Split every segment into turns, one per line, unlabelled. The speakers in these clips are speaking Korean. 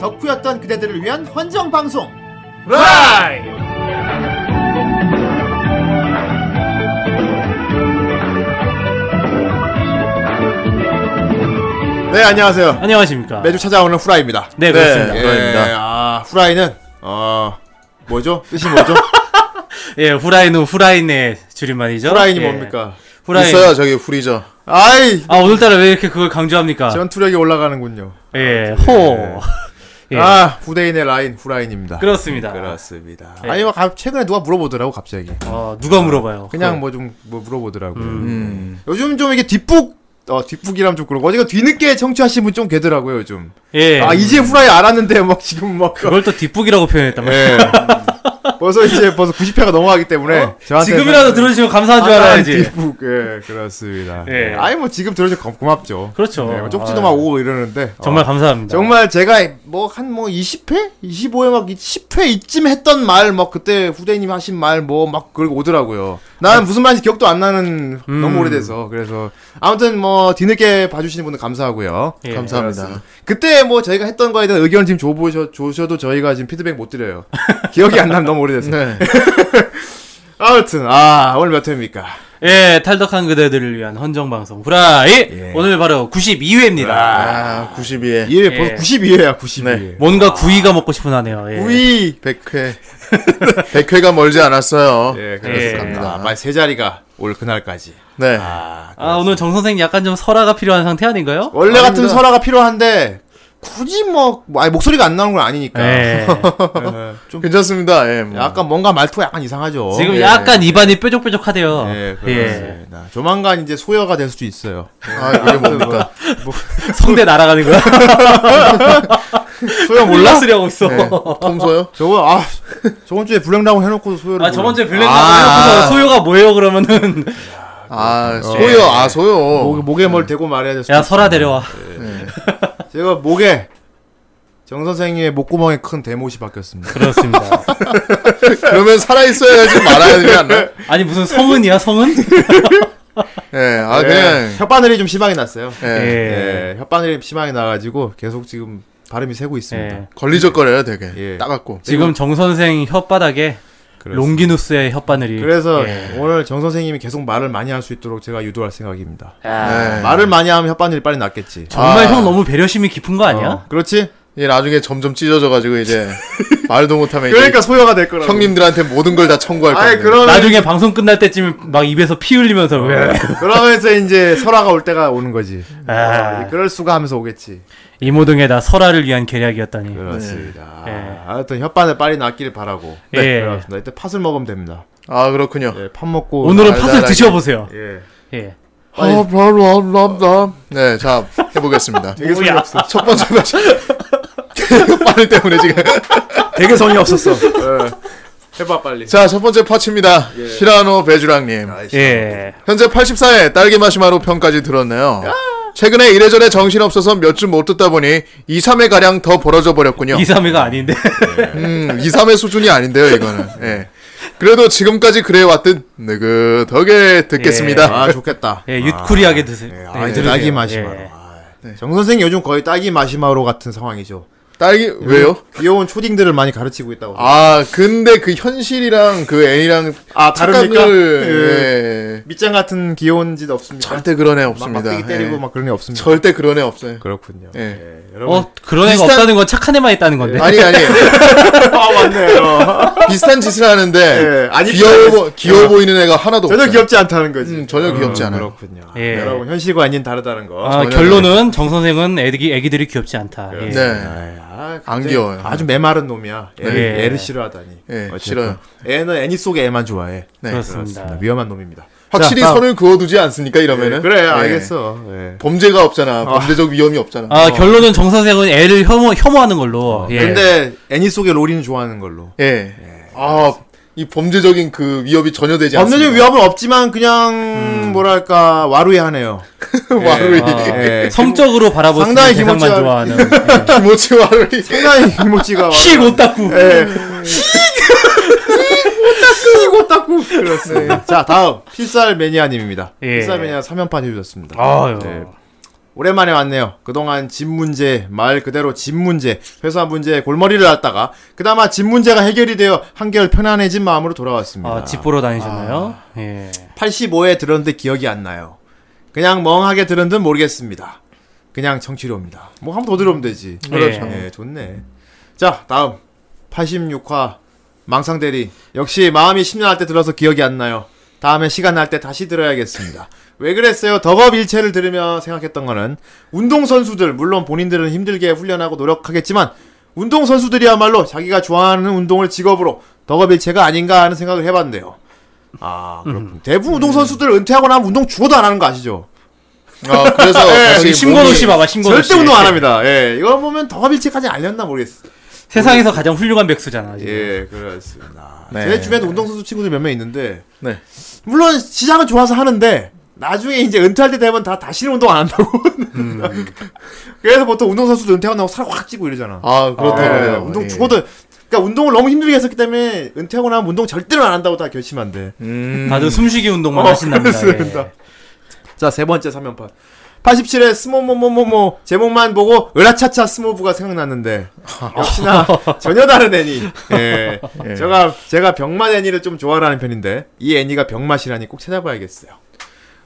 덕후였던 그대들을 위한 헌정 방송.
라이!
네, 안녕하세요.
안녕하십니까.
매주 찾아오는 후라이입니다.
네, 그렇습니다.
예,
후라이입니다.
아, 후라이는 어 뭐죠? 뜻이 뭐죠?
예, 후라이는 후라이네 줄임말이죠.
후라이는
예.
겁니까?
후라이.
있어요 저기 후리저
아이,
아, 오늘따라 왜 이렇게 그걸 강조합니까?
전투력이 올라가는군요.
예, 호. 예.
네. 아, 후대인의 라인 후라이입니다.
그렇습니다.
그렇습니다.
예.
아니, 뭐 가- 최근에 누가 물어보더라고 갑자기.
어, 누가 물어봐요. 음.
그냥 뭐 좀 뭐 물어보더라고요.
음.
요즘 좀 이게 뒷북 어 뒷북이라면 좀 그렇고 어제가 뒤늦게 청취하신 분 좀 계더라고요 요즘.
예.
아 이제 후라이 알았는데 막 지금 막
그걸 또 뒷북이라고 표현했단 말이야.
예. 벌써 이제 벌써 90회가 넘어가기 때문에 저한테
지금이라도 들어주시면 감사한 줄 알아야지.
예, 뒷북 예 그렇습니다.
예.
아니 뭐 지금 들어주 고 고맙죠.
그렇죠.
네, 뭐 쪽지도
아.
막 오고 이러는데
정말
어,
감사합니다.
정말 제가 뭐 한 뭐 20회, 25회 막 10회 이쯤 했던 말 막 그때 후대님 하신 말 뭐 막 그러고 오더라고요. 난 무슨 말인지 기억도 안 나는 너무 오래돼서 그래서 아무튼 뭐 뒤늦게 봐주시는 분들 감사하고요.
예.
감사합니다
그때 뭐 저희가 했던 거에 대한 의견을 지금 줘보셔, 줘셔도 저희가 지금 피드백 못 드려요. 기억이 안 나면 너무 오래돼서.
네
아무튼, 아, 오늘 몇 회입니까?
예, 탈덕한 그대들을 위한 헌정방송 후라이!
예.
오늘 바로
네.
92회입니다.
아, 92회
예,
예.
벌써 92회야, 92회.
뭔가 구이가 먹고 싶은 하네요. 예.
우이!
100회 100회가 멀지 않았어요
예,
예.
그렇습니다. 말 세 자리가 올 그날까지.
네
아,
아, 오늘 정 선생님 약간 좀 설화가 필요한 상태 아닌가요?
원래 같은
아닙니다.
설화가 필요한데, 굳이 뭐, 뭐, 아니, 목소리가 안 나오는 건 아니니까. 네,
예.
좀 괜찮습니다 예 뭐.
약간 뭔가 말투가 약간 이상하죠.
지금
예.
약간 입안이 뾰족뾰족하대요.
예,
예.
그렇습니다. 조만간 이제 소여가 될 수도 있어요.
아 이게 뭡니까
성대 날아가는 거야?
소여 몰라?
몰랐으리 하고 있어.
네. 통소요
저거, 아, 저번 주에 블랙라고 해놓고도 소여를.
아, 저번주에 블랙라고
아.
해놓고서 소요가 뭐예요, 그러면은.
아
예.
소요 네. 아
목에,
소요
목에 뭘 대고 말해야 됐어.
야, 설아 데려와.
제가 목에 정 선생님의 목구멍에 큰 대못이 박혔습니다.
그렇습니다.
그러면 살아있어야지 말아야 되지 않나
아니, 무슨 성은이야, 성은?
예아
예,
네. 그냥
혓바늘이 좀 심하게 났어요.
예
예. 혓바늘이 심하게 나가지고 계속 지금 발음이 새고 있습니다.
예.
걸리적거려요 되게
예.
따갑고
지금 정 선생 혓바닥에
그렇습니다.
롱기누스의 혓바늘이.
그래서 아.
예.
오늘 정 선생님이 계속 말을 많이 할 수 있도록 제가 유도할 생각입니다.
야,
예.
말을 많이 하면 혓바늘이 빨리 낫겠지.
정말
아.
형 너무 배려심이 깊은 거 아니야?
어, 그렇지?
예 나중에 점점 찢어져가지고 이제 말도 못하면 이제
그러니까 소여가 될 거라고.
예. 형님들한테 모든 걸 다 청구할
아이
거예요
그러면
나중에 방송 끝날 때쯤 막 입에서 피
어.
흘리면서 왜?
그러면서 이제 설화가 올 때가 오는 거지.
아.
어, 그럴 수가 하면서 오겠지.
이모등에다 설화를 위한 계략이었다니.
그렇습니다.
네. 예.
하여튼 혓바늘 빨리 낫길 바라고.
예.
네. 그렇습니다. 이때 팥을 먹으면 됩니다.
아 그렇군요
예, 팥 먹고.
오늘은
달달하게.
팥을 드셔보세요.
예.
예.
아니.
랍랍랍랍랍. 네, 자 해보겠습니다.
되게 성의
뭐야.
없어.
그 첫 번째 다시 빠르 때문에 지금.
되게 성의 없었어. 예. 해봐 빨리.
자, 첫 번째 파츠입니다.
예.
시라노 배주랑님.
아,
예.
현재 84회 딸기 마시마로 평까지 들었네요. 최근에 이래저래 정신 없어서 몇 주 못 듣다 보니 2, 3회 가량 더 벌어져 버렸군요.
2, 3회가 아닌데.
음, 2, 3회 수준이 아닌데요, 이거는. 예. 그래도 지금까지 그래 왔듯 느긋하게 듣겠습니다.
아 좋겠다.
예, 윷쿠리하게 드세요.
예,
네,
아, 이제
들으세요.
딸기 마시마로.
예.
아,
네.
정 선생 요즘 거의 딸기 마시마로 같은 상황이죠.
딸기 왜요?
귀여운 초딩들을 많이 가르치고 있다고.
아, 근데 그 현실이랑 그 애니랑
아,
착각을 예.
밑장 같은 귀여운 짓 없습니까?
절대 그런 애
막
없습니다.
막대기 때리고
예.
막 그런 애 없습니다.
절대 그런 애 없어요.
그렇군요.
예.
예, 여러분.
어, 그런 애가
비슷한-
없다는 건 착한 애만 있다는
네.
건데.
아니 아니
아 맞네요.
비슷한 짓을 하는데
예, 아니,
귀여워
그래요.
보, 귀여워 보이는 애가 하나도
전혀
없어요.
귀엽지 않다는 거지.
음, 전혀 귀엽지
어,
않아요.
그렇군요.
예.
여러분 현실과 아닌 다르다는 거.
아,
전혀
결론은 정 선생은 애기 애기들이 귀엽지 않다. 예.
네.
아이, 아,
안
굉장히
귀여워요. 네.
아주 메마른 놈이야. 애를,
예.
애를 싫어하다니.
예,
어쨌든.
싫어요.
애는 애니 속의 애만 좋아해.
네.
그렇습니다.
위험한 놈입니다.
확실히
자, 다음.
선을 그어두지 않습니까 이러면은
예, 그래
예.
알겠어. 예.
범죄가 없잖아. 범죄적 위험이 없잖아.
아, 결론은 정 선생은 애를 혐오 혐오하는 걸로. 예.
어. 근데 애니 속의 로리는 좋아하는 걸로.
예. 아, 이 범죄적인 그 위협이 전혀 되지 않습니다.
법률적 위협은 없지만
음.
그냥 뭐랄까 와루에하네요.
와루이.
아,
예.
성적으로 바라보는
상당히
대상만
기분
좋아하는.
김오치 와루이.
상당히 김모찌가
시 못다구.
예. 고딱구 그렇습니다. 자 다음 필살 매니아님입니다.
예.
필살 매니아 3연판 해주셨습니다.
아유.
네. 오랜만에 왔네요. 그동안 집 문제, 말 그대로 집 문제, 회사 문제 골머리를 앓다가 그나마 집 문제가 해결이 되어 한결 편안해진 마음으로 돌아왔습니다.
아, 집 보러 다니셨나요?
아. 네,
예.
85에 들었는데 기억이 안 나요. 그냥 멍하게 들은 듯 모르겠습니다. 그냥 청취료입니다. 뭐 한 번 더 들으면 되지.
그렇죠.
예, 좋네. 자, 다음. 86화 망상대리. 역시 마음이 10년 할 때 들어서 기억이 안 나요. 다음에 시간 날 때 다시 들어야겠습니다. 왜 그랬어요? 덕업 일체를 들으며 생각했던 거는 운동선수들, 물론 본인들은 힘들게 훈련하고 노력하겠지만 운동선수들이야말로 자기가 좋아하는 운동을 직업으로 덕업 일체가 아닌가 하는 생각을 해봤는데요. 아, 그렇군. 대부분 운동선수들 은퇴하고 나면 운동 죽어도 안 하는 거 아시죠?
아, 그래서
저기
다시
신건호
몸이-
씨 봐봐, 신건호 씨.
절대 운동 안 합니다. 예, 이거 보면 덕업 일체까지 알렸나 모르겠어.
세상에서 가장 훌륭한 백수잖아. 지금.
예, 그렇습니다.
네.
제 주변에도 운동선수 친구들 몇 명 있는데,
네.
물론 시장은 좋아서 하는데, 나중에 이제 은퇴할 때 되면 다 다시는 운동 안 한다고. 그래서 보통 운동선수도 은퇴하고 나고 살 확 찌고 이러잖아.
음. 아, 그렇더라고요.
예, 운동 죽어도, 그러니까 운동을 너무 힘들게 했었기 때문에 은퇴하고 나면 운동 절대로 안 한다고 다 결심한대.
음.
다들 숨쉬기 운동만
어,
하신답니다.
그렇습니다. 자, 세 번째 3연판. 87회 스모모모모모 제목만 보고 으라차차 스모부가 생각났는데 역시나 전혀 다른 애니. 예.
예.
제가 제가 병맛 애니를 좀 좋아하는 편인데 이 애니가 병맛이라니 꼭 찾아봐야겠어요.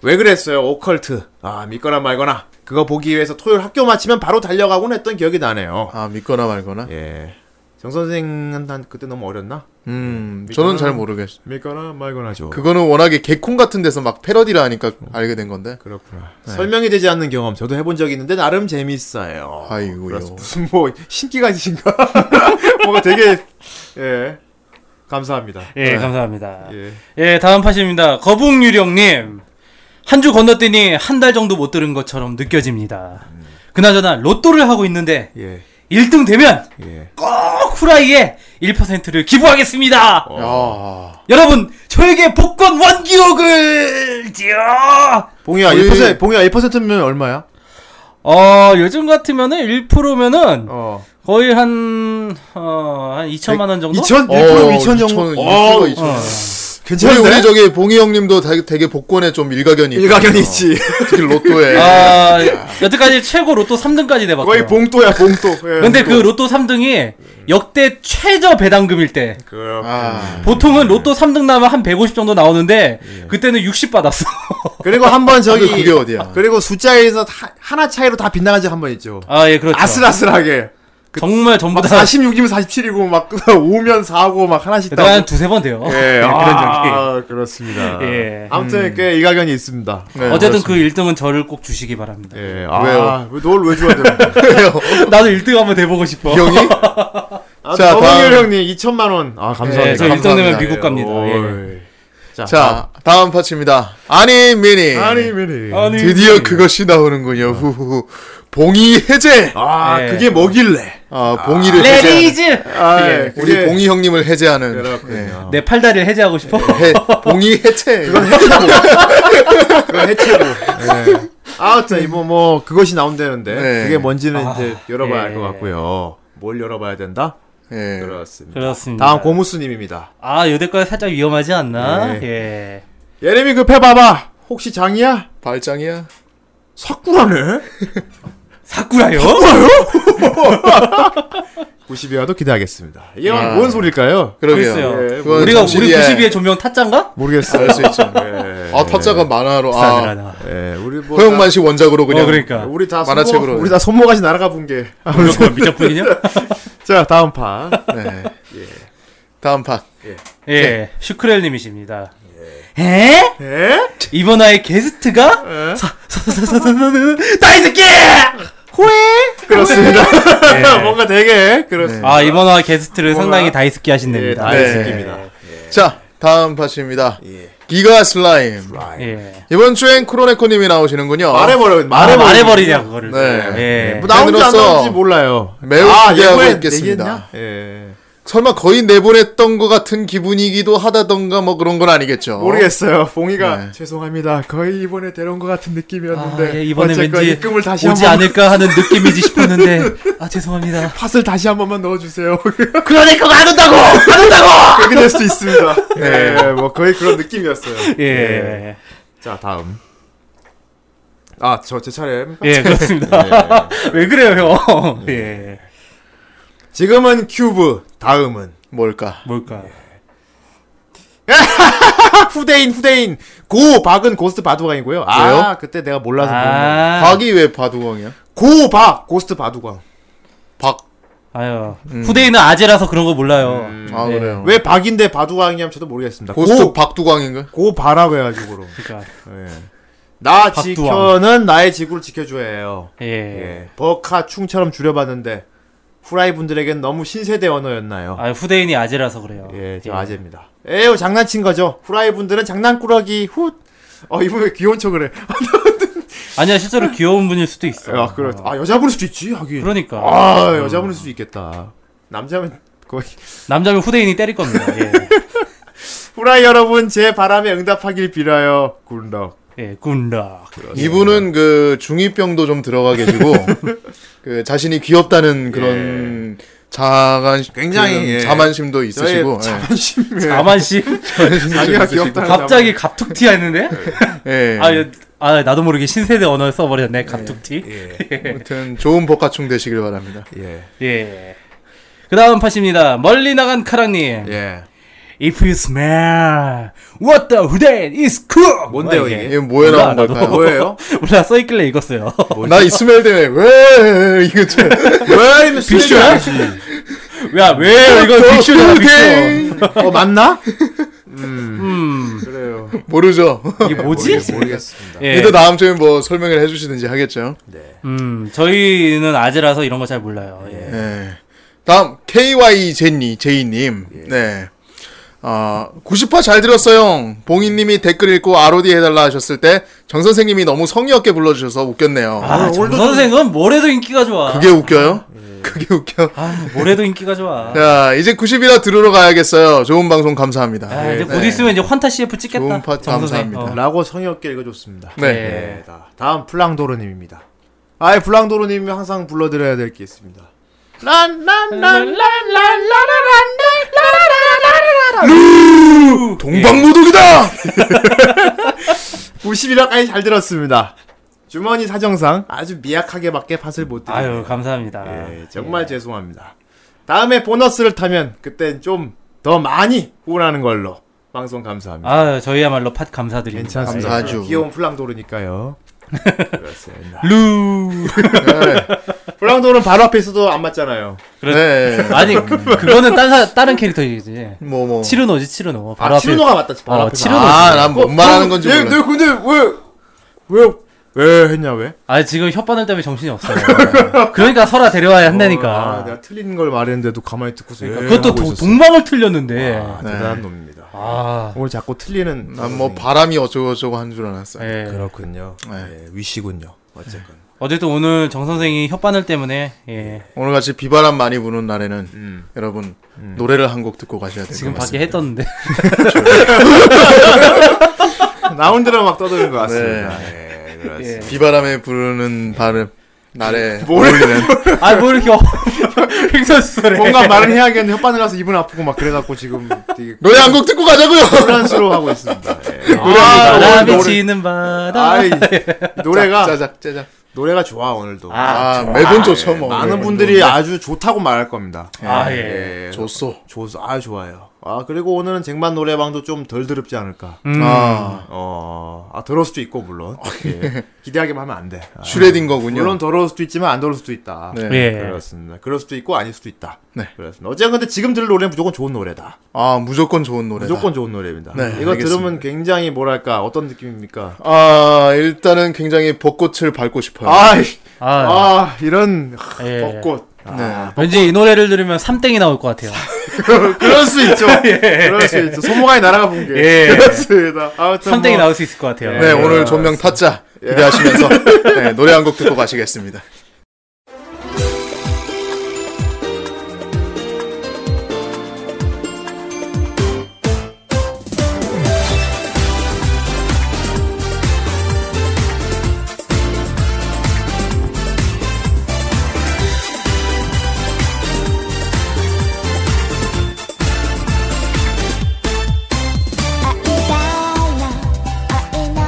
왜 그랬어요? 오컬트. 아, 믿거나 말거나. 그거 보기 위해서 토요일 학교 마치면 바로 달려가곤 했던 기억이 나네요.
아, 믿거나 말거나.
예. 정 선생은 난 그때 너무 어렸나?
음, 저는 잘 모르겠어요.
믿거나 말거나죠.
그거는 워낙에 개콘 같은 데서 막 패러디를 하니까 알게 된 건데.
그렇구나.
네.
설명이 되지 않는 경험 저도 해본 적이 있는데 나름 재밌어요.
아이고요.
그래서 무슨 뭐 신기가 있으신가? 뭔가 되게 예 감사합니다.
예, 감사합니다.
예.
예, 다음 파시입니다. 거북유령님. 한 주 건너뛰니 한 달 정도 못 들은 것처럼 느껴집니다. 그나저나 로또를 하고 있는데
예.
1등 되면
예.
꼭 후라이에 1%를 기부하겠습니다.
어.
야.
여러분, 저에게 복권 원기옥을 지어.
봉이야
거의-
1% 봉이야 1%면 얼마야?
어, 요즘 같으면은 1%면은
어.
거의 한 어, 한 2천만 원 정도?
2천 1%
어,
2천 정도.
2,000,
어,
2,000.
어.
우리, 우리
괜찮은데?
저기 봉이 형님도 다- 되게 복권에 좀 일가견이
일가견이
있거든요.
있지.
특히 로또에.
아, 여태까지 최고 로또 3등까지
어,
내 봤고요.
거의 봉또야 봉또. 예,
근데 그
봉또.
로또 3등이 역대 최저 배당금일 때
그
아.
보통은 로또 3등 나면 한 150 정도 나오는데 그때는 60 받았어.
그리고 한번
저기
저기
그게 어디야?
그리고 숫자에서 다, 하나 차이로 다 빗나간 적 한 번 있죠.
아, 예, 그렇죠.
아슬아슬하게.
정말 전부
막
다
46이면 47이고 막 5면 4고 막 하나씩
그동안 한 두세 번 돼요.
예,
아,
아, 그렇습니다.
예.
아무튼 꽤 일가견이 있습니다.
네,
어쨌든 그 1등은 저를 꼭 주시기 바랍니다.
예, 아,
왜요?
널왜 줘야 되는
그렇습니다. 왜요?
나도 1등 한번 돼보고 싶어. 예,
이 형이 자,
자, 더블유
다음.
아, 형님 2천만 원. 아,
예,
감사합니다.
저 1등
감사합니다.
되면 미국 갑니다. 예.
오이. 자, 아,
자, 다음 파츠입니다. 아니 미니.
아니 미니.
예. 아니,
드디어 그것이 나오는군요. 후후후. 봉이 해제.
아,
예.
그게 뭐길래?
아, 봉이를 해제.
레디즈!
아,
예,
우리 봉이 형님을 해제하는. 예.
그렇군요. 아,
내 팔다리를 해제하고 싶어?
해, 봉이 해체.
그거 해체고. 예. 아무튼 이뭐 뭐 그것이 나온다는데
네.
그게 뭔지는
아,
이제 열어봐야 할
예.
것 같고요. 뭘 열어봐야 된다?
예.
그렇습니다.
그렇습니다.
네.
다음 고무수님입니다.
아, 여태까지 살짝 위험하지 않나?
예.
예.
예림이 급해 봐봐. 혹시 장이야?
발장이야.
사쿠라네?
사쿠라요?
90이와도 기대하겠습니다. 이건
야.
뭔 소리일까요?
아. 어, 그러게요.
글쎄요.
예,
그건
우리가 우리
정치리에
92의 조명 타짜인가?
모르겠어요.
알수 있죠.
예.
아, 타짜가 만화로. 아,
싸늘하다.
예, 우리 뭐
허영만 씨 원작으로 그냥.
어, 그러니까.
다, 우리 다
만화책으로.
손목, 우리 다 손목까지 날아가 본 게.
무조건 미적분이냐?
자, 다음 판.
네.
예.
다음 판.
예, 슈크렐님이십니다. 에?
예?
이번 화의 게스트가?
예?
나이 새끼! 호해!
그렇습니다.
네.
예.
뭔가 되게 그렇습니다.
아, 이번 화 게스트를
뭐가?
상당히 다이스키
네.
예,
하신답니다.
다이-
다이스킵니다.
자, 다음 파츠입니다.
예.
기가 슬라임.
예.
이번 주엔 크로네코님이 나오시는군요.
말해버려,
아,
말해버려.
말해버리냐, 그거를.
네.
예.
뭐 나온지 안
팬으로서
나온지 몰라요.
매우
아,
기대하고
예고에 얘기했냐?
있겠습니다.
예.
설마 거의 내보냈던 것 같은 기분이기도 하다던가 뭐 그런 건 아니겠죠.
모르겠어요. 봉이가
네.
죄송합니다. 거의 이번에 데려온 것 같은 느낌이었는데
아, 예, 이번에
어쨌건
왠지
입금을 다시
오지
한번
않을까 하는 느낌이지 싶었는데 아 죄송합니다.
팟을 다시 한 번만 넣어주세요.
그러니까 안 온다고.
그렇게 될 수도 있습니다. 네. 예, 뭐 거의 그런 느낌이었어요.
예.
자, 다음. 아, 저 제 차례입니까?
예, 그렇습니다. 왜 그래요, 형? 예.
지금은 큐브, 다음은
뭘까?
뭘까?
아, 후대인 후대인 고 박은 고스트 바두광이고요. 아,
왜요?
그때 내가 몰라서 그런
아,
박이 왜 바두광이야?
거. 고박 고스트 바두광.
박.
아유. 후대인은 아재라서 그런 거 몰라요.
아
네.
그래요.
왜 박인데 바두광이냐면 저도 모르겠습니다.
고스트
고
박두광인가?
고바라고 해가지고 그럼.
그러니까,
예. 나
박두왕.
지켜는 나의 지구를 지켜줘야 해요.
예.
예. 버카 충처럼 줄여봤는데 후라이 분들에겐 너무 신세대 언어였나요?
아, 후대인이 아재라서 그래요.
예, 저 아재입니다. 에휴 장난친 거죠. 후라이 분들은 장난꾸러기 훗. 어 이분 왜 귀여운 척을 해?
아니야, 실제로 귀여운 분일 수도 있어.
아 그래. 아 여자분일 수도 있지 하긴.
그러니까.
아 여자분일 수도 있겠다. 남자면 거의
남자면 후대인이 때릴 겁니다. 예.
후라이 여러분 제 바람에 응답하길 빌어요. 굿럭.
예, 굿락.
이분은 그 중이병도 좀 들어가 계시고 그 자신이 귀엽다는 그런 자간
예. 굉장히,
그런
예.
자만심도 있으시고
저의
예.
자만심이
아만씨?
자기가 뭐. 귀엽다.
갑자기 갑툭튀 했는데?
예.
아, 예. 아, 나도 모르게 신세대 언어를 써버렸네, 갑툭튀.
예.
아무튼 좋은 복가충 되시길 바랍니다.
예.
예. 그 다음 팟입니다. 멀리 나간 카랑님.
예.
If you smell what the hood is cool.
뭔데요,
뭐야,
아, 이게?
이게 뭐에
몰라,
나온 걸까요?
나도.
뭐예요?
몰라 써있길래 읽었어요.
뭐.
나 이스멜 때문에 왜 이거 좀
왜 이거 비슈야?
야, 왜 이거
저
빅슈야,
빅슈.
빅슈.
어 맞나?
음,
그래요.
모르죠.
이게 뭐지?
모르겠- 모르겠습니다.
예.
이따 다음 주에 뭐 설명을 해주시든지 하겠죠.
음, 저희는 아재라서 이런 거 잘 몰라요. 예.
네. 다음 KY 제니 제이님. 네. 아 90화 잘 들었어요. 봉인님이 댓글 읽고 ROD 해달라 하셨을 때 정 선생님이 너무 성의 없게 불러주셔서 웃겼네요.
아, 정
오늘도
선생은 뭐래도 인기가 좋아.
그게 웃겨요? 그게 웃겨.
아, 뭐래도 인기가 좋아.
자 이제 90이라 들으러 가야겠어요. 좋은 방송 감사합니다.
아, 이제
네.
곧 있으면 이제 환타 CF 찍겠다.
좋은 파트
정 선생. 어.
감사합니다.
라고 성의 없게 읽어줬습니다.
네.
예, 다- 다음 플랑도르님입니다. 아이 플랑도르님이 항상 불러드려야 될 게 있습니다.
동방모독이다.
91화까지 잘 들었습니다. 주머니 사정상 아주 미약하게밖에 팟을 못
어. 아유,
드립니다.
감사합니다.
예, 정말 죄송합니다. 다음에 보너스를 타면 그땐 좀 더 많이 후원하는 걸로 방송 감사합니다.
아유, 저희야말로 팟 감사드립니다.
괜찮습니다. 네,
감사하죠.
귀여운 플랑도르니까요. 그렇습니다.
루. 예.
예.
플랑도르는 바로 앞에 있어도 안 맞잖아요.
네.
아니, 그- 그거는 딴, 사, 다른 캐릭터이지.
뭐 뭐.
치르노지, 치르노. 바로
아,
앞에.
치르노가 맞다. 바로
어,
앞에.
치르노.
아, 난 뭔 말하는 건지
얘,
몰라.
너 근데 왜, 왜, 왜 했냐, 왜?
아 지금 혓바늘 때문에 정신이 없어요. 그러니까 설아 데려와야
아,
한다니까.
내가 틀린 걸 말했는데도 가만히 듣고서.
그러니까
예,
그것도
하고
도,
있었어.
동방을 틀렸는데.
아, 대단한 놈입니다.
아,
오늘 자꾸 틀리는.
난 뭐
선생님.
바람이 어쩌고저쩌고 한 줄 알았어요.
예.
그렇군요.
네.
예, 위시군요. 어쨌건.
어쨌든 오늘 정 선생이 혓바늘 때문에 예.
오늘 같이 비바람 많이 부는 날에는
음.
여러분 노래를 한 곡 듣고 가셔야 될것
지금
같습니다.
밖에 했던데.
나온 대로 막 떠드는 것 같습니다. 예, 그렇습니다.
예.
비바람에 부르는 바람 날에
뭐래?
어울리는
아, 뭐 이렇게 어- 횡설수설해.
뭔가 말을 해야겠는데 혓바늘 나서 입은 아프고 막 그래갖고 지금 되게
노래 한 곡 듣고 가자고요.
혼란스러워하고 있습니다.
네.
예.
아,
아,
바람이
오늘 노래-
치는 바다.
아이, 노래가
짜작 짜작.
노래가 좋아 오늘도.
아, 매번 좋죠 뭐.
많은
매번
분들이 아주 좋다고 말할 겁니다.
아, 예.
예. 좋,
네. 좋소.
좋, 아, 좋아요. 아, 그리고 오늘은 쟁반 노래방도 좀 덜 더럽지 않을까.
음.
아
어, 아, 더러울 수도 있고, 물론.
네.
예. 기대하기만 하면 안 돼. 아,
슈레딩거군요.
물론 더러울 수도 있지만 안 더러울 수도 있다.
네.
예.
그렇습니다. 그럴 수도 있고, 아닐 수도 있다.
네.
그렇습니다. 어쨌든 근데 지금 들을 노래는 무조건 좋은 노래다.
아 무조건 좋은 노래다.
무조건 좋은 노래입니다.
네,
이거
알겠습니다.
들으면 굉장히 뭐랄까, 어떤 느낌입니까?
아 일단은 굉장히 벚꽃을 밟고 싶어요.
아이,
아,
아, 이런,
예.
벚꽃. 아,
네.
왠지 이 노래를 들으면 삼땡이 나올 것 같아요.
네. 그럴 수 있죠. 그럴 수 있죠. 소모가이 날아가 본 게.
예.
그렇습니다. 아무튼
삼땡이
뭐,
나올 수 있을 것 같아요. 예.
네 오늘 조명 타짜
예.
기대하시면서 네, 노래 한 곡 듣고 가시겠습니다.
「会いたいな会えないな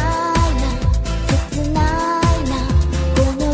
切ないな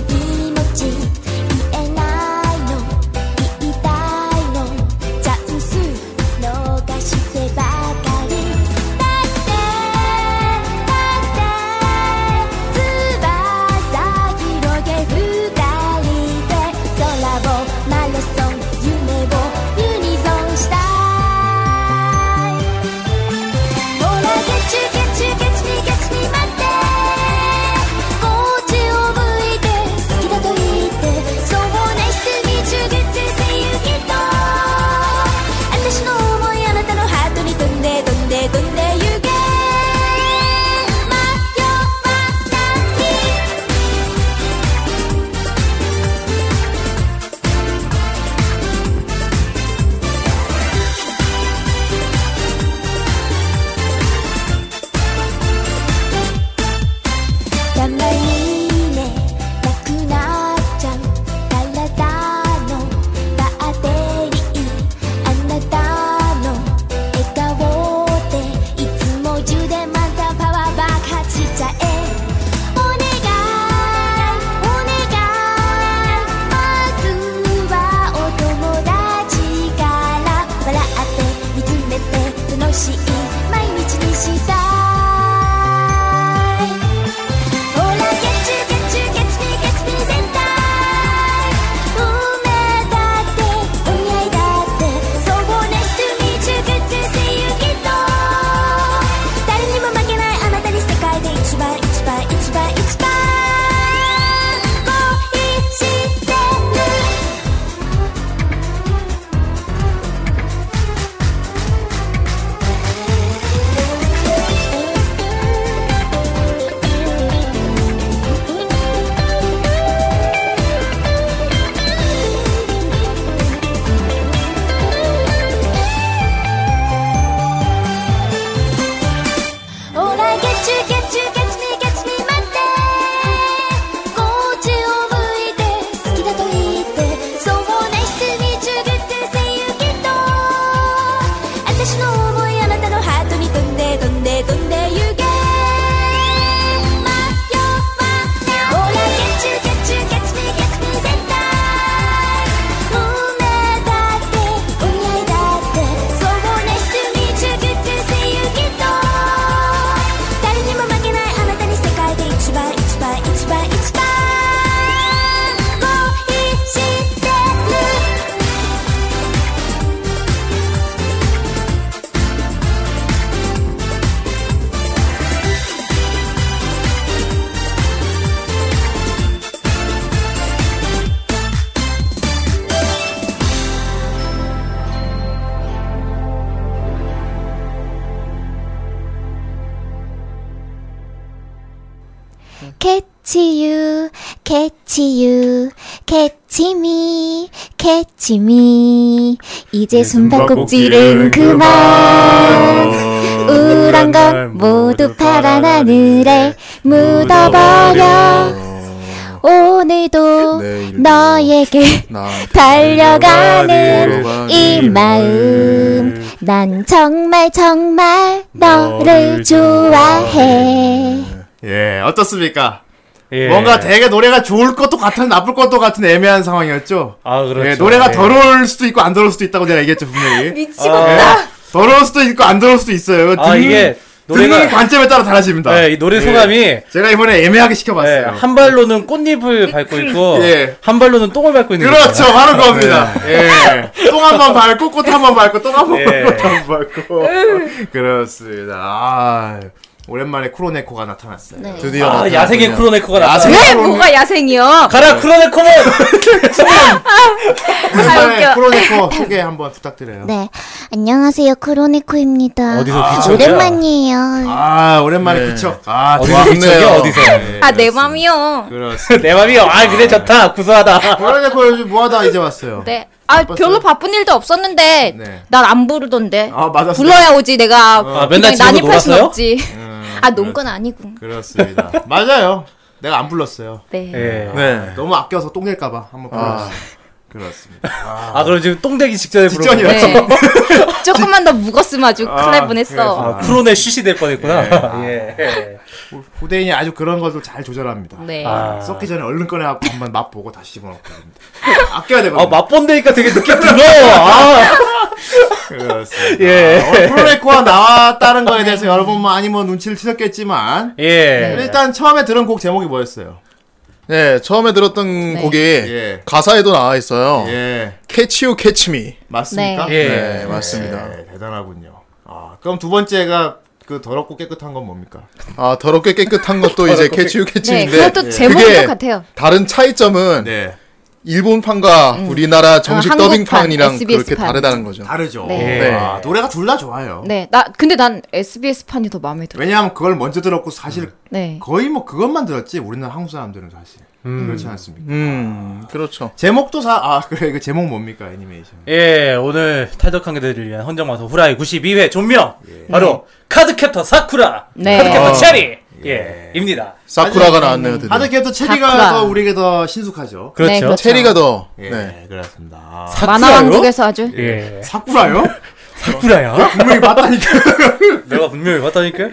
catch you, catch you, catch me, catch me. 이제 숨바꼭질은 그만. 우울한 것 모두 파란 하늘에 묻어버려. 오늘도
내일도
너에게
나
달려가는 이 마음 난 정말 정말 너를 좋아해
예, 어떻습니까?
예.
뭔가 되게 노래가 좋을 것도 같은 나쁠 것도 같은 애매한 상황이었죠.
아 그렇죠.
예, 노래가
예.
더러울 수도 있고 안 더러울 수도 있다고 내가 얘기했죠 분명히. 예.
미치겠다
더러울 수도 있고 안 더러울 수도 있어요. 듣는,
아 이게
듣는
노래가
관점에 따라 달라집니다.
예, 이 노래 소감이
제가 이번에 애매하게
예,
시켜봤어요.
한 발로는 꽃잎을 밟고 있고
예.
한 발로는 똥을 밟고 있는
그렇죠,
거잖아요.
바로 그겁니다. 예. 똥 한 번 밟고, 꽃 한 번 밟고, 똥 한 번
네. 예.
밟고, 꽃 한 번 밟고. 그렇습니다. 아, 오랜만에 쿠로네코가 나타났어요.
네.
드디어
아, 야생의
나타났군요.
쿠로네코가 나왔어
야생-
왜
그럼-
뭐가 야생이요?
가라 쿠로네코는
오랜만에
웃겨.
쿠로네코 소개 한번 부탁드려요.
네 안녕하세요 크로니코입니다
어디서 귀척이야?
오랜만이에요
아, 오랜만에
네.
그쵸. 아,
어디서
좋아.
기척이
좋네요.
어디서
네,
아 내
그렇습니다.
맘이요.
그렇습니다.
내 맘이요. 아 그래 좋다 구수하다.
쿠로네코 요즘 뭐하다 이제 왔어요.
네. 아
바빴어요?
별로 바쁜 일도 없었는데
네.
난 안 부르던데.
아, 맞았어요.
불러야 오지 내가.
아, 맨날
굉장히
집에서
난입할 순
놀았어요?
없지.
음,
아 논 건 아니고.
그렇습니다. 맞아요. 내가 안 불렀어요.
네.
예.
네.
너무 아껴서 똥 낼까봐 한번
아.
불렀어요. 그렇습니다. 아,
아 그럼 지금 똥대기 직전에 부르고
직전이요?
네. 조금만 더 묵었으면 아주
아,
큰일 날 뻔했어.
아 쿠로네 쉬시 될 뻔했구나. 예.
후- 후대인이 아주 그런 것도 잘 조절합니다.
네.
아.
썩기 전에 얼른 꺼내갖고 한번 맛보고 다시 집어넣고 그럽니다. 아껴야 되거든요.
아 맛본다니까 되게 늦게 들어. 아
그렇습니다.
예.
어, 프로레코가 나왔다는 거에 대해서 여러분 뭐 아니 뭐 눈치를 채셨겠지만
예.
일단 처음에 들은 곡 제목이 뭐였어요?
네, 처음에 들었던
네.
곡이
예.
가사에도 나와 있어요.
예.
Catch you, catch me.
맞습니까?
네. 예.
네, 맞습니다.
예, 대단하군요. 아, 그럼 두 번째가 그 더럽고 깨끗한 건 뭡니까?
아, 더럽게 깨끗한 것도 이제 Catch you, catch
네.
me인데
그것도
예.
제목이
그게
똑같아요.
다른 차이점은
네.
일본판과 우리나라 정식
음. 아, 한국판,
더빙판이랑
SBS
그렇게
판.
다르다는 거죠.
다르죠.
예.
네.
네. 아, 노래가 둘 다 좋아요.
네. 나 근데 난 SBS 판이 더 마음에 들어.
왜냐하면 그걸 먼저 들었고 사실
음.
네.
거의 뭐 그것만 들었지 우리나라 한국 사람들은 사실 그렇지 않습니까?
음, 그렇죠.
제목도 사 아 그래 이거 제목 mov니까 애니메이션?
예, 오늘 탈덕한 게들을 위한 헌정마서 후라이 92회 존명 바로 카드캡터 사쿠라
네.
카드캡터
아.
체리 네. 예, 입니다.
사쿠라가 나왔네요, 드디어.
하드캐터 체리가
사쿠라.
더 우리에게 더 신숙하죠.
그렇죠.
네, 그렇죠.
체리가 더.
예,
네.
그렇습니다. 아,
만화 왕국에서 아주
예.
사쿠라요?
사쿠라야?
분명히 봤다니까.
내가 분명히 봤다니까.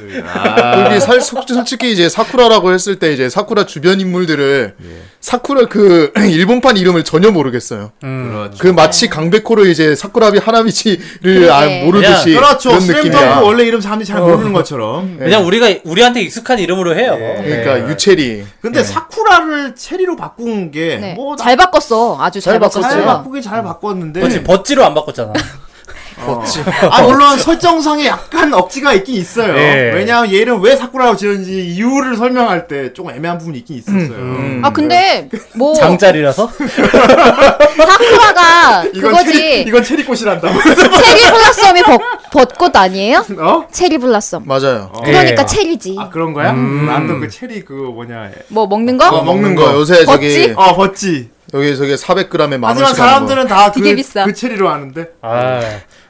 그렇습니다.
여기 살, 솔- 솔직히 이제 사쿠라라고 했을 때 이제 사쿠라 주변 인물들을 사쿠라 그 일본판 이름을 전혀 모르겠어요.
음.
그렇죠.
그 마치 강백호를 이제 사쿠라비 하나미치를 아,
그래.
모르듯이
그렇죠.
그런
스램덩크
느낌이야.
원래 이름 사람들이 잘 모르는 것처럼.
그냥 우리가 우리한테 익숙한 이름으로 해요.
그러니까
네.
유체리.
근데 사쿠라를 체리로 바꾼 게
네.
뭐. 나-
잘 바꿨어. 아주 잘,
잘
바꿨어요. 음.
잘 바꾸긴 잘 바꿨는데.
그렇지 버찌로 안 바꿨잖아.
어.
멋지.
아, 물론 설정상에 약간 억지가 있긴 있어요.
예.
왜냐하면 얘는 왜 사쿠라로 지었는지 이유를 설명할 때 조금 애매한 부분이 있긴 있었어요.
아 근데 뭐
장자리라서
사쿠라가
이건 체리,
그거지
이건 체리꽃이란다.
체리 블라썸이 벚- 벚꽃 아니에요?
어?
체리 블라썸
맞아요.
그러니까
예.
체리지
아, 그런 거야? 나도 그 체리 그거 뭐냐.
뭐 먹는 거?
어, 먹- 먹는
음, 먹는 거
거.
요새 저기
멋지?
어, 아, 벗지.
여기 저기 400g에 만
하지만
원씩 하는
사람들은 다 그
되게 비싸.
그 체리로 아는데.
아,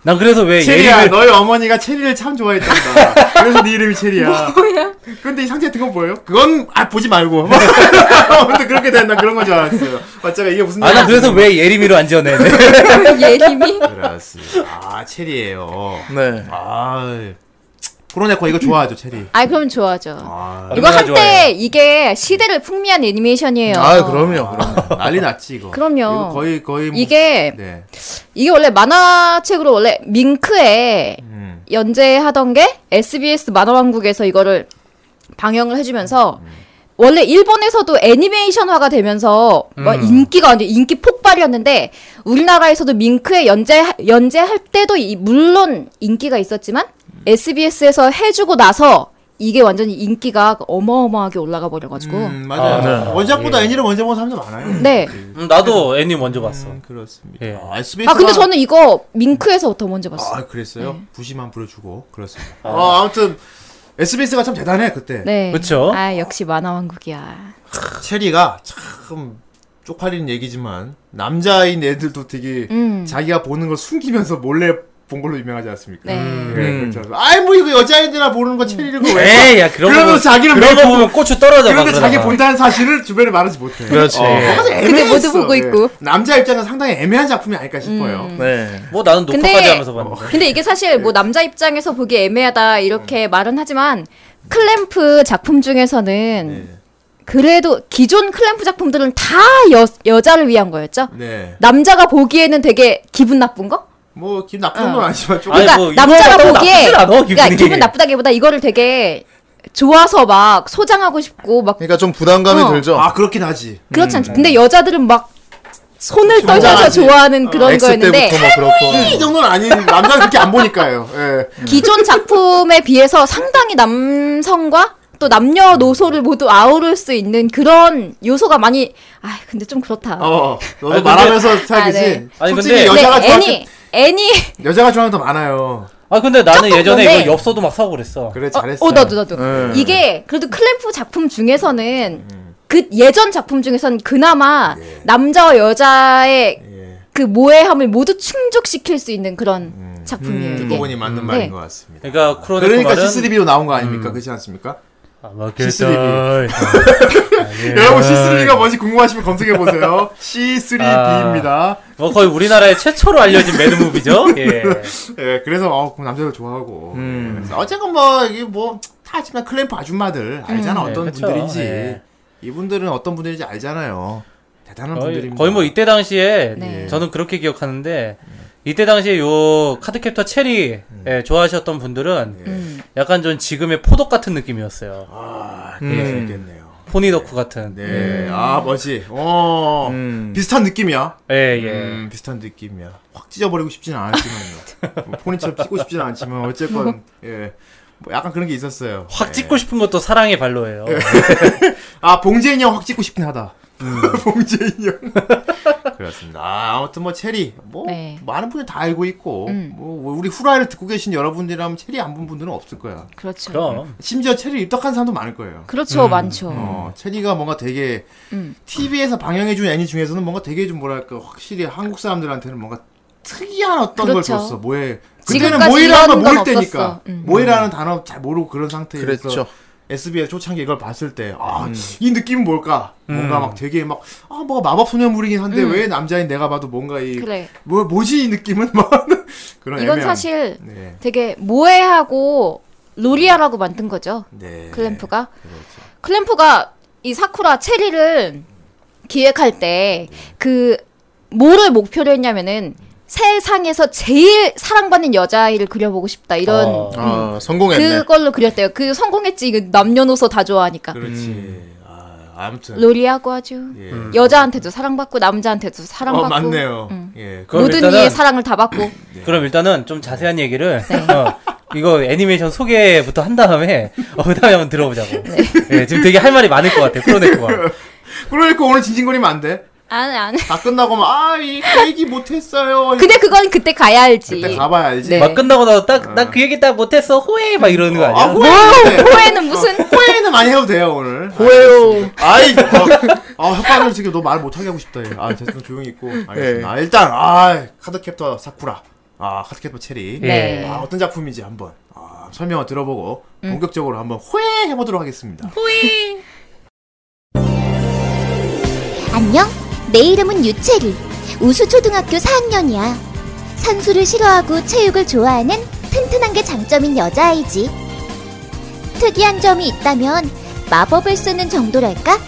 난 그래서 왜
체리야,
예림을
너희 어머니가 체리를 참 좋아했단다. 그래서 네 이름이 체리야. 뭐야? 근데 이 상자에 든 건 뭐예요? 그건 아 보지 말고. 아무튼 그렇게 된다 그런 건 줄 알았어요. 맞잖아 이게 무슨?
아, 나 그래서 왜 예림이로 안 지어내?
예림이
그렇습니다. 아 체리예요.
거. 네.
아 프로네코 이거 좋아하죠 체리.
아 그럼 좋아하죠
아
이거
얼마나
한때
좋아해요?
이게 시대를 풍미한 애니메이션이에요
아, 그럼요. 그럼.
난리 났지 이거.
그럼요.
이거 거의 거의 뭐,
이게
네.
이게 원래 만화책으로 원래 밍크에
음.
연재하던 게 SBS 만화왕국에서 이거를 방영을 해주면서 원래 일본에서도 애니메이션화가 되면서 막
음.
인기가 완전 인기 폭발이었는데 우리나라에서도 밍크에 연재 연재할 때도 이- 물론 인기가 있었지만 SBS에서 해주고 나서 이게 완전히 인기가 어마어마하게 올라가 버려가지고
음, 맞아요. 예.
아, 네.
원작보다 애니를 먼저 본 사람도 많아요.
네.
음, 나도 애니 먼저 봤어.
음, 그렇습니다.
예.
아, SBS가
아 근데 저는 네. 이거 밍크에서부터 먼저 봤어요.
아 그랬어요? 부심만 부려주고 그렇습니다. 아 아무튼 SBS가 참 대단해 그때.
아. 네.
그쵸.
아 역시 만화 왕국이야.
체리가 참 쪽팔리는 얘기지만 남자인 애들도 되게
음.
자기가 보는 걸 숨기면서 몰래 본 걸로 유명하지 않습니까?
네.
네, 그렇죠. 아이 뭐 이거 여자애들이나 보는 거 체리를
음.
왜? 봐?
에이, 야, 그런
그러면
거.
자기는
그런 거
매번
보면 고추 떨어져. 막
그런데 자기
그러다가.
본다는 사실을 주변에 말하지 못해. 어,
그렇지.
그래서
음. 근데 모두
애매했어.
보고
예.
있고.
남자 입장에서 상당히 애매한 작품이 아닐까 싶어요.
음.
네.
뭐 나는 녹화까지
근데-
하면서
어.
봤는데.
근데 이게 사실 뭐 남자 입장에서 보기 애매하다 이렇게
음.
말은 하지만 클램프 작품 중에서는
네.
그래도 기존 클램프 작품들은 다 여, 여자를 위한 거였죠.
네.
남자가 보기에는 되게 기분 나쁜 거?
뭐 기분 나쁜 건 아니지만 조금
아니,
그러니까
뭐 이거
남자가
갖다고
보기에
나쁘진 않아,
그러니까
기분이.
기분 나쁘다기보다 이거를 되게 좋아서 막 소장하고 싶고 막
그러니까 좀 부담감이
어.
들죠.
아 그렇긴 하지.
음.
그렇지 않죠. 근데 여자들은 막 손을
좋아하지.
떨면서 좋아하는
어.
그런
X
거였는데
때부터 막 그렇고.
이 정도는 아닌 남자는 그렇게 안 보니까요. 예.
기존 작품에 비해서 상당히 남성과 또 남녀노소를 모두 아우를 수 있는 그런 요소가 많이 아 근데 좀 그렇다.
어, 너도
아니, 근데-
말하면서 살기지.
아, 네.
아니,
솔직히
근데-
근데
여자가 좋아하는
애니 애니
여자가 좋아하는 더 많아요.
아 근데 나는
조금
예전에
근데-
이거 엽서도 막 사고 그랬어.
그래
어,
잘했어.
어 나도 나도
네.
이게 그래도 클램프 작품
음,
중에서는 그 예전 작품 중에서는 그나마 남자와 여자의
예.
그 모해함을 모두 충족시킬 수 있는 그런 작품이에요.
그
이게.
부분이 맞는
음.
말인
네.
것 같습니다.
그러니까 음. 크로네코
그러니까
말은
C3B로 나온 거 아닙니까? 그렇지 않습니까?
아마 뭐
시스리비. 네, 여러분
여러분
C3B가 뭔지 궁금하시면 검색해 보세요. C3B입니다.
뭐 거의 우리나라의 최초로 알려진 매드무비죠. 예.
예, 그래서 어, 그럼 남자들 좋아하고.
음.
예, 그래서 어쨌건 뭐 이게 뭐다 하지만 클램프
음.
아줌마들 알잖아
네,
어떤
그쵸.
분들인지.
예.
이분들은 어떤 분들인지 알잖아요. 대단한
거의,
분들입니다. 예.
거의 뭐 이때 당시에
네.
저는 그렇게 기억하는데 이때 당시에 요 카드캡터 체리 예, 좋아하셨던 분들은
음.
약간 좀 지금의 포덕 같은 느낌이었어요.
예. 아, 그럴 수
음.
있겠네요.
포니덕후 같은.
네, 아 뭐지? 어,
음.
비슷한 느낌이야.
예 예.
음, 비슷한 느낌이야. 확 찢어버리고 싶지는 않았지만요. 뭐 포니처럼 찢고 싶지는 않지만 어쨌건 예, 뭐 약간 그런 게 있었어요.
확 찍고 싶은 것도 사랑의 발로예요.
아 봉재인 형확 찍고 싶긴 하다. 봉재인 형. 그렇습니다. 아, 아무튼 뭐 체리 뭐
네.
많은 분들 다 알고 있고
음.
뭐 우리 후라이를 듣고 계신 여러분들이라면 체리 안 본 분들은 없을 거야.
그렇죠.
그럼
심지어 체리 입덕한 사람도 많을 거예요.
그렇죠 많죠.
어, 체리가 뭔가 되게
음.
TV에서 방영해준 애니 중에서는 뭔가 되게 좀 뭐랄까 확실히 한국 사람들한테는 뭔가 특이한 어떤
그렇죠.
걸 줬어. 뭐에 그때는
지금까지
모이라는
이런
걸 모를
건
때니까
없었어. 음.
모이라는 단어 잘 모르고 그런 상태에서
그랬죠. 음.
SBS 초창기 이걸 봤을 때, 아, 이 느낌은 뭘까? 뭔가 막 되게 막, 아, 뭐가 마법소녀물이긴 한데, 왜 남자인 내가 봐도 뭔가 이,
음. 그래
뭐, 뭐지 이 느낌은? 막, 그런
이건
애매함.
사실
네.
되게 모해하고 로리아라고 만든 거죠.
네.
클램프가
그렇죠.
클램프가 이 사쿠라 체리를 기획할 때 그 뭐를 목표로 했냐면은 세상에서 제일 사랑받는 여자아이를 그려보고 싶다 이런
어.
아, 성공했네.
그걸로 그렸대요. 그 성공했지 이거 남녀노소 다 좋아하니까
그렇지.
음.
아, 아무튼.
로리아고 아주
그렇죠. 예.
여자한테도 사랑받고 남자한테도 사랑받고
어, 맞네요.
음.
예. 그,
그럼
모든
일단은-
이의 사랑을 다 받고
네.
그럼 일단은 좀 자세한 얘기를
네.
어, 이거 애니메이션 소개부터 한 다음에 어, 그다음에 한번 들어보자고.
네.
예, 지금 되게 할 말이 많을 것 같아. 프로네코가.
그러니까 오늘 징징거리면 안 돼.
안안
다 끝나고 막, 아, 이 얘기 못했어요.
근데 그건 그때 가야 알지.
그때 가봐야 알지.
네.
막 끝나고 나서 딱나 그 얘기 딱 못했어 호해 막 이러는 거
아,
아니야?
뭐?
후회는 돼.
후회는 무슨
후회는 많이 해도 돼요, 오늘.
호해요.
아이,
뭐.
아, 아 혓바늘 지금 너 말 못하게 하고 싶다. 얘. 아, 됐든 조용히 있고.
네.
알겠습니다. 아, 일단, 아, 카드캡터 사쿠라. 아, 카드캡터 체리.
네.
아, 어떤 작품인지 한번 아, 설명을 들어보고
음.
본격적으로 한번 호해 해보도록 하겠습니다.
안녕. 내 이름은 유채리. 우수초등학교 4학년이야. 산수를 싫어하고 체육을 좋아하는 튼튼한 게 장점인 여자아이지. 특이한 점이 있다면 마법을 쓰는 정도랄까?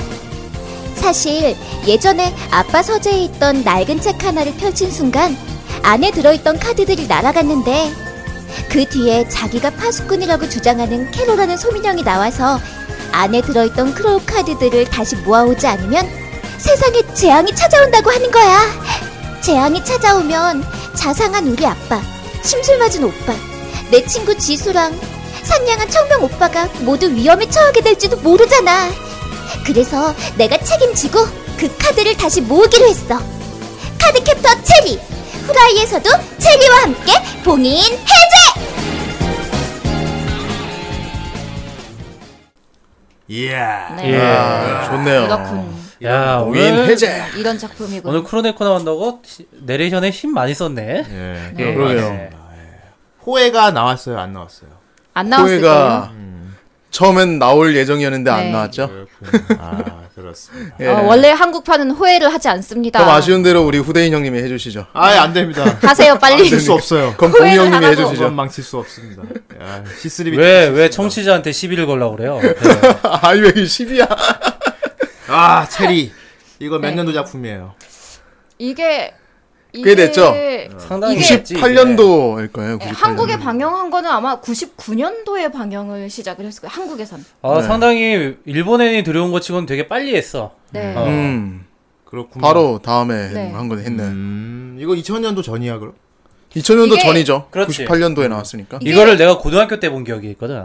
사실 예전에 아빠 서재에 있던 낡은 책 하나를 펼친 순간 안에 들어있던 카드들이 날아갔는데 그 뒤에 자기가 파수꾼이라고 주장하는 캐로라는 소민영이 나와서 안에 들어있던 크로우 카드들을 다시 모아오지 않으면 세상에 재앙이 찾아온다고 하는 거야. 재앙이 찾아오면 자상한 우리 아빠, 심술 맞은 오빠, 내 친구 지수랑 상냥한 청명 오빠가 모두 위험에 처하게 될지도 모르잖아. 그래서 내가 책임지고 그 카드를 다시 모으기로 했어. 카드캡터 체리! 후라이에서도 체리와 함께 봉인 해제!
예. 이야.
네.
아, 좋네요.
유덕훈
예. 야
노인
오늘
해제.
음. 이런 작품이고
오늘 크로네코 나온다고 시- 내레이션에 힘 많이 썼네.
예.
예.
그러게요.
네.
호해가 나왔어요, 안 나왔어요?
안 나왔을 거예요.
코에가 처음엔 나올 예정이었는데
네.
안 나왔죠.
그렇군요. 아, 그렇습니다.
예.
어, 원래 한국판은 호해를 하지 않습니다.
그럼 아쉬운 대로 우리 후대인 형님이 해주시죠.
아예 안 됩니다.
가세요
아,
빨리.
망칠 수 없어요.
그럼 봉이
후회를
형님이
하라고.
그건
해주시죠.
망칠 수 없습니다. 야, C3B.
왜, 왜 청취자한테 시비를 걸려고 그래요? 네.
아이 왜 10이야?
아, 체리. 이거 몇
네.
년도 작품이에요?
이게
꽤 됐죠?
상당히
이게- 네,
됐지, 이게.
8년도일 거예요. 98년도.
한국에 방영한 거는 아마 99년도에 방영을 시작을 했을 거예요. 한국에선.
아,
네.
상당히 일본인이 들여온 것 치고는 되게 빨리 했어.
네.
어.
음,
그렇군요.
바로 다음에
네.
한 건 했네.
음, 이거 2000년도 전이야, 그럼?
2000년도
이게-
전이죠.
그렇지.
98년도에 나왔으니까.
이게-
이거를 내가 고등학교 때 본 기억이 있거든.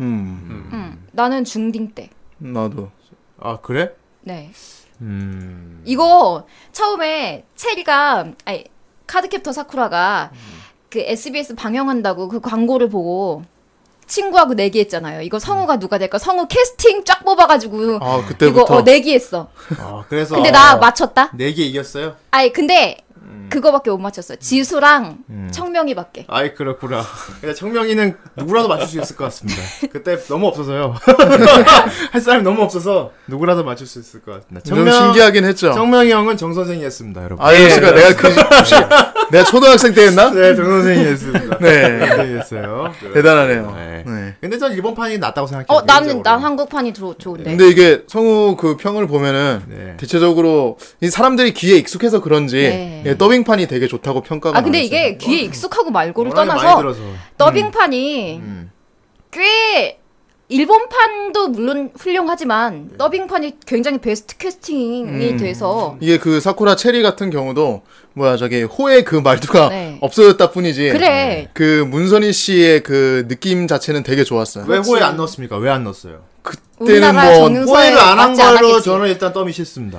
음,
음. 나는 중딩 때.
나도.
아, 그래?
네.
음.
이거 처음에 체리가 아니 카드캡터 사쿠라가 그 SBS 방영한다고 그 광고를 보고 친구하고 내기했잖아요. 이거 성우가 누가 될까? 성우 캐스팅 쫙 뽑아가지고
아
이거
그때부터
어, 내기했어.
아, 그래서
근데 나 맞췄다.
네개 이겼어요?
아니 근데 그거밖에 못 맞췄어. 지수랑 청명이밖에.
아이 그렇구나. 근데 청명이는 누구라도 맞출 수 있을 것 같습니다. 그때 너무 없어서요. 할 사람이 너무 없어서 누구라도 맞출 수 있을 것 같습니다.
좀 신기하긴 했죠.
청명이 형은 정 선생이었습니다, 여러분.
아이 씨가 내가 그 혹시 내가 초등학생 때였나?
네, 정 선생이었습니다.
아, 네.
정 선생이었어요.
대단하네요.
네.
네.
근데 전 일본 판이 낫다고 생각해요.
어 나는
개인적으로.
난 한국판이 더 좋은데.
근데 이게 성우 그 평을 보면은
네.
대체적으로 이 사람들이 귀에 익숙해서 그런지
네.
예, 더빙판이 되게 좋다고 평가가
아 근데
많았어요.
이게 귀에 익숙하고 말고를
워낙에 많이
떠나서
들어서.
더빙판이 꽤 일본판도 물론 훌륭하지만 더빙판이 굉장히 베스트 캐스팅이
음.
돼서
이게 그 사쿠라 체리 같은 경우도 뭐야 저기 호의 그 말투가
네.
없어졌다 뿐이지
네.
그래
그 문선희 씨의 그 느낌 자체는 되게 좋았어요.
왜 호에 안 넣었습니까? 왜 안 넣었어요?
그때는
우리나라
뭐
정은-
호해를 안 한
맞지 않았겠지.
걸로 저는 일단 떠미 싫습니다.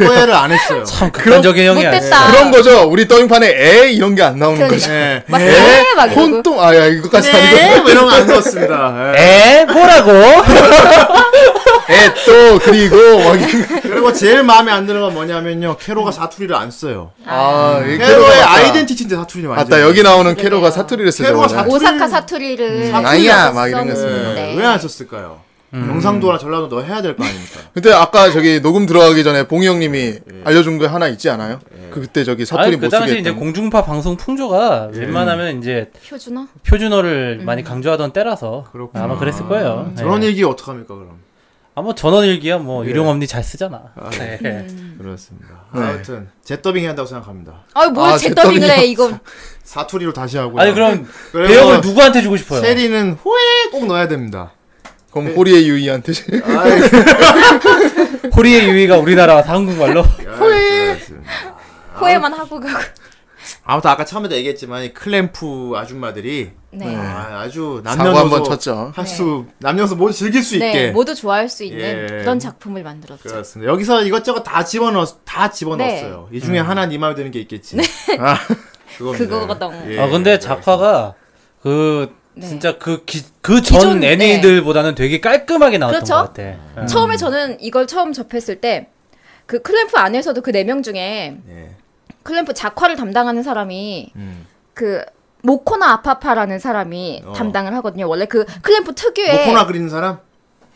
호해를 안 했어요.
참 극단적인 형이 아니야.
못됐다.
그런 거죠. 우리 더빙판에 에 이런 게 안 나오는
그러니까.
거죠.
네.
막
에?
그래 막 이러고
혼동 아야 이거까지
네,
아니고
뭐 이런 거 안 넣었습니다. 예.
에? 뭐라고?
에또 그리고 막 이런-
그리고 제일 마음에 안 드는 건 뭐냐면요. 캐로가 사투리를 안 써요.
아 이게
캐로의
맞다.
아이덴티티인데 사투리를 많이
맞다
써요.
여기 나오는 캐로가
그러네요.
사투리를
캐로가
쓰죠.
사투리
오사카 사투리를 음,
사투리
아니야, 막 이런 거 쓰는
썼는데.
네. 왜안 썼을까요? 경상도나 전라도 너 해야 될 거 아닙니까?
근데 아까 저기 녹음 들어가기 전에 봉이 형님이 알려준 거 하나 있지 않아요? 그 그때 저기 사투리
아니, 그
못
당시
쓰게
이제
했던 공...
공중파 방송 풍조가 웬만하면 이제
표준어
표준어를 많이 강조하던 때라서
그렇구나.
아마 그랬을 거예요.
저런
예.
얘기 어떡합니까 그럼?
아뭐 전원일기야 뭐 일용엄니 잘 쓰잖아. 예.
그렇습니다.
네.
아무튼 재더빙 해야 한다고 생각합니다.
아유
아,
뭘제 더빙을 해 이거
사투리로 다시 하고.
아니 그럼
그리고
배역을 누구한테 주고 싶어요?
세리는 호에 꼭 넣어야 됩니다.
그럼
예.
호리의 유이한테
아이,
코리의 유희가 우리나라 와서 한국말로
호에.
호해만 하고 가고
아무튼 아까 처음에도 얘기했지만 이 클램프 아줌마들이
네. 네.
아, 아주
사고 한번
남녀노소
쳤죠.
한수 남녀노소 모두 즐길 수 있게.
네, 모두 좋아할 수 있는
예.
그런 작품을 만들었죠.
그렇습니다. 여기서 이것저것 다 집어넣었 다 집어넣었어요. 이 중에 하나 네 마음에 드는 게 있겠지.
아.
그겁니다.
그거거든.
예,
아 근데
네.
작화가 그
네.
진짜 그 그 전
기존, 네.
애니들보다는 되게 깔끔하게 나왔던
그렇죠?
것 같아. 예.
처음에 저는 이걸 처음 접했을 때 그 클램프 안에서도 그 네 명 중에
예.
클램프 작화를 담당하는 사람이
음.
그 모코나 아파파라는 사람이
어.
담당을 하거든요. 원래 그 클램프 특유의
모코나 그리는 사람?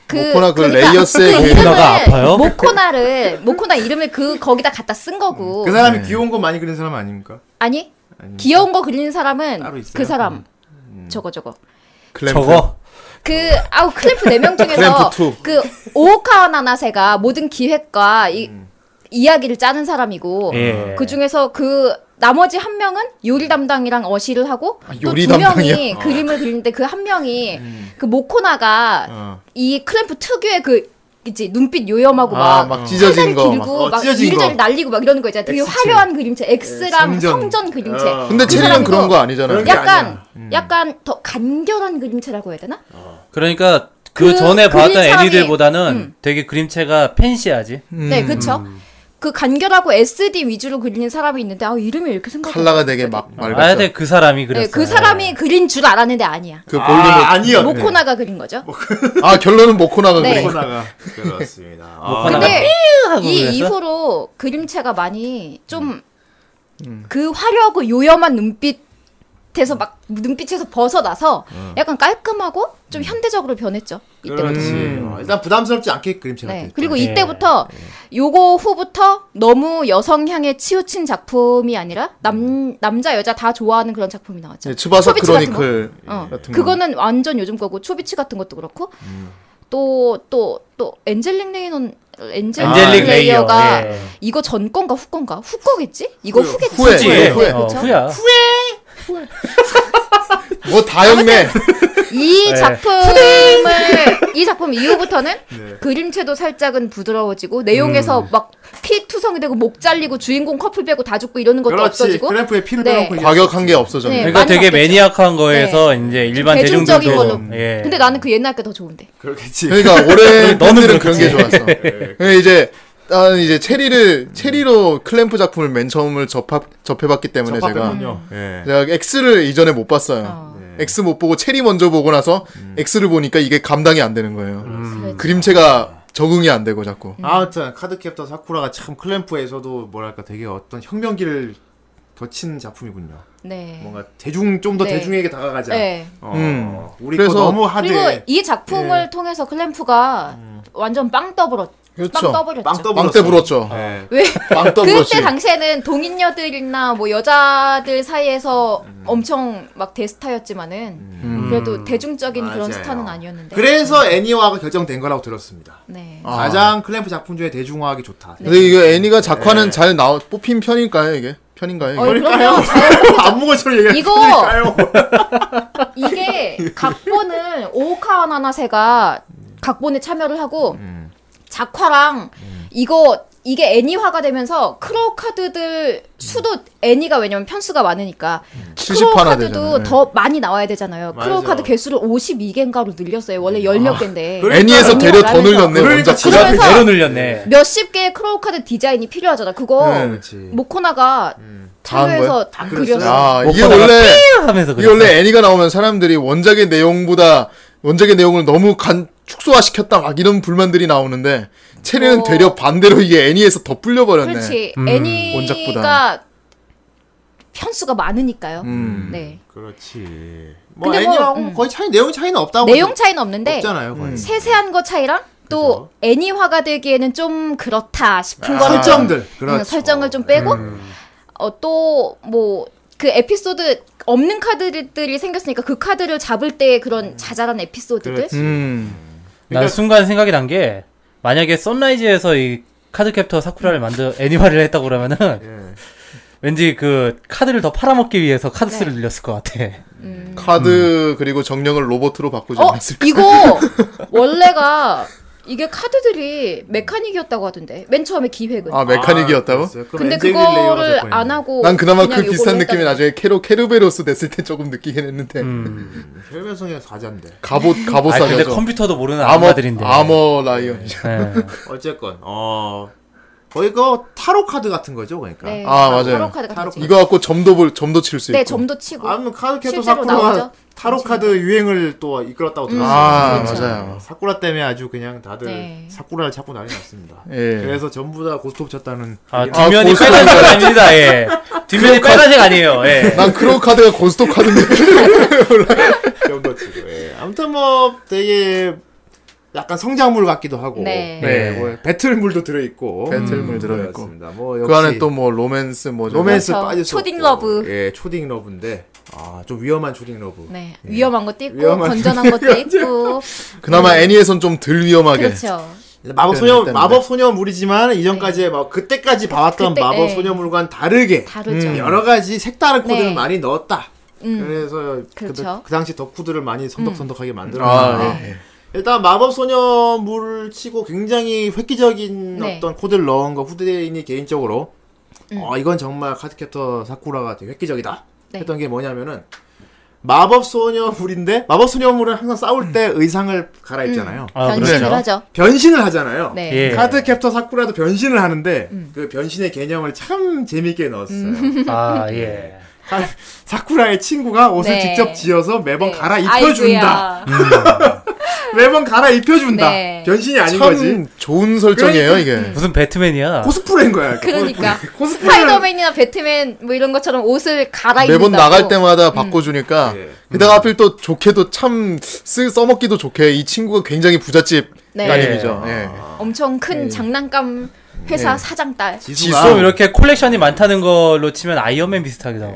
그
모코나 그 레이어스의 그
이름을
모코나가 아파요?
모코나를 모코나 이름을 그 거기다 갖다 쓴 거고
그 사람이 귀여운 거 많이 그리는 사람 아닙니까?
아니
아니,
귀여운 거 그리는 사람은
따로 있어요? 음.
그 사람 저거 저거
클램프.
저거
그 아우 클램프 네 명 중에서
클램프 투.
그 오오카 나나세가 모든 기획과 이 이야기를 짜는
어.
사람이고
예.
그 중에서 그 나머지 한 명은 요리 담당이랑 어시를 하고
아,
또
요리
두 명이
담당이요?
그림을 그리는데 그 한 명이 그 모코나가
어.
이 클램프 특유의 그 있지 눈빛 요염하고
아,
막
막 찢어진
팔다리
거. 막.
길고
어,
막
찢어진
이리저리
거.
날리고 막 이러는 거 있잖아. 되게
X체.
화려한 그림체 X랑
예,
성전,
성전.
그림체.
어.
근데
그
체리는
사람이고
그런 거 아니잖아요.
그런 게
약간
아니야.
약간 더 간결한 그림체라고 해야 되나?
그러니까 그,
그
전에
그린
봤던
사람이-
애니들보다는
음.
음.
되게 그림체가 팬시하지.
네, 그렇죠. 그 간결하고 SD 위주로 그리는 사람이 있는데 아 이름이 이렇게 생각.
칼라가 되게 막
아야
맑았죠.
돼그 사람이 그랬어.
네, 그 사람이 그린 줄 알았는데 아니야.
그 볼륨.
아,
아,
아니요.
모코나가 그린 거죠.
아 결론은 모코나가
네.
그린.
모코나가 그렇습니다. 아,
모코나가.
근데
하고 그랬어?
이 이후로 그림체가 많이 좀 그 화려하고 요염한 눈빛에서 막 눈빛에서 벗어나서 약간 깔끔하고 좀 현대적으로 변했죠. 이때부터.
그렇지. 어, 일단 부담스럽지 않게 그림체가
네.
됐죠.
그리고
예.
이때부터 요거 후부터 너무 여성향에 치우친 작품이 아니라 남 남자 여자 다 좋아하는 그런 작품이 나왔죠.
네, 츠바사
초비츠 같은
음.
거?
크로니클
어.
같은 음. 거.
그거는 완전 요즘 거고 초비치 같은 것도 그렇고 또 또 또 엔젤릭 레이non 엔젤릭,
아, 엔젤릭 레이어.
레이어가
예.
이거 전 건가 후 건가 후 거겠지? 이거
후요.
후겠지?
그 후에,
후지.
후에, 후에.
어,
그쵸?
후야.
뭐다 영매.
이
네.
작품을 이 작품 이후부터는
네.
그림체도 살짝은 부드러워지고 내용에서
음.
막 피 투성이 되고 목 잘리고 주인공 커플 빼고 다 죽고 이러는 것도
그렇지.
없어지고
그래프에 피를
네.
빼놓고 이제
과격한 게 없어졌네.
네.
그러니까
많이
되게
바뀌었죠. 네.
매니악한 거에서 이제 일반
대중적인
대중들도.
걸로.
예.
근데 나는 그 옛날 게 더 좋은데.
그렇겠지.
그러니까 올해
너는
팬들은 그런 게
그렇지.
좋았어. 근데 이제 나는 이제 체리를 체리로 클램프 작품을 맨 처음을 접합 접해봤기 때문에 제가 네.
접합했군요. 예.
제가 X를 이전에 못 봤어요.
어.
X 못 보고 체리 먼저 보고 나서 X를 보니까 이게 감당이 안 되는 거예요.
그렇지.
그림체가 적응이 안 되고 자꾸.
아무튼 카드캡터 사쿠라가 참 클램프에서도 뭐랄까 되게 어떤 혁명기를 거친 작품이군요.
네.
뭔가 대중 좀 더
네.
대중에게 다가가자.
네.
어,
음.
우리
그래서-
거 너무 하드. 예. 음.
그리고 이 작품을 통해서 클램프가 완전 빵 떠버렸. 빵
그렇죠.
떠버렸죠.
빵 떠불었어.
빵때 불었죠.
예.
왜
빵 떠불었지.
그때 당시에는 동인녀들이나 뭐 여자들 사이에서
음.
엄청 막 대스타였지만은 그래도
음.
대중적인
맞아요.
그런 스타는 아니었는데.
그래서 애니화가 결정된 거라고 들었습니다.
네.
아.
가장 클램프 작품 중에 대중화하기 좋다.
근데 이거 애니가 작화는 잘 나오 뽑힌 편일까요 이게? 편인가요? 이게?
어,
그러니까요. 네,
그러면 자연-
안무것처럼 얘기하니까요.
이거- 이게 각본은 오카 나나세가 각본에 참여를 하고 작화랑 이거 이게 애니화가 되면서 크로우 카드들 수도 애니가 왜냐면 편수가 많으니까
70
크로우
화나
카드도
되잖아요.
더 많이 나와야 되잖아요.
맞아요.
크로우 카드 개수를 52개인가로 늘렸어요. 원래 10몇 개인데.
그래?
애니에서
그러니까
되려 더
애니화라면서.
늘렸네.
그러니까
원작
진짜
그러면서-
내로 늘렸네.
몇십 개의 크로우 카드 디자인이 필요하잖아. 그거
네.
그렇지.
모코나가
다한
참여해서 다
그렸어요?
그렸어.
야 아, 이게
먹고 나가
원래
삐 하면서
이
아, 그랬어.
원래 애니가 나오면 사람들이 원작의 내용보다 원작의 내용을 너무 간 축소화 시켰다 막 이런 불만들이 나오는데 체리는
어.
되려 반대로 이게 애니에서 더 불려 버렸네.
그렇지.
음,
애니가
원작보다.
편수가 많으니까요.
음.
네.
그렇지. 뭐
근데 뭐,
애니하고
음.
거의 차이 내용 차이는 없다고.
내용 차이는 없는데
어, 없잖아요,
음.
거의.
세세한 거 차이랑 또 애니화가 되기에는 좀 그렇다 싶은
아,
거를
설정들.
좀,
그렇죠.
음, 설정을 좀 빼고 어 또 뭐 그 에피소드 없는 카드들이 생겼으니까 그 카드를 잡을 때의 그런 자잘한 에피소드들
그렇지.
음.
난 순간 생각이 난 게 만약에 선라이즈에서 이 카드캡터 사쿠라를 만들 애니화를 했다고 그러면은
예.
왠지 그 카드를 더 팔아먹기 위해서 카드스를
네.
늘렸을 것 같아.
음.
카드 그리고 정령을 로봇으로 바꾸지
어
않았을까?
이거 원래가 이게 카드들이 메카닉이었다고 하던데 맨 처음에 기획은
아 메카닉이었다고?
그랬어요? 그럼
근데
엔젤 딜레이어가 될
그거를
뻔했네.
안 하고
난 그나마
그냥
그
어, 요걸로
비슷한 느낌이
했다고.
나중에 캐로 캐르베로스 됐을 때 조금 느끼긴 했는데
음. 혈변성의 사자인데.
갑옷 갑옷
아 근데
사죠.
컴퓨터도 모르는
아머
아마들인데. 예.
아머
네.
라이언이죠.
어쨌건 어 거의 그 타로 카드 같은 거죠, 그러니까.
네,
아, 맞아요.
타로 카드
타로
같은 거.
이거 갖고 점도 볼 점도 칠 수 있고.
네 점도 치고
아무튼 카드캐터
실제로
사쿠라가
나오죠.
타로 카드 유행을 또 이끌었다고 들었어요.
아
그렇죠.
맞아요.
사쿠라 때문에 아주 그냥 다들
네.
사쿠라를 찾고 난리 났습니다.
예.
그래서 전부 다 고스톱 쳤다는
아,
얘기-
뒷면이
고스톱.
빨간색 아닙니다. 예. 뒷면이 빨간색 아니에요. 예.
난 크로우 카드가 고스톱 카드인데.
정도 치고. 예. 아무튼 뭐 되게 약간 성장물 같기도 하고.
네.
예, 뭐 배틀물도 들어 있고. 음,
배틀물 들어있고.
뭐
그 안에
역시
또 뭐 로맨스 뭐죠?
로맨스
그렇죠.
빠질 수
초딩
없고.
러브.
예, 초딩 러브인데 아, 좀 위험한 초딩 러브.
네 위험한 것도 있고
위험한
건전한 것도 있고
그나마
네.
애니에선 좀 덜 위험하게.
그렇죠
그러니까 마법 소녀
때문에.
마법 소녀물이지만 이전까지의 막 그때까지 봐왔던
네. 그때,
마법
예.
소녀물과는 다르게 음,
다르죠
여러 가지 색다른 코드를
네.
많이 넣었다.
음.
그래서 그
그렇죠. 음.
그 당시 덕후들을 많이 선덕선덕하게
아,
만들었는데
네.
일단 마법 소녀물을 치고 굉장히 획기적인
네. 음.
어떤 코드를 넣은 거 후대인이 개인적으로 어 이건 정말 카드캡터 사쿠라가 되게 획기적이다
네.
했던 게 뭐냐면은 마법 소녀물인데 마법 소녀물은 항상 싸울 때 의상을 갈아입잖아요.
아,
변신을
네.
그렇죠.
하죠.
변신을 하잖아요.
음. 네.
예.
카드 캡터 사쿠라도 변신을 하는데
음.
그 변신의 개념을 참 재미있게 넣었어요.
아, 예.
사- 사쿠라의 친구가 옷을
네.
직접 지어서 매번
네.
갈아입혀준다. 음.
아이고야.
매번 갈아입혀준다.
네.
변신이 아닌
참
거지.
좋은 설정이에요
그러니까.
음.
이게.
무슨 배트맨이야?
코스프레인 거야.
그러니까.
코스프레.
스파이더맨이나 배트맨 뭐 이런 것처럼 옷을 갈아입는다고. 음.
매번 나갈 때마다 바꿔주니까
예.
게다가 하필 또 좋게도 참 쓰, 써먹기도 좋게 이 친구가 굉장히 부잣집
네.
따님이죠. 예.
아.
엄청 큰
네.
장난감 회사 사장 딸.
지수가
지수 이렇게 콜렉션이 많다는 걸로 치면 아이언맨 비슷하기도 하고.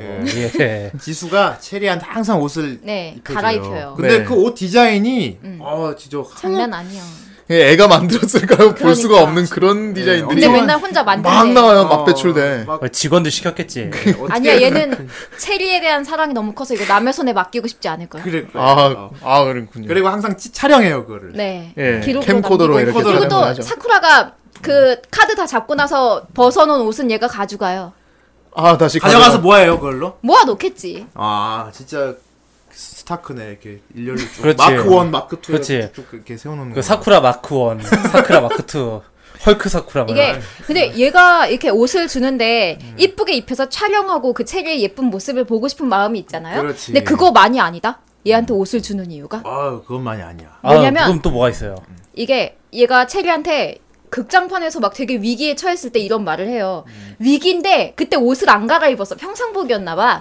예.
지수가 체리한테 항상 옷을
네,
입혀줘요.
갈아입혀요. 음.
근데
네.
그 옷 디자인이 어 진짜
장난 아니야.
예, 애가 만들었을까요? 볼 수가
그러니까.
없는 그런 디자인들이
근데
네. 엄청-
맨날 혼자
막
만드네.
나와요,
어,
막 배출돼.
막
어, 직원들 시켰겠지.
어떻게
아니야, 얘는 체리에 대한 사랑이 너무 커서 이거 남의 손에 맡기고 싶지 않을 거야.
그래. 그래.
아,
어.
아 그렇군요.
그리고 항상 찌, 촬영해요 그거를.
네.
예, 캠코더로
기록으로 남기고.
이렇게
캠코더로
그리고 또
촬영을 하죠.
사쿠라가 그 카드 다 잡고 나서 벗어놓은 옷은 얘가 가져가요.
아 다시
가져가서
가져가-
뭐해요 그걸로?
모아 놓겠지.
아 진짜 스타크네 이렇게 일렬로 쭉
그렇지.
마크 원 마크 투
그렇지.
쭉쭉 이렇게 세워놓는
그
거.
사쿠라 마크 원, 사쿠라 마크 투, 헐크 사쿠라 뭐
이게 근데 얘가 이렇게 옷을 주는데 이쁘게 입혀서 촬영하고 그 체리의 예쁜 모습을 보고 싶은 마음이 있잖아요.
그렇지.
근데 그거 많이 아니다. 얘한테 옷을 주는 이유가
아 그것만이 아니야.
아,
왜냐면-
그럼 또 뭐가 있어요?
이게 얘가 체리한테 극장판에서 막 되게 위기에 처했을 때 이런 말을 해요. 위기인데 그때 옷을 안 갈아입었어. 평상복이었나 봐.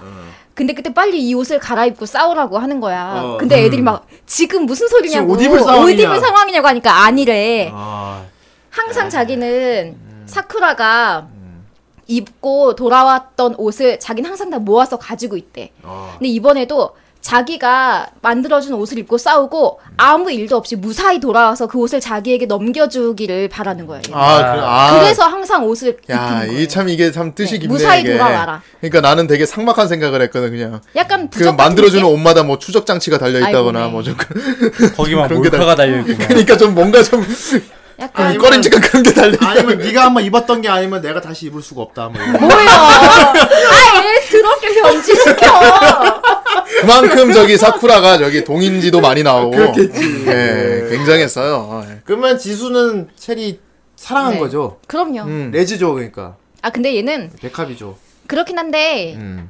근데 그때 빨리 이 옷을 갈아입고 싸우라고 하는 거야.
어,
근데
음.
애들이 막 지금 무슨
지금
소리냐고
옷 입을 상황이냐.
옷 입을 상황이냐고 하니까 아니래.
아
항상 자기는
음.
사쿠라가 입고 돌아왔던 옷을 자기는 항상 다 모아서 가지고 있대.
아.
근데 이번에도 자기가 만들어준 옷을 입고 싸우고
음.
아무 일도 없이 무사히 돌아와서 그 옷을 자기에게 넘겨주기를 바라는 거예요.
아, 그래, 아.
그래서 항상 옷을
야,
입히는 거예요.
이 참 이게 참 뜻이
네,
깊네
무사히
이게.
돌아와라.
그러니까 나는 되게 삭막한 생각을 했거든 그냥.
약간
그
부적
만들어주는 옷마다 뭐 추적 장치가 달려 있다거나
아이고, 네.
뭐 좀
거기만
그런 게 다-
몰카가 달려있고.
그러니까 좀 뭔가 좀
약간
아니면-
꺼림직한 그런 게 달려.
아니면 네가 한번 입었던 게 아니면 내가 다시 입을 수가 없다. 뭐 이런.
뭐야? 아얘 더럽게 변질시켜.
그만큼 저기 사쿠라가 저기 동인지도 많이 나오고.
그렇겠지. 네.
예, 굉장했어요. 어, 예.
그러면 지수는 체리 사랑한
네.
거죠.
그럼요.
음.
레즈죠 그러니까
아 근데 얘는
백합이죠.
그렇긴 한데
음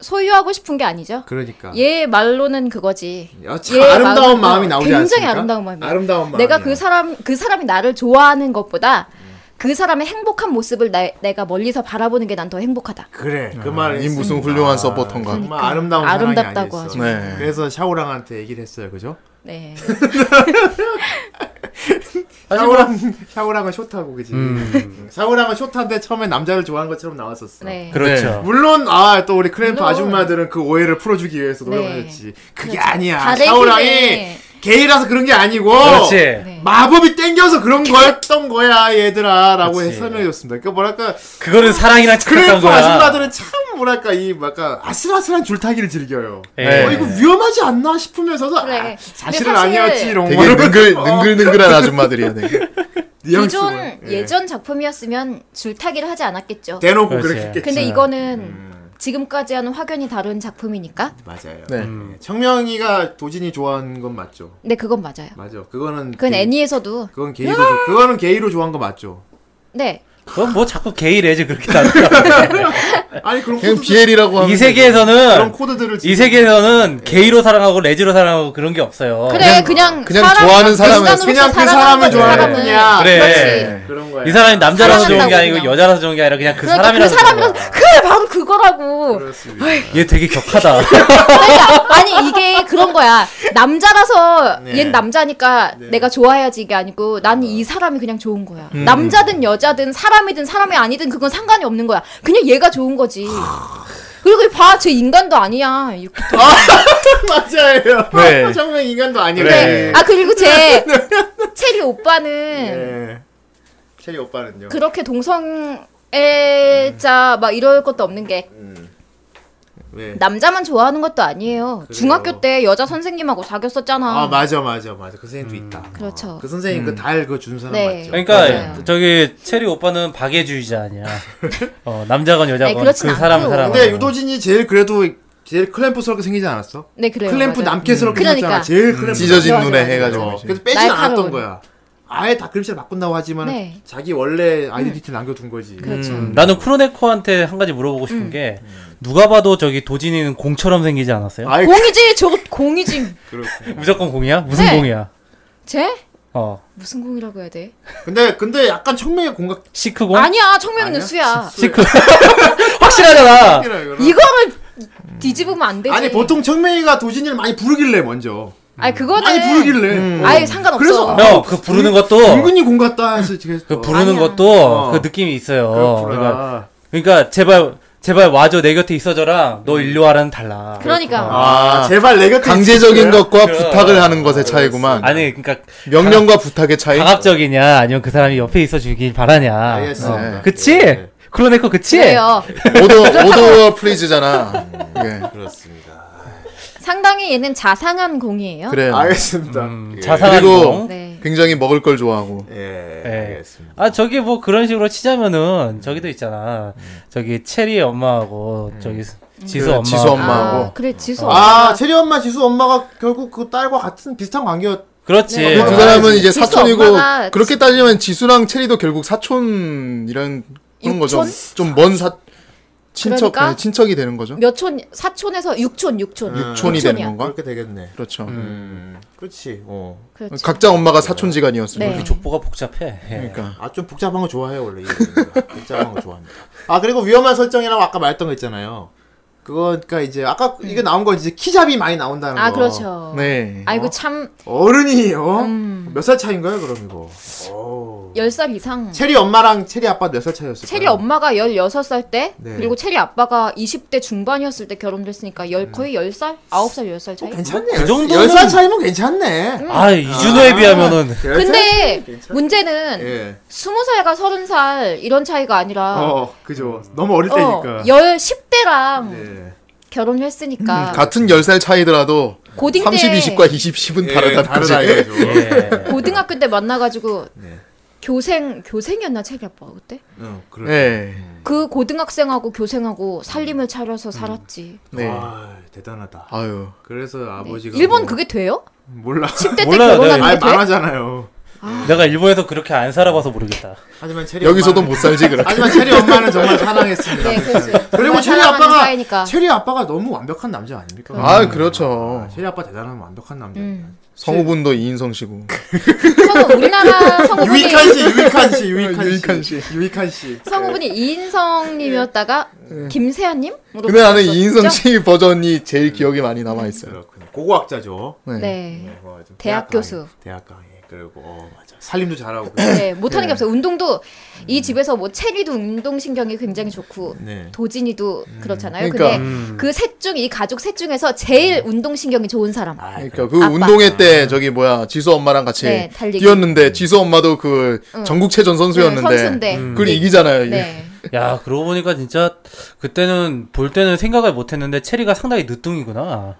소유하고 싶은 게 아니죠.
그러니까.
얘 말로는 그거지.
야, 참
얘
아름다운
예. 마음은
마음이 나오지
굉장히
않습니까?
아름다운 마음이에요.
아름다운 마음.
내가 그 사람 그 사람이 나를 좋아하는 것보다 그 사람의 행복한 모습을 나, 내가 멀리서 바라보는 게 난 더 행복하다.
그래 그 말을
아, 이 무슨
했습니다.
훌륭한 서포터인가.
정말 아름다운
그러니까. 아름답다고
사랑이
하죠.
아니었어.
네.
그래서 샤오랑한테 얘기를 했어요, 그죠?
네.
샤오랑 샤오랑은 쇼타고 그지.
음.
샤오랑은 쇼타인데 처음에 남자를 좋아하는 것처럼 나왔었어.
네.
그렇죠.
물론 아 또 우리 크램프
물론.
아줌마들은 그 오해를 풀어주기 위해서 노력을
네.
했지. 그게 아니야.
다르긴
샤오랑이
해.
게이라서 그런 게 아니고.
그렇지.
네.
마법이 땡겨서 그런 거였던 거야 얘들아라고
그렇지.
설명해줬습니다. 그러니까 뭐랄까
그거는 사랑이랑 착각한
크램프
거야.
아줌마들은 참 뭐랄까 이 뭐랄까 아슬아슬한 줄타기를 즐겨요.
예.
어, 이거 위험하지 않나 싶으면서도
그래.
아,
근데
사실은
사실
아니었지 이런
되게
거를.
그
능글
어,
능글능글한 아줌마들이야 되게.
뉘앙스
기존
보여. 예.
예전 작품이었으면 줄타기를 하지 않았겠죠.
대놓고
그렇지.
그렇게 했겠지.
근데
그쵸.
이거는
음.
지금까지 하는 확연히 다른 작품이니까.
맞아요.
네.
예. 청명이가 도진이 좋아한 건 맞죠.
네, 그건 맞아요.
맞아. 그거는
그건
게이-
애니에서도
그건 게이로 좋- 그거는 게이로 좋아한 거 맞죠.
네.
그건 뭐 자꾸 게이 레즈 그렇게 나온다.
아니 그런
그냥
코드들,
비엘이라고 하면
그런
이 세계에서는
코드들을
이 세계에서는 게이로 사랑하고 레즈로 사랑하고 그런 게 없어요.
그래 그냥
그냥
사람-
좋아하는 사람을-
인간으로서
그냥 그
사랑하는
사람을
거지,
좋아하는
사람은.
거냐.
그래.
그렇지.
그런 거야.
이 사람이 남자라서 좋은 게
사랑한다고
아니고
그냥.
여자라서 좋은 게 아니라 그냥 그
그러니까 그
사람이라서.
사람이랑
좋은 거야. 그러니까.
그래 바로 그거라고.
그렇습니다.
얘 되게 격하다.
그러니까 아니 이게 그런 거야. 남자라서
네.
얜 남자니까
네.
내가 좋아해야지 이게 아니고 난 이 사람이 그냥 좋은 거야. 남자든 여자든 사람이든 사람이 아니든 그건 상관이 없는 거야. 그냥 얘가 좋은 거지. 그리고 봐, 쟤 인간도 아니야. 이렇게.
맞아요.
네.
청명 인간도 네. 아니고.
그래.
아 그리고 쟤 체리 오빠는
네. 체리 오빠는요.
그렇게 동성애자 막 이럴 것도 없는 게
네. 왜?
남자만 좋아하는 것도 아니에요.
그래요.
중학교 때 여자 선생님하고 사귀었었잖아.
아 맞아 맞아 맞아 그 선생님도 있다.
그렇죠.
어, 그 선생님 그달그준 사람
네.
맞죠.
그러니까
맞아요.
저기 체리 오빠는 박애주의자 아니야. 어, 남자건 여자건
아니, 그렇진
그 사람을
않고.
사랑하는.
근데 유도진이 제일 그래도 제일 클램프스럽게 생기지 않았어?
네 그래요.
클램프
맞아요.
남캐스럽게
음.
생겼잖아.
그러니까.
제일 클램프.
찢어진
맞아,
눈에
맞아.
해가지고.
그래서 빼진 않았던
날카로운.
거야. 아예 다 그림체를 바꾼다고 하지만
네.
자기 원래 아이덴티티 를 남겨둔 거지.
그렇죠.
음, 나는 크로네코한테 한 가지 물어보고
음.
싶은 게 누가 봐도 저기 도진이는 공처럼 생기지 않았어요?
아예
공이지 저거 공이지.
그렇고.
무조건 공이야? 무슨
네.
공이야?
쟤
어
무슨 공이라고 해야 돼?
근데 근데 약간 청명의 공각
시크 공?
아니야 청명이는
아니야?
수야.
시크 확실하잖아.
그 이거를 뒤집으면 안 되지.
아니 보통 청명이가 도진이를 많이 부르길래 먼저
아니 그거는
많이 부르길래
아예 상관없어.
그래서 음.
형 음. 그 부르는 것도
은근히 공 같다 해서
그
계속
부르는
아니야.
것도
어.
그 느낌이 있어요. 그러니까,
그렇구나.
그러니까 제발 제발 와줘 내 곁에 있어줘라. 너 일로 와라는 달라. 어.
그러니까
아 제발 내 곁에
강제적인
있으세요?
것과
그래.
부탁을 하는 것의 차이구만.
아니 그러니까
명령과 부탁의 차이.
강압적이냐 아니면 그 사람이 옆에 있어주길 바라냐.
알겠습니다.
어. 그치?
예, 예.
크로네코 그치?
그래요.
오더 오더 플리즈잖아. 예.
그렇습니다.
상당히 얘는 자상한 공이에요.
그래요.
알겠습니다.
음,
예.
자상한
그리고-
공.
네.
굉장히 먹을 걸 좋아하고.
예,
예.
알겠습니다.
아 저기 뭐 그런 식으로 치자면은 저기도 있잖아. 저기 체리 엄마하고 저기 지수
음. 그
엄마.
지수 엄마. 엄마하고.
아, 그래 지수.
아
엄마가-
체리 엄마 지수 엄마가 결국 그 딸과 같은 비슷한 관계였.
그렇지.
네.
그 사람은 이제
지수
사촌이고
엄마가
그렇게 따지면 지수랑 체리도 결국 사촌 이런 그런 거죠. 좀 먼 사 친척
그러니까?
네, 친척이 되는 거죠.
몇촌 사촌에서 육촌 육촌
육촌이 되는
육촌이야.
건가?
그렇게 되겠네.
그렇죠.
음, 그렇지. 어.
그렇죠.
각자 엄마가 사촌지간이었으니까.
네.
족보가 복잡해. 예.
그러니까
아 좀 복잡한 거 좋아해요 원래 이 얘기가. 복잡한 거 좋아합니다. 아 그리고 위험한 설정이라고 아까 말했던 거 있잖아요. 그거 그러니까 이제 아까 이게 나온 거 이제 키잡이 많이 나온다는 거.
아 그렇죠.
네.
아이고 참
어른이 어?
음.
몇 살 차인가요 그럼 이거? 오.
10살 이상
체리 엄마랑 체리 아빠 몇 살 차였을까요?
체리 엄마가 16살 때
네.
그리고 체리 아빠가 20대 중반이었을 때 결혼을 했으니까 열, 거의 10살? 9살, 10살 차이?
네. 괜찮네.
그 정도는-
10살 차이면 괜찮네.
아 이준호에
아.
비하면은
열 살?
근데
괜찮아.
문제는
예.
20살과 30살 이런 차이가 아니라
어, 그죠. 너무 어릴
어,
때니까.
열 10대랑
네. 음,
결혼을 했으니까
같은 10살 차이더라도
고딩 때
30, 20과 20, 10은 다르다는
예, 다르다
거지.
이거죠.
예.
고등학교 때 만나가지고
네.
교생 교생이었나 체리 아빠가 그때?
응, 어, 그래.
네.
음.
그 고등학생하고 교생하고 살림을 차려서 살았지.
네.
와, 대단하다.
아유.
예. 그래서 아버지가
네. 일본
뭐-
그게 돼요?
몰라.
10대 때
몰라요. 네.
결혼하는
아예
게 돼?
말하잖아요.
내가 일본에서 그렇게 안 살아봐서 모르겠다.
하지만 체리
여기서도
엄마는-
못 살지 그렇게.
하지만 체리 엄마는 정말 사랑했습니다.
네, 그렇죠.
그리고
정말
체리
사랑하는
아빠가
사이니까.
체리 아빠가 너무 완벽한 남자 아닙니까? 음. 어,
아, 그렇죠.
체리 아빠 대단한 완벽한 남자.
음.
성우분도 이인성 씨고.
성우 우리나라 성우분이
유익한 씨, 유익한 씨, 어, 유익한 씨,
유익한 씨.
유익한 씨.
성우분이 이인성님이었다가 김세아님으로.
네. 근데 나는 이인성
바뀌었죠?
씨 버전이 제일 기억에 많이 남아 있어요.
네, 그렇군요. 고고학자죠.
네.
네.
어, 좀
대학
강의,
교수.
대학 강의. 그리고 어, 맞아. 살림도 잘하고.
네, 못하는 게 없어요. 운동도 이 집에서 뭐 체리도 운동 신경이 굉장히 좋고
네.
도진이도 그렇잖아요.
그러니까. 음.
근데 그 셋 중 이 가족 셋 중에서 제일 운동 신경이 좋은 사람. 네,
아,
그러니까 그
아빠.
운동회 때 저기 뭐야 지수 엄마랑 같이
네, 달리기.
뛰었는데 지수 엄마도 그 전국체전
네,
선수였는데 음.
선수인데.
그걸 이기잖아요.
네.
야 그러고 보니까 진짜 그때는 볼 때는 생각을 못했는데 체리가 상당히 늦둥이구나.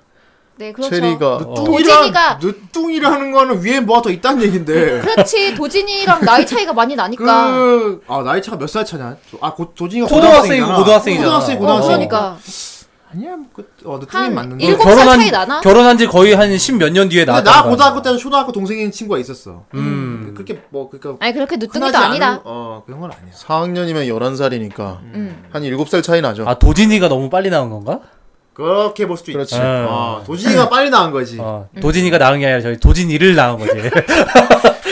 네, 그렇죠.
체리가
어.
도진이가-
늦둥이라는 거는 위에 뭐가 더 있다는 얘긴데.
그렇지. 도진이랑 나이 차이가 많이 나니까.
그, 아, 나이 차가 몇 살 차냐? 아, 곧 도진이가
고등학생이고 고등학생이잖아.
고등학생,
어,
고등학생.
그러니까
아니야, 뭐 그, 어, 늦둥이
한
맞는데.
일곱 살 차이 나나?
결혼한 지 거의 한 십 몇 년 뒤에
근데
나왔다.
나 고등학교 때는 초등학교 동생인 친구가 있었어.
음.
그렇게 뭐, 그러니까.
아니 그렇게
흔하지
늦둥이도 아니다.
않은- 어, 그런 건 아니야.
4학년이면 11살이니까
음.
한 7살 차이 나죠.
아 도진이가 너무 빨리 나온 건가?
그렇게 볼 수도 있지.
그렇지.
어, 도진이가 빨리 나은
네.
거지.
어, 도진이가 낳은 게 아니라 저희 도진이를 낳은 거지.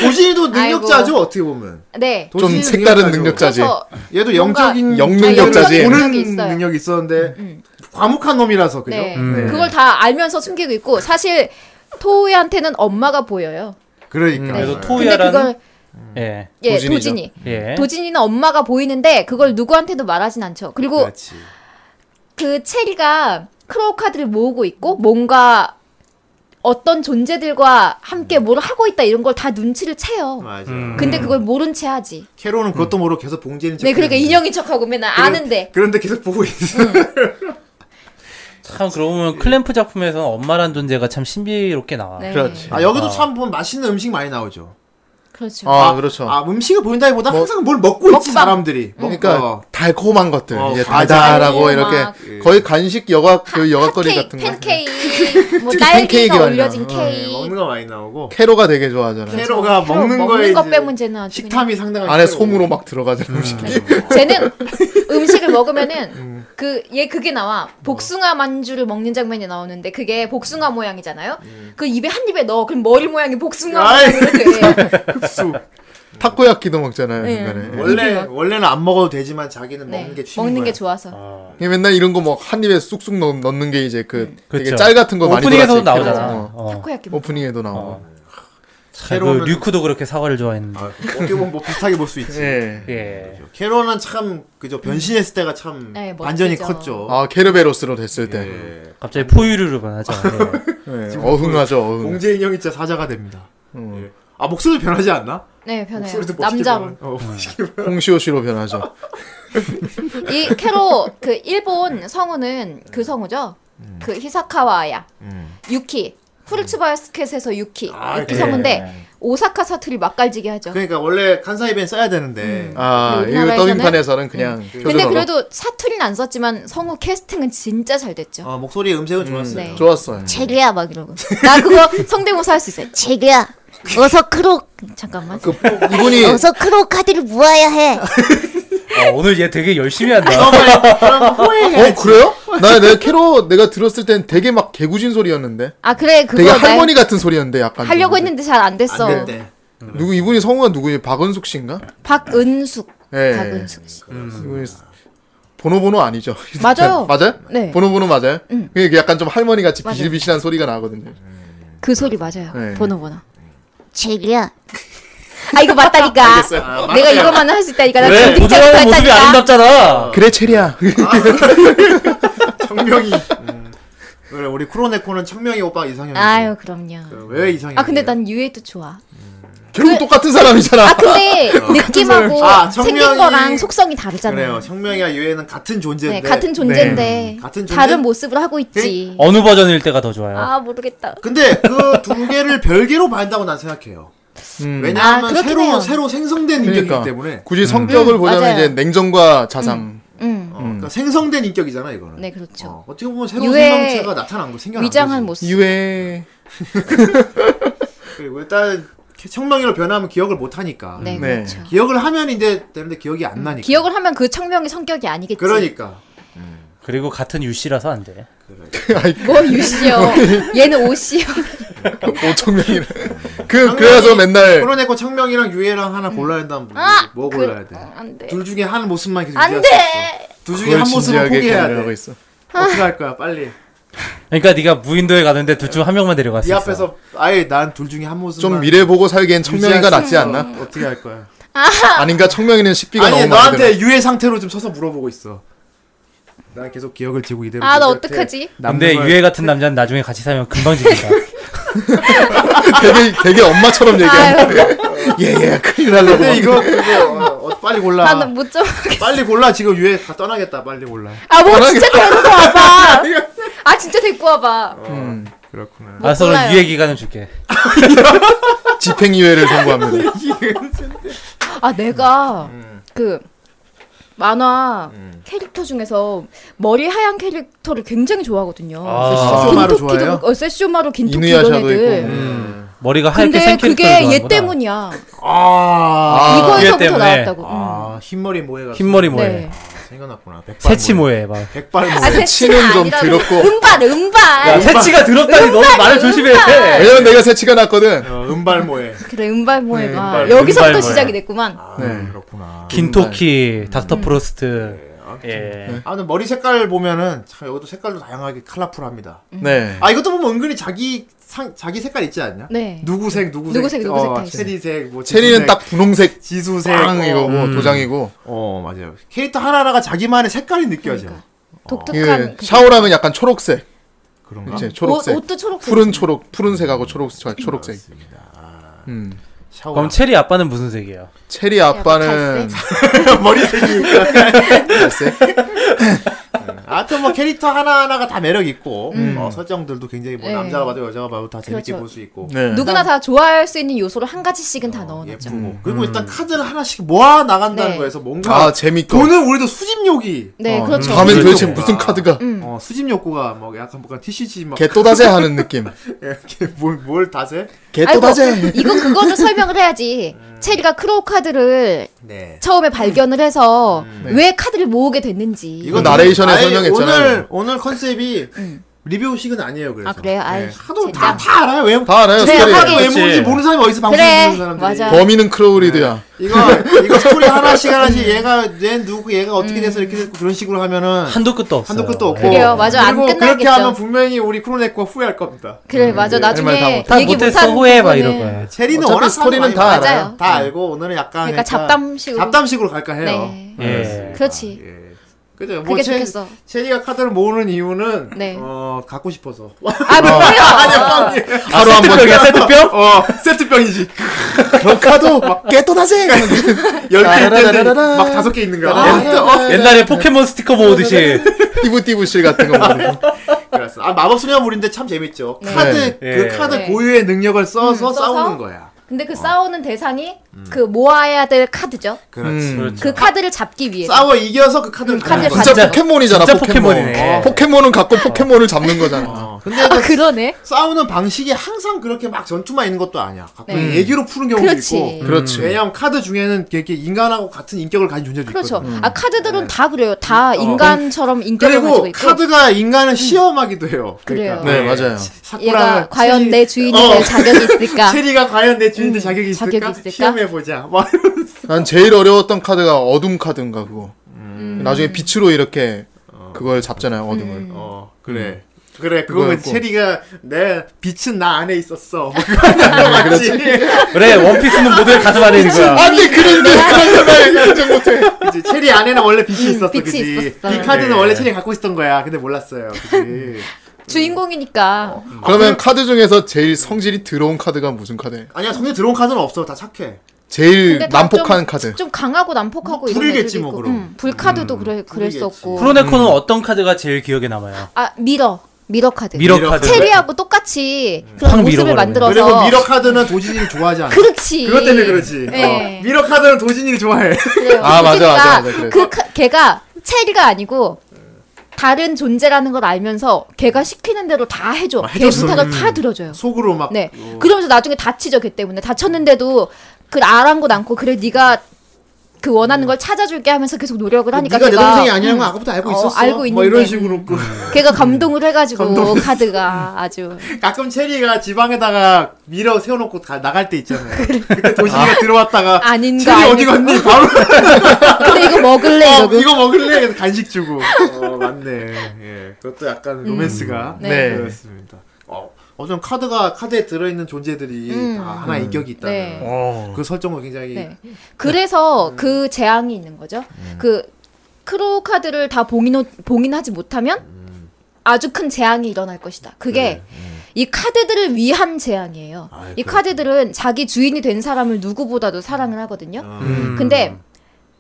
도진이도 능력자죠,
아이고.
어떻게 보면.
네.
좀
도진이도
색다른
능력자죠.
능력자지.
그래서 네.
얘도
뭔가
영적인
영능력자지.
보는
능력이 있어요.
능력이 있었는데
음.
과묵한 놈이라서 그죠?
네.
음.
그걸 다 알면서 숨기고 있고 사실 토우한테는 엄마가 보여요. 네.
그러니까.
네.
그래서
근데
토야라는
그걸
예.
예
도진이죠.
도진이
예.
도진이는 엄마가 보이는데 그걸 누구한테도 말하진 않죠. 그리고
네.
그렇지.
그 체리가 크로우 카드를 모으고 있고 뭔가 어떤 존재들과 함께 뭘 하고 있다 이런 걸 다 눈치를 채요.
맞아.
음.
근데 그걸 모른 채 하지.
캐롤은 그것도 모르고 계속 봉제인 척.
네, 그러니까
했는데.
인형인 척하고 맨날
그렇죠. 그래-
아는데
그런데 계속 보고 있어.
참 그러고 보면 클램프 작품에서 엄마란 존재가 참 신비롭게 나와.
네.
그렇죠.
그렇지.
아 여기도 참 보면 맛있는 음식 많이 나오죠.
그렇죠.
아, 그렇죠.
아, 음식을 보인다기보다
뭐,
항상 뭘 먹고 있지 사람들이.
그러니까
어.
달콤한 것들,
어,
이제
과자.
달달하고
음, 막
이렇게
예.
거의 간식 여과 그 여과거리
핫케이크,
같은 거.
팬케이크, 뭐
특히 팬케이크가
딸기가
아니라,
올려진
어,
네,
케이크. 음.
먹는 거 많이 나오고.
캐로가 되게 좋아하잖아요.
캐- 캐로가 먹는 거에
것
이제
빼면 쟤는 아주
식탐이 상당히
안에
크고.
솜으로 막 들어가잖아요. 음식이.
그냥. 쟤는 음식을 먹으면은 그 얘 그게 나와
음.
복숭아 만주를 먹는 장면이 나오는데 그게 복숭아 모양이잖아요. 그 입에 한 입에 넣어 그럼 머리 모양이 복숭아
음. 아이.
모양으로 돼.
흡수.
타코야키도 먹잖아요.
예.
중간에.
네. 원래 원래는 안 먹어도 되지만 자기는 먹는 게 취미인
네. 먹는 게
거야.
좋아서.
이게 맨날 이런 거 뭐 한 입에 쑥쑥 넣, 넣는 게 이제 그 되게
그쵸.
짤 같은 거 많이
오프닝에서도
돌았어요.
나오잖아.
어.
어.
타코야키. 먹-
오프닝에도 나오고.
그
새로운-
네,
류크도 그렇게 사과를 좋아했는데.
아, 어떻게 보면 뭐 비슷하게 볼 수 있지.
예.
예.
캐로는 참 그저 변신했을 때가 참
네,
완전히
멋지죠.
컸죠.
아 네. 음. 케르베로스로 됐을 때.
예.
갑자기 포유류로만 하죠. 예.
예, 어흥하죠. 어흥.
공재 인형이 진짜 사자가 됩니다.
음.
예. 아 목소리 변하지 않나?
네 변해요.
목소리도 멋있게 변하-
남자로.
어, 멋있게
홍시오시로 변하죠.
이 캐로 그 일본
음.
성우는 그 성우죠. 그 히사카와야
음.
유키 후르츠바스켓에서 유키
아,
유키
예.
성우인데 오사카 사투리 맛깔지게 하죠.
그러니까 원래 칸사이벤 써야 되는데
음.
아, 이
네, 우리나라에서는- 음.
더빙판에서는 그냥
근데
표준어로
그래도 사투리는 안 썼지만 성우 캐스팅은 진짜 잘 됐죠.
어, 목소리 음색은 좋았어요.
네.
좋았어요.
제리야 막 이러고.
나 그거 성대모사 할 수 있어요. 음,
제리야 어서 크록 잠깐만.
그 이분이
어서 크록 카드를 모아야 해.
어, 오늘 얘 되게 열심히 한다.
어 그래요? 나 내가 캐로 내가 들었을 땐 되게 막 개구진 소리였는데
아 그래 그거
되게
나
할머니 같은 소리였는데 약간
하려고
좀.
했는데 잘 안 됐어.
안 됐대.
누구 이분이 성우가 누구예요? 박은숙 씨인가?
박은숙.
예.
박은숙 씨.
이분이 번호번호 아니죠?
맞아요.
맞아요?
네.
번호번호 맞아요? 그게 약간 좀 할머니 같이
맞아요.
비실비실한 소리가 나거든요.
아.
그 소리 맞아요.
네.
번호 번호.
제리야
아 이거 맞다니까.
아,
아, 내가 이거만은 할 수 있다니까. 나 지금 득점
도전하는 모습이
했다니까. 어.
아름답잖아.
그래 체리야.
청명이. 음. 그래 우리 쿠로네코는 청명이 오빠 이상형이고.
아유 그럼요.
왜 이상형?
아 근데 난 유해도 좋아.
결국 똑같은 사람이잖아.
아 근데 느낌하고
아,
생긴
청명이-
거랑 속성이 다르잖아요.
그래요. 청명이와 유해는 같은 존재인데.
네, 같은 존재인데
같은 존재?
다른 모습을 하고 있지.
네? 어느 버전일 때가 더 좋아요?
아 모르겠다.
근데 그 두 개를 별개로 봐야한다고 난 생각해요.
음.
아,
왜냐하면
그렇긴
새로
해요.
새로 생성된 인격이기
그러니까
음, 때문에.
굳이 성격을 보자면
음, 맞아요.
이제 냉정과 자상.
음.
어, 그러니까 생성된 인격이잖아 이거는.
네 그렇죠.
어, 어떻게 보면 새로운
유해-
생명체가 나타난 거 생겨난
위장한
거지.
모습.
유해.
그리고 일단 청명이로 변하면 기억을 못 하니까.
네,
네.
그렇죠.
기억을 하면 이제 되는데 기억이 안 나니까.
기억을 하면 그 청명이 성격이 아니겠지.
그러니까.
그리고 같은 유씨라서 안 돼.
뭐 유씨요. 얘는 오씨요.
오청명이라. 그 그래서 맨날
코로네코 청명이랑 유해랑
음.
하나 골라야 한다면 뭐, 뭐 골라야 돼?
안 돼.
둘 중에 한 모습만 계속
아, 그 네.
유지할
안 돼.
수 있어. 둘 중에 한 모습을 포기해야
경멸하고
돼.
있어. 아,
어떻게 할 거야? 빨리.
그러니까 네가 무인도에 가는데 둘 중 한 명만 데려갔어.
네 앞에서 아예 난 둘 중에 한 모습만
좀 미래 보고 살기엔 청명이가
유지할 수
낫지
있어.
않나?
어떻게 할 거야?
아닌가 청명이는 식비가
아니
너무 많이 들어.
너한테 유해 상태로 좀 서서 물어보고 있어. 난 계속 기억을 지고 이대로.
아 나
이렇게
어떡하지?
근데
남는 걸-
유해 같은 남자는 나중에 같이 살면 금방 집니다.
되게 되게 엄마처럼 얘기하는데. 예예 큰일 날라고.
근데 이거 그거 어, 어, 빨리 골라.
나못 좀.
빨리 골라 지금 유해 다 떠나겠다. 빨리 골라.
아뭐 진짜 데리고 와봐. 아 진짜 데리고 와봐.
음,
그렇구나.
알았어, 그럼
골라요.
유해 기간은 줄게.
집행유예를 선고합니다.
아 내가 그 만화 캐릭터 중에서 머리 하얀 캐릭터를 굉장히 좋아하거든요.
아.
세슈마루
긴토끼도
좋아해요?
그렇고, 어, 세슈마루 긴토끼 이런
이누야샤도
애들.
있고.
음. 머리가 하얗게
근데
생 캐릭터를
그게 얘
좋아하는구나.
때문이야.
아,
아,
얘
이거에서부터
때문에.
나왔다고. 음.
아 흰머리 모해가
흰머리 모해.
네.
생겨났구나. 백발
새치 모해 막.
백발 모해.
아, 새치는
새치는 좀
아니라
더럽고.
음발 음발.
야, 새치가 더럽다니 너무 말을 조심해.
네.
왜냐면 내가 새치가 났거든.
어, 은발 모해.
아, 그래 음발 모해가
음발,
여기서부터
음발 모해.
시작이 됐구만.
아,
네.
그렇구나.
긴토키, 닥터 프로스트.
아무튼.
예.
아무튼 머리 색깔 보면은 참 여기도 색깔도 다양하게 컬러풀합니다.
음.
네.
아 이것도 보면 은근히 자기 상 자기 색깔 있지 않냐?
네.
누구색 누구색
누구색, 누구색 다
어,
있어요.
체리색 뭐
체리는
지수색,
딱 분홍색
지수색
빵 이거고 뭐
어.
도장이고
어 맞아요. 캐릭터 하나하나가 자기만의 색깔이 느껴져.
그러니까.
예,
독특한 그-
샤오랑은 약간 초록색,
그런가?
이제
옷,
초록색,
옷도 초록색.
푸른 초록, 푸른색하고 초록색, 초록색. 음.
샤워.
그럼 체리 아빠는 무슨 색이에요?
체리
뭐
아빠는
머리색이니까.
갈색.
아 아무튼 뭐 캐릭터 하나하나가 다 매력 있고
음.
어, 설정들도 굉장히 뭐
네.
남자가 봐도 여자가 봐도 다 재밌게
그렇죠.
볼 수 있고
네.
누구나 다 좋아할 수 있는 요소를 한 가지씩은 다 넣어놨죠.
예쁘고 그리고 일단 카드를 하나씩 모아 나간다는
네.
거에서 뭔가
음. 아 재밌고.
돈은 우리도 수집욕이
네,
어,
그렇죠.
다음엔
음.
도대체
음.
무슨 카드가
어, 수집 욕구가 뭐 약간 뭔가 TCG 막 예,
개 또다제 하는 느낌.
이렇게 뭘, 뭘 다세?
개
아이고,
또다제.
이건 그거를 설명을 해야지. 체리가 크로우 카드를
네.
처음에 발견을 해서
네.
왜 카드를 모으게 됐는지.
이거 그 나레이션에
아예
설명했잖아요.
오늘 오늘 컨셉이 리뷰식은 아니에요. 그래서
음. 아 그래요? 아유.
네. 하도
진짜.
다, 다 알아요. 외모
다 알아요
그래,
스토리.
하긴.
하도 외모인지 모르는 사람이 어디서 방송
그래,
듣는 사람들이.
맞아.
범인은 크로우리드야.
이거 이거 스토리 하나씩 하나씩 얘가 얘 누구 얘가 어떻게 돼서 이렇게 됐고 그런 식으로 하면은
한도 끝도 예. 없어.
한도 끝도 없고
그래요, 맞아. 안
그리고 그렇게
끝나겠죠.
하면 분명히 우리 크로네코가 후회할 겁니다.
그래 맞아.
할말다
나중에
못해.
다
얘기
못했어
못하는
후회해 봐
부분은
이런 거야.
체리는
어차피
워낙
스토리는
사람이
다
많아요.
알아요.
다 알고 오늘은 약간
그러니까 잡담식으로.
잡담식으로 갈까 해요.
네.
예.
그렇지.
예. 그죠. 뭐
그게
체,
좋겠어.
체리가 카드를 모으는 이유는
네.
어 갖고 싶어서.
아 뭐야?
하루 한 번.
세트병이야 세트병?
어 세트병이지.
벽화도 막개 또다제.
열개 있는데
따라라라라라.
막 다섯 개 어, 있는 거야.
옛날에 포켓몬 스티커 모으듯이
어,
음.
띠부띠부실 같은 거. 보고.
그래서 아 마법 소녀물인데 참 재밌죠.
네.
카드
네.
그
예.
카드
네.
고유의 능력을 써서
음, 써서?
싸우는 거야.
근데 그 싸우는 대상이 그 모아야 될 카드죠.
그렇지.
음.
그 카드를 잡기 위해.
싸워 이겨서 그 카드를
음,
가는
카드를
거야.
진짜
진짜-
포켓몬이잖아.
진짜
포켓몬. 어.
포켓몬이네.
포켓몬은 갖고 포켓몬을 잡는 거잖아.
어, 근데
아 그러네.
싸우는 방식이 항상 그렇게 막 전투만 있는 것도 아니야. 가끔
네.
얘기로 푸는 경우도
그렇지. 음.
있고.
그렇지.
왜냐면 카드 중에는 이렇게 인간하고 같은 인격을 가진 존재도
그렇죠.
있거든.
아 카드들은 다 그래요. 다 인간처럼 인격을 가지고
음, 어, 그리고
있고 음.
카드가 인간을 시험하기도 해요.
그래요.
그러니까.
네 맞아요.
얘가
사쿠라
과연
체리-
내 주인이
어.
될 자격이 있을까?
체리가 과연 내 주인들
음,
자격이 있을까?
자격이 있을까?
시험해보자. 뭐 막
난 제일 어려웠던 카드가 어둠 카드인가 그거. 나중에 빛으로 이렇게 그걸 잡잖아요 어둠을.
음.
어 그래 그래 그거는
그거였고. 네,
체리가 내 빛은 나 안에 있었어 뭐 그런 거 맞지
그래 원피스는 모두의 가슴 안에 있는
어.
거야.
안돼 그런데 그런 말 인정 못해.
그치? 체리 안에는 원래 빛이 있었어
빛이
그치
있었어.
이 카드는
네.
원래 체리 갖고 있었던 거야 근데 몰랐어요
음.
그치
주인공이니까.
어.
그러면 카드 중에서 제일 성질이 들어온 카드가 무슨 카드예요?
아니야 성에 들어온 카드는 없어 다 착해
제일
근데 다
그 난폭한
좀-
카드.
좀 강하고 난폭하고
뭐
이런
불이겠지,
애들도
뭐,
있고.
그럼.
음, 불카드도 그래 그럴
불이겠지.
수 없고.
프로네코는 어떤 카드가 제일 기억에 남아요?
아 미러 미러 카드.
미러
미러
카드.
체리하고 똑같이
확
그런 모습을
밀어버리네.
만들어서.
그리고 미러 카드는 도진이를 좋아하지 않아
그렇지.
그것 때문에 그렇지
네.
어. 미러 카드는 도진이를 좋아해
그래요.
아, 맞아,
도진이가
맞아, 맞아, 그래.
그 카- 걔가 체리가 아니고 다른 존재라는 걸 알면서 걔가 시키는 대로 다 해줘.
아,
걔
해줬어.
부탁을
음.
다 들어줘요.
속으로 막
네.
어.
그러면서 나중에 다치죠 걔 때문에 다쳤는데도 그 아랑곳 않고 그래 네가 그 원하는 걸 찾아줄게 하면서 계속 노력을 하니까
음. 네가 내
걔가-
동생이 아니라는 건 아까부터 알고
어,
있었어
알고
뭐
있는데. 음.
이런 식으로 그
걔가 감동을 해가지고
감동했어.
카드가 아주
가끔 체리가 지방에다가 밀어 세워놓고 가, 나갈 때 있잖아요. 그때 도시가 들어왔다가
아닌가,
체리 어디
아닌가.
갔니? 바로
그래 이거 먹을래
어,
이러고
이거 먹을래? 그래서 간식 주고. 어, 맞네. 예, 그것도 약간 로맨스가
네.
네.
그렇습니다. 어, 어전 카드가 카드에 들어있는 존재들이
음.
다 하나 의 인격이 있다는
네.
어.
그 설정을 굉장히
네. 그래서
음.
그 재앙이 있는 거죠. 그 크로우 카드를 다 봉인 봉인하지 못하면
음.
아주 큰 재앙이 일어날 것이다. 그게 이 카드들을 위한 재앙이에요.
네. 아이,
이
그렇군요.
카드들은 자기 주인이 된 사람을 누구보다도 사랑을 하거든요.
어,
음.
근데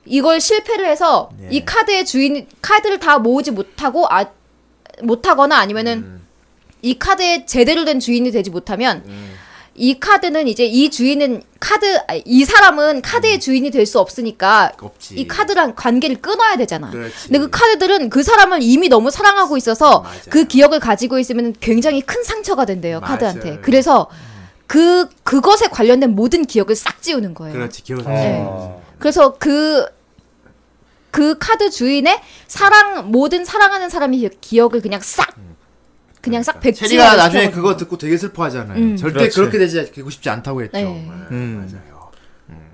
이걸 실패를 해서
예.
이 카드의 주인 카드를 다 모으지 못하고 아 못하거나 아니면은
음.
이 카드의 제대로 된 주인이 되지 못하면
음,
이 카드는 이제 이 주인은 카드 아니, 이 사람은
음.
카드의 주인이 될 수 없으니까
없지.
이 카드랑 관계를 끊어야 되잖아.
그렇지.
근데 그 카드들은 그 사람을 이미 너무 사랑하고 있어서
맞아.
그 기억을 가지고 있으면 굉장히 큰 상처가 된대요
맞아요.
카드한테. 그래서 그 그것에 관련된 모든 기억을 싹 지우는 거예요.
그렇지. 기록
네.
어.
그래서 그, 그 카드 주인의 사랑, 모든 사랑하는 사람의 기억을 그냥 싹, 그냥 싹 백지.
그러니까. 체리가 나중에 그거 듣고 되게 슬퍼하잖아요.
음.
절대
그렇지.
그렇게 되지 고 싶지 않다고 했죠.
네.
예,
음.
맞아요. 음.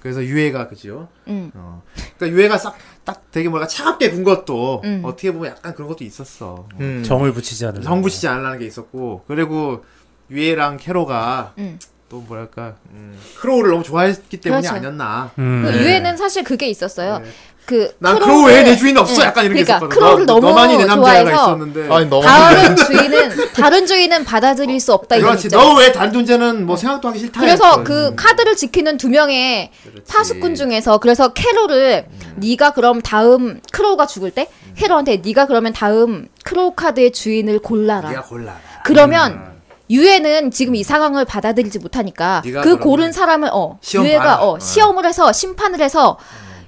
그래서 유해가 그죠.
음.
어. 그러니까 유해가 싹 딱 되게 뭔가 차갑게 군 것도
음.
어떻게 보면 약간 그런 것도 있었어.
음.
정을 붙이지
네.
않는.
성부시지 않으라는 게 있었고 그리고 유해랑 캐로가
음.
또 뭐랄까 음, 크로우를 너무 좋아했기 때문이
그렇죠.
아니었나.
그
음.
네.
유에는 사실 그게 있었어요.
네.
그.
난
크로우를-
크로우 외에 내 주인 없어.
네.
약간 이렇게
그러니까
있었거든.
크로우를
너-
너무
너만이 내 남자애가
좋아해서
있었는데.
아니 너무
다른 음. 주인은, 다른 주인은 받아들일 수 없다. 이런
그렇지.
입장.
너 왜 다른 존재는 뭐 생각도 하기 싫다.
그래서
했거든.
그 카드를 지키는 두 명의
음. 그렇지. 음.
파수꾼 중에서 그래서 캐롤을 네가 그럼 다음 크로우가 죽을 때 헤로한테 네가 그러면 다음 크로우 카드의 주인을 골라라.
네가 골라.
그러면 유해는 지금 이 상황을 받아들이지 못하니까
음. 네가
그
그러면
고른 사람을 어
시험
유해가
봐라. 음.
어
어.
시험을 해서 심판을 해서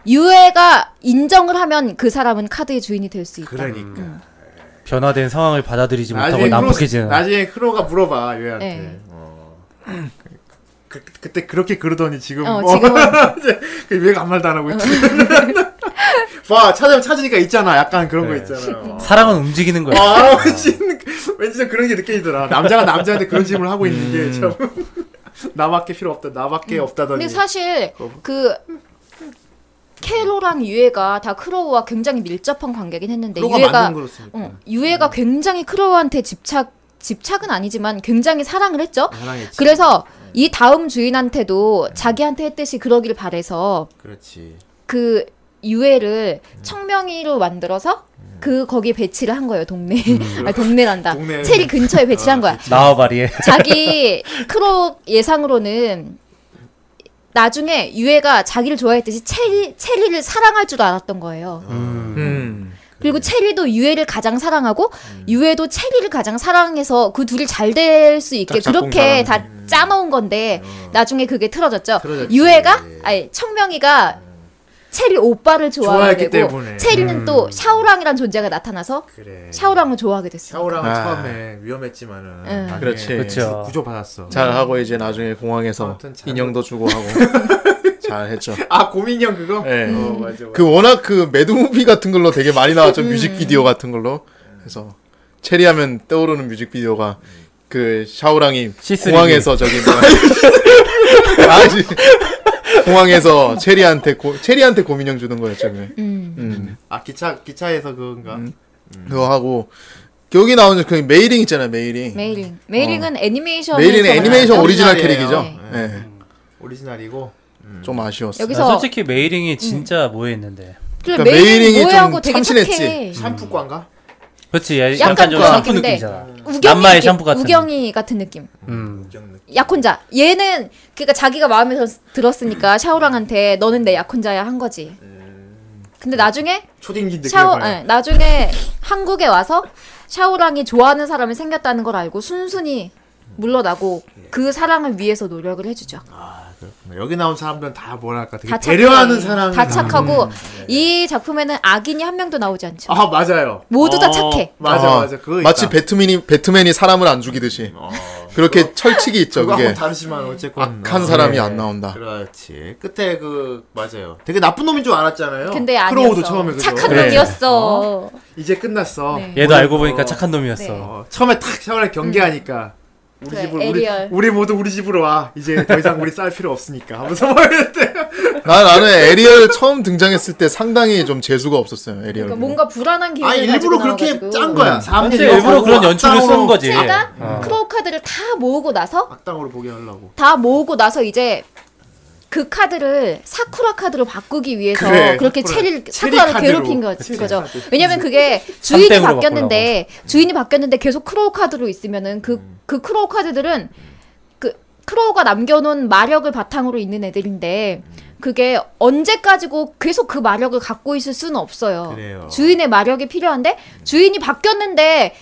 유해가 인정을 하면 그 사람은 카드의 주인이 될 수 있다.
그러니까.
변화된 상황을 받아들이지 못하고
나중에 크로,
난폭해지는.
나중에 크로가 물어봐 유해한테.
네.
어. 그, 그- 그때 그렇게 그러더니 지금
어
뭐
지금은
그 유해가 아무 말도 안 하고 있지. 봐 찾으면 찾으니까 있잖아. 약간 그런
네.
거 있잖아요. 어.
사랑은 움직이는 거야.
아, 왠지, 왠지 좀 그런 게 느껴지더라. 남자가 남자한테 그런 질문을 하고 있는 게
음.
참. 나밖에 필요 없다. 나밖에 없다더니.
음. 근데 사실 그 캐로랑 유해가 다 크로우와 굉장히 밀접한 관계긴 했는데
크로가 음.
유해가
만든 그렇습니까?
어, 유해가 굉장히 크로우한테 집착 집착은 아니지만 굉장히 사랑을 했죠.
사랑했지.
그래서 이 다음 주인한테도 자기한테 했듯이 그러길 바래서
그렇지.
그 유해를 청명이로 만들어서 그 거기에 배치를 한 거예요 동네 아니 음. 동네란다
동네.
체리 근처에 아, 배치를 한 거야
나와바리에.
자기 크롭 예상으로는 나중에 유해가 자기를 좋아했듯이 체리 체리를 사랑할 줄 알았던 거예요
음.
그리고 체리도 유해를 가장 사랑하고 유해도 체리를 가장 사랑해서 그 둘이 잘 될 수 있게
짝짝꿍 음. 네.
그렇게
사랑.
다 짜놓은 건데 나중에 그게 틀어졌죠.
틀어졌지.
유해가
네.
아니 청명이가 체리 오빠를 좋아하게
좋아했기
되고
때문에.
체리는
음.
또 샤오랑이란 존재가 나타나서
네.
그래.
샤오랑을 좋아하게 됐어. 요
샤오랑은
아.
처음에 위험했지만은.
응.
나중에
그렇지.
그쵸.
구조 받았어.
잘 하고 이제 나중에 공항에서
아무튼 잘-
인형도 주고 하고 잘 했죠.
아 고민형 그거?
예.
어 맞아. 맞아.
그 워낙 그 매드무비 같은 걸로 되게 많이 나왔죠. 뮤직비디오 같은 걸로. 그래서 체리하면 떠오르는 뮤직비디오가 그 샤오랑이
C3D.
공항에서 저기 뭐야. 아지 공항에서 체리한테 고, 체리한테 고민형 주는 거였죠. 그게. 음.
아 기차 기차에서 그건가?
그거 하고 여기 나오는 그 메이링 있잖아요. 메이링.
메일링 메일링은 애니메이션
어. 메일은 애니메이션
나왔죠?
오리지널 캐릭이죠.
오리지널이에요.
예.
오리지널이고.
좀 아쉬웠어요.
여기서 음.
나 솔직히 메이링이 진짜 모해했는데.
그래,
그러니까
메일링
메일링이 좀
뭐해하고 되게
참신했지.
착해.
샴푸과인가?
그렇지. 야,
약간
약간 좀
그거
샴푸
같은데.
느낌이잖아.
우경이,
남마의
느낌,
샴푸 같은.
우경이 같은 느낌.
음.
약혼자. 얘는 그러니까 자기가 마음에 들- 들었으니까 샤오랑한테 너는 내 약혼자야 한 거지. 근데 나중에
초딩기 느낌.
샤오 예, 나중에 한국에 와서 샤오랑이 좋아하는 사람이 생겼다는 걸 알고 순순히 물러나고 그 사랑을 위해서 노력을 해주죠.
네, 여기 나온 사람들은 다 뭐랄까 되게
다 착해.
아, 배려하는 사람.
다 착하고 이 작품에는 악인이 한 명도 나오지 않죠.
아 맞아요.
모두 다
어,
착해.
맞아
어,
맞아. 그거 있다.
마치
어.
배트맨이 배트맨이 사람을 안 죽이듯이 그렇게 철칙이 있죠.
그거하고
그게
다르지만 어쨌건
악한
어,
사람이
예.
안 나온다.
그렇지. 끝에 그 맞아요. 되게 나쁜 놈인 줄 알았잖아요.
근데
크로우도
아니었어.
처음에 그죠? 네.
착한
그래.
놈이었어.
이제 끝났어.
네.
얘도
오늘,
알고 보니까
어,
착한 놈이었어.
어, 처음에 탁 샤워를 경계하니까 우리
그래,
집으로 우리,
음. 네, 에리얼.
우리 모두 우리 집으로 와. 이제 더 이상 우리 싸울 필요 없으니까 하면서 뭐 말할 때.
나 나는 에리얼 처음 등장했을 때 상당히 좀 재수가 없었어요. 에리얼.
그러니까 뭔가 불안한 기운을
아 일부러 그렇게
가지고
짠
나와가지고.
거야. 음, 사람들이
사실 일부러
너무
그런 연출을
악당으로-
쓴 거지. 어.
제가 크로우 카드를 다 모으고 나서
악당으로 보게 하려고.
다 모으고 나서 이제 그 카드를 사쿠라 카드로 바꾸기 위해서
그래,
그렇게
사쿠라.
체리를
체리
사쿠라를
카드로.
괴롭힌 거,
체리
거죠.
카드.
왜냐면 그게 주인이
삼땡으로
바뀌었는데 주인이 바뀌었는데 계속 크로우 카드로 있으면은 그 그
음.
크로우 카드들은 그 크로우가 남겨놓은 마력을 바탕으로 있는 애들인데 그게 언제까지고 계속 그 마력을 갖고 있을 수는 없어요.
그래요.
주인의 마력이 필요한데 주인이 바뀌었는데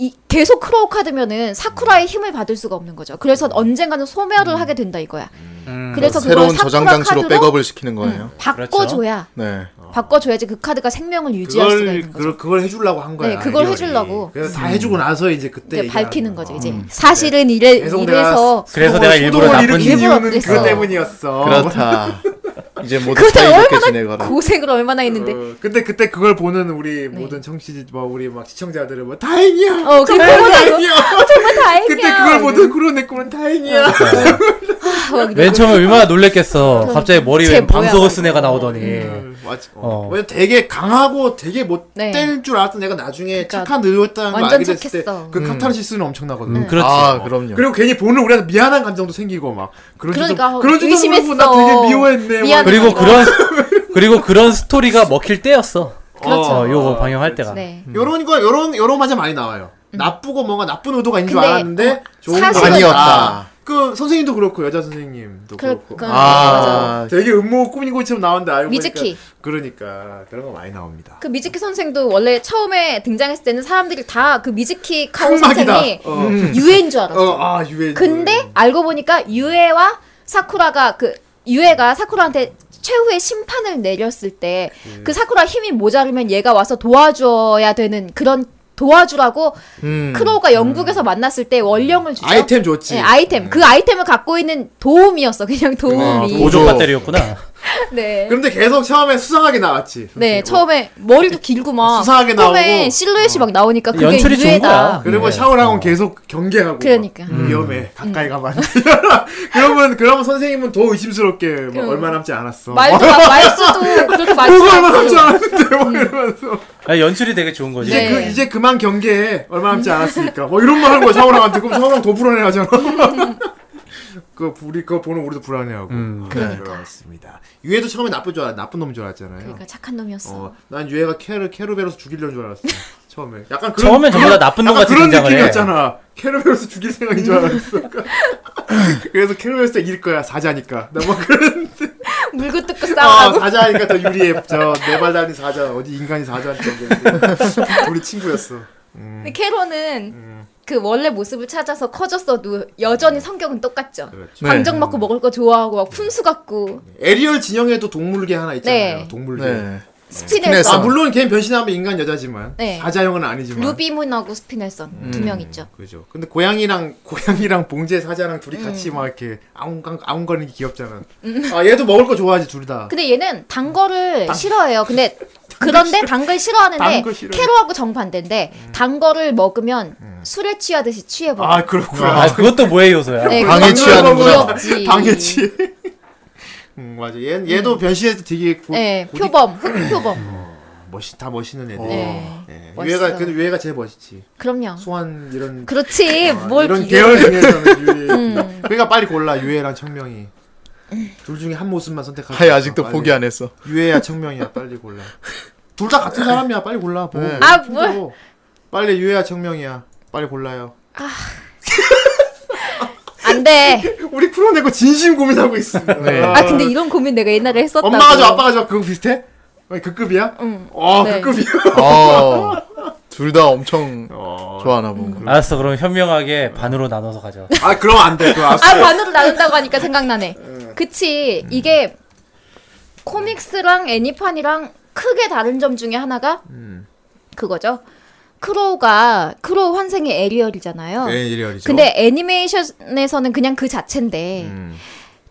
이, 계속 크로우 카드면은 사쿠라의 힘을 받을 수가 없는 거죠.
음.
그래서 언젠가는 소멸을 하게 된다 이거야. 그래서 그걸
새로운 저장
사쿠라
장치로
카드로
백업을 시키는 거예요.
바꿔줘야
네.
바꿔줘야지 그 카드가 생명을 유지할 수가
그렇죠. 어. 그걸
있는 거죠.
그걸 그걸 해주려고 한 거야.
네, 그걸
리얼이.
해주려고.
그래서
음.
다 해주고 나서 이제 그때
이제
얘기하는
밝히는
거야. 음.
거죠. 이제 사실은 이래
계속 내가
이래서
그래서
소동을-
내가 일부러
소동을
나쁜
일으킨
일부러
이유는
그랬어. 네.
그것 때문이었어.
그렇다. 이제 모두
그때
사이좋게
얼마나
지내거라.
고생을 얼마나 했는데. 네.
어, 근데 그때 그걸 보는 우리 모든 청취 뭐 우리 막 시청자들은 뭐 다행이야.
어, 그거
정말
보고 나서
다행이야.
정말 다행이야.
그때 그걸 보던 그런 내 꿈은 다행이야.
네. 아, 막 이러고.
그러니까 맨 처음에 얼마나 놀랬겠어. 갑자기 머리
쟤
에
뭐야,
방석을 쓴 애가 나오더니.
맞아.
어.
어. 왜냐면 되게 강하고 되게 못
네.
뗄 줄 알았던 내가 나중에
그러니까
착한 의였다는 걸
완전
알게 됐을 때
착했어. 네.
그 카타르시스는 엄청나거든.
음, 그렇지.
아 그럼요.
그리고 괜히 보는 우리한테 미안한 감정도 생기고 막 그런
그러니까
줄도 그런 줄도
의심했어.
모르고 나 되게 미워했네.
미안-
막.
그리고 그런 그리고 그런 스토리가 먹힐 때였어.
그렇죠.
어, 요거 음. 방영할 때가.
네.
요런 거 요런 요런 맞아 많이 나와요. 나쁘고 뭔가 나쁜 의도가 있는 줄
음. 근데, 뭐
알았는데
사실은-
거였다.
아니었다.
그 선생님도 그렇고 여자 선생님도
그럴
그렇고
건-
아,
되게 음모 꾸민 것처럼 나오는데 알고
미즈키.
보니까 그러니까 그런 거 많이 나옵니다.
그 미즈키 선생도 원래 처음에 등장했을 때는 사람들이 다 그 미즈키 카오
흑막이다.
선생이
어. 음.
유해인 줄 알았어.
어, 아 유해.
근데 알고 보니까 유해와 사쿠라가 그 유해가 사쿠라한테 최후의 심판을 내렸을 때
음.
그 사쿠라 힘이 모자르면 얘가 와서 도와줘야 되는 그런 도와주라고
음.
크로우가 영국에서 만났을 때 원령을 주죠.
아이템 줬지.
네, 아이템. 그 아이템을 갖고 있는 도움이었어. 그냥 도움이.
보조.
보조 배터리였구나.
네.
아, 그런데 계속 처음에 수상하게 나왔지.
네,
선생님.
처음에 머리도 길고 막
수상하게
꿈에
나오고.
실루엣이 막 나오니까 그게
연출이 좋은
유해다.
거야.
그리고
네.
샤오랑은 계속 경계하고
그러니까.
막 위험해 가까이 가면 안 돼. 그러면 그러면 선생님은 더 의심스럽게 막
그럼.
얼마 남지 않았어.
말도 말수도 그렇게
그거 얼마
많지
남지
않고.
않았는데 막 이러면서
아, 연출이 되게 좋은 거지.
이제
네.
그 이제 그만 경계해 얼마 남지 않았으니까 뭐 이런 말 하는 거야 샤오랑한테 그럼 샤오랑 더 불안해하잖아. 그 우리 그거 보는 우리도 불안해하고
음.
그런 거 같습니다. 유해도 처음에 나쁜 줄 알았 나쁜 놈인 줄 알았잖아요.
그러니까 착한 놈이었어.
어, 난 유해가 캐르 캐르베로스 죽이려는 줄 알았어. 처음에. 약간 그런
처음엔 전부 다 나쁜 놈
약간
같은
그런
등장을 해.
느낌이었잖아. 캐르베로스 죽일 생각인 줄 알았어. 그래서 캐르베로스 이길 거야 사자니까. 나뭐 그런.
물고 뜯고
아
싸우고.
사자니까 더 유리해. 저네발 달린 사자 어디 인간이 사자한테 우리 친구였어.
근데 캐로는
음.
그 원래 모습을 찾아서 커졌어도 여전히 성격은 똑같죠.
그렇죠. 네.
광정 먹고 먹을 거 좋아하고 막 fun수 같고
에리얼 진영에도 동물계 하나 있잖아요.
네.
동물계.
네.
스피넬선,
아 물론 걔는 변신하면 인간 여자지만
네.
사자형은 아니지만.
루비문하고 스피넬선
음.
두 명 있죠.
그죠. 근데 고양이랑 고양이랑 봉제 사자랑 둘이
음.
같이 막 이렇게 아웅강 아웅거리는 게 귀엽잖아. 아 얘도 먹을 거 좋아하지 둘 다.
근데 얘는 음. 단 거를 싫어해요. 근데 그런데 단 음. 걸 싫어하는데
단거 싫어해.
캐로하고 정반대인데 단 거를 먹으면 술에 취하듯이 취해버려.
아 그렇구나.
아, 그것도 뭐의 요소야.
네,
방에
그건
취하는구나.
귀엽지.
방해치. 음 맞아. 얘 얘도 변신해서 되게 고,
네,
고딕-
표범, 흑표범.
멋있 다 멋있는
어.
애들.
네.
예.
멋있어.
유해가 근데 유해가 제일 멋있지.
그럼요.
소환 이런
그렇지.
아,
뭘 음.
이런
비교?
계열 중에서는 유해. 그러니까 빨리 골라 유해랑 청명이. 둘 중에 한 모습만 선택하자.
하이 아직도
빨리.
포기 안 했어.
유해야 청명이야 빨리 골라 둘 다 같은 사람이야 빨리 골라 뭐.
네.
아,
힘들어. 빨리 유해야 청명이야 빨리 골라요
안 돼.
우리 풀어내고 진심 고민하고 있습니다
네.
아 근데 이런 고민 내가 옛날에 했었다고.
엄마가 저 아빠가 저 그거 비슷해? 아니, 그 급이야?
응.
어,
네.
그 급이야
어, 둘 다 엄청
어.
좋아하나 보고.
알았어, 그럼 현명하게 반으로 나눠서 가자.
아 그럼 안돼 그거
아
아싸
반으로 나눈다고 하니까 생각나네.
음.
그치 이게 코믹스랑 애니판이랑 크게 다른 점 중에 하나가
음.
그거죠. 크로우가 크로우 환생의 에리얼이잖아요.
네, 에리얼이죠
근데 애니메이션에서는 그냥 그 자체인데
음.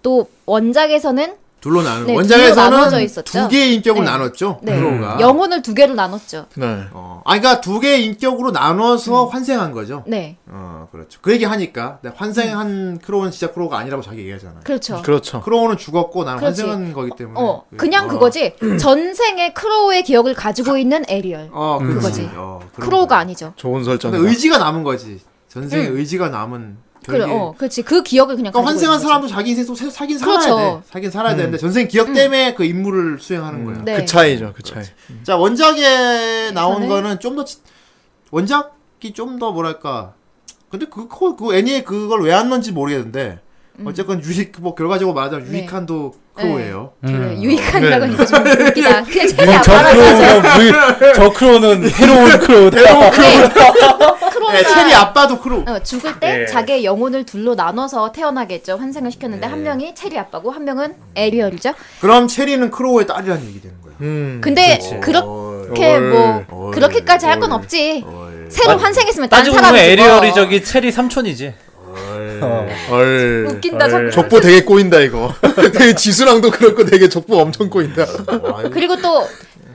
또 원작에서는
둘로 나누
네, 둘로 나눠져
원작에서는
있었죠.
두 개의 인격을
네.
나눴죠
네,
크로우가
영혼을 두 개로 나눴죠.
네.
어. 아 그러니까 두 개의 인격으로 나눠서
음.
환생한 거죠
네,
어 그렇죠 그 얘기 하니까 네, 환생한 크로우는 진짜 크로우가 아니라고 자기 얘기하잖아요
그렇죠.
그렇죠.
크로우는 네. 죽었고 나는
그렇지.
환생한 거기 때문에.
어, 그냥 그거지. 전생에 크로우의 기억을 가지고 있는 에리얼.
어, 그렇지.
그거지.
어, 그런
크로우가
거야.
아니죠. 음.
좋은
근데
설정이다.
의지가 남은 거지. 전생에 의지가 남은.
그래,
별개.
어, 그렇지. 그 기억을 그냥
그러니까
가지고
환생한
있는 거지.
사람도 자기 인생 속 사- 사긴 살아야
그렇죠. 음.
돼. 사긴 살아야 되는데 전생 기억 때문에 그 임무를 수행하는 거야.
네. 음.
그 차이죠, 그 차이.
자 원작에 나온
이거는-
거는 좀 더 원작이 좀 더 뭐랄까. 근데 그, 코- 그 애니에 그걸 왜 안 넣는지 모르겠는데 어쨌건 유익 뭐 결과적으로 말하자면
음. 네.
유익한도 크로우예요.
그래, 유익한이라고
네.
하니까 좀 웃기다. 그냥 차이
음. 네, 저 크로우는, 물, 저 크로우는 해로운 크로우다.
크로우가
네, 체리 아빠도 크로우.
어, 죽을 때
네.
예.
자기의 영혼을 둘로 나눠서 태어나겠죠. 환생을 시켰는데
네.
한 명이 체리 아빠고 한 명은 에리얼이죠.
그럼 체리는 크로우의 딸이라는 얘기 되는 거야.
음.
근데
그렇지.
그렇게 뭐
어이,
그렇게까지 할 건
어이,
없지.
어이.
새로 환생했으면 다른
아, 따지고 보면
사람이
에리얼이
죽어.
저기 체리 삼촌이지. 어.
얼.
웃긴다, 자꾸.
족보 되게 꼬인다 이거. 되게 지수랑도 그렇고 되게 족보 엄청 꼬인다.
그리고 또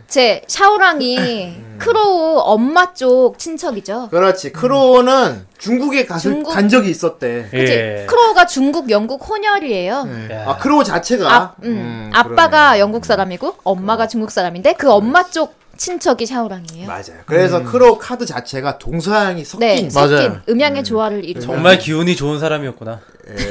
제 샤오랑이
음.
크로우 엄마 쪽 친척이죠.
그렇지. 크로우는 중국에 갔을
중국?
간 적이 있었대.
그치?
예.
크로우가 중국, 영국 혼혈이에요.
야.
아 크로우 자체가
음.
음,
아, 음, 아빠가 영국 사람이고 엄마가 중국 사람인데 그 엄마 쪽 친척이 샤오랑이에요.
맞아요. 음. 그래서 크로 카드 자체가 동서양이 섞인
네, 섞인
맞아요.
음양의 조화를 이루는
정말 기운이 좋은 사람이었구나.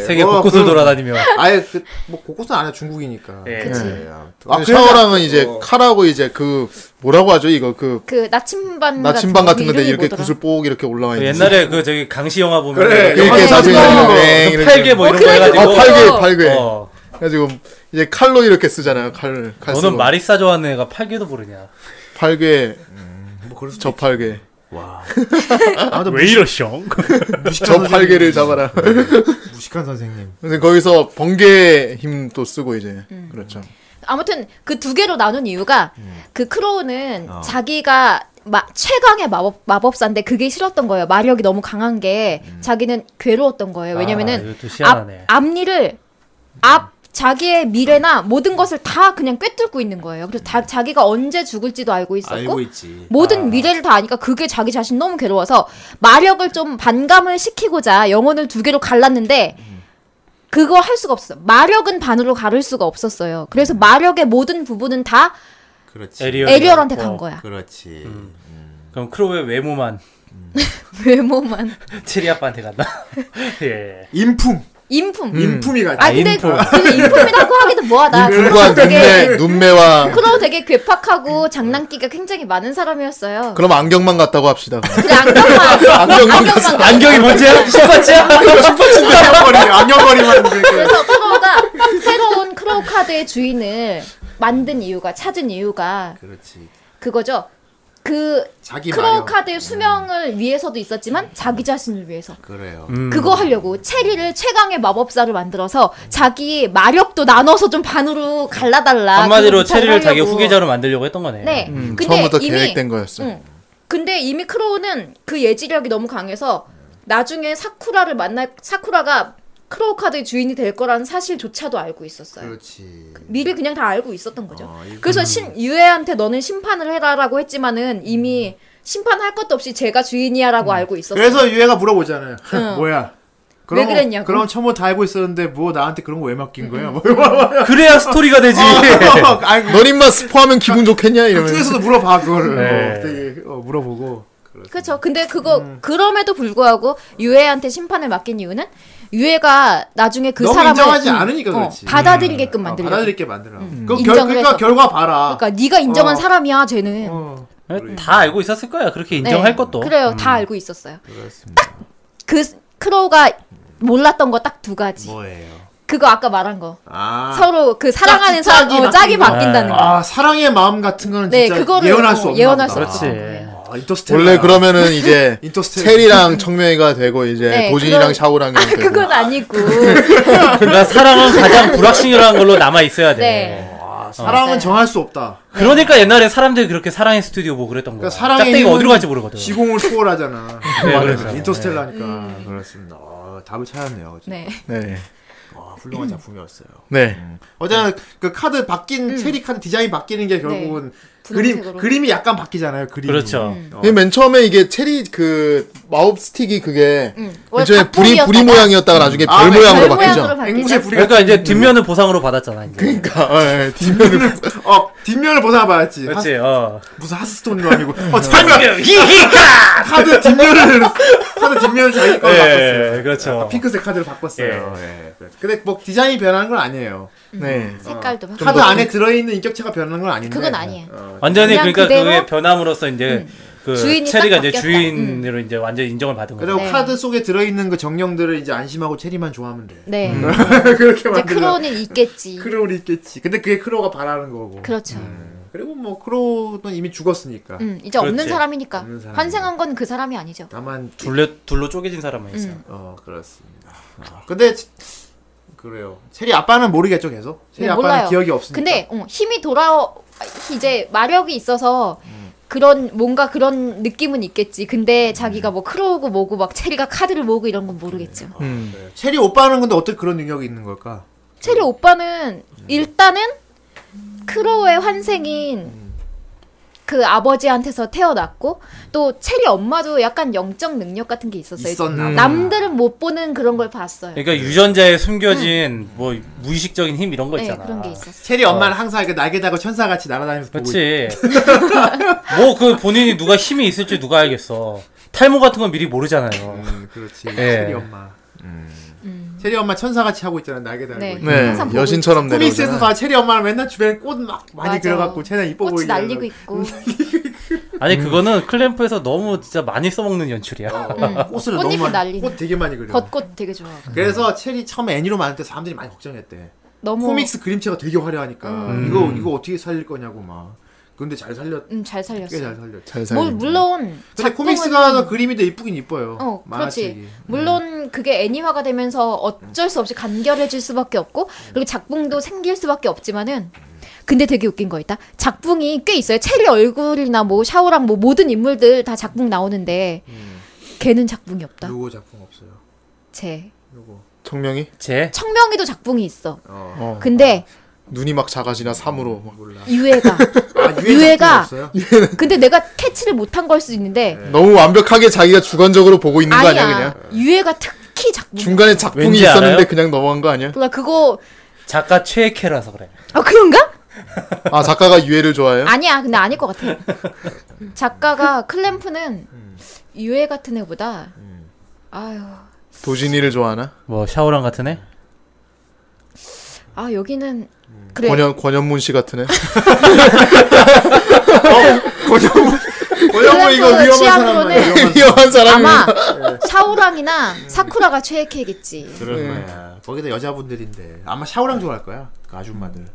세계
뭐,
곳곳을
그-
돌아다니며.
아예 그뭐 곳곳은 아니야 중국이니까.
예.
그치.
예, 아무튼.
아,
그래서-
샤오랑은 이제
어.
칼하고 이제 그 뭐라고 하죠 이거 그
그 나침반
나침반 같은 건데
이름이
이렇게
뭐더라?
구슬 뽀 이렇게 올라와 있는.
옛날에 그 저기 강시 영화 보면
그래,
이렇게
이렇게
사진
사진
있는
있는
거,
거.
네,
그
이렇게.
팔개 뭐
어,
이런 거
그래,
해가지고.
그거.
아 팔개 팔개.
어,
그래가지고 이제 칼로 이렇게 쓰잖아요 칼. 칼
너는
쓰고.
마리사 좋아하는 애가 팔개도 모르냐.
팔개
뭐 그럴 수도
저 팔개
아무튼
왜 이러셔?
무식한
저
선생님. 네.
팔개를 잡아라.
무식한 선생님.
근데 거기서 번개 힘 또 쓰고 이제
음.
그렇죠.
아무튼 그 두 개로 나눈 이유가 그 크로우는
어.
자기가 마, 최강의 마법 마법사인데 그게 싫었던 거예요. 마력이 너무 강한 게 자기는 괴로웠던 거예요.
아,
왜냐면은
이것도
앞
시안하네.
앞니를 앞 자기의 미래나 모든 것을 다 그냥 꿰뚫고 있는 거예요. 그래서 다, 자기가 언제 죽을지도 알고 있었고
있지.
모든 미래를 다 아니까 그게 자기 자신 너무 괴로워서 마력을 좀 반감을 시키고자 영혼을 두 개로 갈랐는데 그거 할 수가 없어. 마력은 반으로 가를 수가 없었어요. 그래서 마력의 모든 부분은 다
그렇지.
음. 에리얼.
에리얼한테 간 거야.
그렇지.
어, 그럼 크로우의 외모만
외모만
체리 아빠한테 간다. 예.
인품.
인품.
인품이 가지.
아 근데
음. 인품.
근데 인품이라고 하기도 뭐하다.
눈과
크로우 되게
눈매 눈매와
크로우 되게 괴팍하고 장난기가 굉장히 많은 사람이었어요.
그럼 안경만 같다고 합시다.
그래 안경만
안경만
안경만
안경이 뭔지야? 신발지야?
안경거리, 안경거리만. 그러니까.
그래서 크로우가 새로운 크로우 카드의 주인을 만든 이유가 찾은 이유가
그렇지.
그거죠. 그
자기
크로우
마력.
카드의
음.
수명을 위해서도 있었지만 자기 자신을 위해서
그래요.
그거 하려고 체리를 최강의 마법사를 만들어서 자기 마력도 나눠서 좀 반으로 갈라달라.
한마디로
그런 부탁을
체리를 자기
하려고.
후계자로 만들려고 했던 거네.
네.
음,
근데
처음부터
이미
계획된 거였어.
응. 근데 이미 크로우는 그 예지력이 너무 강해서 나중에 사쿠라를 만날 사쿠라가 크로우 카드의 주인이 될 거라는 사실조차도 알고 있었어요.
그렇지.
미리 그냥 다 알고 있었던 거죠.
아, 이거-
그래서 신 유해한테 너는 심판을 해라라고 했지만은 이미 심판할 것도 없이 제가 주인이야라고 알고
음.
있었어.
그래서 유해가 물어보잖아요.
응.
뭐야?
왜
그럼,
그랬냐고.
그럼 처음부터 다 알고 있었는데 뭐 나한테 그런 거 왜 맡긴 거야? 뭐
그래야 스토리가 되지.
어. 아니
넌 입만 스포하면 기분 좋겠냐
그
이러면.
중에서도 물어봐 그거를.
네.
어, 되게 어, 물어보고. 그렇지.
그렇죠. 근데 그거
음.
그럼에도 불구하고 유해한테 심판을 맡긴 이유는 유해가 나중에 그
너무
사람을
인정하지
음,
않으니까 그렇지.
받아들이게끔
아,
만들려.
받아들이게 만들어. 그
음. 인정을
결, 그러니까
해서.
결과 봐라.
그러니까 네가 인정한
어.
사람이야, 쟤는.
어,
다 알고 있었을 거야. 그렇게 인정할
네.
것도. 음.
그래요. 다 알고 있었어요.
그렇습니다.
그 스- 크로우가 몰랐던 거 딱 두 가지.
뭐예요?
그거 아까 말한 거.
아.
서로 그 사랑하는
짝이
사람 어,
바뀐
짝이
거.
바뀐다는 거.
아 사랑의 마음 같은 거는
네,
진짜
그거를
예언할
어,
수 없나
예언할
보다.
수 없어.
그렇지.
아, 인터스텔라.
원래 그러면은 이제
인터스텔라.
체리랑 청명이가 되고 이제
네,
도진이랑
그건-
샤오랑이
아,
되고.
그건 아니고.
그러니까 사랑은 가장 불확실한 걸로 남아 있어야 돼.
네.
아, 사랑은
맞아요.
정할 수 없다.
그러니까 옛날에 사람들이 그렇게 사랑의 스튜디오 보고 그랬던 거야.
그러니까 사랑의
짝대기가
힘은
어디로 갈지 모르거든.
시공을 초월하잖아.
그 네,
맞아요.
그렇죠.
인터스텔라니까 그렇습니다. 어, 답을 찾았네요. 어제.
음. 네. 음.
네.
어, 훌륭한 작품이었어요.
네.
어쨌든 그 카드 바뀐 체리 카드 디자인 바뀌는 게 결국은 그림
음. 네. 분홍색으로. 음.
그림이 약간 바뀌잖아요. 그림.
그렇죠.
이맨 처음에 이게 체리 그 마법 스틱이 그게
음.
맨
원래
처음에 불이
닭봉이었다가
불이 모양이었다가 나중에
아,
별
네.
모양으로
별
바뀌죠.
앵무새
바뀌죠.
부리가
그러니까 이제 뒷면은 보상으로 받았잖아. 이제.
그러니까 어, 예, 뒷면을
어 뒷면을 보다 봐야지. 하,
그렇지. 네. 어.
무슨 하스스톤도 아니고. 어 잠깐
히히카.
카드 뒷면을 카드 뒷면을 자기 걸로 바꿨어요.
예, 그렇죠.
아, 핑크색 카드를 바꿨어요.
네.
예. 근데 뭐 디자인이 변하는 건 아니에요.
네.
어,
색깔도 바뀌고.
카드 안에 들어있는 인격체가 변하는 건 아닌데.
그건 아니에요.
어,
완전히
그냥
그러니까
그대로 음.
그게 변함으로써 이제 그
주인이
체리가
싹
이제
바뀌었다. 음.
주인으로 이제 완전히 인정을 받은 거죠.
그리고
네.
카드 속에 들어있는 그 정령들을 이제 안심하고 체리만 좋아하면 돼.
네.
그렇게
이제
만들면
크로우는 있겠지.
크로우는 있겠지. 근데 그게 크로우가 바라는 거고.
그렇죠.
음. 그리고 뭐 크로우는 이미 죽었으니까.
음, 이제 없는
그렇지.
사람이니까.
없는 사람이니까.
환생한 건 그 사람이 아니죠.
다만
둘로 둘로 쪼개진 사람만 있어요.
음.
어 그렇습니다.
아,
어, 근데 치- 그래요. 체리 아빠는 모르겠죠 계속. 체리
네,
아빠는
몰라요.
기억이 없으니까.
근데 어, 힘이 돌아오 이제 마력이 있어서 그런 뭔가 그런 느낌은 있겠지. 근데 자기가 뭐 크로우고 뭐고 막 체리가 카드를 모으고 이런 건 모르겠죠.
음.
네. 체리 오빠는 근데 어떻게 그런 능력이 있는 걸까?
체리 오빠는 일단은 크로우의 환생인 그 아버지한테서 태어났고 또 체리 엄마도 약간 영적 능력 같은 게 있었어요.
있었나 보다.
남들은 못 보는 그런 걸 봤어요.
그러니까 유전자에 숨겨진 뭐 무의식적인 힘 이런 거
네,
있잖아.
그런 게 있었어요.
체리 엄마는 항상 이렇게 날개 달고 천사같이 날아다니면서 보고 있-
그렇지. 뭐 그 본인이 누가 힘이 있을지 누가 알겠어. 탈모 같은 건 미리 모르잖아요.
음, 그렇지.
예.
체리 엄마. 체리 엄마 천사같이 하고 있잖아 날개 달고.
음. 네.
네.
네
항상 보고
여신처럼
코믹스에서
내려오잖아.
다 체리 엄마는 맨날 주변에 꽃 막 많이
맞아.
들어갖고 체리 이뻐
꽃이
보이게.
날리고
하려고.
있고
아니 그거는 클램프에서 너무 진짜 많이 써먹는 연출이야.
꽃을
꽃잎이
너무 많이
날리는.
꽃 되게 많이 그려.
벚꽃 되게 좋아.
그래서 체리 처음에 애니로 만들 때 사람들이 많이 걱정했대.
너무
코믹스 그림체가 되게 화려하니까
음.
이거 이거 어떻게 살릴 거냐고 막. 근데 잘 살렸.
음, 잘 살렸어.
꽤 잘
요
살렸.
잘
뭐,
살린.
물론
근데
작품은-
코믹스가 그림이 더 이쁘긴 이뻐요.
어,
만화책이.
그렇지. 물론 그게 애니화가 되면서 어쩔 수 없이 간결해질 수밖에 없고 그리고 작품도 생길 수밖에 없지만은 근데 되게 웃긴 거 있다. 작품이 꽤 있어요. 체리 얼굴이나 뭐 샤오랑 뭐 모든 인물들 다 작품 나오는데 걔는 작품이 없다.
누구 음. 작품 없어요.
쟤
누구.
청명이
제
청명이도 작품이 있어.
어. 음,
어.
근데
눈이 막 작아지나 삼으로 뭐. 막.
몰라.
유해가
아,
유해가-
작품이 없어요?
근데 내가 캐치를 못한 걸 수도 있는데
네.
너무 완벽하게 자기가 주관적으로 보고 있는 거 아니야
아니야.
그냥?
유해가 특히 작품.
중간에 작품이
왠지
있었는데
알아요?
그냥 넘어간 거 아니야?
몰라 그거
작가 최애캐라서 그래.
아 그런가?
아 작가가 유해를 좋아해요?
아니야 근데 아닐 것 같아 작가가 클램프는
음.
유해 같은 애보다 아유
도진이를 좋아하나?
뭐 샤오랑 같은 애?
아 여기는
음.
그래
권현 권현문 씨 같은 애?
고정부 고정부 어, 이거
그래서
위험한
취향으로는-
사람이야. 위험한 네. 음. 사람.
위험한
아마
사람이야.
샤오랑이나 사쿠라가 최애캐겠지
그럴 네. 거야. 거기다 여자분들인데 아마 샤오랑 좋아할 거야. 그 아줌마들.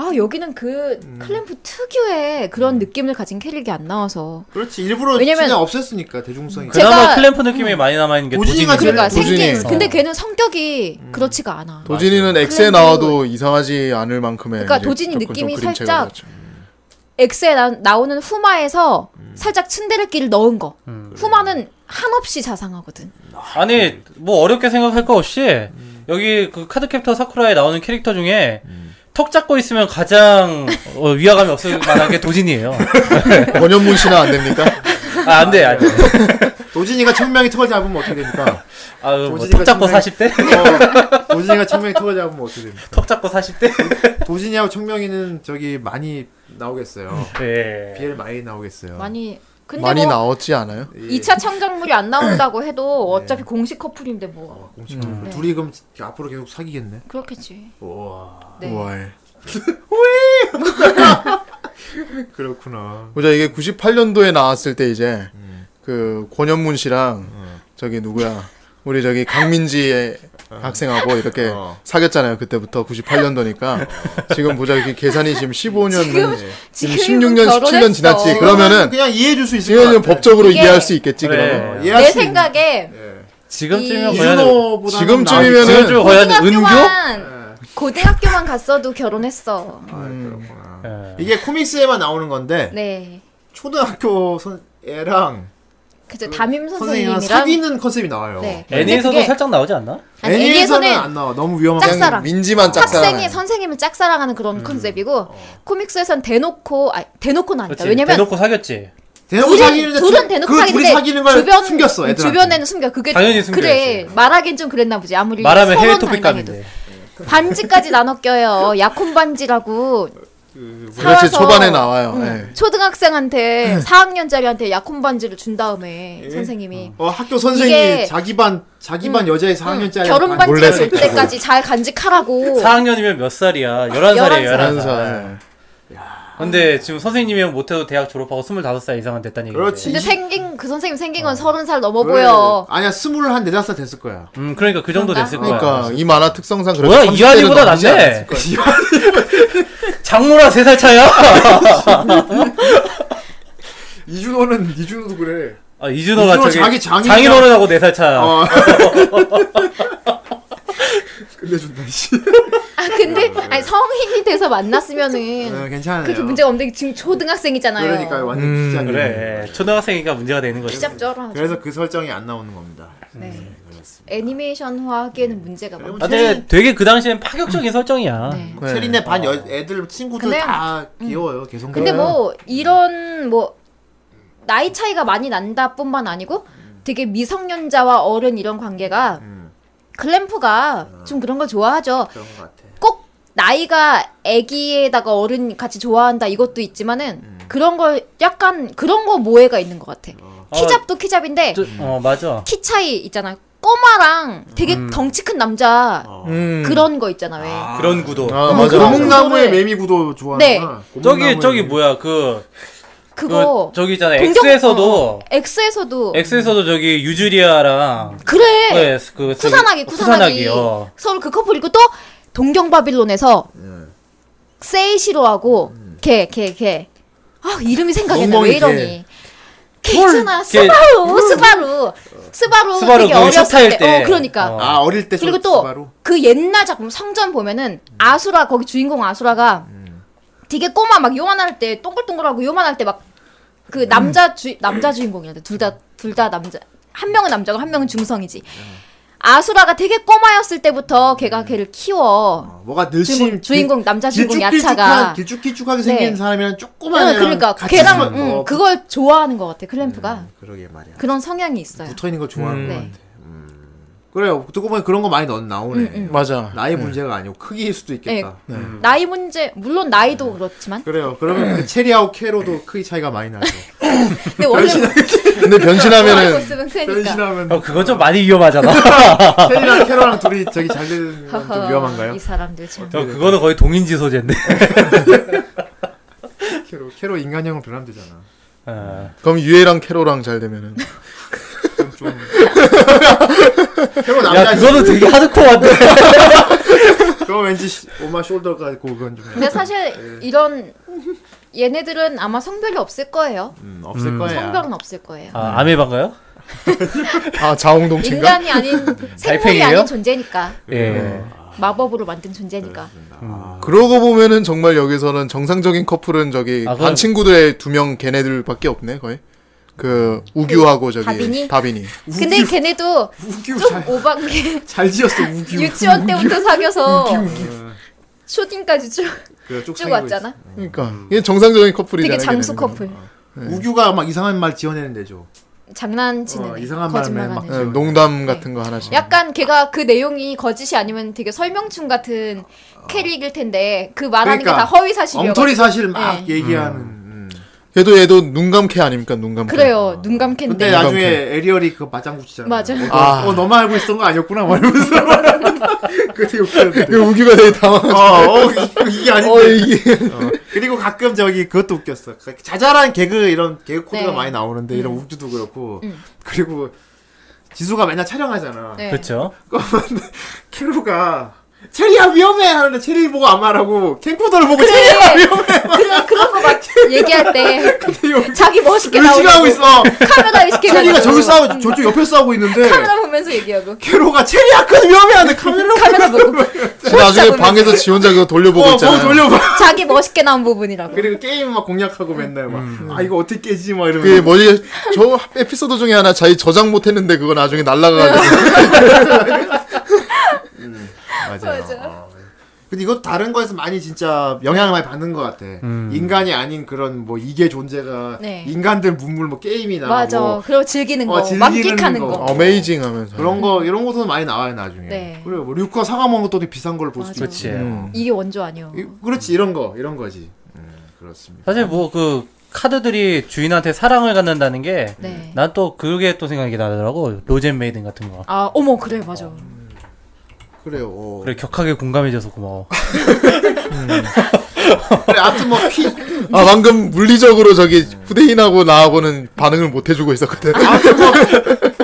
아 여기는 그
음.
클램프 특유의 그런 느낌을 가진 캐릭이 안 나와서
그렇지 일부러
왜냐면-
그냥 없앴으니까 대중성이.
제-
그나마
제가- 음.
클램프 느낌이 많이 남아 있는 게
도진이가
도진이가
그러니까
도진이. 음.
생긴
어.
근데 걔는 성격이 그렇지가 않아
도진이는 X에
그래도-
나와도 이상하지 않을 만큼의
그러니까
이제
도진이
조금 좀
느낌이
그림체가
살짝-
그렇죠.
엑스에 나, 나오는 후마에서
음.
살짝 츤데레끼를 넣은 거 후마는 한없이 자상하거든
아니 뭐 어렵게 생각할 거 없이 여기 그 카드캡터 사쿠라에 나오는 캐릭터 중에 턱 잡고 있으면 가장 어, 위화감이 없을 만한 게 도진이에요.
그렇죠. 권현문 씨나 안 됩니까?
아 안돼 안돼.
도진이가 청명이 턱을 잡으면 어떻게 됩니까? 도진이가
뭐 아턱 잡고
정말-
40대?
어, 도진이가 청명이 턱을 잡으면 어떻게 됩니까?
턱 잡고 40대?
도진이하고 청명이는 저기 많이 나오겠어요.
네.
비엘 많이 나오겠어요.
많이 근데
많이
뭐
나왔지 않아요?
예.
2차 청정물이 안 나온다고 해도 어차피 공식 커플인데 뭐
어, 공식 음. 둘이 그럼 앞으로 계속 사귀겠네.
그렇겠지.
우와
네.
우와.
그렇구나.
보자 이게 98년도에 나왔을 때 이제 그 권현문 씨랑 저기 누구야? 우리 저기 강민지의 학생하고 이렇게
어.
사귀었잖아요. 그때부터 98년도니까 지금 보자 이렇게 계산이 지금 15년
지금
지금
지금은
16년, 17년
결혼했어.
지났지. 그러면은
그냥 이해해 줄 수 있을 것
지금은
같아.
법적으로
이게-
이해할 수 있겠지
그래.
그러면.
이해할
내
수 있는-
생각에
예.
지금쯤이면 거의 한-
이준호보다
지금쯤이면은-
지금쯤 거의 한 은교?
고등학교만 고등학교만 갔어도 결혼했어.
아, 그렇구나.
예.
이게 코믹스에만 나오는 건데
네.
초등학교 선 애랑
그죠 담임
선생님이랑
선생님이랑
사귀는 컨셉이 나와요.
네.
애니에서도
근데 그게-
살짝 나오지 않나?
아니,
애니에서는
애니에서는
안 나와. 너무 위험한
그냥
짝사랑.
민지만
학생이
짝사랑.
선생님을 짝사랑하는 그런 컨셉이고 코믹스에선 대놓고 아 대놓고는 아니다.
그렇지.
왜냐면
대놓고 사귀었지.
대놓고
둘은,
사귀는데
둘은
그-
대놓고
그
사귀는데
둘이 사귀는 걸 숨겼어. 애들한테.
주변에는 숨겨. 그게
당연히 숨겨야지.
그래 말하긴 좀 그랬나 보지. 아무리
말하면 해외
선언
토픽감인데.
반지까지 나눠 껴요. 약혼 반지라고.
그렇지
사와서-
초반에 나와요. 예.
초등학생한테 4학년짜리한테 약혼 반지를 준 다음에 선생님이
어, 학교 선생이
이게- 음.
자기 반 자기 반 여자애 4학년짜리
결혼
몰래
반지 줄
생겼다고.
때까지 잘 간직하라고
4학년이면 몇 살이야? 11살이에요,
11살.
11살.
11살. 근데 지금 선생님이면 못해도 대학 졸업하고 25살 이상은 됐다는 얘기지.
그렇지.
근데 생긴 그 선생님 생긴 건 서른 살 넘어 보여
아니야, 스물 한 네다섯 살 됐을 거야.
음, 그러니까 그 정도 됐을 거야.
그러니까 이 만화 특성상 그렇게
뭐야
30대는
이화리보다
넘지 않았을
낫네.
거야.
장모랑 3살 차야.
이준호는 이준호도 그래.
아, 이준호가
이준호
저기
자기 장인-
장인어른하고 4살 차.
어. 끝내준다 씨.
아 근데 아니 성인이 돼서 만났으면은
어, 괜찮아요.
그렇게 문제가 없는데 지금 초등학생이잖아요
네. 그러니까 완전
음,
진짜
그래. 초등학생이니까 문제가 되는 거지.
짭쩔하죠
그래서 그 설정이 안 나오는 겁니다.
네. 애니메이션화 하기에는 문제가 많아요.
근데 되게 그 당시엔 파격적인 설정이야.
네.
네.
뭐 체린의 반 여, 애들 친구들
근데- 음.
다 귀여워요. 개성.
근데 뭐 이런 뭐 나이 차이가 많이 난다뿐만 아니고 되게 미성년자와 어른 이런 관계가 글램프가 좀 그런 걸 좋아하죠.
그런 것 같아.
꼭 나이가 아기에다가 어른 같이 좋아한다 이것도 있지만은 그런 걸 약간 그런 거 모해가 있는 것 같아. 키잡도 키잡인데
저, 어 맞아.
키 차이 있잖아. 꼬마랑 되게 덩치 큰 남자
아.
음.
그런 거 있잖아 왜.
그런 구도.
그
아, 맞아.
그런-
고목나무의
그거를-
매미 구도
네.
좋아하나?
음. 저기 저기 뭐야 그,
그거
그 저기 있잖아
동정-
X에서도
어, X에서도
X에서도 저기 유주리아랑
그래.
네, 그 저기-
쿠사나기 쿠사나기
어.
서울 그 커플 있고 또 동경 바빌론에서
예.
세이시로하고
음.
걔걔걔 아, 이름이 생각이 안 나. 왜
멍멍이
이러니? 걔 있잖아.
걔. 음.
스바루. 스바루. 스바루
스바루
되게
그
어렸을
셔타일
때.
때.
어, 그러니까.
어.
아 어릴 때
그리고
저- 스바루?
또 그 옛날 작품 성전 보면은 아수라 거기 주인공 아수라가
음.
되게 꼬마 막 요만할 때 동글동글하고 요만할 때 막 그
음.
남자 주 남자 주인공이한테 둘다 둘 다 남자 한 명은 남자고 한 명은 중성이지
음.
아수라가 되게 꼬마였을 때부터 걔가 걔를 키워
어, 뭐가
주인공,
늘씬
주인공 남자 주인공 야차가
길쭉길쭉한 길쭉길쭉하게 생긴
네.
사람이랑 조그만
응,
애랑
그러니까
같이
걔랑
사는
응,
거. 음.
그걸 좋아하는 것 같아 클램프가
그러게 말이야.
그런 성향이 있어요
붙어 있는 걸 좋아하는
음.
것
네.
같아. 음. 그래요. 듣고 보니 그런 거 많이 넣, 나오네.
음,
맞아.
나이 문제가 아니고 크기일 수도 있겠다. 음.
나이 문제 물론 나이도 그렇지만
네. 그래요. 그러면 그 체리하고 캐로도 크기 차이가 많이 나죠.
근데 원래
근데
알고
변신하면은
있으면 그러니까. 크니까
변신하면
어, 그건 좀 많이 위험하잖아.
체리랑 캐로랑 둘이 저기 잘 되는 건 좀
허허,
위험한가요?
이 사람들 참.
저 그거는 거의 동인지 소재인데.
캐로 캐로 인간형으로 변함되잖아.
어.
그럼 유해랑 캐로랑 잘 되면은
그럼 좀 캐로
야
남자지.
그거는 되게 하드코어한데.
그거 왠지 시- 오마 숄더까지 그건 좀.
근데 사실
예.
이런 얘네들은 아마 성별이 없을 거예요.
음, 없을 거야.
성별은 없을 거예요.
아 아메바인가요?
아 자웅동체인가?
인간이 아닌 생물이
달팽이예요?
아닌 존재니까
예.
마법으로 만든 존재니까
네,
그러고 보면은 정말 여기서는 정상적인 커플은 저기
아, 그건-
반 친구들의 두 명 걔네들밖에 없네 거의. 그 우규하고 저기
다빈이?
다빈이.
근데 걔네도
네. 우규
좀
잘,
오반 게
잘 지었어 우규.
유치원 때부터 사귀어서 초딩까지 쭉,
그래, 쭉
쭉
네. 사귀고
왔잖아
그러니까
음.
이게 정상적인 커플이잖아요.
되게
걔네는.
장수
음,
커플
있어. 우규가 막 이상한 말 지어내는 데죠.
장난치는
어,
애,
이상한 말만 막-
거짓말하는 애.
네, 농담 같은 거 하나씩.
약간 걔가 그 내용이 거짓이 아니면 되게 설명충 같은 캐릭일 텐데 그 말하는
어. 그러니까
게 다 허위사실이어서
엉터리 사실 막
네.
얘기하는. 음.
얘도 얘도 눈 감캐 아닙니까 눈 감캐.
그래요 눈 감캔데
근데 나중에 에리얼이 그 네. 맞장구 치잖아.
맞아.
어,
아.
어, 너만 알고 있었던 거 아니었구나. 막 이러면서. 그때 욕하는데.
그 우규가 되게 당황.
어, 어, 이- 이게
어
아닌데.
이게
어. 그리고 가끔 저기 그것도 웃겼어. 그 자잘한 개그 이런 개그 코드가
네. 음.
많이 나오는데 이런 우주도 그렇고. 그리고 지수가 맨날 촬영하잖아.
네.
그렇죠.
그러면 캐루가 체리야 위험해 하는데 체리 보고 안 말하고 캥코더를 보고 체리야 위험해
그런 그런 거 막 얘기할 때
근데 여기
자기 멋있게
의식하고
나오고
있어.
카메라 의식해
체리가
가지고
저기 싸우고 저쪽 옆에 싸우고 있는데
카메라 보면서 얘기하고
캐로가 체리야 그 위험해 하는데 네. 카메라
카메라 보고
나중에 방에서 지 혼자 그거 돌려보고
어,
있잖아요.
뭐 돌려봐.
자기 멋있게 나온 부분이라고
그리고 게임 막 공략하고 맨날 막, 아, 이거 어떻게 깨지? 막 이러면서.
음. 그게 뭐지? 저 에피소드 중에 하나 자기 저장 못했는데 그거 나중에 날라가가지고
맞아요. 어. 근데 이것도 다른 거에서 많이 진짜 영향을 많이 받는 것 같아.
음.
인간이 아닌 그런 뭐 이게 존재가
네.
인간들 문물 뭐 게임이나
맞아
뭐
그리고 즐기는 거
어, 즐기는
만끽하는 거,
거.
어메이징하면서
네.
그런 거 이런 것도 많이 나와요 나중에.
네.
그래 뭐 류커 사과 먹는 것도 되게 비싼 걸로 볼 수도 있지.
그렇지.
음.
이게 원조 아니요
이- 그렇지 이런 거 이런 거지. 음, 그렇습니다.
사실 뭐 그 카드들이 주인한테 사랑을 갖는다는 게
네.
난 또 그게 또 생각이 나더라고 로젠 메이든 같은 거.
아 어머 그래 맞아
그래요. 어.
그래 격하게 공감해줘서 고마워.
그래 아무튼 뭐피
아 방금 물리적으로 저기 후대인하고 나하고는 반응을 못 해주고 있었거든.
아무튼 뭐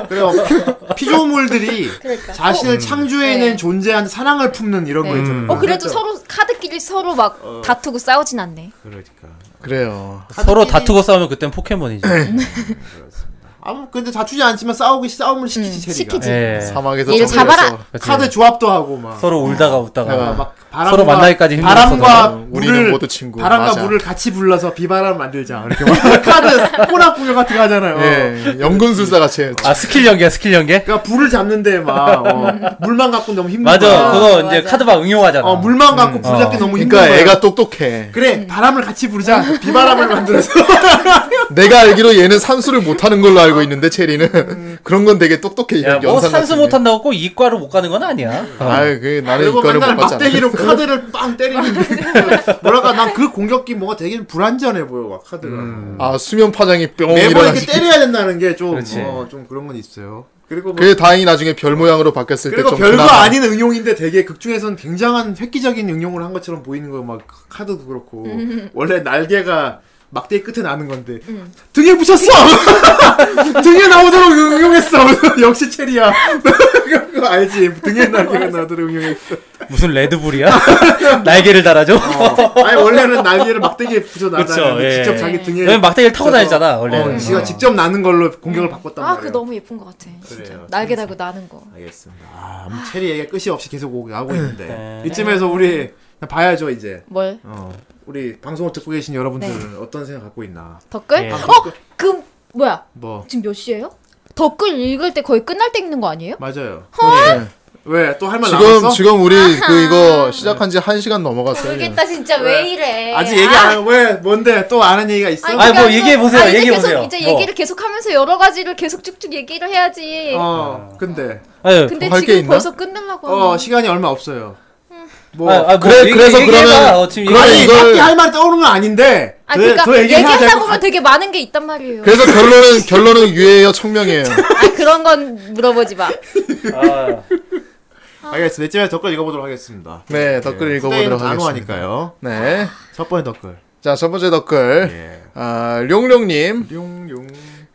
그래요. 피- 피조물들이
음.
자신을 창조해 낸
그러니까. 네.
존재한테 사랑을 품는 이런 거
네.
있잖아요.
어 그래도 서로 카드끼리 서로 막 다투고 싸우진 않네
그러니까.
그래요.
서로 다투고 싸우면 그땐 포켓몬이지. 예.
그렇습니다. 아무 근데 다투지 않지만 싸우기 싸움을 시키지
음,
체리가.
시키지.
예.
네.
사막에서
얘를
정글에서
잡아라!
그치.
카드 조합도 하고 막. 아,
서로 울다가 웃다가
막 바람과,
서로 만나기까지 힘들었어서.
바람과
우리는
아, 물을
모두 친구.
바람과
맞아.
물을 같이 불러서 비바람 만들자 이렇게 막 카드 꼬락 구경 같은 거 하잖아요. 어.
예, 연금술사 같이 해.
아 스킬 연계야 스킬 연계?
그러니까 불을 잡는데 막 어, 물만 갖고 너무 힘든
맞아
거야.
그거
맞아.
이제 카드방 응용하잖아.
어 물만 갖고 불 잡기
어.
너무 힘든
음. 그러니까
거야.
애가 똑똑해.
그래 바람을 같이 부르자 비바람을 만들어서
내가 알기로 얘는 산수를 못하는 걸로 알고 있는데
음.
체리는 그런 건 되게 똑똑해. 이런
야뭐
영상
산수
같은데.
못한다고 꼭 이과로 못 가는 건 아니야. 어.
아유 그 나는
그리고
이거를
맨날
못 봤잖아.
막대기로 카드를 빵 때리는데 뭐랄까 난 그 공격기 뭐가 되게 불안전해 보여 막 카드가
아 수면 파장이 뿅
매번 이렇게
일어나지.
때려야 된다는 게 좀
그렇지.
어, 좀 그런 건 있어요 그리고 뭐
그게 다행히 나중에 별 모양으로 바뀌었을 때
그리고
좀.
별거
그나마-
아닌 응용인데 되게 극중에선 굉장한 획기적인 응용을 한 것처럼 보이는 거 막 카드도 그렇고
음.
원래 날개가 막대 기 끝에 나는 건데 등에 붙였어 등에 나오도록 응용했어 역시 체리야 그거 알지 등에 날개가 나도록 응용했어
무슨 레드불이야? 날개를 달아줘?
어, 아니 원래는 날개를 막대기에 붙여
그쵸,
나가는
예.
직접 자기 등에
왜냐면 막대기를 타고 다니잖아 원래.
어, 지가 직접 나는 걸로 공격을 바꿨단
아,
말이야
그 너무 예쁜 것 같아.
그래요,
진짜. 날개 달고 나는 거.
알겠습니다 아, 아무튼 체리 얘기 끝이 없이 계속 오고 나오고 있는데
네.
이쯤에서 우리 봐야죠 이제
뭘?
어, 우리 방송을 듣고 계신 여러분들은
네.
어떤 생각 갖고 있나?
덧글?
예.
어, 그 뭐야?
뭐
지금 몇 시예요? 덧글 읽을 때 거의 끝날 때 읽는 거 아니에요?
맞아요.
어.
네.
왜또 할 말
지금
남았어?
지금 우리 그 이거 시작한 지 한 시간 넘어갔어요. 지금.
진짜
왜
이래.
아직 얘기 안 하고 왜 뭔데 또 아는 얘기가 있어?
아니, 뭐 얘기해 보세요. 얘기해
계속,
보세요.
이제
뭐.
얘기를 계속하면서 여러 가지를 계속 쭉쭉 얘기를 해야지.
아.
어 근데
아유, 예.
근데
할게
지금
있나?
벌써 끝내려고
어
하는
시간이 얼마 없어요.
음.
뭐
아, 아, 뭐
그래,
얘기-
그래서
얘기해봐.
그러면-
어, 지금
그러면
얘기-
아니
이걸-
딱히 할말 떠오르는 건 아닌데
아,
더-
그러니까
더 얘기해야 될것
얘기한다고
같-
하면 되게 많은 게 있단 말이에요.
그래서 결론은 결론은 유예요 청명이에요.
아, 그런 건 물어보지 마.
아,
알겠습니다. 이쯤에 댓글 읽어보도록 하겠습니다. 예.
네 댓글 읽어보도록 하겠습니다.
단호하니까요.
네.
첫 번째 댓글.
자 첫 번째 댓글.
예.
아 룡룡님.
룡룡.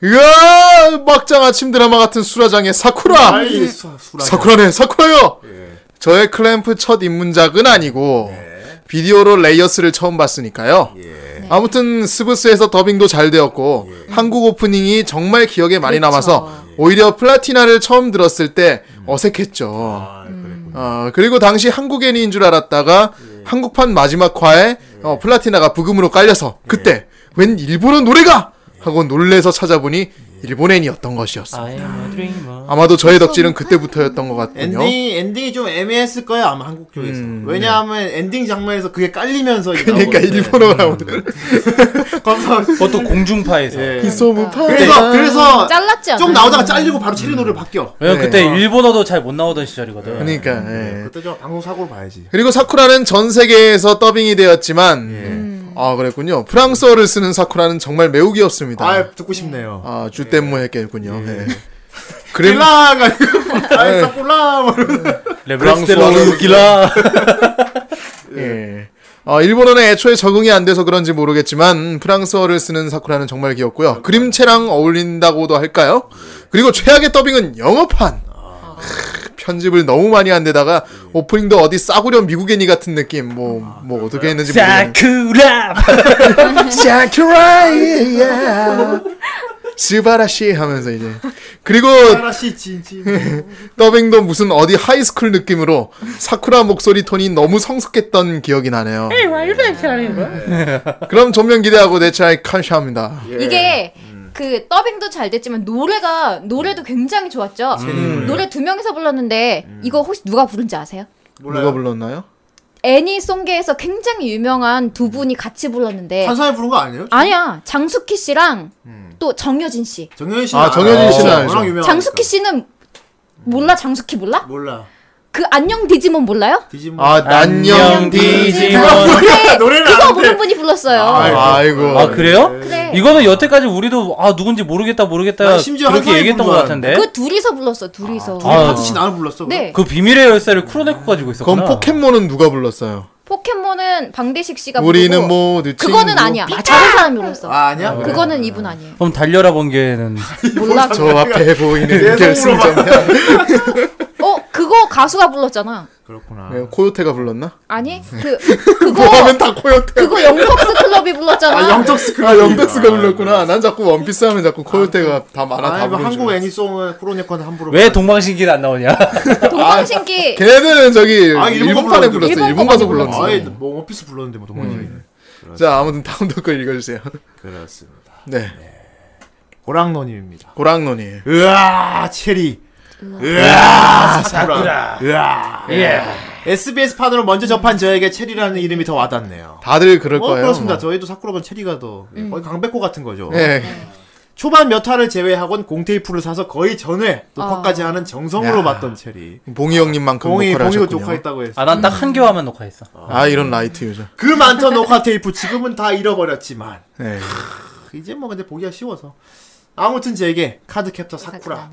으아 막장 아침 드라마 같은 수라장의 사쿠라.
아이 수- 수라.
사쿠라네 사쿠라요.
예.
저의 클램프 첫 입문작은 아니고
예.
비디오로 레이어스를 처음 봤으니까요.
네.
아무튼 스브스에서 더빙도 잘 되었고
예.
한국 오프닝이 정말 기억에 많이
그렇죠.
남아서 오히려 플라티나를 처음 들었을 때 어색했죠.
아 그랬군요. 예.
어, 그리고 당시 한국 애니인 줄 알았다가 한국판 마지막 화에 어, 플라티나가 부금으로 깔려서
예.
그때 웬 일본어 노래가 하고 놀래서
예.
찾아보니 일본 애니였던
아.
것이었어.
아, I'm a dreamer.
아마도 저의
뭐?
덕질은 그때부터였던 것 같군요. 음, 네.
엔딩 엔딩이 좀 애매했을 거예요 아마 한국 쪽에서 왜냐하면 엔딩 장면에서 그게 깔리면서 이게 음.
그러니까
나오는데.
일본어가 오늘
거기서
그것도 공중파에서.
예.
그 소문파.
그래서 그래서
음, 잘랐지 않아?
좀
음.
나오다가 잘리고 바로 체리 노래를 바뀌어
왜냐면
네.
그때 일본어도 잘 못 나오던 시절이거든.
그러니까
네,
예.
그때 좀 방송 사고를 봐야지
그리고 사쿠라는 전 세계에서 더빙이 되었지만 아 그랬군요. 프랑스어를 쓰는 사쿠라는 정말 매우 귀엽습니다.
아 듣고 싶네요
아 주댐모 했겠군요. 예. 그래
길라가
네.
아이사 콜라 뭐 이러면서.
레브랑스테로 웃기라.
예. 어, 일본어는 애초에 적응이 안 돼서 그런지 모르겠지만 프랑스어를 쓰는 사쿠라는 정말 귀엽고요. 그림체랑 어울린다고도 할까요? 그리고 최악의 더빙은 영어판. 크, 편집을 너무 많이 안 데다가 오프닝도 어디 싸구려 미국 애니 같은 느낌 뭐 뭐 어떻게 했는지 모르겠네요.
사쿠라.
샤크라이야 스바라시 하면서 이제 그리고
사라씨 진지
음. 더빙도 무슨 어디 하이스쿨 느낌으로 사쿠라 목소리 톤이 너무 성숙했던 기억이 나네요 네. 그럼 전면 기대하고 내차에 칸샤합니다
이게
예.
음.
그 더빙도 잘 됐지만 노래가 노래도 굉장히 좋았죠.
음.
음. 노래 두 명이서 불렀는데 이거 혹시 누가 부른지 아세요?
누가 불렀나요?
애니 송계에서 굉장히 유명한
음.
두 분이 같이 불렀는데
한사에 부른 거 아니에요?
네. 아니야 정숙희 씨랑
음.
또 정효진 씨.
정현진 씨는
아,
알아요.
정현진 씨는
어,
알죠.
워낙 유명하니까.
장숙희 씨는 몰라 장숙희 몰라?
몰라
그 안녕 디지몬 몰라요?
디지몬
아 난영
안녕,
디지몬
디지몬.
그래
노래는
그거
아는데. 네.
부른 분이 불렀어요.
아이고
아 그래요?
그래
이거는 여태까지 우리도 아 누군지 모르겠다 모르겠다
나 심지어
그렇게
한사람이
얘기했던 것
부른 거
같은데 그,
그 둘이서 불렀어 둘이서.
둘이
아. 그
파트씩 나눠 불렀어
네
비밀의 열쇠를 쿠로네코 가지고 있었구나
그럼 포켓몬은 누가 불렀어요?
포켓몬은 방대식 씨가
우리는
부르고
모두 친구
그러니까 뭐 그거는 아니야 다른 사람이 불렀어.
아 아니야?
그거는 이분 아니에요.
그럼 달려라 번개는
네,
몰라.
네,
저 앞에 보이는
계속
결승전
어 그거 가수가 불렀잖아.
그렇구나.
네, 코요테가 불렀나?
아니 그
뭐 하면
그거
다 코요테.
그거 영턱스 클럽이 불렀잖아.
아, 영덕스 그
아 영덕스가 불렀구나. 난 자꾸 원피스 하면 자꾸 코요테가 다 많아
아,
다
이거
부르죠.
한국 애니송을 프로네컨 함부로.
왜 동방신기는 안 나오냐?
동방신기
걔네들은 저기
아, 일본
일본판에
불렀는데.
불렀어.
일본
일본, 가서 네. 음.
거만
불렀어.
아예 뭐 원피스 불렀는데 뭐 동원이.
자 아무튼 다음 댓글 읽어주세요.
그렇습니다.
네
고랑노님입니다.
고랑노니.
으아 체리. 으아 사쿠라. 으아.
예.
SBS 판으로 먼저 접한 저에게 체리라는 이름이 더 와닿네요.
다들 그럴
어,
거예요.
그렇습니다.
뭐.
저희도 사쿠라건 체리가 더 예, 거의 강백호 같은 거죠.
네.
초반 몇 화를 제외하곤 공테이프를 사서 거의 전에 녹화까지 하는 정성으로
야.
봤던 체리.
봉이 형님만큼
봉이
녹화를
봉이도
하셨군요.
녹화했다고 해서.
아, 난 딱 한 교화만 녹화했어.
아 이런 라이트 유저.
그 많던 녹화 테이프 지금은 다 잃어버렸지만
네.
이제 뭐 근데 보기가 쉬워서 아무튼 제게 카드캡터 사쿠라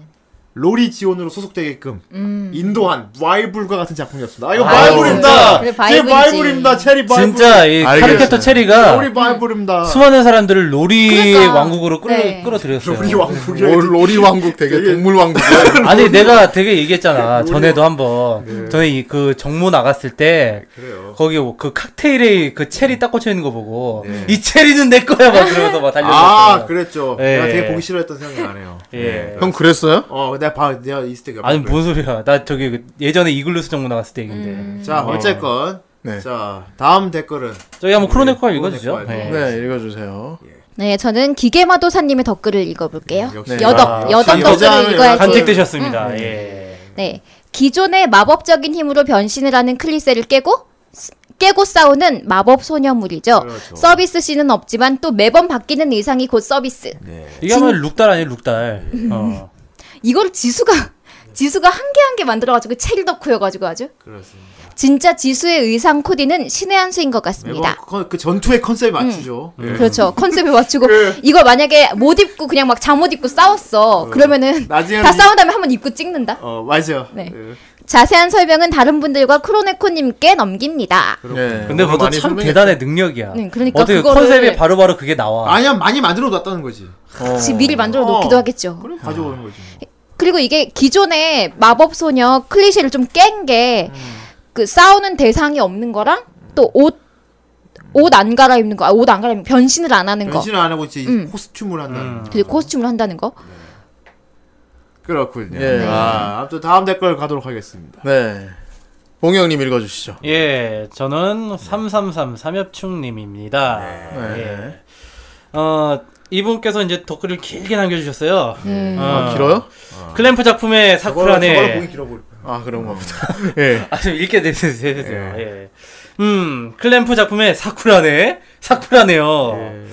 로리 지온으로 소속되게끔
음.
인도한 바이블과 같은 작품이었습니다. 아 이거
바이블.
바이블입니다.
그래,
제
바이블이지.
바이블입니다. 체리 바이블.
진짜 이
알겠어요.
카르케터 체리가
로리 바이블입니다.
수많은 사람들을 로리의
그러니까.
왕국으로 끌어
네.
끌어들였어요.
로리 왕국이
롤, 로리 왕국 되게
되게-
동물 왕국.
아니 내가 되게 얘기했잖아. 전에도 한번 전에 이 그 정모 나갔을 때
그래요.
거기 그 칵테일에 그 체리 딱 꽂혀 있는 거 보고 이 체리는 내 거야 막 그러면서 막 달려들었어.
아 그랬죠.
예.
내가 되게 보기 싫어했던 생각이 나네요.
예.
네.
형 그랬어요?
어 내가 봐 내가 있을 때
아니 뭔 소리야? 나 저기 그 예전에 이글루스 정모 나갔을 때 얘긴데.
음.
자 어쨌건
네.
자 다음 댓글은
저기 한번 크로네코알
네,
읽어주죠.
크로네코알.
네.
네 읽어주세요.
네, 저는 기계마도사님의 댓글을 읽어볼게요.
역시.
여덕,
아,
여덕
역시
댓글을
여자는
읽어야지.
간직되셨습니다.
음.
예.
네, 기존의 마법적인 힘으로 변신을 하는 클리세를 깨고 스- 깨고 싸우는 마법 소녀물이죠.
그렇죠.
서비스 씬은 없지만 또 매번 바뀌는 의상이 곧 서비스.
이게 아마 룩달 아니에요, 룩달. 어.
이걸 지수가 지수가 한 개 한 개 만들어가지고 체리 덕후여가지고 아주
그렇습니다.
진짜 지수의 의상 코디는 신의 한 수인 것
매번
같습니다. 음.
그, 그 전투의 컨셉 맞추죠. 예.
그렇죠. 컨셉에 맞추고
그
이걸 만약에 못 입고 그냥 막 잠옷 입고 싸웠어. 그러면은
나중에
다 싸운 다음에 한 번 입고 찍는다.
어 맞아.
네.
예.
자세한 설명은 다른 분들과 크로네코님께 넘깁니다.
네.
근데 그것도
많이
참
설명했죠.
대단해 능력이야.
네, 그러니까
어떻게
그거를-
컨셉이 바로바로 그게 나와.
아니야 많이 만들어 놨다는 거지.
어.
지금 미리 만들어 놓기도 하겠죠.
그럼 가져오는 거지.
아. 그리고 이게 기존의 마법소녀 클리셰를 좀 깬 게 그 싸우는 대상이 없는 거랑 또 옷, 옷 안 갈아입는 거, 아, 옷 안 갈아입는 거, 변신을 안 하는 거,
변신을 안 하고 이제
음.
코스튬을 한다는. 거.
그리고 코스튬을 한다는 거.
그렇군요.
예.
아, 아무튼 다음 댓글 가도록 하겠습니다.
네. 봉이 형님 읽어주시죠.
예, 저는 333 삼엽충님입니다.
네.
예. 어, 이분께서 이제 댓글을 길게 남겨주셨어요.
음.
어,
길어요?
클램프 작품의
아, 저거를 보기
사쿠라네.
길어 보일 거야.
아 그런가 보다. 예.
아, 좀 읽게 되세요. 예. 예. 음, 클램프 작품의 사쿠라네. 사쿠라네요.
예.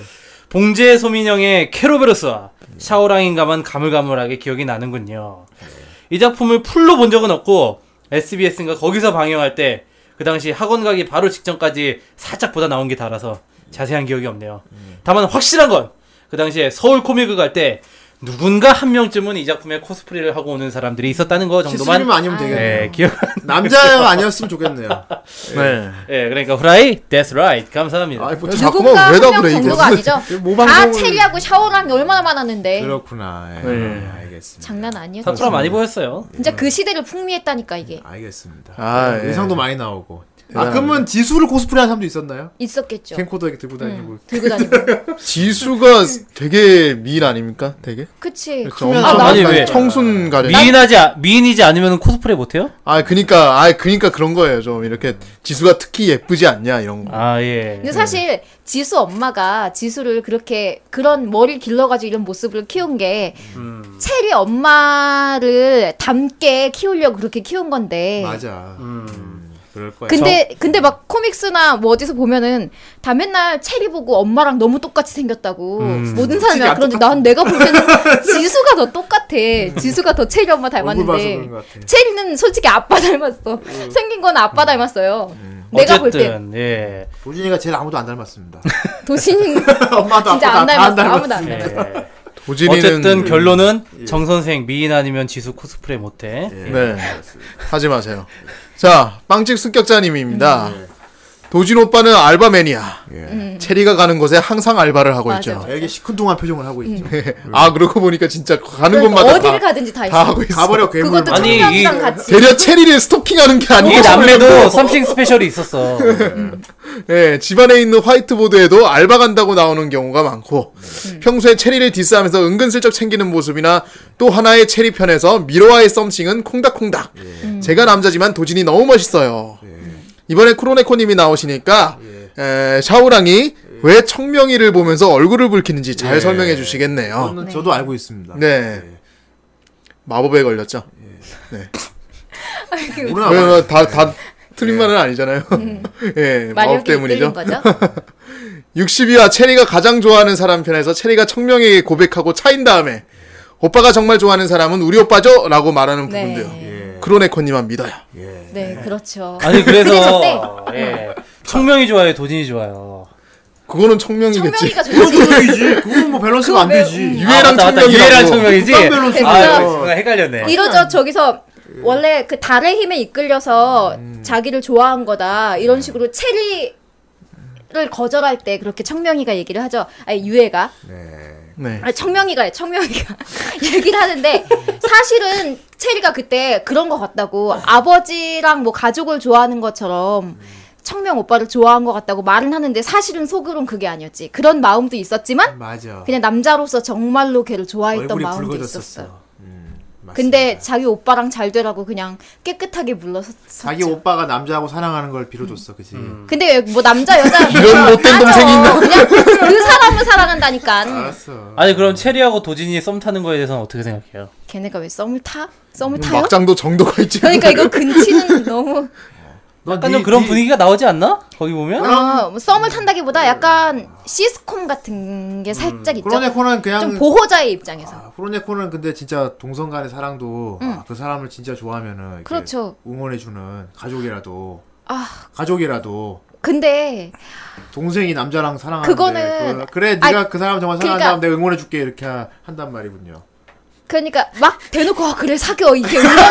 봉제 소민영의 캐로베로스와 샤오랑인가만 가물가물하게 기억이 나는군요.
예.
이 작품을 풀로 본 적은 없고 SBS인가 거기서 방영할 때 그 당시 학원 가기 바로 직전까지 살짝 보다 나온 게 달아서 자세한 기억이 없네요.
음.
다만 확실한 건 그 당시에 서울 코믹을 갈 때 누군가 한 명쯤은 이 작품에 코스프레를 하고 오는 사람들이 있었다는 거 정도만
실수님 아니면 되겠네요.
예, 기억.
남자가 아니었으면 좋겠네요.
네.
예, 그러니까 후라이, that's right. 감사합니다.
아, 뭐 자,
누군가
왜다
한명
그래, 이게.
정도가 아니죠. 다
모방송을
체리하고 샤오랑이 얼마나 많았는데.
그렇구나. 예.
네.
알겠습니다.
장난 아니었죠.
사쿠라 많이 보였어요.
진짜 그 시대를 풍미했다니까 이게.
알겠습니다.
아, 예.
의상도 많이 나오고. 아,
대단합니다.
그러면 지수를 코스프레한 사람도 있었나요?
있었겠죠. 음.
캠코더에게 들고 다니고.
들고 다니고.
지수가 되게 미인 아닙니까? 되게.
그치. 그러니까
그렇죠.
크면
엄청
아, 아니,
약간
왜?
청순 가려.
미인하지 아- 미인이지 않으면 코스프레 못 해요?
아 그니까 아 그니까 그런 거예요. 좀 이렇게 지수가 특히 예쁘지 않냐 이런 거.
아, 예.
근데 사실 지수 엄마가 지수를 그렇게 그런 머리를 길러가지고 이런 모습을 키운 게
음.
체리 엄마를 닮게 키우려고 그렇게 키운 건데.
맞아.
음.
그럴 거야.
네. 근데 근데 막 코믹스나 뭐 어디서 보면은 다 맨날 체리 보고 엄마랑 너무 똑같이 생겼다고
음.
모든 사람이
솔직히 안
그런데 난 내가 보기에는 지수가 더 똑같아. 지수가 더 체리 엄마
얼굴 봐서 그런
닮았는데
것 같아. 음.
체리는 솔직히 아빠 닮았어. 생긴 건 아빠 닮았어요. 내가 볼 때
어쨌든 예.
도진이가 제일 아무도 안 닮았습니다.
도신이
엄마도 아빠도
진짜
다-
안
다안
닮았어. 아무도 안
네.
예.
닮았어.
도진이는
어쨌든 결론은 정 선생 미인 아니면 지수 코스프레 못
예.
해. 예.
네. 하지 마세요. 자, 빵집 습격자님입니다. 도진 오빠는 알바맨이야.
음, 예.
체리가 가는 곳에 항상 알바를 하고 있죠.
맞아.
되게 시큰둥한 표정을 하고 있죠.
음.
아 그러고 보니까 진짜 가는
그러니까
곳마다
어디를
다,
가든지 다 있어.
다 하고 있어.
가버려 괴물.
그것도
아니,
청년이랑
이-
같이.
대려 체리를 스토킹하는 게 아니고
이 남매도 썸씽 스페셜이 있었어.
예, 집안에 있는 화이트보드에도 알바 간다고 나오는 경우가 많고 평소에 체리를 디스하면서 은근슬쩍 챙기는 모습이나 또 하나의 체리 편에서 미로와의 썸씽은 콩닥콩닥 제가 남자지만 도진이 너무 멋있어요 이번에 쿠로네코님이 나오시니까 에, 샤오랑이 왜 청명이를 보면서 얼굴을 붉히는지 잘
예.
설명해 주시겠네요
어, 저는 저도 알고 있습니다.
네 마법에 걸렸죠
모르나
네,
봐요.
왜냐면 다, 다 틀린 말은 아니잖아요 예, 마법
마력이
때문이죠
이끌린 거죠.
62화 체리가 가장 좋아하는 사람 편에서 체리가 청명에게 고백하고 차인 다음에 오빠가 정말 좋아하는 사람은 우리 오빠죠? 라고 말하는
네.
부분도요.
예.
크로네코님만 믿어요.
네, 그렇죠.
아니
그래서
그래서 예. 청명이 좋아요, 도진이 좋아요.
그거는 청명이겠지.
청명이가
그건
좋지.
도전이지. 그건 뭐 밸런스가 안 되지.
유해랑
맞다, 맞다.
청명이라고.
유해랑 청명이지.
국밥 밸런스가
아,
됐어.
순간 헷갈렸네.
이러죠 저기서 원래 그 달의 힘에 이끌려서 자기를 좋아한 거다 이런 식으로 체리를 거절할 때 그렇게 청명이가 얘기를 하죠. 아니 유해가
네.
아, 청명이가 청명이가 얘기를 하는데 사실은 체리가 그때 그런 거 같다고 아버지랑 뭐 가족을 좋아하는 것처럼 청명 오빠를 좋아한 것 같다고 말은 하는데 사실은 속으론 그게 아니었지. 그런 마음도 있었지만
네, 맞아.
그냥 남자로서 정말로 걔를 좋아했던
얼굴이
마음도 있었어요.
붉어졌었어. 음, 맞습니다.
근데 자기 오빠랑 잘 되라고 그냥 깨끗하게 물러섰죠.
자기 오빠가 남자하고 사랑하는 걸 빌어줬어,
음.
그치?
근데 뭐 남자 여자
이런 못된
따져.
동생이 있나?
그냥 그 사람을 사랑한다니까.
알았어.
아니 그럼 체리하고 도진이 썸 타는 거에 대해서는 어떻게 생각해요?
걔네가 왜 썸을 타?
음,
썸을 타요?
막장도 정도가 있지.
그러니까 이거 근치는 너무
넌
약간
네-
좀 그런
네-
분위기가 나오지 않나? 거기 보면?
어, 뭐 썸을 탄다기보다 약간 시스콤 같은 게 살짝 있죠.
음, 그런 애코는
좀
그냥
보호자의 입장에서.
아, 프로네코는 근데 진짜 동성 간의 사랑도 아, 그 사람을 진짜 좋아하면은 이렇게
음. 그렇죠.
응원해주는 가족이라도
아.
가족이라도
근데
동생이 남자랑 사랑하는데
그거는-
그걸- 그래
아니,
네가 그 사람 정말 사랑하는
그러니까-
사람 내가 응원해줄게 이렇게 하- 한단 말이군요.
그러니까 막 대놓고 아, 그래 사겨 이게 응원은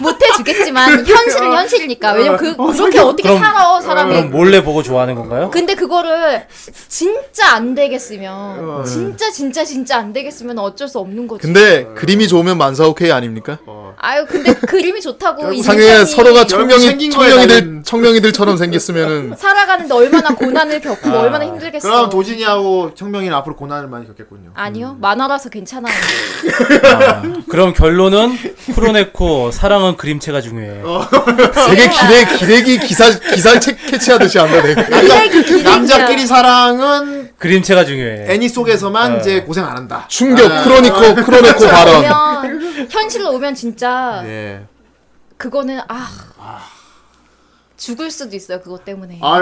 못 해주겠지만 현실은 현실이니까 왜냐면 그 그렇게 어떻게
그럼-
살아 사람이
그럼 몰래 보고 좋아하는 건가요?
근데 네. 그거를 진짜 안 되겠으면 진짜 진짜 진짜 안 되겠으면 어쩔 수 없는 거지.
근데 그림이 좋으면 만사오케이 아닙니까?
아유 근데 그림이 좋다고 인생이
상에 서로가 청명이,
생긴 거에
청명이들,
나는-
청명이들처럼 생겼으면은
살아가는데 얼마나 고난을 겪고 얼마나 힘들겠어.
그럼 도진이하고 청명이는 앞으로 고난을 많이 겪겠군요.
아니요 만화라서 괜찮아요.
그럼 결론은 프로네코 사랑은 그림체가 중요해.
어.
되게
네.
기레, 기레기 기사, 기사책 캐치하듯이 한다,
아,
내가.
그렇죠. 그러니까.
남자끼리 사랑은
그림체가 중요해.
애니 속에서만 이제 고생 안 한다.
충격, 크로니코, 크로네코 발언.
오면 현실로 오면 진짜
그러니까. 예.
그거는 아 죽을 수도 있어요 그것 때문에
아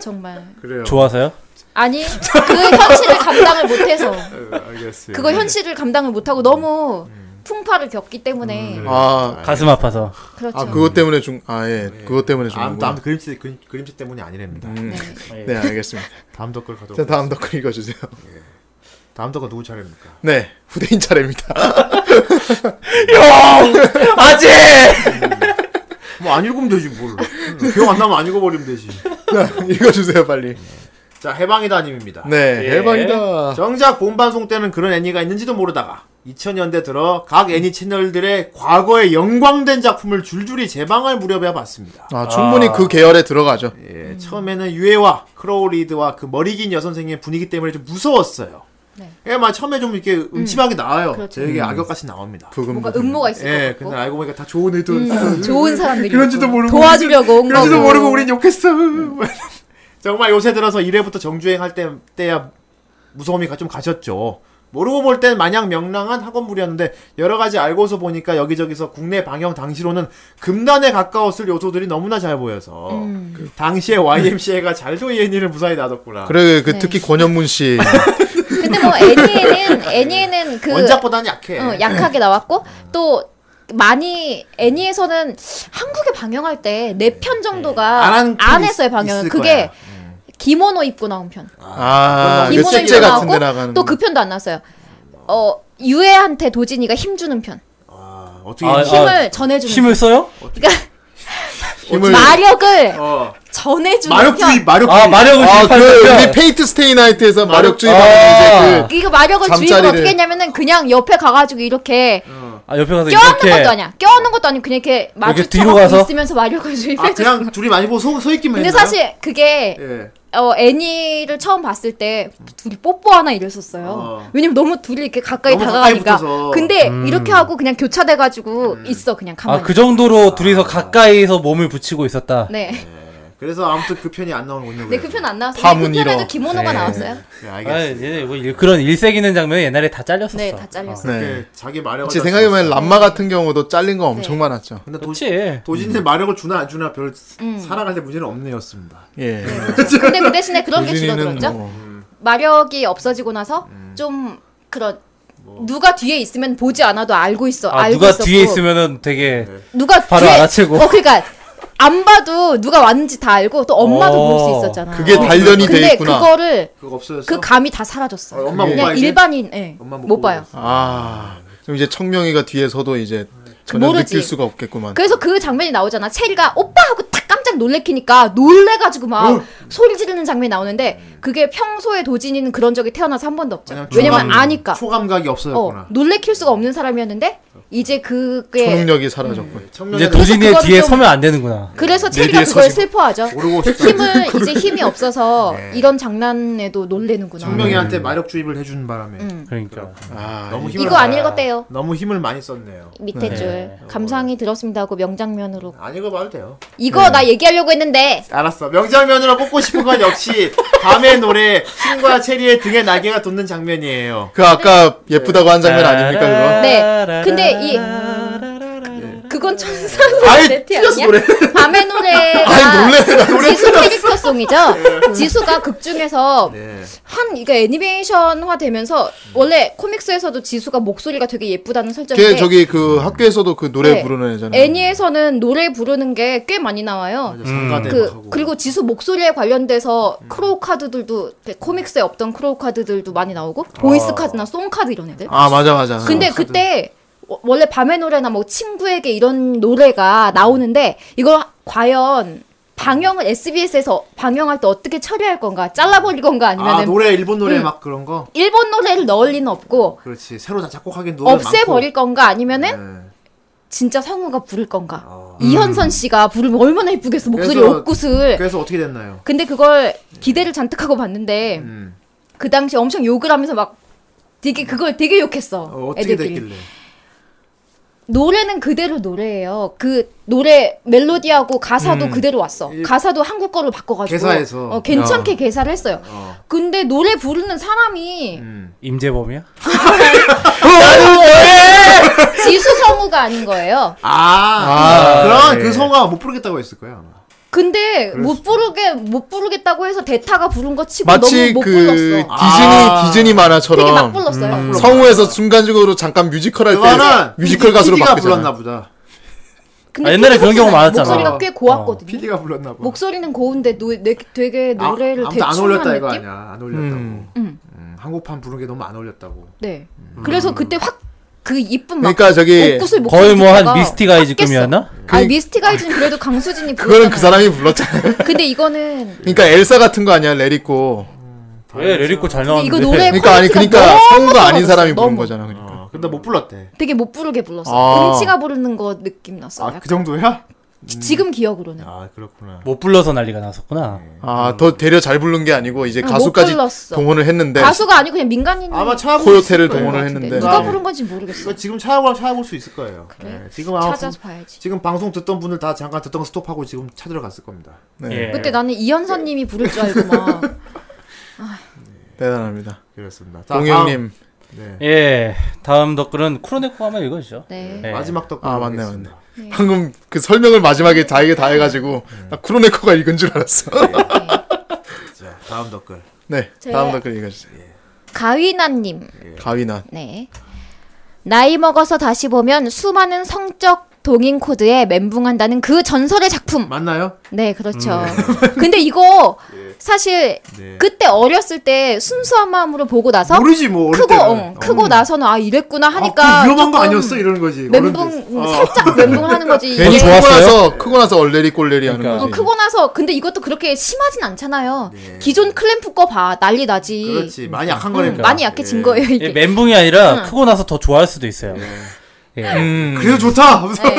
정말
그래요.
네.
좋아서요?
아니 그 현실을 감당을 못해서
어, 알겠어요.
그거 현실을 감당을 못하고 너무
음.
풍파를 겪기 때문에
네.
아,
가슴 아파서.
그렇죠.
아, 그것 때문에 중, 아, 예,
네.
그것 때문에 중.
아무튼 아무튼 그림체 그림, 그림체 때문이 아니랍니다.
음.
네.
네, 알겠습니다.
다음 덧글 가도록.
자, 다음 덕글 읽어주세요.
다음 덧글 누구 차례입니까?
네, 후대인 차례입니다.
아재!
네.
뭐 안 읽으면 되지 뭘. 응, 기억 안 나면 안 읽어버리면 되지.
자, 읽어주세요, 빨리.
자 해방이다님입니다.
네,
예.
대박이다.
정작 본방송 때는 그런 애니가 있는지도 모르다가 2000년대 들어 각 애니 채널들의 과거에 영광된 작품을 줄줄이 재방할 무렵에 봤습니다.
아, 충분히
아.
그 계열에 들어가죠.
예, 처음에는 유해와 크로우리드와 그 머리 긴 여선생의 분위기 때문에 좀 무서웠어요.
네.
예, 막 처음에 좀 이렇게 음침하게 나와요.
그렇죠. 그 어?
되게 악역같이 나옵니다.
그 부금.
뭔가 음모가 있을
예,
것
근데
같고
알고 보니까 다 좋은 의도.
좋은 사람들이
그런지도 모르고
도와주려고 온
그런지도
거고
모르고 우린 욕했어. 정말 요새 들어서 1회부터 정주행 할 때, 때야 무서움이 가- 좀 가셨죠. 모르고 볼 땐 마냥 명랑한 학원물이었는데 여러 가지 알고서 보니까 여기저기서 국내 방영 당시로는 금단에 가까웠을 요소들이 너무나 잘 보여서
음.
당시에 YMCA가 잘도 예니를 무사히 놔뒀구나.
그래, 그
네.
특히 권현문 씨.
근데 뭐 애니에는 애니에는 그
원작보다는 약해.
어, 약하게 나왔고 또 많이 애니에서는 한국에 방영할 때 네 편 정도가
안한편
안
있-
했어요 방영을
있을
그게
거야.
기모노 입고 나온 편
아, 그
기모노
축제
입고
같은 데
나오고
나가는.
또 그 편도 안 나왔어요 어 유해한테 도진이가 힘 주는 편
아, 어떻게
아,
아,
아.
힘을 전해주는
힘을 써요?
그러니까
힘을
마력을
어.
전해주는
마력주의
편.
마력주의
아, 마력을
아,
주입하는
그,
편.
우리 페이트 스테이 나이트에서 마력주의
아.
받는 이제
그, 이거 마력을 주입을
잠자리를.
어떻게 했냐면은 그냥 옆에 가가지고 이렇게
아 옆에 가서
껴안는
이렇게
것도 아니야. 껴안는 것도 아니고 그냥 이렇게
뒤로
마주쳐서
가서?
있으면서 마력을
아
주입해주는
그냥 둘이 많이 보고 서, 서 있기만
근데
했나요?
사실 그게
예.
어, 애니를 처음 봤을 때 둘이 뽀뽀하나 이랬었어요.
어.
왜냐면 너무 둘이 이렇게 가까이
너무
다가가니까.
가까이 붙어서.
근데 이렇게 하고 그냥 교차돼가지고 있어 그냥 가만히.
음. 아그 정도로 둘이서 가까이서 몸을 붙이고 있었다.
네.
그래서 아무튼 그 편이 안 나오는군요.
네,
그래서.
그 편 안 나왔어요.
파문
근데 그 편에도
잃어.
김원호가
네.
나왔어요.
네,
아,
알겠습니다.
얘네 뭐 일- 그런 일색이는 장면 옛날에 다 잘렸었어. 아,
네, 다 잘렸어요.
네.
네. 자기 마력을
제
다
생각해보면
썼어.
람마 같은 경우도 잘린 거 엄청
네.
많았죠.
근데 도시
그렇지.
음.
도진이 마력을 주나 안 주나 별
음.
살아갈 때 문제는 없네였습니다.
예.
근데 그 대신에 그런 게
유진이는
줄어들었죠.
뭐
마력이 없어지고 나서
음.
좀 그런 누가 뒤에 있으면 보지 않아도 알고 있어.
아
알고
누가
있었고. 네.
뒤에 있으면은 되게
누가
바로
뒤에-
알아채고.
어 그러니까 안 봐도 누가 왔는지 다 알고 또 엄마도
어.
볼 수 있었잖아.
그게 단련이 돼
근데
있구나.
그거를
그거 없어졌어?
그 감이 다 사라졌어.
어, 엄마 못
그냥
봐야지?
네. 일반인 예.
엄마
못,
못 보고
봐요.
아, 그럼 이제 청명이가 뒤에서도 이제 전혀
모르지.
느낄 수가 없겠구만.
그래서 그 장면이 나오잖아. 체리가 오빠 하고 딱 깜짝 놀래키니까 놀래가지고 막
어?
소리 지르는 장면이 나오는데
음.
그게 평소에 도진이는 그런 적이 태어나서 한 번도 없죠.
왜냐면
왜냐면
초감-
아니까.
초감각이
어,
없어졌구나.
놀래킬 수가 없는 사람이었는데 이제 그게
초능력이 사라졌군.
청년이
이제 도진이의
그거를
뒤에
좀-
서면 안 되는구나.
네
그래서
내
체리가
뒤에서
그걸
지금
슬퍼하죠.
모르고 싶다. 네.
힘을 이제 힘이 없어서 이런 장난에도 놀래는구나.
청명이한테 마력 주입을 해준 바람에
그러니까.
음. 아,
너무 힘을
음. 이거 안
많이-
읽었대요.
너무 힘을 많이 썼네요. 네.
밑에 줄 감상이 들었습니다 하고 명장면으로
안 읽어봐도 돼요.
이거 나 얘기하려고 했는데
알았어. 명장면으로 뽑고 싶은 건 역시 밤의 노래 신과 체리의 등에 날개가 돋는 장면이에요.
그 아까 예쁘다고
그
한 장면 아닙니까 그거?
네. 근데 이 그건 천사의
아이,
세트
틀렸어,
아니야?
노래.
밤의 노래가 지수 캐릭터송이죠. 지수가 극 중에서
네.
한 이게 애니메이션화 되면서 원래 코믹스에서도 지수가 목소리가 되게 예쁘다는
걔
설정인데
저기 그 학교에서도 그 노래
네.
부르는 애잖아요.
애니에서는 노래 부르는 게 꽤 많이 나와요.
음.
성가대 막
그
하고.
그리고 지수 목소리에 관련돼서 크로우 카드들도 코믹스에 없던 크로우 카드들도 많이 나오고 보이스 카드나 송 카드 이런 애들.
아 맞아 맞아.
근데 그때 워- 원래 밤의 노래나 뭐 친구에게 이런 노래가 나오는데 이걸 과연 방영을 SBS에서 방영할 때 어떻게 처리할 건가? 잘라버릴 건가
아
아니면은
노래 일본 노래
음.
막 그런 거.
일본 노래를 넣을 리는 없고
그렇지. 새로 다 작곡하기엔 노래
없애버릴 건가 아니면은
네. 아.
진짜 성우가 부를 건가? 이현선 씨가 부르면 얼마나 예쁘겠어 목소리
음. 그래서-
옥구슬.
그래서 어떻게 됐나요?
근데 그걸 기대를 잔뜩 하고 봤는데
음.
그 당시 엄청 욕을 하면서 막 되게 그걸 되게 욕했어.
어, 어떻게
애들끼리.
됐길래?
노래는 그대로 노래예요. 그 노래 멜로디하고 가사도 그대로 왔어.
음. 이-
가사도 한국 거로 바꿔가지고
개사해서.
어, 괜찮게 개사를 했어요. 근데 노래 부르는 사람이
음.
임재범이야?
지수 성우가 아닌 거예요.
아,
아,
그럼
예.
그 성우가 못 부르겠다고 했을 거야 아마.
근데 못 부르게 못 부르겠다고 해서 대타가 부른 거 치고 너무
마치
못
그 디즈니
불렀어.
아.
디즈니
되게 막
만화처럼
불렀어요.
음.
성우에서 순간적으로 잠깐 뮤지컬 할 때
그거는
뮤지컬 가수로
PD가
바뀌잖아.
불렀나 보다.
근데
아, 옛날에 그런 경우
목소리가-
많았잖아.
목소리가 꽤 고왔거든요.
PD가 불렀나 봐.
목소리는 고운데 노, 내, 되게
어, 아,
노래를
아무튼 안
대충
올렸다
한
이거
느낌?
아니야. 안 올렸다고.
음.
음.
음, 한국판 부른 게 너무 안 올렸다고.
네. 그래서 그때 확 그 이쁜 막
그러니까 저기
옷구슬 목소리
거의 뭐 한
듣다가
미스티가이즈급이었나?
아 미스티가이즈는 그래도 강수진이
그거는
부르잖아요.
그 사람이 불렀잖아요.
근데 이거는
그러니까 엘사 같은 거 아니야 레리코.
왜
네,
레리코 잘 나왔는데?
이거 노래
그러니까 아니
퀄리티가
그러니까
너무
성우가 아닌
떨어졌어요.
사람이 부른
너무.
거잖아. 그러니까.
어, 근데 못 불렀대.
되게 못 부르게 불렀어.
아.
음치가 부르는 거 느낌 났어.
아
약간.
그 정도야?
지- 지금 기억으로는.
아 그렇구나.
못 불러서 난리가 났었구나.
아,
음.
더 되려 잘 부른 게 아니고 이제
아, 못
가수까지
불렀어.
동원을 네. 했는데
가수가 아니고 그냥 민간인
아마 찾아볼
코요테를
수 있을 거예요.
동원을
같은데.
했는데.
누가
네.
부른 건지 모르겠어.
이거 지금 찾아볼 찾아볼 수 있을 거예요.
그래?
예, 지금 아마
찾아서 봐야지.
지금 방송 듣던 분들 다 잠깐 듣던 거 스톱하고 지금 찾으러 갔을 겁니다.
네.
예.
그때 나는 이현선님이 부를 줄 알고 막
대단합니다.
그렇습니다. 자,
동영님
다음. 네.
예. 다음 덧글은 쿠로네코가 한번 읽어주죠.
네.
예.
마지막 덕분.
아 맞네 맞네. 방금 그 설명을 마지막에 자기가 다 해가지고 나 쿠로네코가 읽은 줄 알았어.
자, 다음 덕글.
네
제-
다음 댓글 읽어주세요.
가위나님.
가위나
네. 나이 먹어서 다시 보면 수많은 성적 동인 코드에 멘붕한다는 그 전설의 작품.
맞나요? 음. 예.
네, 그렇죠. 근데 이거 사실
네.
그때 어렸을 때 순수한 마음으로 보고 나서
모르지 뭐 어릴
크고
때는.
응, 크고
어.
나서는 아 이랬구나 하니까
아, 그 위험한 거
조금
아니었어 이러는 거지. 어른들.
멘붕 음,
어.
살짝 멘붕을 하는 거지.
괜히
이게-
크고
좋았어요?
나서 크고 나서 얼레리 꼴레리 하는
그러니까.
어,
거지.
크고 나서 근데 이것도 그렇게 심하진 않잖아요. 기존 클램프 거 봐 난리 나지.
네. 그렇지 많이 약한
음,
거니까.
많이 약해진
예.
거예요 이게.
예, 멘붕이 아니라
응.
크고 나서 더 좋아할 수도 있어요. 예.
그래도 좋다. 하면서
네.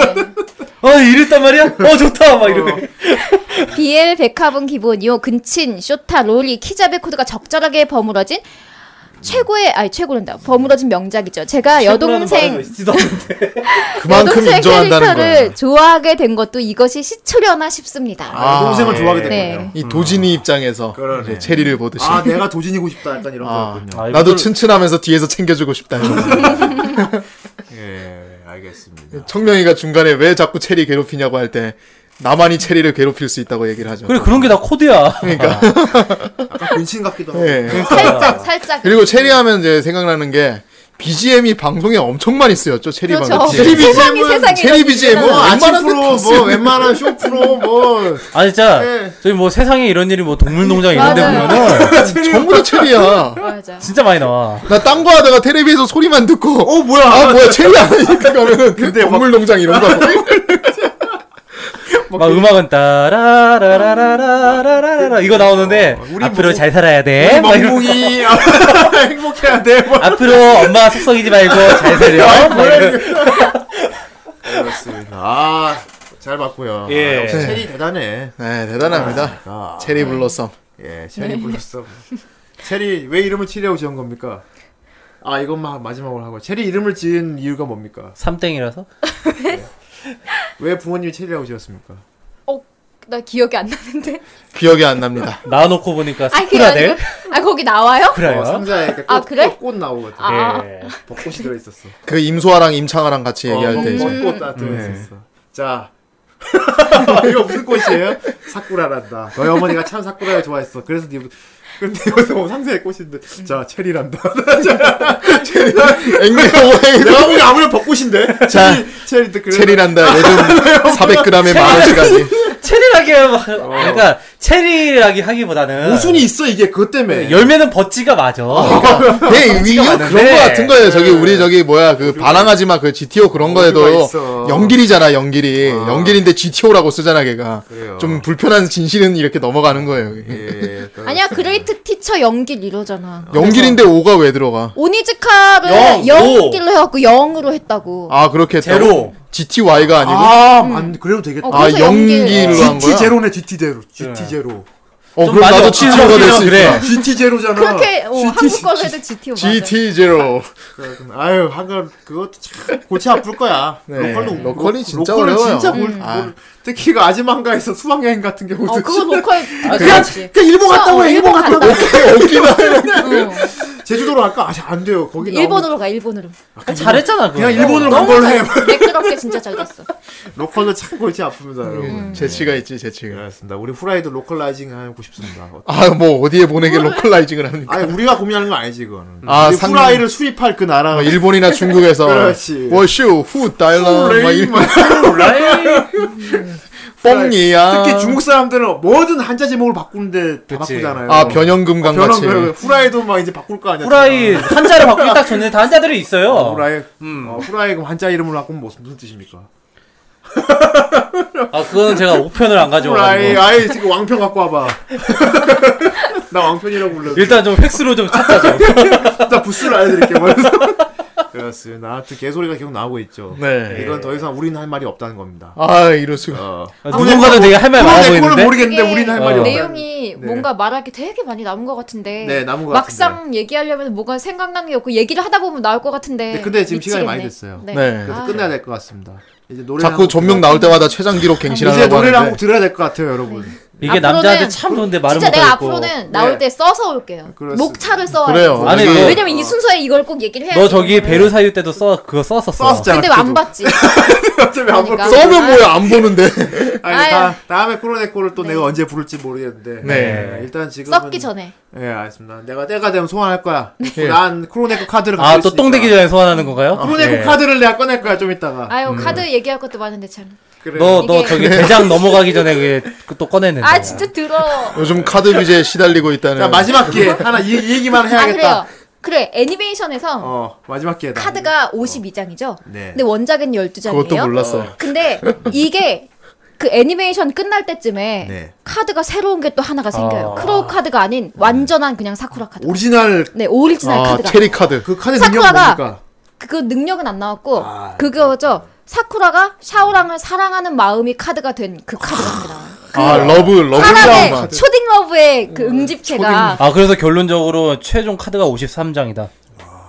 어 이랬단 말이야? 어 좋다 막 이러고.
BL 백합은 기본이요 근친 쇼타 롤이 키자베 코드가 적절하게 버무러진 최고의 아니 최고란다 버무러진 명작이죠. 제가 아, 여동생
그만큼
여동생
인정한다는 거야.
캐릭터를 좋아하게 된 것도 이것이 시초려나 싶습니다.
아, 동생을
예.
좋아하게
네.
됐군요.
이 도진이 입장에서
그러네.
이제 체리를 보듯이
아 내가 도진이고 싶다 약간 이런
아.
거였군요.
아,
나도
이거를-
튼튼하면서 뒤에서 챙겨주고 싶다. 이런 거.
예 알겠습니다.
청명이가 중간에 왜 자꾸 체리 괴롭히냐고 할 때 나만이 체리를 괴롭힐 수 있다고 얘기를 하죠.
그래 그런 게 다 코드야.
그러니까.
약간 근친 같기도 하고.
예.
살짝 살짝
그리고 체리 하면 이제 생각나는 게 BGM이 방송에 엄청 많이 쓰였죠. 체리
그렇죠.
방송.
체리 BGM 은-
세상이 세상이
체리 BGM 은
뭐 아침
웬만한
프로
데
뭐
다
웬만한 쇼 프로 뭐
아 진짜
예.
저희 뭐 세상에 이런 일이 뭐 동물농장 이런 데
맞아요.
보면은
전부 다 체리야.
맞아.
진짜 많이 나와.
나 딴 거 하다가 텔레비에서 소리만 듣고
어, 뭐야.
아 뭐야 체리 아니니까 가면은
근데 막-
동물농장 이런 거
막 음악은 따라라라라라라라라 이거 나오는데
어, 우리
앞으로
뭐-
잘 살아야 돼.
우리
막 이런-
멍뭉이 아, 행복해야 돼. 뭐.
앞으로 엄마 속썩이지 말고 잘 살려.
아,
막 이런-
그렇습니다. 아잘 봤고요.
예.
아, 역시 체리 대단해.
네 대단합니다
그러니까.
체리 블러썸
예,
네.
체리 불렀어. 체리 왜 이름을 체리라고 지은 겁니까? 아 이것만 마지막으로 하고 체리 이름을 지은 이유가 뭡니까?
삼땡이라서
왜 부모님이 체리라고 지었습니까?
어, 나 기억이 안 나는데.
기억이 안 납니다
나눠놓고 보니까
아, 그게 아니고.
사쿠라네.
아, 거기 나와요?
어,
그래요.
상자에 이렇게 꽃,
아, 그래?
꽃, 꽃 나오거든.
아, 아.
예.
벚꽃이 들어 있었어.
그 임소아랑 임창아랑 같이
어,
얘기할 때 음, 네. 이제
벚꽃 다 들어 있었어. 자. 이거 무슨 꽃이에요? 사쿠라란다. 너희 어머니가 참 사쿠라를 좋아했어. 그래서 니 근데 이거 상세의 꽃인데. 자, 체리란다. 내가
앵글로웨이
보기 아무래도 벚꽃인데.
자,
체리, 체리도 그래.
체리란다 요즘 400g에 만 원씩까지
체리라기 막
어.
그러니까 체리라기 하기보다는 네.
모순이 있어 이게 그것 때문에.
열매는 버찌가 맞아.
네 이거
맞는데.
그런 거 같은 거예요 저기 우리 저기 뭐야 그 바람하지마 그 GTO 그런
오류가
거에도
있어.
연길이잖아 연길이 연길인데 GTO라고 쓰잖아 걔가
그래요.
좀 불편한 진실은 이렇게 넘어가는 거예요
예, 또-
아니야,
어.
그레이트 티처 연길 이러잖아.
연길인데 5가 왜 들어가
영,
오니즈카를 연길로 해갖고 영으로 했다고.
아 그렇게 했다고?
제로.
GTY가 아니고
아, 안 그래도 되겠다.
어,
아,
그래서 연길.
연기로 한
GT
거야?
제로네 GT 제로. GT 제로.
어,
좀
그럼
많이
나도
엎치는
GTO가 될 수
그래.
있구나.
GT 제로잖아.
그렇게 어, 한국 걸로
GT
해도 GTO 맞아.
GT 제로.
그렇군. 아유, 한글 그것도 참 골치 아플 거야.
네,
로컬도
로컬이
로-
진짜
로컬은
어려워요.
진짜 골,
음.
골,
아.
특히 그 아지만가에서 수학 여행 같은 경우도
어, 그거 로컬 되게
그냥
좋지.
그냥 일본 갔다고
어,
해. 일본
일본
갔다고.
갔다고
웃기다.
응.
제주도로 갈까? 아, 안 돼요. 거기 나오면
일본으로 가, 일본으로.
잘했잖아.
그러니까 그냥
그거.
일본으로 간 걸로 해.
매끄럽게 진짜 잘 됐어.
네. 로컬도 참 골치 아픕니다,
음.
음.
여러분.
재치가 있지, 재치가.
그렇습니다. 우리 후라이도 로컬라이징 하고 싶습니다. 어때?
아, 뭐 어디에 보내게 로컬라이징을 합니까?
아니 우리가 고민하는 건 아니지 그거는.
아,
우리
상-
후라이를 수입할 그 나라.
뭐 일본이나 중국에서
그렇지. 뭐
워슈 후 다일런 막 이런 뻥이야.
특히 중국 사람들은 뭐든 한자 제목을 바꾸는데 다 바꾸잖아요.
아, 변형금 강
어. 변형
같이.
그 후라이도 막 이제 바꿀 거 아니야.
후라이 한자를 바꾸기 딱 좋네. 다 한자들이 있어요.
어, 후라이.
음.
어, 후라이 그럼 한자 이름으로 바꾸면 뭐, 무슨, 무슨 뜻입니까?
아 그거는 제가 5편을 안
후라이.
가져와가지고
아이 지금 왕편 갖고 와봐. 나 왕편이라고 불러.
일단 좀 획수로 좀 찾자 좀.
일단 부스를 알려드릴게. 뭐 이래서. 그렇습니다. 아무튼 개소리가 계속 나오고 있죠.
네.
이건 더 이상 우리는 할 말이 없다는 겁니다.
아, 이럴 수가.
어.
아, 누군가는 되게 할말 많아
프로네 거는
보이는데.
모르겠는데 우리는 할 말이
어.
없다.
내용이
네.
뭔가 말할 게 되게 많이 남은 것 같은데
네, 남은 것
막상 얘기하려면 뭐가 생각나는 게 없고 얘기를 하다 보면 나올 것 같은데
네, 근데 지금 시간이 많이
미치겠네.
됐어요.
네.
네.
그래서
아.
끝내야 될 것 같습니다. 이제 노래
자꾸 전명 나올 때마다 최장 기록
이제
갱신하려고
노래를
하는데.
한곡 들어야 될 것 같아요, 여러분.
이게
앞으로는-
남자한테 참 좋은데 말을
진짜
못하고
내가 앞으로는 나올
네.
때 써서 올게요.
그렇습니다.
목차를 써와요.
그래요.
아니,
이게-
너-
왜냐면 이 순서에 이걸 꼭 얘기를 해야
너 저기 베르사유 때도 써 그거 썼었어.
썼었잖아.
근데
그때도.
안 봤지.
어차피 안
그러니까.
볼 거야.
써면 뭐야 안 보는데.
아니, 다, 다음에 코로네코를 또 내가 언제 부를지 모르겠는데.
네.
예, 일단 지금.
썩기 전에. 네.
예, 알겠습니다. 내가 때가 되면 소환할 거야.
예.
난 코로네코 카드를
아
갖고
또 똥 되기 전에 소환하는 건가요?
아,
코로네코
예.
카드를 내가 꺼낼 거야, 좀 이따가.
음.
아유 카드 얘기할 것도 많은데 참.
그래.
너, 너
이게-
저기 대장 넘어가기 전에 그게 그또 꺼내는데.
아 진짜 더러워.
요즘 카드 규제에 시달리고 있다는.
자,
네.
마지막 기회. 하나, 이, 이 얘기만
아
해야겠다.
그래요. 그래 애니메이션에서
어, 마지막 기회다.
카드가 52장이죠.
네.
근데 원작은 12장이에요.
그것도 몰랐어.
근데 이게 그 애니메이션 끝날 때쯤에
네.
카드가 새로운 게 또 하나가 생겨요.
아.
크로우 카드가 아닌 완전한 그냥 사쿠라 카드.
오리지널
네, 오리지널
아
카드가.
체리 카드.
그 카드 능력
사쿠라가
뭡니까?
그거 능력은 안 나왔고
아,
그거죠.
네.
사쿠라가 샤오랑을 사랑하는 마음이 카드가 된 그 카드가 하나 나와요.
아 러브 러브 드라마. 어,
사랑의 초딩 러브의 그 응집체가
아, 그래서 결론적으로 최종 카드가 53장이다.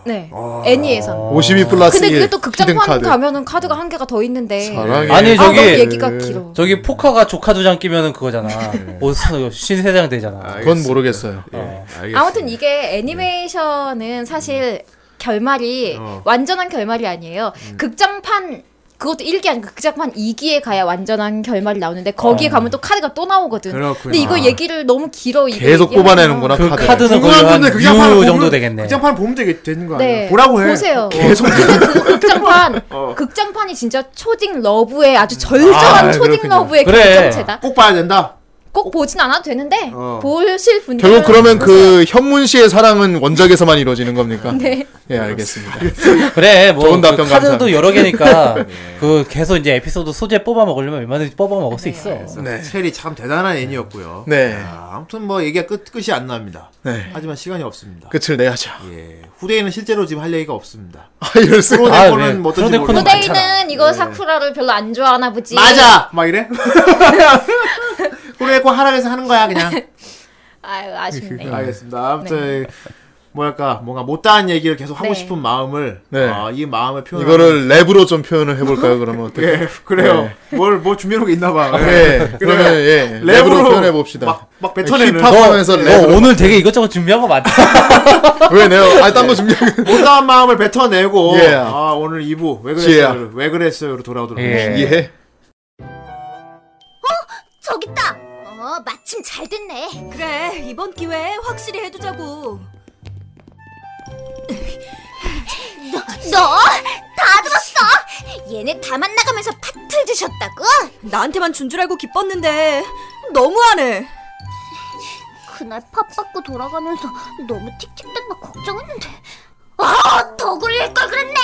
네 애니에서.
52 플러스
근데
1.
그게 또 극장판
아. 히든 카드.
가면은 카드가 한 개가 더 있는데.
사랑해.
아니,
아,
저기-
너무 얘기가
음,
길어.
저기 포카가 조카 두 장 끼면은 그거잖아.
네.
옷, 신세장 되잖아.
그건 모르겠어요.
예.
아무튼 이게 애니메이션은 사실 결말이
음,
어.
완전한 결말이 아니에요. 극장판 그것도 1기 아니고 극장판 2기에 가야 완전한 결말이 나오는데 거기에
어.
가면 또 카드가 또 나오거든.
그렇구나.
근데 이거 얘기를 너무 길어. 이거 뭐
계속
얘기하면.
뽑아내는구나
그
카드.
카드는 거의
궁금한
한
건데 극장판
6
보면
정도 되겠네.
극장판 보면 되게 되는 거 아니야?
네.
보라고 해.
보세요.
어. 계속
근데 그 극장판
어.
극장판이 진짜 초딩 러브의 아주 절정한
아,
초딩
그렇군요.
러브의
그래.
극장체다.
꼭 봐야 된다.
꼭 보진 않아도 되는데
어.
보실 분들
결국 그러면 그 현문 씨의 사랑은 원작에서만 이루어지는 겁니까?
네.
예, 알겠습니다.
그래, 뭐,
아, 좋은
그
답변
카드도
감사합니다. 네.
여러 개니까, 그, 계속 이제 에피소드 소재 뽑아 먹으려면 얼마든지 뽑아 먹을 수 있어.
네.
첼이 참 대단한 애니였고요.
네.
아, 아무튼 뭐 얘기가 끝 끝이 안 납니다.
네.
하지만 시간이 없습니다.
끝을 내야죠.
예. 후대인은 실제로 지금 할 얘기가 없습니다.
아, 이럴 수가.
아,
프로네코는
왜?
뭐 어떤지
프로네코는
모르겠
많-
후대인은
네.
이거 사쿠라를 별로 안 좋아하나 보지.
맞아. 막 이래. 프로네코 하락에서 하는 거야 그냥.
네.
아유 아쉽네.
음.
알겠습니다. 아무튼 뭐랄까 뭔가 못다한 얘기를 계속 하고
네.
싶은 마음을
네.
아, 이 마음을 표현.
이거를 네. 랩으로 좀 표현을 해볼까요? 그러면 어떻게?
예, 그래요. 뭘 뭐 준비한 게 있나 봐. 네.
예, 그러면 예, 랩으로, 표현해 봅시다. 네,
막, 막 뱉어내는.
힙합 하면서
너
랩으로.
오늘 되게 이것저것 준비한 거 많다.
왜 내요? 아, 딴 거 준비하고.
못다한 마음을 뱉어내고
예.
아 오늘 2부 왜
예.
그랬어요? 왜 그랬어요로 돌아오도록 하겠습니다.
예.
예.
저기
아,
있다. 어, 마침 잘 됐네.
그래 이번 기회에 확실히 해두자고
너 다 들었어? 얘네 다 만나가면서 파틀 드셨다고?
나한테만 준 줄 알고 기뻤는데 너무하네
그날 팝 받고 돌아가면서 너무 틱틱댄다 걱정했는데 아, 더 굴릴 걸 그랬네.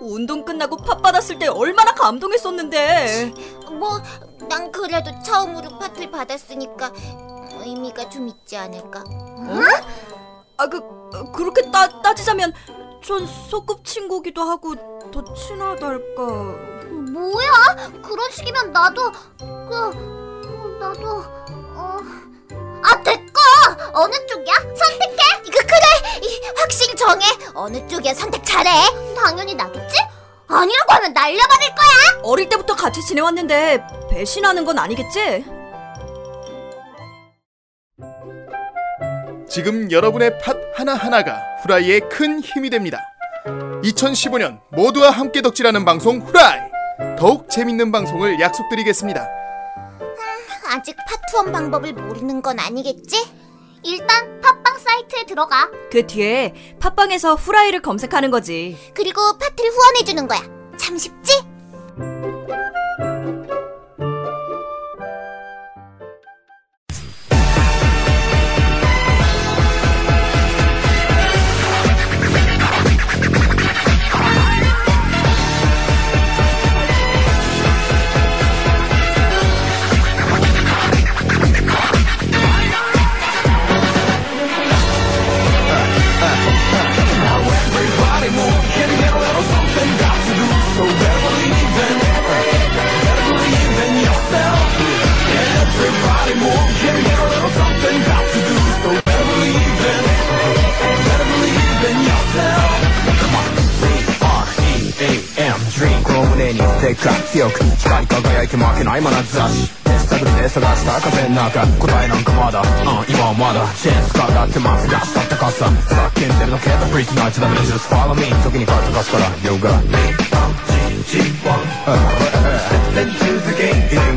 운동 끝나고 팝 받았을 때 얼마나 감동했었는데
뭐 난 그래도 처음으로 파틀 받았으니까 의미가 좀 있지 않을까?
아 그 그렇게 따, 따지자면 전 소꿉친구기도 하고 더 친하달까
뭐야? 그런 식이면 나도 그 나도 어. 아 됐고 어느 쪽이야? 선택해. 이거 그래 이, 확실히 정해. 어느 쪽이야 선택 잘해. 당연히 나겠지? 아니라고 하면 날려버릴 거야.
어릴 때부터 같이 지내왔는데 배신하는 건 아니겠지?
지금 여러분의 팟 하나하나가 후라이의 큰 힘이 됩니다. 2015년 모두와 함께 덕질하는 방송 후라이. 더욱 재밌는 방송을 약속드리겠습니다.
아직 파투원 방법을 모르는 건 아니겠지? 일단 팟빵 사이트에 들어가.
그 뒤에 팟빵에서 후라이를 검색하는 거지
그리고 파트를 후원해 주는 거야. 참 쉽지?
AM dream grown any big cock feel can try to go go I can mark and I'm on a dash test
自分で探した壁の中答えなんかまだ、うん、今はまだチェーンスかかってますがしたったかさ叫んでるだけだプリズナーちなみに Just follow me 時に肩貸すから You got me 言う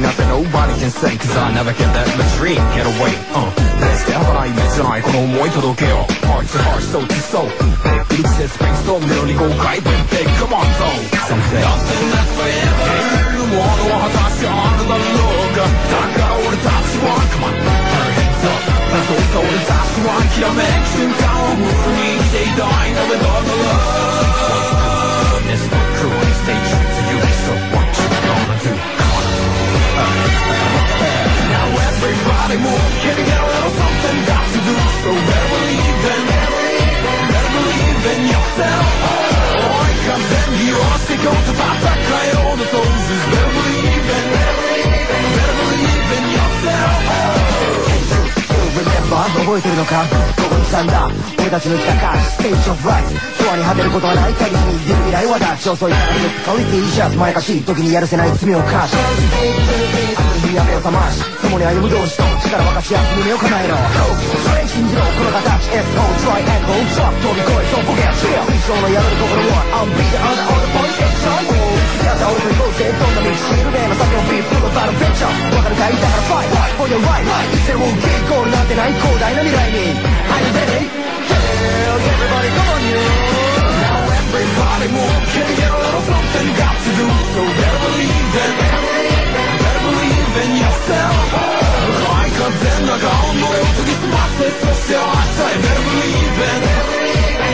なって nobody can say cause I never get that much dream get away うん大して危ない道じゃないこの思い届けよ Heart to heart so to soul ビルクセスペンストメロに誤解 When big come on so someday Nothing that's forever ものは果たしてあるだろうかだから俺たちは Come on turn heads up なぞった俺たちは諦めく瞬間を無に生きていたいのめどの It's not cruel, stay true to you So what you gonna do? Come on Now everybody move Can you get a little something got to do So better believe in Better believe in yourself Or it comes in you are sick of the fat that cry all the souls is Better believe in Better believe in yourself Remember 覚えてるのかどこに来たんだ俺たちの生きたかステージオブライトドアに果てることはない限りに出る未来はダッチ遅いからリティシャツまやかしい時にやるせない罪を犯し悪に目を覚まし共に歩む同士と力分かし合って夢を叶えろそれ信じろこの形 It's all try and go drop 飛び越えそうボケやチェ一生の宿る心は I'm be the other all the boys and show やった俺と行こうぜどんな道知る例の先のビーフロサルベッチャーわかるかいだから Fight for your right There will be goal なんてない広大な未来に Are you ready? Hell everybody come on you Now everybody move Can you get a little something got to do So better believe in Better believe in yourself Why comes in the gone No way to get to my place So still I say better believe in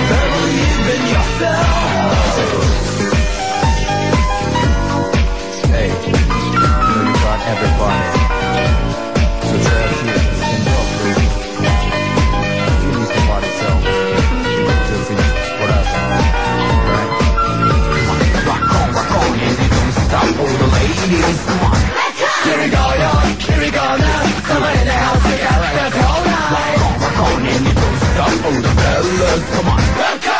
Better believe in yourself Hey So you got everybody So there it is And don't lose You need somebody so You can do for you What else? Right? Rock on, rock on And it don't stop all the ladies Come on Here we go, yo Here we go now Come on in the house We got the whole night Rock on, rock on And it don't stop all the fellas Come on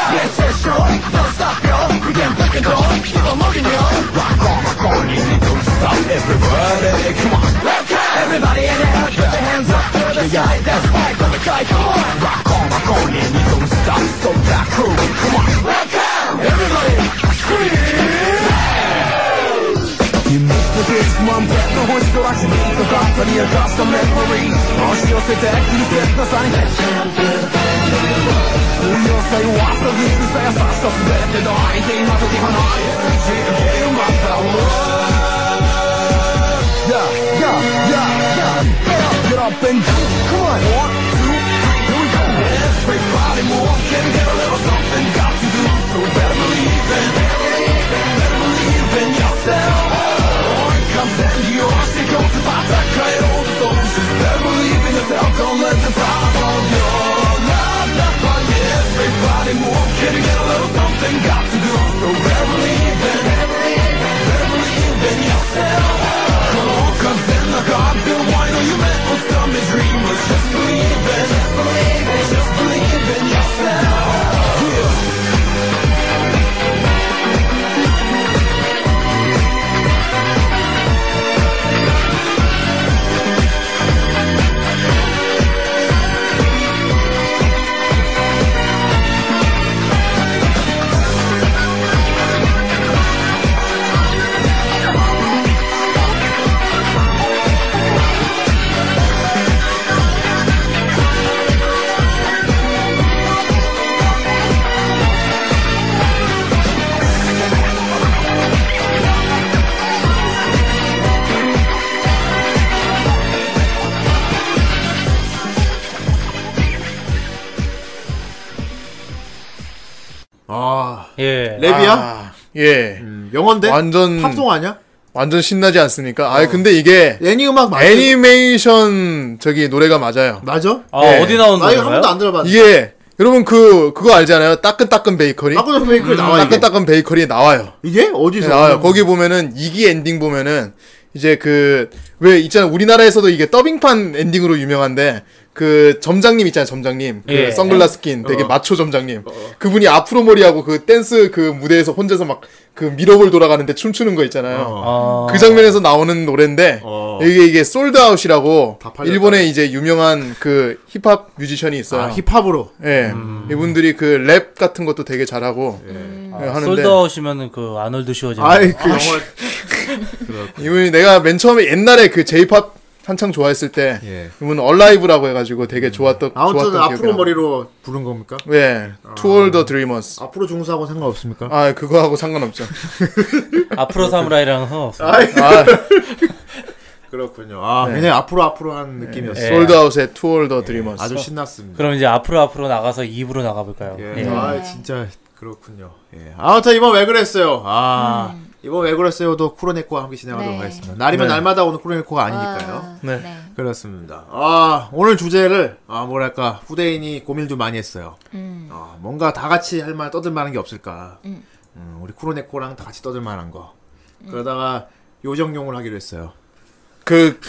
Yes, yes, sure Don't stop, yo We can break it all Keep on moving, yo Rock on, rock on And it don't stop Everybody, come on Everybody in the house Put your hands up to the sky That's right, from the sky Come on Rock on, rock on And it don't stop So that cool Come on Everybody Scream you miss the disc, mom, breath, the horse, go out to meet the company, a custom memory. All she will say to X, you said, no sign, that's You'll say, what's the reason, say, I'm such a bad, and I think not to give an eye. She can hear my fellow. Yeah, yeah, yeah, yeah. Get up, get up and do. Come on. One, two, three, here we go. Everybody move, can get a little something, got to do. So better believe in, better believe in yourself. Or it comes and you are sick of the past, I cry all the songs. Better believe in yourself, don't let the power of your love define you. Everybody move, can get a little something, got to do. So better believe in, better believe in yourself. Come on, comes in the goddamn wine, or you meant for some dreamers. Just believe in, just believe in, just believe in yourself. Yeah.
아
예.
랩이야?
아, 예.
음, 영어인데?
완전-
팝송 아니야?
완전 신나지 않습니까? 아 근데 이게
애니 음악 맞아?
애니메이션 저기 노래가 맞아요.
맞아?
아,
예.
어디 나온
나 이거 한 번도
노래인가요?
안 들어봤는데
이게 여러분 그 그거 알잖아요. 따끈따끈 베이커리.
아까 전에
음,
이거 나와 이게
따끈따끈 베이커리에 나와요.
이게?
네,
어디서? 음.
나와요. 거기 보면은 2기 엔딩 보면은 이제 그 왜 있잖아 우리나라에서도 이게 더빙판 엔딩으로 유명한데 그 점장님 있잖아요, 점장님. 그
예.
선글라스 낀 되게 마초 점장님. 그분이 앞으로 머리하고 그 댄스 그 무대에서 혼자서 막 그 미러볼 돌아가는데 춤추는 거 있잖아요.
어.
그 장면에서 나오는 노래인데
어.
이게 이게 솔드아웃이라고
다 팔렸다.
일본에 이제 유명한 그 힙합 뮤지션이 있어요.
아, 힙합으로. 음.
예. 이분들이 그 랩 같은 것도 되게 잘하고 예,
아,
하는데
솔드아웃이면은 그 아놀드
예.
슈워제.
아이 그
이분이 내가 맨 처음에 옛날에 그 J-팝 한창 좋아했을 때
예. 음.
이분 얼라이브라고 해가지고 되게 좋았던
아무튼
좋았던
앞으로 아.
기억이 머리...
머리로 부른 겁니까?
예, Toward the Dreamers.
앞으로 중사하고 상관없습니까?
아 그거하고 상관없죠.
앞으로 사무라이랑 상관없어.
아,
그렇군요. 아 그냥 앞으로 앞으로 한 느낌이었어요.
네. 예. 솔드아웃의 Toward the Dreamers.
아주 신났습니다.
그럼 이제 앞으로 앞으로 나가서 2부로 나가볼까요?
예.
예.
아 진짜 그렇군요. 예. 아무튼 이번 왜 그랬어요? 아 이번 왜 그랬어요도 쿠로네코와 함께 진행하도록
네.
하겠습니다. 날이면
네.
날마다 오는 쿠로네코가 아니니까요.
네.
그렇습니다. 아 오늘 주제를 아 뭐랄까 후대인이 고민 좀 많이 했어요. 아, 뭔가 다 같이 할 만 떠들 만한 게 없을까. 음, 우리 쿠로네코랑 다 같이 떠들 만한 거. 그러다가 요정용을 하기로 했어요.
그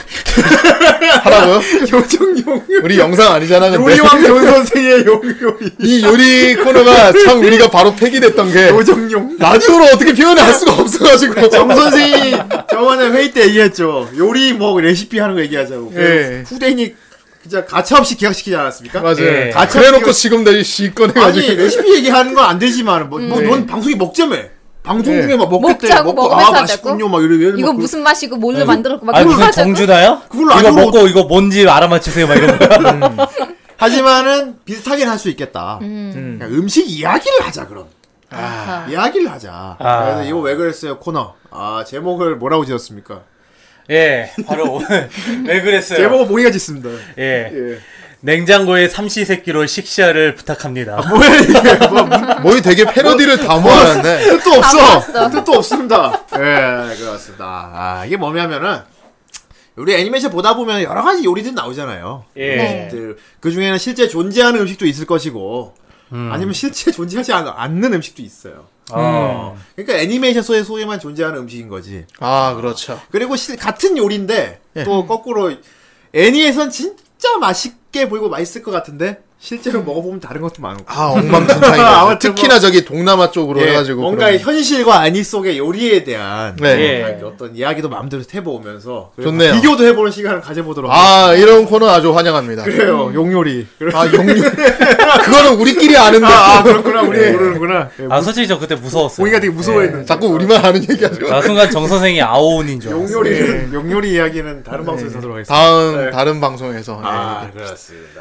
하라고요?
요정용.
우리 영상 아니잖아 근데
요리왕 전 선생의 요요이.
이 요리 코너가 참 우리가 바로 폐기됐던 게
요정용.
라디오로 어떻게 표현을 할 수가 없어가지고
정 선생이 저번에 회의 때 얘기했죠. 요리 뭐 레시피 하는 거 얘기하자고. 그래서
예.
후대인이 진짜 가차 없이 기각시키지 않았습니까?
맞아요.
예.
아, 그래놓고 지금 다시 씨 꺼내가지고
아니 레시피 얘기하는 건 안 되지만 뭐넌 방송이 먹자며. 방송
예.
중에 막 먹겠대.
먹자고
아
먹으면서 하자고?
맛있군요. 막 이래. 이래 막
이거
그-
무슨 맛이고 뭘로 만들었고 막
뭐 아
그런 거
무슨
하자고?
정주다요?
그걸로
이거
아니고-
먹고 이거 뭔지 알아맞히세요 막 이런 거.
하지만은 비슷하긴 할 수 있겠다. 음. 식 이야기를 하자 그럼.
아하.
이야기를 하자.
아.
그래서 이거 왜 그랬어요 코너. 아 제목을 뭐라고 지었습니까?
예, 바로 오늘 왜 그랬어요?
제목은 봉이가 짓습니다.
네. 예. 냉장고에 삼시세끼로 식샤를 부탁합니다.
뭐야 이게 뭐,
뭐이 되게 패러디를 다 모아놨네.
뜻도
안
없어.
봤어.
뜻도 없습니다. 예, 그렇습니다. 아, 이게 뭐냐면은 우리 애니메이션 보다 보면 여러 가지 요리들 나오잖아요.
예.
네.
그 중에는 실제 존재하는 음식도 있을 것이고 아니면 실제 존재하지 않, 않는 음식도 있어요.
어.
그러니까 애니메이션 속에 소에만 존재하는 음식인 거지.
아 그렇죠.
그리고 실- 같은 요리인데 또 거꾸로 애니에선 진짜 맛있게 보이고 맛있을 것 같은데 실제로 먹어보면 다른 것도 많고.
아 엉망진창이다.
아무튼 뭐.
특히나 저기 동남아 쪽으로
예,
해가지고
뭔가
그런-
현실과 애니 속의 요리에 대한
네.
예.
약간 어떤 이야기도 마음대로 해보면서 그리고
좋네요.
비교도 해보는 시간을 가져보도록
아 이런 코너 아주
음.
환영합니다.
그래요 용요리
아 용류 그거는 우리끼리 아는데
아, 아, 그렇구나 우리 모르는구나 예,
아 솔직히 저 그때 무서웠어요.
보니까 되게 무서워했는데
예. 자꾸 우리만 아는 얘기하죠.
나 순간 정 선생이 아오온인 줄 알았어.
용요리 용요리 이야기는 다른 방송에서 하도록 하겠습니다
다음 네. 다른 방송에서
네.
예.
아 그렇습니다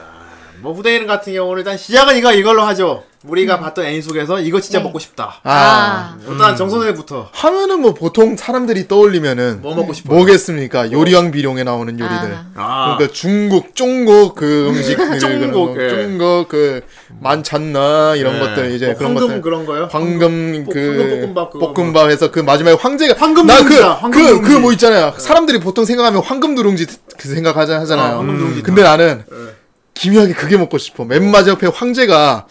뭐 후대인 같은 경우는 일단 시작은 이거 이걸로 하죠 우리가 봤던 애니 속에서 이거 진짜 먹고 싶다
아,
아.
일단 정선생부터
하면은 뭐 보통 사람들이 떠올리면은
뭐 먹고 싶어요?
뭐겠습니까? 요리왕 비룡에 나오는 요리들.
아.
아
그러니까 중국, 쫑국 그 음식,
쫑국, 예.
중국 그 만찬나
네.
이런 것들 이제
뭐
그런
황금
것들.
그런 거요?
황금
볶- 황금
그
볶음밥 그거 뭐.
볶음밥 해서 그 마지막에 황제가
황금
나
누룽지다, 아, 황금
그, 그,
누룽지. 예.
그 뭐 있잖아요. 사람들이 보통 생각하면 황금 누룽지 그 생각하잖아요. 음.
아, 황금 누룽지다.
근데 나는
예.
기묘하게 그게 먹고 싶어. 맨 마지막에 황제가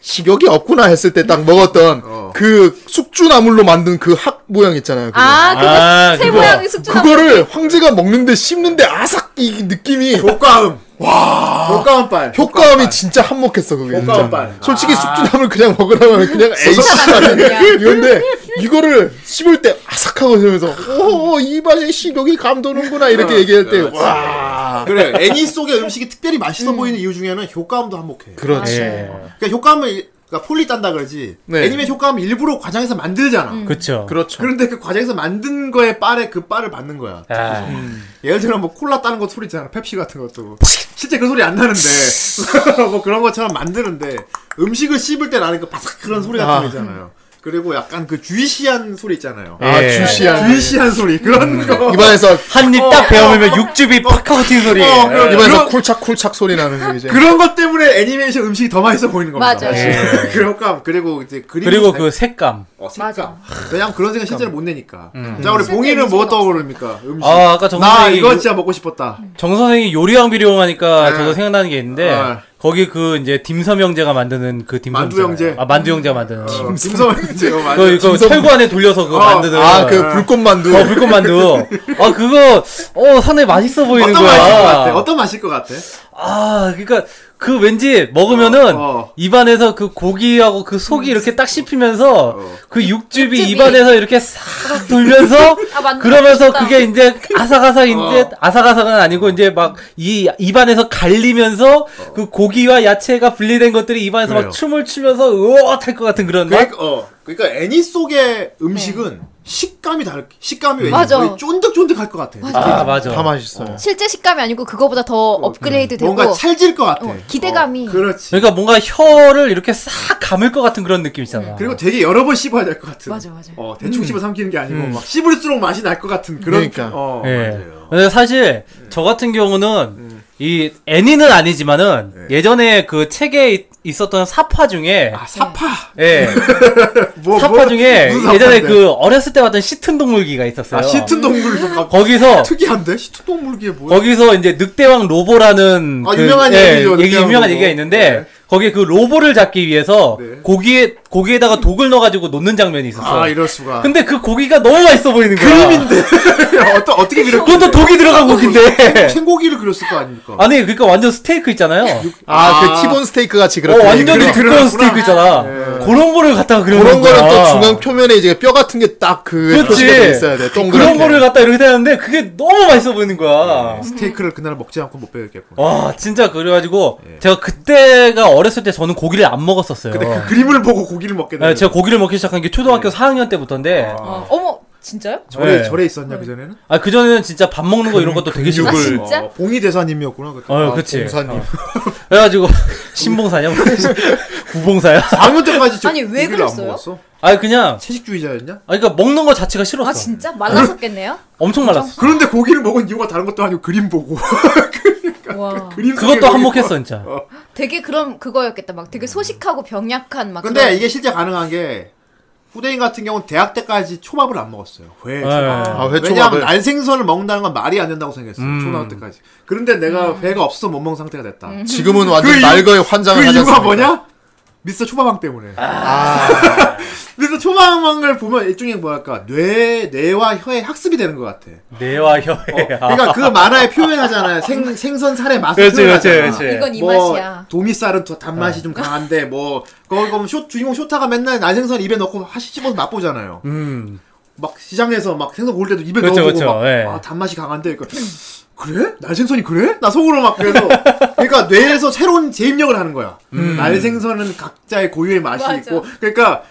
식욕이 없구나 했을 때 딱 먹었던
어.
그 숙주나물로 만든 그 학 모양 있잖아요. 그거.
아, 그거
아,
새
그거.
모양이 숙주나
그거를 황제가 먹는데 씹는데 아삭 이 느낌이
효과음 와 효과음빨
효과음이 진짜 한몫했어 그게
효과음
진짜.
빨.
솔직히 숙주나물 그냥 먹으라면 그냥 에이씨 이건데 이거를 씹을 때 아삭하고 들면서 오이 맛에 식욕이 감도는구나 이렇게 얘기할 때 와.
그래 애니 속의 음식이 특별히 맛있어 보이는 이유 중에는 효과음도 한몫해. 그,
그렇지.
예.
러니까 효과음을 일- 그러니까 폴리 딴다 그러지.
네.
애니메 효과음 일부러 과장해서 만들잖아.
그쵸.
그렇죠.
그런데 그 과정에서 만든 거에 빨에 그 빨을 받는 거야.
네.
아,
음. 예를 들어 뭐 콜라 따는 거 소리 있잖아. 펩시 같은 것도. 실제 그 소리 안 나는데 뭐 그런 것처럼 만드는데 음식을 씹을 때 나는 그 바삭 그런 소리 같은
아.
거 있잖아요. 그리고 약간 그 주이시한 소리 있잖아요.
아
예.
주시한 음.
주이시한 소리 그런 거.
입안에서
한 입 딱 베어물면 육즙이 팍 하고 튀는 소리. 예.
어, 그럼
입안에서
그런-
쿨착쿨착 소리 나는 거 이제
그런 것 때문에 애니메이션 음식이 더 맛있어 보이는 겁니다.
맞아요.
사실. 그 효과음 그리고 이제 그림
그리고 그 색감.
어, 색감. 왜냐면 그런 생각 실제로 못 내니까. 자, 우리
실제
봉이는 뭐
음식은
떠오릅니까? 음식.
아, 아까 정선생이
나 이거
요-
진짜 먹고 싶었다.
정 선생이 요리왕 비룡 하니까
네.
저도 생각나는 게 있는데
아.
거기 그 이제 딤섬 형제가 만드는 그 딤섬
만두
있잖아요.
형제.
아 만두 형제가 만드는
음.
그,
어, 김서방 형제요, 맞아.
그, 그 철구 안에 돌려서 그거
어,
만드는
아 그 불꽃만두
어, 불꽃만두. 아, 그거, 어, 상당히 맛있어 보이는
어떤
거야.
맛일 것 같아? 어떤 맛일 것 같아?
아, 그니까, 그 왠지 먹으면은,
어, 어.
입안에서 그 고기하고 그 속이 이렇게 딱 씹히면서,
어.
그 육즙이,
육즙이.
입안에서 이렇게 싹 돌면서,
아, 만두
그러면서
맛있다.
그게 이제 아삭아삭, 이제,
어.
아삭아삭은 아니고, 이제 막, 이, 입안에서 갈리면서, 그 고기와 야채가 분리된 것들이 입안에서
어. 그래요.
막 춤을 추면서, 으어! 탈것 같은 그런 맛?
그러니까, 어, 그러니까 애니 속의 음식은 식감이 달, 식감이 왠지
네. 음. 맞아.
거의 쫀득쫀득할 것 같아.
아, 맞아.
다 맛있어요.
실제 식감이 아니고 그거보다 더
어, 음.
업그레이드 되고
뭔가 찰질 것 같아.
어, 기대감이.
어, 그렇지.
그러니까 뭔가 혀를 이렇게 싹 감을 것 같은 그런 느낌 있잖아.
음, 그리고 되게 여러 번 씹어야 될 것 같은.
맞아, 맞아.
어,
음.
대충 씹어 삼키는 게 아니고, 막 씹을수록 맛이 날 것 같은 그런.
그러니까.
어,
예.
맞아요. 음.
근데 사실 저 같은 경우는 이 애니는 아니지만은 예전에 그 책에 있- 있었던 사파 중에
네. 아, 사파.
예
네.
뭐,
사파
뭐,
중에
무슨
예전에
사파인데?
그 어렸을 때 봤던 시튼 동물기가 있었어요.
아, 시튼 동물기. 아,
거기서
특이한데? 시튼 동물기에 뭐야?
거기서 이제 늑대왕 로보라는 그 예,
아, 유명한 얘기죠,
얘기
늑대왕
유명한
로보.
얘기가 있는데
네.
거기에 그 로보를 잡기 위해서
네.
고기에 고기에다가 독을 넣어가지고 놓는 장면이 있었어.
아, 이럴 수가.
근데 그 고기가 너무 맛있어 보이는 거야. 그림인데
어떠, 어떻게 그렸
그것도 독이 들어간 고기인데.
생고기를 그렸을 거 아닙니까?
아니 그러니까 완전 스테이크 있잖아요.
아 그
아.
티본 스테이크 같이
어,
그렇게
완전히
그런-
두꺼운 스테이크 있잖아. 그런 거를 갖다가 그려는
그런
거야.
거는 또 중앙 표면에 이제 뼈 같은 게 딱그
아. 그렇지.
표시가 돼 있어야 돼. 동그랗게.
그런 거를 갖다 이렇게 되는데 그게 너무 맛있어
네.
보이는 거야.
스테이크를 그날 먹지 않고 못 배웠겠고.
와 진짜 그래가지고 제가 그때가 어렸을 때 저는 고기를 안 먹었었어요.
근데 그 그림을 보고 고기를 먹게
네,
되네. 네. 아.
제가 고기를 먹기 시작한 게 초등학교 4학년 때부터인데
어, 어머 진짜요?
절에
네.
절에 있었냐 그 전에는?
아 그전에는 진짜 밥 먹는 거 이런 것도 되게 싫고
아, 진짜?
어, 봉이 대사님이었구나 그때.
그
아,
어, 그치.
공사님.
그래가지고, 신봉사냐? 뭐 구봉사야?
4학년 때까지 저
아니, 왜
고기를 안
그랬어요?
먹었어?
아, 그냥,
채식주의자였냐?
아, 그니까 먹는 거 자체가 싫었어.
아 진짜 말랐었겠네요.
엄청 말랐어.
그런데 고기를 먹은 이유가 다른 것도 아니고 그림 보고
와
그림 속에
그것도
고기
한몫했어,
보고.
진짜.
되게 그럼 그거였겠다. 막 되게 소식하고 병약한 막.
근데
그런-
이게 실제 가능한 게 후대인 같은 경우는 대학 때까지 초밥을 안 먹었어요. 회.
네.
초밥.
아, 회
왜냐하면
초밥을.
날생선을 먹는다는 건 말이 안 된다고 생각했어.
음.
초등학교 때까지. 그런데 내가
음.
회가 없어서 못 먹은 상태가 됐다.
지금은
그
완전
이유-
날거에 환장을
그
하지
이유가
않습니까?
뭐냐? 미스터 초밥왕 때문에.
음. 아,
미스터 초밥왕을 보면 일종의 뭐랄까 뇌 뇌와 혀의 학습이 되는 것 같아.
뇌와 혀에. 아.
그러니까 그 만화에 표현하잖아요. 생 생선 살의 맛을
그렇지, 그렇지,
표현하잖아.
그렇지.
이건 이 맛이야.
뭐 도미쌀은 더
네.
단맛이 좀 강한데 뭐 거기 보면 쇼, 주인공 쇼타가 맨날 날생선 입에 넣고 하시 집어서 맛보잖아요.
음.
막 시장에서 막 생선 고를 때도 입에
그렇죠,
넣어보고
그렇죠,
막
예.
아, 단맛이 강한데 그러니까, 그래? 날생선이 그래? 나 속으로 막 그래서 그러니까 뇌에서 새로운 재입력을 하는 거야.
음.
날생선은 각자의 고유의 맛이
맞아.
있고 그러니까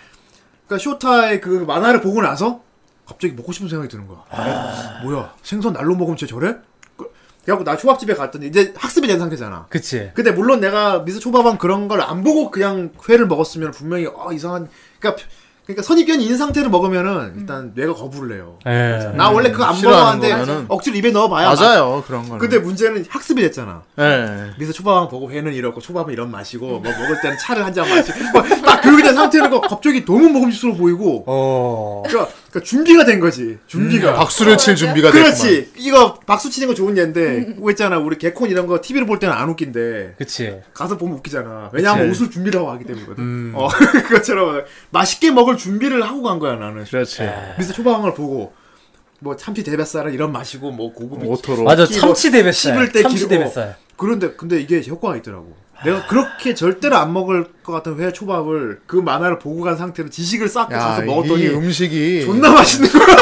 그러니까 쇼타의 그 만화를 보고 나서 갑자기 먹고 싶은 생각이 드는 거야.
아.
뭐야 생선 날로 먹으면 진짜 저래? 그- 그래갖고 나 초밥집에 갔더니 이제 학습이 된 상태잖아.
그치.
근데 물론 내가 미스 초밥왕 그런 걸 안 보고 그냥 회를 먹었으면 분명히 어 이상한 그러니까 그러니까 선입견이 있는 상태로 먹으면은 일단 뇌가 거부를 해요.
예.
나 원래 그거 안
음, 싫어하는
먹었는데
거면은.
억지로 입에 넣어봐야 맛-
맞아요. 그런 거.
근데 문제는 학습이 됐잖아.
예.
미스 초밥왕 보고 회는 이렇고 초밥은 이런 맛이고 뭐 먹을 때는 차를 한 잔 마시고 딱 그렇게 된 상태로 거- 갑자기 너무 먹음직스러워 보이고
어.
그러니까, 그러니까 준비가 된 거지. 준비가.
아, 음, 박수를 칠 준비가 됐구만.
그렇지. 이거 박수 치는 거 좋은 예인데 그거 있잖아. 우리 개콘 이런 거 TV로 볼 때는 안 웃긴데
그치.
가서 보면 웃기잖아. 왜냐하면
그치.
웃을 준비를 하고 하기 때문이거든.
음.
어, 그것처럼 맛있게 먹을 준비를 하고 간 거야 나는.
그렇지.
미스 초밥왕을 보고 뭐 참치 대뱃살은 이런 맛이고 뭐 고구미
오토로.
맞아,
끼고
참치 대뱃살.
씹을 때
참치
기르고.
대뱃살.
그런데 근데 이게 효과가 있더라고. 내가 그렇게 절대로 안 먹을 것 같은 회 초밥을 그 만화를 보고 간 상태로 지식을 쌓고
야,
가서
이
먹었더니
음식이
존나 맛있는 거야.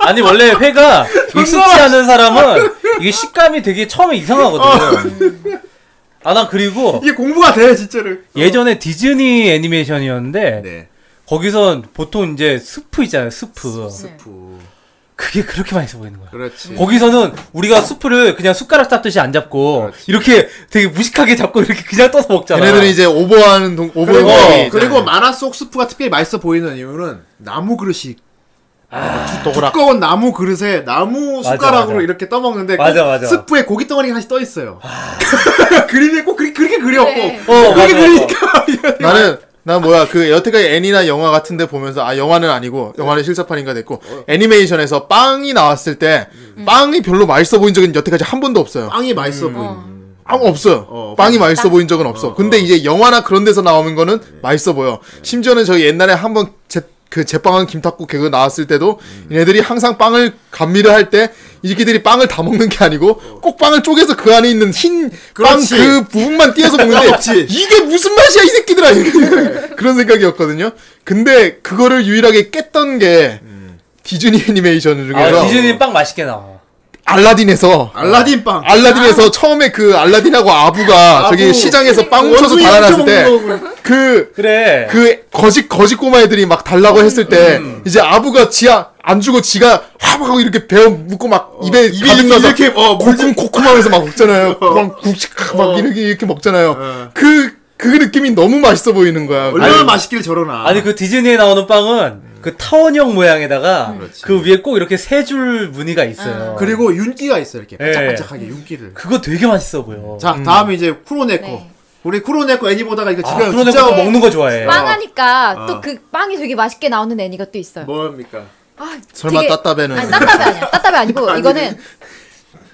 아니, 원래 회가 익숙치 않은 사람은 이게 식감이 되게 처음에 이상하거든.
어.
아, 난 그리고
이게 공부가 돼 진짜로.
예전에 디즈니 애니메이션이었는데
네.
거기선 보통 이제 스프 있잖아요, 스프. 그게 그렇게 맛있어 보이는 거야.
그렇지.
거기서는 우리가 스프를 그냥 숟가락 잡듯이 안 잡고 이렇게 되게 무식하게 잡고 이렇게 그냥 떠서 먹잖아.
얘네들은 이제 오버하는 동
그리고
오버해.
그리고 만화 속 스프가 특별히 맛있어 보이는 이유는 나무 그릇이
도그락.
두꺼운 나무 그릇에 나무
아, 맞아,
숟가락으로
맞아.
이렇게 떠먹는데 꼭
맞아, 맞아.
스프에 고기 덩어리가 하나씩 떠 있어요. 그림에 꼭 그리, 그렇게 그려갖고
네.
어,
그렇게
맞아,
그리니까 이런-
나는 나 뭐야 그 여태까지 애니나 영화 같은데 보면서 아 영화는 아니고 영화는 실사판인가 됐고
어.
애니메이션에서
음.
빵이 나왔을 때 빵이 별로 맛있어 보인 적은 여태까지 한 번도 없어요.
음.
빵이 맛있어 보이는.
아무 없어요.
어,
빵이 맛있어 보인 적은 없어. 근데 이제 영화나 그런 데서 나오는 거는 맛있어 보여. 심지어는 저희 옛날에 한번 제, 그 제빵한 김탁국 개그 나왔을 때도 얘네들이 항상 빵을 감미를 할 때 이 새끼들이 빵을 다 먹는 게 아니고 꼭 빵을 쪼개서 그 안에 있는 흰 빵
그렇지.
그 부분만 띄어서 먹는데
그렇지.
이게 무슨 맛이야 이 새끼들아 그런 생각이었거든요. 근데 그거를 유일하게 깼던 게 디즈니 애니메이션 중에서
아, 디즈니 빵 맛있게 나와.
알라딘에서
알라딘 빵.
아,
알라딘에서 처음에 그 알라딘하고 아부가
아부.
저기 시장에서 빵 훔쳐서
원숭이
달아났을
훔쳐 먹는
때 그
그래.
그 거짓 거짓 꼬마 애들이 막 달라고 했을 때 이제 아부가 지하 안 주고 지가 화하고 이렇게 베어 묶고 막 입에
입에
가득 넣어서
이렇게, 어, 물
콧구멍 콧구멍에서 막 먹잖아요. 막 굵직 막 이렇게 이렇게 먹잖아요.
어.
그 그 느낌이 너무 맛있어 보이는 거야.
얼마나
아니,
맛있길 저러나.
아니 그 디즈니에 나오는
음.
빵은 그 타원형 모양에다가 그 위에 꼭 이렇게 세 줄 무늬가
아.
있어요.
그리고 윤기가 있어 이렇게
예.
반짝반짝하게 윤기를.
그거 되게 맛있어 보여.
자 다음에 이제 쿠로네코.
네.
우리 쿠로네코 애니 보다가 이거
아,
지금
그런
그러니까 진짜
애가 먹는 거 좋아해.
빵하니까
어.
또 그 빵이 되게 맛있게 나오는 애니가 또 있어요.
뭐
뭡니까?
아,
설마
되게-
따따배는
아니 따따배 아니야. 따따배 아니고 이거는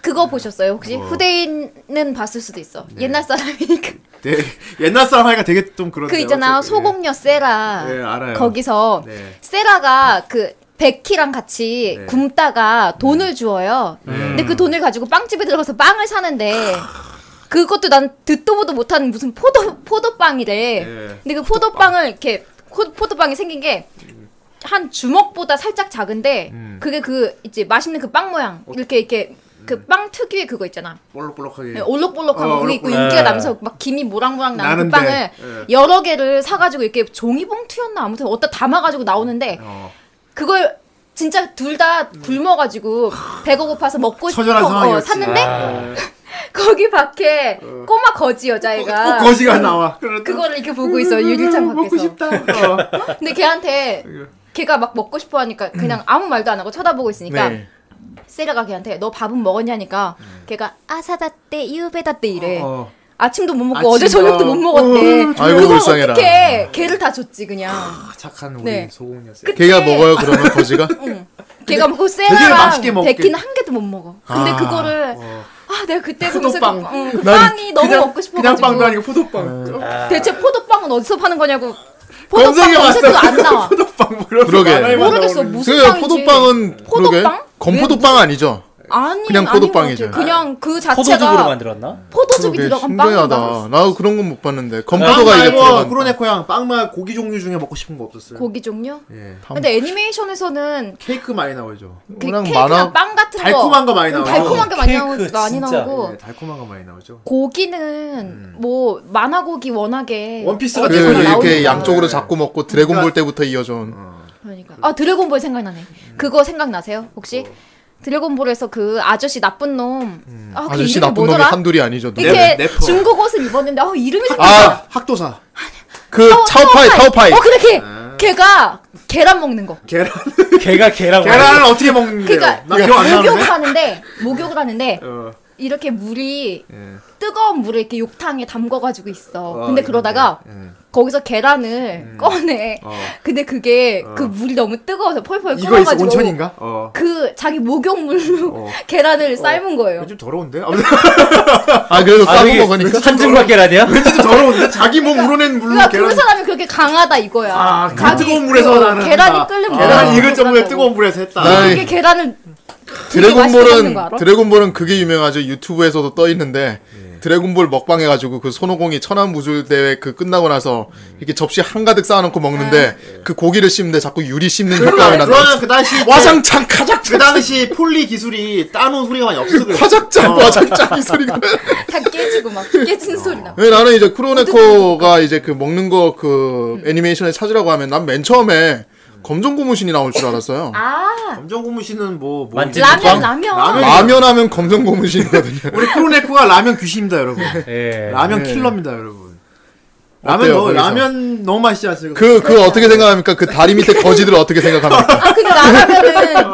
그거 보셨어요 혹시?
어.
후대인은 봤을 수도 있어. 옛날 사람이니까.
네. 옛날 사람 하니까 되게 좀 그런데.
그 있잖아
어쨌든, 네,
소공녀 세라.
예, 알아요.
거기서
네.
세라가 그 베키랑 같이
네.
굶다가 돈을 주어요. 근데 그 돈을 가지고 빵집에 들어가서 빵을 사는데
아.
그것도 난 듣도 보도 못하는 무슨 포도 포도빵이래.
네.
근데 그 포도빵을 이렇게 포, 포도빵이 생긴 게 한 주먹보다 살짝 작은데
음.
그게 그 이제 맛있는 그 빵 모양
어.
이렇게 이렇게
음.
그 빵 특유의 그거 있잖아.
볼록볼록하게.
네, 올록볼록한
어,
거 그게 있고
올록볼록.
윤기가
네.
나면서 막 김이 모락모락 나는
나는데,
그 빵을
예.
여러 개를 사가지고 이렇게 종이봉투였나 아무튼 어디다 담아가지고 나오는데
어.
그걸 진짜 둘 다 굶어가지고 배가 고파서 먹고 싶어
처절한
어,
상황이었지.
샀는데
아,
거기 밖에 꼬마 거지 여자애가
꼭 거지가 나와. 그러다.
그거를 이렇게 보고 있어 유리창
음, 먹고
밖에서
싶다. 어.
근데 걔한테 걔가 막 먹고 싶어 하니까
음.
그냥 아무 말도 안 하고 쳐다보고 있으니까
네.
세라가 걔한테 너 밥은 먹었냐니까 걔가 아사다떼 이우베다떼 이래
음. 어.
아침도 못 먹고 어제
아침도.
저녁도 못 먹었대.
어,
아이고,
그걸
불쌍해라.
어떻게 걔를 다 줬지 그냥.
착한 우리
네.
소공이었어요.
그때
걔가 먹어요 그러면 거지가
걔가 먹고
맛있게
세라랑
먹게.
베키는 한 개도 못 먹어. 근데
아,
그거를 아 내가 그때
어. 포도빵.
보면서 그, 응, 그
난
빵이 너무
그냥-
먹고
그냥
싶어가지고
빵도 아니고 포도빵. 어.
대체 포도빵은 어디서 파는 거냐고 포도빵
검색해봤어.
검색도 안 나와.
포도빵 뭐 이런
그러게.
만화에
아. 모르겠어
나오는.
무슨
그
빵인지.
포도빵은 그러게
포도빵?
건포도빵 아니죠?
아니
그냥
아닌 것
포도빵이죠.
같아요. 그냥 그
네. 포도즙으로
자체가
만들었나?
포도즙이
그러게,
들어간
신기하다.
빵이다.
나 그런 건 못 봤는데
빵
건포도가 이렇게
말고
들어간
쿠로네코양 빵 말 고기 종류 중에 먹고 싶은 거 없었어요?
고기 종류?
예.
근데 애니메이션에서는
케이크 많이 나오죠.
그
워낙
케이크나
많아-
빵 같은
달콤한
거 음,
거 많이 나와요.
달콤한 게 많이, 나오,
케이크
많이
진짜. 음.
나오고
네, 달콤한 거 많이 나오죠.
고기는 뭐 만화 고기 워낙에
원피스가
어디서
그
나오니까.
음. 이렇게
나오니까.
양쪽으로 잡고 먹고 드래곤볼
그러니까-
때부터 이어져온
그러니까 아 드래곤볼 생각나네.
음.
그거 생각나세요 혹시?
뭐.
드래곤볼에서 그 아저씨 나쁜 놈. 아, 그
음. 아저씨
이름이
나쁜 놈이
뭐더라?
한둘이 아니죠. 누가.
이렇게
네, 래퍼.
중국 옷을 입었는데 아 이름이 생각.
아,
아, 학도사.
그 차오파이 차오파이.
어 그래 걔.
네.
걔가 계란 먹는 거.
계란.
걔가 걔라고.
계란을 어떻게 먹는데요? 네.
그러니까
나 기억 안
목욕을
나는데.
하는데 목욕을 하는데
어,
이렇게 물이
예.
뜨거운 물에 이렇게 욕탕에 담궈가지고 있어.
어,
근데
예,
그러다가
예.
거기서 계란을 꺼내.
어.
근데 그게
어.
그 물이 너무 뜨거워서 펄펄
이거 있어
끓어가지고
온천인가? 어.
그 자기 목욕물로
어.
계란을 삶은 거예요.
좀 더러운데? 아무튼
아 그래서
아,
싸고
되게
먹으니까.
한증과 계란이야?
왠지 좀 더러운데? 자기 몸 우러낸 물로
그러니까 그
계란.
사람이 그렇게 강하다 이거야.
아, 그
자기
뜨거운
그
물에서 나는. 아,
계란이 끓는 물에
계란
나는
익을 정도의
거라고.
뜨거운 물에서 했다.
나-
그게 계란을 되게 맛있게 먹는 거 알아?
드래곤볼은 드래곤볼은 그게 유명하죠. 유튜브에서도 떠 있는데
예.
드래곤볼 먹방 해가지고 그 손오공이 천안무술 대회 그 끝나고 나서
음.
이렇게 접시 한 가득 쌓아놓고 먹는데
네.
그 고기를 씹는데 자꾸 유리 씹는 효과가
예. 그러니까
난다.
그러면 그 당시
와장창
그
가작창
당시 폴리 기술이 따놓은 소리가 많이 없어 그래.
화작장 와장창 이 소리가.
다 깨지고 막 깨지는 소리
어.
나.
왜 네, 나는 이제 크로네코가 이제 그 먹는 거 그 애니메이션에 찾으라고 하면 난 맨 처음에 검정 고무신이 나올 줄 알았어요.
아
검정 고무신은 뭐, 뭐
만지-
라면
빵?
라면.
라면.
라면 하면 검정 고무신이거든요. 그,
우리 크로네코가 라면 귀신입니다 여러분.
예.
라면
네.
킬러입니다 여러분. 라면
어때요,
너무
거기서?
라면 너무 맛있지 않습니까?
그, 그 어떻게 생각합니까? 그 다리 밑에 거지들 어떻게 생각합니까?
아 근데
어.
나가면은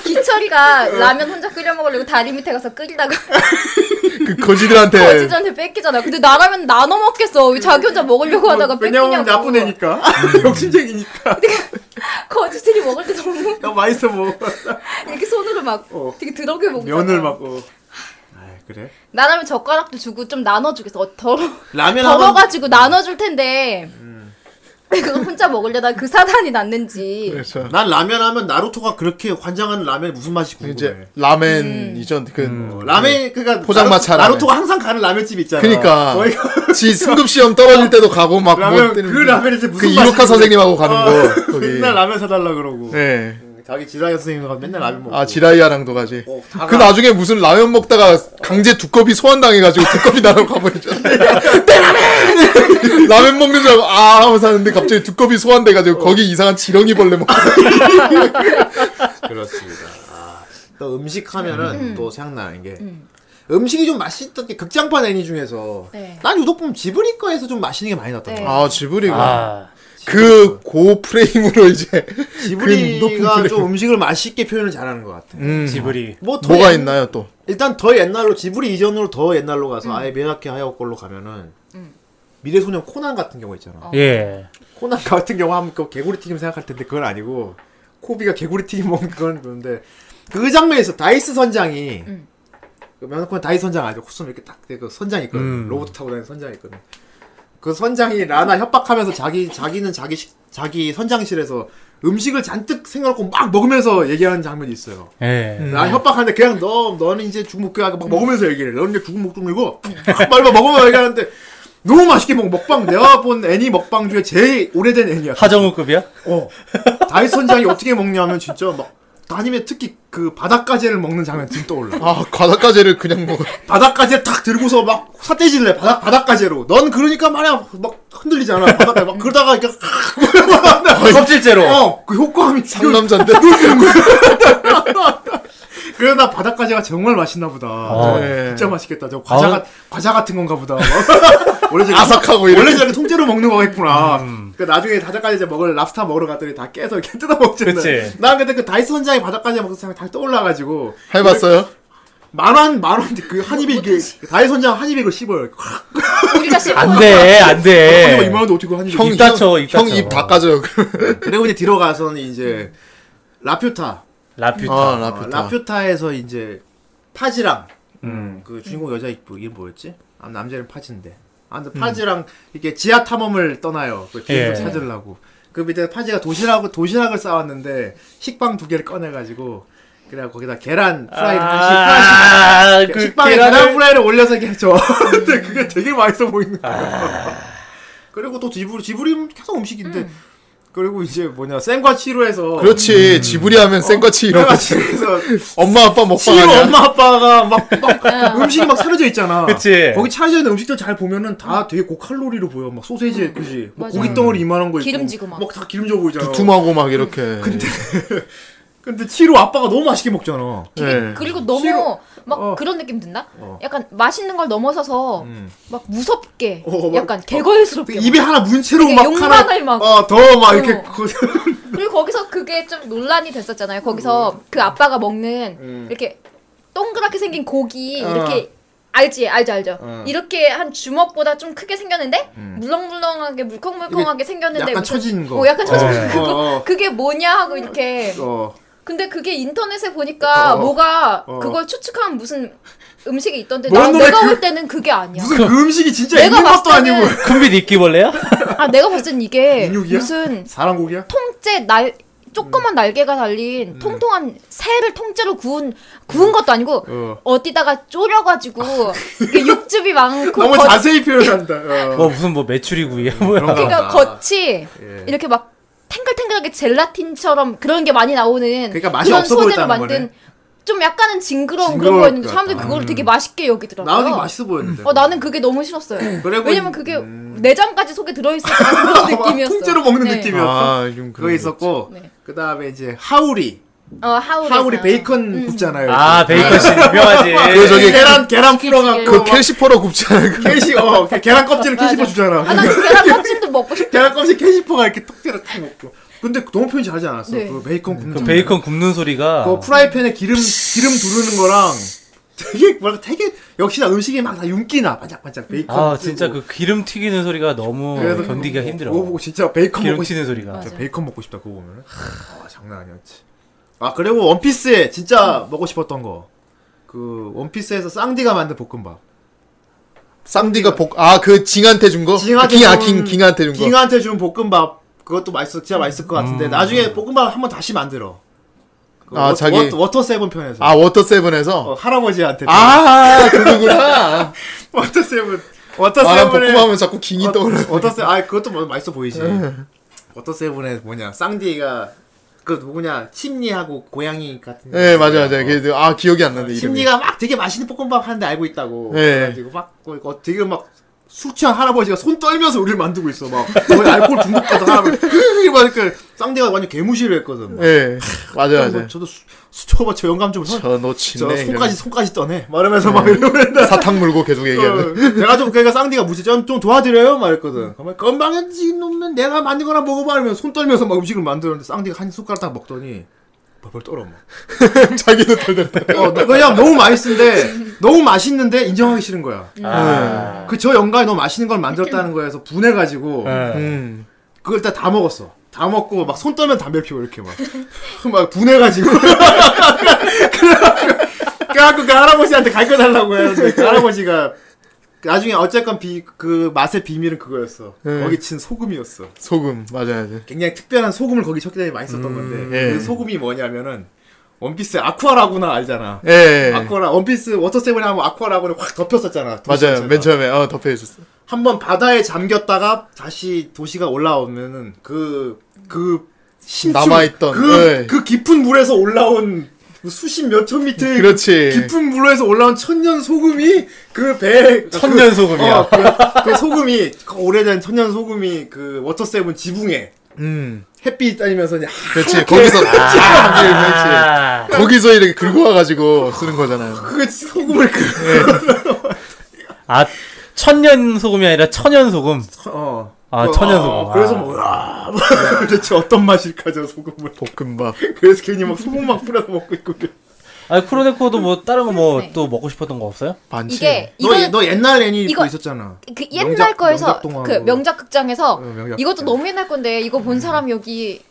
기철이가 라면 혼자 끓여 먹으려고 다리 밑에 가서 끓이다가
그
네.
거지들한테.
거지들한테 뺏기잖아. 근데 나라면 나눠 먹겠어. 왜 자기 혼자 먹으려고 하다가
왜냐면
뺏기냐고.
뭐, 나쁜 애니까 욕심쟁이니까
거지들이 먹을 때 너무
나 맛있어 뭐
이렇게 손으로 막
어.
되게 더럽게 먹잖아.
면을 막 어. 그래?
나라면 젓가락도 주고 좀 나눠주겠어. 어, 더러
라면 한번 음.
더러가지고 나눠줄 텐데. 그거 혼자 먹으려다 그 사단이 났는지.
그렇죠.
난 라면 하면 나루토가 그렇게 환장하는 라면 무슨 맛이 궁금해.
이제 라멘이죠. 그
어, 라멘 그러니까
포장마차
나루, 나루토가 항상 가는 라면집 있잖아.
그러니까
저희가
지 승급 시험 떨어질 때도 가고
라면
막뭐
그 라면이 이제
그
무슨
이로카 선생님하고 가는
아,
거 거기.
맨날 라면 사달라 그러고.
네.
자기 지라이 선생님과 맨날 라면 먹고.
아 지라이아랑도 가지.
어, 다가-
그 나중에 무슨 라면 먹다가 강제 두꺼비 소환당해가지고 두꺼비 나라로 가버리잖아. 내 라면! 라면 먹는 줄 알고 아 하면서 하는데 갑자기 두꺼비 소환돼가지고
어.
거기 이상한 지렁이 벌레 먹고.
그렇습니다. 아, 또 음식 하면은 또 생각나는 게 음. 식이좀 맛있던 게 극장판 애니 중에서
네.
난 유독 보면 지브리 거에서 좀 맛있는 게 많이 났던
네.
거야.
아 지브리가
아,
그 고 프레임으로 이제 그
지브리가
높은
좀 음식을 맛있게 표현을 잘하는 것 같아.
음,
지브리.
뭐 더
뭐가
옛-
있나요 또?
일단 더 옛날로 지브리 이전으로 더 옛날로 가서
음.
아예 미야키 하야오 걸로 가면은 미래소년 코난 같은 경우 있잖아.
예.
코난 같은 경우 하면 그 개구리 튀김 생각할 텐데 그건 아니고 코비가 개구리 튀김 먹는 건 그런데 그 장면에서 다이스 선장이 그 면허권 다이스 선장 아니죠 코스는 이렇게 딱그 선장 있거든
음.
로봇 타고 다니는 선장 있거든 그 선장이 라나 협박하면서 자기 자기는 자기 식- 자기 선장실에서 음식을 잔뜩 생겨놓고 막 먹으면서 얘기하는 장면이 있어요.
예.
나 음. 아, 협박하는데 그냥 너 너는 이제 죽목하고 막 먹으면서 얘기를 해. 너는 이제 죽목죽이고 말봐 먹으면 얘기하는데 너무 맛있게 먹 먹방 내가 본 애니 먹방 중에 제일 오래된 애니야.
하정우급이야?
어. 다이스 선장이 어떻게 먹냐면 진짜 막 아니면 특히 그 바닷가재를 먹는 장면 지금 떠올라.
아 과다까지를 그냥 먹어.
바닷가재 탁 들고서 막 사태질을 해. 바닥 바닷가재로. 넌 그러니까 말이야 막 흔들리잖아. 바닷가 막 그러다가 이렇게
껍질째로.
어, 그 효과음이
상남자인데.
그러다 바닷가재가 정말 맛있나 보다.
아,
어.
네. 진짜 맛있겠다. 저 과자,
어.
가, 과자 같은 건가 보다. 원래 저기-
아삭하고 이렇게. 음.
원래 저렇게 통째로 먹는 거겠구나. 그 나중에 바닷가재 먹을 랍스타 먹으러 갔더니 다 깨서 이렇게 뜯어 먹잖아.
그치.
난 그때 그 다이스 선장이 바닷가재 먹는 생각 다 떠올라가지고
해봤어요?
만원 만원 그한 입에 이게 다이스 선장 한 입에 그걸 씹어요. 확
우리가 씹어.
안 돼,
씹어
안 돼.
이만한데 어떻게 그걸 한 입에?
네. 형
입 다쳐, 입 다쳐.
형입 닦아줘요.
그리고 이제 뒤로 가서는 이제 라퓨타.
라퓨타.
아
어,
라퓨타.
라퓨타에서 이제 파지랑
음.
그 주인공 여자 이름 이름 뭐였지? 아 남자는 파지인데. 아 근데 파지랑 이렇게 지하 탐험을 떠나요. 그
예.
비행기 찾으려고. 그 밑에 파지가 도시락을 도시락을 싸왔는데 식빵 두 개를 꺼내가지고 그래 거기다 계란 프라이를 하나씩 하나씩
아, 그
식빵에
계란을- 음.
계란 프라이를 올려서 이렇게 줘. 근데 그게 되게 맛있어 보이는
아.
거야. 그리고 또 지브리 지브리는 계속 음식인데 그리고 이제 뭐냐 쌤과 치료에서
그렇죠.
그렇지 지브리 하면 생거치 이런
쌤과
거.
치료에서
엄마 아빠 먹방
치료
아니야?
어. 엄마 아빠가 막, 막
어.
음식이 막 차려져 있잖아.
그치.
거기 차려져 있는 음식들 잘 보면은 다 되게 고칼로리로 보여. 막 소세지, 그지? 막
음. 맞아.
고기 덩어리 이만한 거 있고.
기름지고 막.
막다 기름져 보이잖아.
두툼하고 막 이렇게. 근데
근데 치료 아빠가 너무 맛있게 먹잖아.
네.
그리고 너무
싫어.
막
어.
그런 느낌 든다?
어. 음.
약간 맛있는 걸 넘어서서 막 무섭게,
어, 막-
약간 개걸스럽게. 뭐
입에 하나 문 채로
되게
막 하나.
욕망을 막-
어, 더 막 이렇게.
어.
그-
그리고 거기서 그게 좀 논란이 됐었잖아요. 거기서
음.
그 아빠가 먹는 이렇게 동그랗게 생긴 고기
어.
이렇게 알지 알죠 알죠
어. 음.
이렇게 한 주먹보다 좀 크게 생겼는데 물렁물렁하게 물컹물컹하게 생겼는데
약간
무슨-
처진 거.
어, 약간 처진
어.
거 그거
어, 어.
그게 뭐냐 하고 이렇게
어.
근데 그게 인터넷에 보니까
어.
뭐가
어.
그걸 추측한 무슨 음식이 있던데
뭔
나,
놈의
내가
그-
볼 때는 그게 아니야
무슨 그 음식이 진짜
내가
있는 것도
봤을 때는-
아니고.
큰빛 이끼벌레야?
아 내가 봤을 땐 이게
인육이야? 음.
무슨
사람 고기야?
통째 날 조그만 날개가
음.
달린 통통한 새를 통째로 구운 구운 것도 아니고
어. 아, 그
어디다가 졸여가지고 이게 육즙이 많고
너무
거-
자세히 표현한다. 어.
뭐 무슨 뭐 메추리 구이야 뭐야?
그런
그러니까
거구나.
겉이
아. 예.
이렇게 막 탱글탱글하게 젤라틴처럼 그런 게 많이 나오는
그러니까 맛이
런
없어
소재로
보였다는
만든 좀 약간은 징그러운
징그러울
그런 거였는데
것
사람들이
같다. 음.
그걸 되게 맛있게 여기더라고요.
나는 맛있어 보였는데.
어 나는 그게 너무 싫었어요.
음. 그리고 음.
왜냐면 그게 내장까지 속에 들어있으니까 그런 느낌이었어.
통째로 먹는
네.
느낌이었어.
아, 좀
그거 있었고
네.
그 다음에 이제 하우리
어 하울이
하우리 베이컨
음.
굽잖아요.
아 베이컨 씨 유명하지.
그
저기-
계란 계란
튀김.
풀어갖고
그
막
캐시퍼로 굽지 않은 거.
캐시 어 게- 계란 껍질을 캐시퍼 주잖아.
아나 계란 껍질도 먹고 싶어.
계란 껍질 캐시퍼가 이렇게 톡 때려 탁 먹고. 근데 너무 표현 잘하지 않았어.
네.
그 베이컨 굽는
그
거.
베이컨 굽는 소리가
그 프라이팬에 기름 기름 두르는 거랑 되게 뭐랄까 되게 역시나 음식이 막 다 윤기나 반짝반짝 베이컨.
아
뜨고.
진짜 그 기름 튀기는 소리가 너무
그래서
견디기가
그거-
힘들어.
그거 보고 진짜 베이컨
기름
먹고 싶다.
튀는 소리가.
진짜 베이컨 먹고 싶다 그거 보면은. 아 장난 아니었지. 아 그리고 원피스에 진짜 먹고 싶었던 거. 그 원피스에서 쌍디가 만든 볶음밥.
쌍디가 복, 아, 그 징한테 준 거?
징한테 준-
아, ging, 징한테 준 거.
킹한테 준 볶음밥 그것도 맛있어 진짜 맛있을 것 같은데 나중에 볶음밥 한번 다시 만들어. 그
아,
워,
자기-
워, 워터 세븐 편에서
아, 워터세븐에서?
어, 할아버지한테
아, 그거구나.
워터 세븐
아,
워터
난
세븐에
볶음하면 자꾸 깅이 네. 떠오르
워터 세븐 아 그것도 뭐- 맛있어 보이지. 워터 세븐에 뭐냐 쌍디가 그 누구냐 침리하고 고양이 같은.
네, 맞아, 맞아.
어.
그, 아, 기억이 안 나는데, 이름이.
심리가 막 되게 맛있는 볶음밥 하는데 알고 있다고.
예.
그래가지고 막 어, 어, 되게 막술 취한 할아버지가 손 떨면서 우리를 만들고 있어. 막 거의 알코올 중독자도 할아버지. 그러니까 쌍대가 완전 개무시를 했거든. 막.
예, 맞아, 맞아.
뭐 저도 수, 수, 저거 저 영감 좀. 손-
저
저
놓치네.
손까지 손까지 떠네. 말하면서 막 이러면
이러면서. 사탕 물고 계속 얘기하는.
내가 좀 그러니까 쌍디가 무지 좀, 좀 도와드려요
음.
말했거든. 그러면 건방진 놈은 내가 만든 거나 먹어봐 이러면 손 떨면서 막 음식을 만들었는데 쌍디가 한 숟가락 딱 먹더니 벌벌 떨어 막.
자기도 덜덜.
어, 그냥 너무 맛있는데 너무 맛있는데 인정하기 싫은 거야.
아.
그 저 영감이 너무 맛있는 걸 만들었다는 거에서 분해가지고
음.
그걸 다, 다 먹었어. 다 먹고 막 손 떨면 담배 피고 이렇게 막 막 분해가지고 그래가지고- 그래갖고 그 할아버지한테 가르쳐 달라고 했는데 그 할아버지가 나중에 어쨌건 비, 그 맛의 비밀은 그거였어.
음.
거기 친 소금이었어.
소금, 맞아, 맞아.
굉장히 특별한 소금을 거기 쳤기 때문에 많이 썼던 건데
예.
그 소금이 뭐냐면은 원피스 아쿠아라구나 알잖아.
예, 예.
아쿠아라 원피스 워터세븐이 하면 아쿠아라고는 확 덮였었잖아.
맞아요.
도시였잖아.
맨 처음에, 어, 덮여 있었어.
한번 바다에 잠겼다가 다시 도시가 올라오면은 그, 그그
남아있던,
그,
네.
그 깊은 물에서 올라온 그 수십 몇천 미터의
그렇지.
깊은 물에서 올라온 천년 소금이 그 배에
천년 소금이야.
어, 그, 그 소금이 그 오래된 천년 소금이 그 워터세븐 지붕에
음.
햇빛 따지면서 이제
그렇지. 거기서, 아,
아.
그러니까
그렇지. 거기서 이렇게 긁어 와가지고 쓰는 거잖아요.
그 소금을 그
네.
아, 천년 소금이 아니라 천연 소금.
어.
아,
그-
천연
어,
소금. 아.
그래서 뭐, 와, 도대체 어떤 맛일까, 저 소금을.
볶음밥.
그래서 괜히 막 소금 막 뿌려서 먹고 있고. 그래.
아니, 크로네코도 뭐, 다른 거 뭐,
네.
또 먹고 싶었던 거 없어요?
반칙.
이게
너,
이거는
너 옛날 애니
이거-
그거 있었잖아.
그 옛날
명작-
거에서
명작동화
그
뭐.
명작 극장에서
어, 명작 음.
이것도
극장.
너무 옛날 건데 이거 본 사람 여기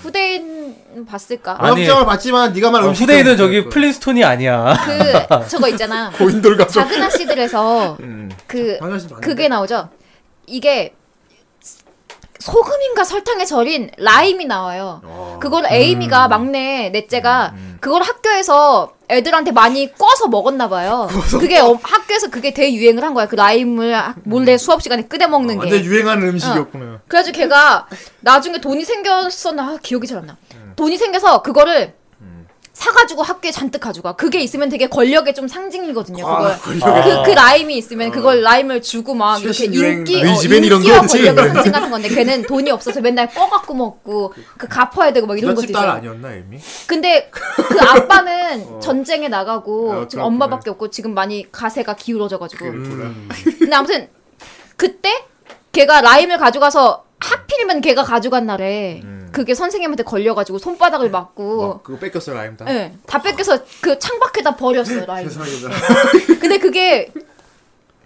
후대인 봤을까?
아니.
영장을 봤지만 네가 말한 그
어,
음식 때문에
후대인은 저기 플린스톤이 아니야.
그 저거 있잖아.
고인돌 가족.
작은 아씨들에서
음.
그
방아쇠 봤는데.
그게 나오죠. 이게 소금인가 설탕에 절인 라임이 나와요.
어.
그걸 에이미가 막내
음,
넷째가 그걸 학교에서 애들한테 많이 꿔서 먹었나 봐요. 그게 어- 학교에서 그게 대유행을 한 거야. 그 라임을 학- 몰래 수업 시간에 끄대 먹는
아, 완전
게. 어.
유행하는 음식이었구나.
그래가지고 걔가 나중에 돈이 생겼었나 아, 기억이 잘 안 나.
음.
돈이 생겨서 그거를 사가지고 학교에 잔뜩 가져가. 그게 있으면 되게 권력의 좀 상징이거든요. 그걸
아, 권력의 어.
그, 그 라임이 있으면 그걸 라임을 주고 막 이렇게
최신 유행
인기,
라임.
어,
우리 집엔 이런
인기와
거 없지?
권력의 상징 같은 건데 걔는 돈이 없어서 맨날 꺼갖고 먹고 그 갚아야 되고 막 이런 것도
부잣집 딸
있어요.
아니었나, 이미?
근데 그 아빠는 전쟁에 나가고
아,
지금
그렇구나.
엄마밖에 없고 지금 많이 가세가 기울어져가지고
음.
근데 아무튼 그때 걔가 라임을 가져가서 하필이면 걔가 가져간 날에
음.
그게 선생님한테 걸려가지고 손바닥을 맞고
그거 뺏겼어, 라임다.
예, 다 뺏겨서 그 창밖에다 버렸어요 라임
죄송합니다.
근데 그게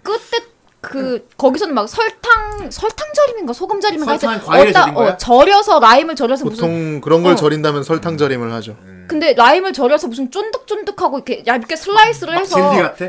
그때 그 거기서는 막 설탕 설탕 절임인가 소금 절임인가
설탕
하여튼
과일에
어디다,
절인 거야?
어, 절여서 라임을 절여서 무슨
보통 그런 걸
어. 음.
절인다면 설탕 절임을 하죠.
근데 라임을 절여서 무슨 쫀득쫀득하고 이렇게 얇게 슬라이스를 해서
젤리 같아?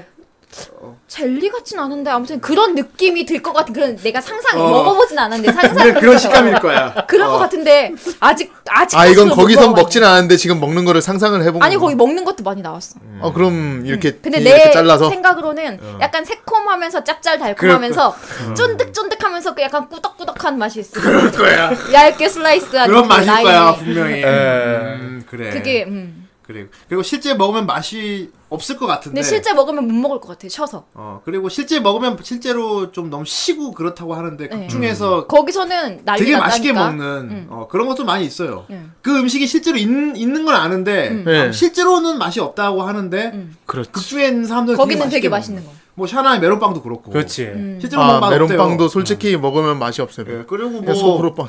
젤리 같진 않은데 아무튼 그런 느낌이 들 것 같은 그런 내가 상상
어.
먹어보진 않았는데 상상
근데 그런 식감일 거야.
그런 것 같은데 아직 아직
아, 이건 거기서 먹진 않았는데 지금 먹는 거를 상상을 해본
아니
거고.
거기 먹는 것도 많이 나왔어.
어, 그럼 이렇게
근데
이렇게
내
잘라서
생각으로는 약간 새콤하면서 짭짤달콤하면서 쫀득쫀득하면서 그 약간 꾸덕꾸덕한 맛이 있어.
그럴 거야.
얇게 슬라이스한
그런
그
맛일
라임이.
거야, 분명히.
예.
음, 그래.
그게 음.
그래. 그리고 실제 먹으면 맛이 없을 것 같은데.
근데 실제 먹으면 못 먹을 것 같아. 셔서
어 그리고 실제 먹으면 실제로 좀 너무 시고 그렇다고 하는데
네.
극 중에서
거기서는 난리
되게
났다니까.
맛있게 먹는
음.
어, 그런 것도 많이 있어요.
음.
그 음식이 실제로 있, 는건 아는데
음.
네.
실제로는 맛이 없다고 하는데
음.
그렇지.
극중에 있는 사람들은
거기는 되게
맛있게
맛있는
먹어요.
거.
뭐 샤나의 메론빵도 그렇고.
그렇지.
음.
실제로
아,
먹으면
메론빵도
맛없대요.
솔직히 먹으면 맛이 없어요.
예, 그리고
그냥
뭐 또
속으로 빵.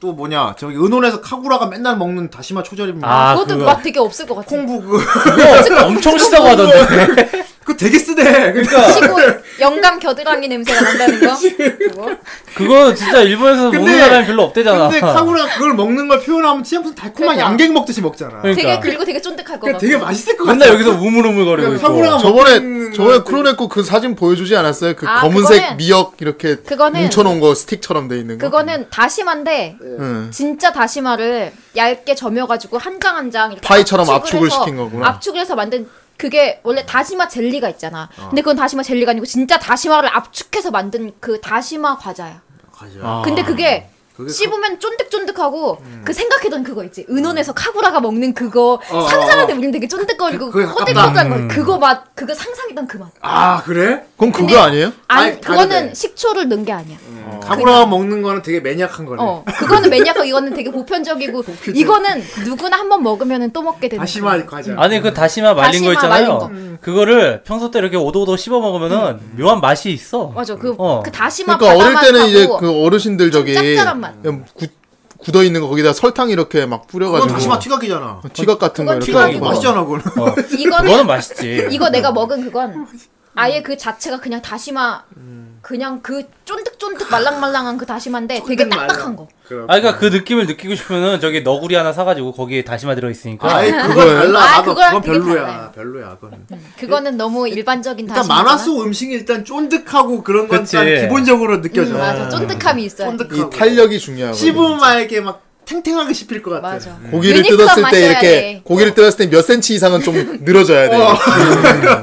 뭐냐 저기 은혼에서 카구라가 맨날 먹는 다시마 초절임. 뭐
아,
그것도
그거.
막 되게 없을 것 같아.
콩부 그
엄청 시다고 하던데.
그거 되게 쓰네. 근데,
그러니까.
치고 영감 겨드랑이 냄새가 난다는 거. 그리고
그거 진짜 일본에서
근데-
먹는 사람이 별로 없대잖아.
근데 카구라가 그걸 먹는 걸 표현하면 진짜 무슨 달콤한
그러니까.
양갱 먹듯이 먹잖아.
그러니까.
되게 그리고 되게 쫀득할 것
그러니까
같고.
되게 맛있을 것 같아.
맨날 여기서 우물우물거리고
그러니까
있고.
카구라가
저번에
먹는
저번에
거-
크로네코 그 사진 보여주지 않았어요? 그
음. 아,
검은색
그거는-
미역 이렇게
그거는-
뭉쳐놓은 거 스틱처럼 돼 있는 거.
뭐? 그거는 다시마인데
응.
진짜 다시마를 얇게 점여가지고 한 장 한 장 이렇게
파이처럼 압축을
해서-
시킨 거구나.
압축을 해서 만든 그게 원래 다시마 젤리가 있잖아. 근데 그건 다시마 젤리가 아니고 진짜 다시마를 압축해서 만든 그 다시마 과자야.
가자.
근데 그게
그게
씹으면 쫀득쫀득하고
음.
그 생각했던 그거 있지 은원에서 카구라가 먹는 그거
어,
상상할 때 우리는 되게 쫀득거리고
그- 그게
꼬들꼬들한 거 그거 맛 그거 상상했던 그 맛.
아 그래?
그건
근데-
그거 아니에요?
아니,
아니,
그거는
다르대.
식초를 넣은 게 아니야.
어.
카구라가 먹는 거는 되게 매니악한 거네.
어 그거는 매니아고 이거는 되게 보편적이고 이거는 누구나 한번 먹으면 또 먹게 되는.
다시마
그런.
과자.
아니 그 다시마 말린
다시마
거 있잖아요.
말린 음.
그거를 평소 때 이렇게 오도오도 씹어 먹으면은
음.
묘한 맛이 있어.
맞아 그 그
어.
다시마
그러니까 어릴
바다만
때는 이제
하고
그 어르신들
좀
저기
짭짤한 맛.
그냥 굳- 굳어 있는 거 거기다 설탕 이렇게
그건
막 뿌려가지고
다시마 튀각이잖아.
지각 뭐 같은 거
그건
이렇게 먹는
튀각이고.
거.
맛있잖아 그거는.
어.
이거는
그거는 맛있지.
이거 내가 먹은 그건 아예 그 자체가 그냥 다시마 그냥 그 쫀득쫀득 말랑말랑한 그 다시마인데 되게 딱딱한 거.
아, 그러니까 그 느낌을 느끼고 싶으면은 저기 너구리 하나 사가지고 거기에 다시마 들어있으니까.
아이 그거
그거예요?
달라.
아,
나도
그거랑
그건
되게
별로야.
달라요.
별로야 그거는.
그거는 너무 일반적인
일단
다시마.
만화 속 음식이 일단 쫀득하고 그런 건
그치.
일단 기본적으로 느껴져.
음, 맞아 쫀득함이 있어요.
쫀득하고.
이 탄력이
음.
중요하고
씹으면 막 이렇게 막 탱탱하게 씹힐 것 같아. 네,
맞아.
고기를
유니크한
뜯었을 때
맛이어야
이렇게
돼.
고기를 뜯었을 때 몇 센치 이상은 좀 늘어져야 돼.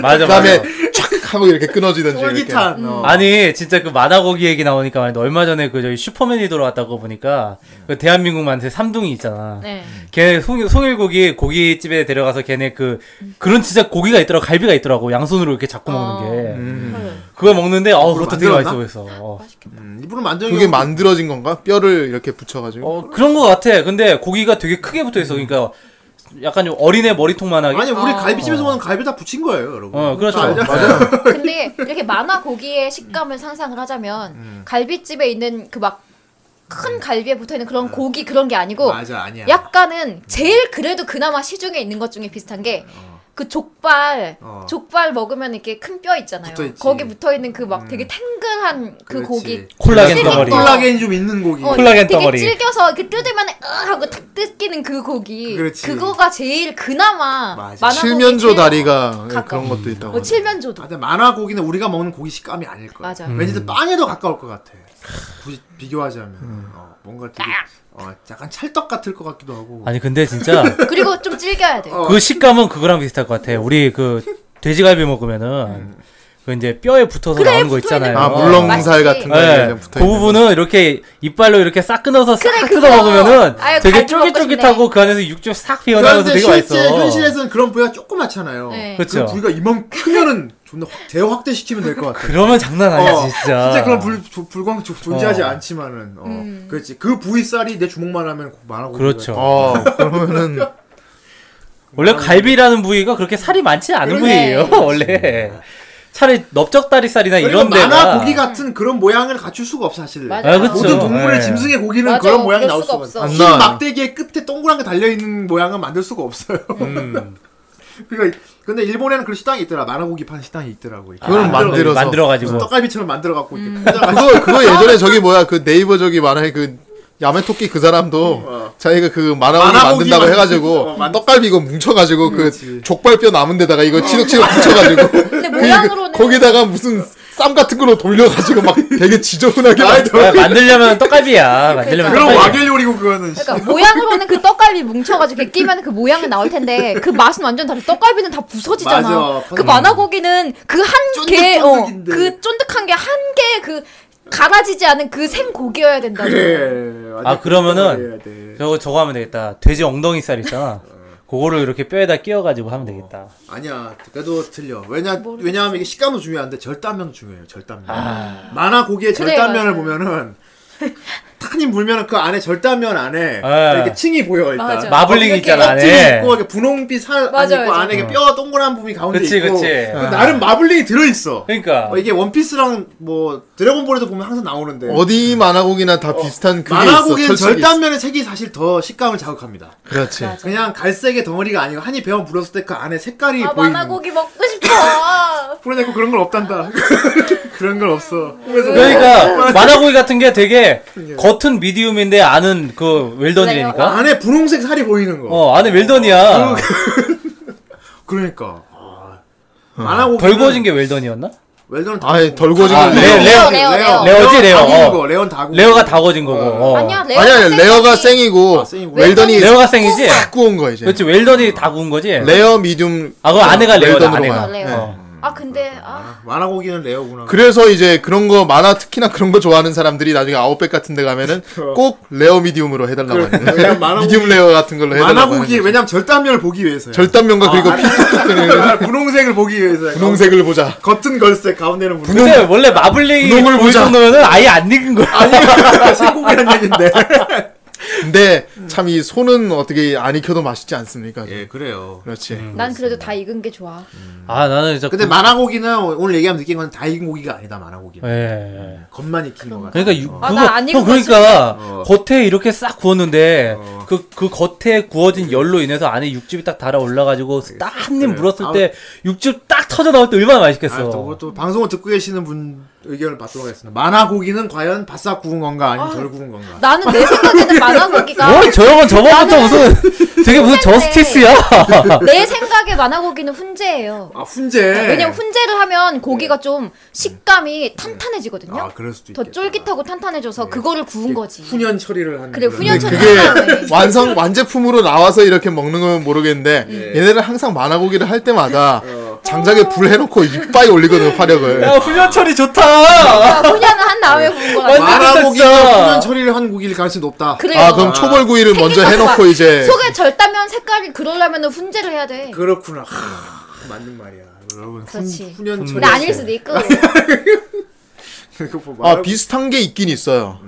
맞아,
그다음에
맞아.
촥 하고 이렇게 끊어지든지 이렇게.
음.
쫄깃한. 어.
아니, 진짜 그 만화 고기 얘기 나오니까 말인데 얼마 전에 그 저희 슈퍼맨이 돌아왔다고 보니까 그 대한민국 만세 삼둥이 있잖아.
네.
걔 송, 송일고기 고깃집에 데려가서 걔네 그 그런 진짜 고기가 있더라고 갈비가 있더라고 양손으로 이렇게 잡고 먹는 게
음.
그거 먹는데 어우 그것도 되게 맛있어
만들었나?
보였어 어.
음, 입으로 만져요.
그게 만들어진 건가? 뼈를 이렇게 붙여가지고.
어, 그런 거 같아 근데 고기가 되게 크게 붙어있어 그러니까 약간 좀 어린애 머리통만하게
아니 우리
아.
가비집에서 먹는 갈비 다 붙인 거예요, 여러분.
어 그렇죠
다 알잖아.
맞아요
근데 이렇게 만화 고기의 식감을 상상을 하자면 갈비집에 있는 그 막 큰 갈비에 붙어 있는 그런 고기 그런 게 아니고
맞아, 아니야.
약간은 제일 그래도 그나마 시중에 있는 것 중에 비슷한 게 그 족발
어.
족발 먹으면 이렇게 큰 뼈 있잖아요.
붙어있지. 음.
거기 붙어 있는 그 막 되게 탱글한 그
그렇지.
고기.
콜라겐
되게
덩어리
또-
콜라겐 좀 있는 고기.
어,
콜라겐
되게
덩어리.
질겨서 이렇게 뜯으면 으 하고 탁 뜯기는 그 고기.
그렇지.
거가 제일 그나마
맞아.
만화
칠면조
고기 제일
다리가
가까워.
그런 것도 있다고.
어, 칠면조도.
아, 근데 만화 고기는 우리가 먹는 고기 식감이 아닐 거야.
맞아.
왠지
음.
또 빵에도 가까울 것 같아. 굳이 비교하자면
음.
어, 뭔가 되게 어, 약간 찰떡 같을 것 같기도 하고.
아니 근데 진짜
그리고 좀 질겨야 돼.
어.
그 식감은 그거랑 비슷할 것 같아 우리 그 돼지갈비 먹으면은
음.
그 이제 뼈에 붙어서
그래,
나오는 거
붙어있는
있잖아요
아
어. 맛있지.
물렁살 같은 거
예,
이렇게
그
붙어 있는. 거.
부분은 이렇게 이빨로 이렇게 싹 끊어서 싹
그래,
뜯어
그거.
먹으면은
아유,
되게
갈비 먹고
쫄깃쫄깃하고 그 안에서 육즙 싹 피어나면서
그런데
되게
실제
맛있어.
현실에서는 그런 부위가 조그맣잖아요.
네.
그렇죠.
그 부위가 이만 크면은 존나 확, 대확대 시키면 될 것 같아.
그러면 장난 아니야
어,
진짜.
진짜 그런 불, 조- 불광 조- 존재하지
어.
않지만은 어,
음.
그렇지 그 부위 쌀이 내 주먹만 하면 만화 고기
그렇죠.
어 그러면은
원래 갈비라는 부위가 그렇게 살이 많지 않은
그러네.
부위예요 원래. 차라리 넓적다리살이나
그러니까
이런 데가
만화 고기 같은 그런 모양을 갖출 수가 없어 사실.
맞아.
아, 그쵸.
모든 동물의
예.
짐승의 고기는
맞아,
그런 모양이
그럴
나올 수가
수가 없어.
없어. 흰
안 나와요.
막대기의 끝에 동그란 게 달려 있는 모양은 만들 수가 없어요.
음.
그러니까 근데 일본에는 그런 식당이 있더라. 만화 고기 파는 식당이 있더라고. 이렇게
그거는
만들어-
만들어서.
무슨
아, 만들어가지고
떡갈비처럼 만들어 갖고 이렇게
음.
포장을
그거 그거 예전에 저기 뭐야 그 네이버 저기 만화에 그 야매토끼 그 사람도 자기가 그 만화를
어. 만화고기
만든다고
만든-
해가지고
어, 만-
떡갈비 이거 뭉쳐가지고 그
그렇지.
족발뼈 남은 데다가 이거 치덕치덕 뭉쳐가지고
근데
그-
모양으로는-
거기다가 무슨 쌈 같은 걸로 돌려가지고 막 되게 지저분하게
아이, 더-
야, 만들려면 떡갈비야. 만들려면
그런
떡갈비.
와겔 요리고 그거는. 씨.
그러니까 모양으로는 그 떡갈비 뭉쳐가지고 이렇게 끼면 그 모양은 나올 텐데 그 맛은 완전 다르. 떡갈비는 다 부서지잖아.
맞아.
그 만화 고기는 그 한 개, 어,
쫀득쫀득인데.
그 쫀득한 게 한 개 그 갈아지지 않은 그 생 고기여야 된다.
그래. 예, 완전
아, 그러면은-
그래야 돼.
저거 저거 하면 되겠다. 돼지 엉덩이 살 있잖아. 그거를 이렇게 뼈에다 끼워가지고 하면 되겠다.
아니야 그래도 틀려 왜냐 왜냐하면 이게 식감도 중요한데 절단면도 중요해요 절단면
아.
만화 고기의
그래요.
절단면을 보면은 탄이 물면은 그 안에 절단면 안에
아.
이렇게 층이 보여 일단
맞아.
마블링
이렇게
있잖아
껍질
안에. 어.
있고 어, 이렇게 분홍빛 살
맞아,
안에 있고
맞아.
안에 이게 뼈 동그란 부분이 가운데
그치,
있고
그치.
그
아.
나름 마블링이 들어 있어
그러니까.
이게 원피스랑 뭐 드래곤볼에도 보면 항상 나오는데
어디 만화고기나 다 비슷한 그게
만화
있어
고기는
철칙이 있어.
절단면의 색이 사실 더 식감을 자극합니다
그렇지
그냥 갈색의 덩어리가 아니고 한이 베어 물었을 때 그 안에 색깔이
아
보이는
만화 고기 먹고 싶다.
프로네코 그런 걸 없단다. 그런 걸 없어. 그래서
그러니까 마라고이 같은 게 되게 겉은 미디움인데 안은 그 웰던이라니까.
안에 분홍색 살이 보이는 거.
어 안에 웰던이야.
그러니까. 안 하고
어. 덜 구워진 게 웰던이었나?
웰던은 다
아니 덜 구워진
아,
건
네.
레어,
레어.
레어.
레어, 레어.
레어지, 레어.
다 구운
어.
거, 레어는 다 구운
레어가
거.
다 거진 거고. 어.
아니야 레어가
네. 아니 아니 레어가
생이지.
생이고
아, 생이구나.
웰던이
레어가 생이지.
싹 구운 거 이제.
그렇지 웰던이 다 구운 거지.
아. 레어 미디움.
아, 그거 안에가 레어다,
웰던으로
안에가.
가요.
레어.
네.
어.
아 근데 아
만화고기는 레어구나.
그래서 이제 그런 거 만화 특히나 그런 거 좋아하는 사람들이 나중에 아웃백 같은 데 가면은 꼭 레어 미디움으로 해달라고
그래,
하는데
왜냐면 만화고기-
미디움 레어 같은 걸로 해달라고
만화고기 아,
하는 거지.
왜냐면 절단면을 보기 위해서야.
절단면과 그리고 피 뚝뚝 되는 거.
분홍색을 보기 위해서야.
분홍색을 보자
겉은 걸색, 가운데는 분홍.
근데 원래 마블링이
분홍을 보자.
보이면은 아예 안 익은 거야.
생고기란 얘긴데.
근데 참 이 손은 어떻게 안 익혀도 맛있지 않습니까
음. 예, 음. 그래요.
그렇지
난 그래도 다 익은 게 좋아.
아 나는 진짜.
근데
그-
만화고기는 오늘 얘기하면 느낀 건 다 익은 고기가 아니다, 만화고기는.
예.
겉만 익힌 거 같아.
그러니까 유,
어.
아,
그거
난안 익은
형, 그러니까
어.
겉에 이렇게 싹 구웠는데
어.
그 그 겉에 구워진 열로 인해서 안에 육즙이 딱 달아 올라가지고 딱 한 입
그래.
물었을
아우.
때 육즙 딱 터져 나올 때 얼마나
아, 또,
맛있겠어.
그것도 방송을 듣고 계시는 분 의견을 받도록 하겠습니다. 만화고기는 과연 바싹 구운 건가, 아니면 덜 구운 건가?
나는 내 생각에는 만화고기가
뭐 저형은 저번부터 무슨 되게 무슨
혼자인데.
저스티스야.
내 생각에 만화고기는 훈제예요.
아, 훈제.
왜냐면 훈제를 하면
네.
고기가 좀 식감이 탄탄해지거든요.
아, 그럴 수도 있겠다.
더 쫄깃하고 탄탄해져서 그거를 구운 거지.
훈연 처리를 하는.
그래
그런-
훈연 처리.
그게
아, 네.
완성 완제품으로 나와서 이렇게 먹는 건 모르겠는데
예.
얘네들 항상 만화고기를 할 때마다
어.
장작에 불 해놓고 이빨 올리거든
야
화력을
훈련 처리 좋다.
아, 훈연을 한 다음에 구운 거야.
완전
만화고기가
됐어.
그 훈연 처리를 한 고기일 가능성이 높다.
그래요.
아 그럼 네. 초벌구이를 먼저
생긴 거
해놓고
봐.
이제
속에 절단면 색깔이 그러려면 훈제를 해야 돼.
그렇구나. 하, 맞는 말이야. 여러분, 훈,
그렇지.
훈연 처리.
근데 아닐 수도 있고.
그거 뭐
아
말하고- 음.
비슷한 게 있긴 있어요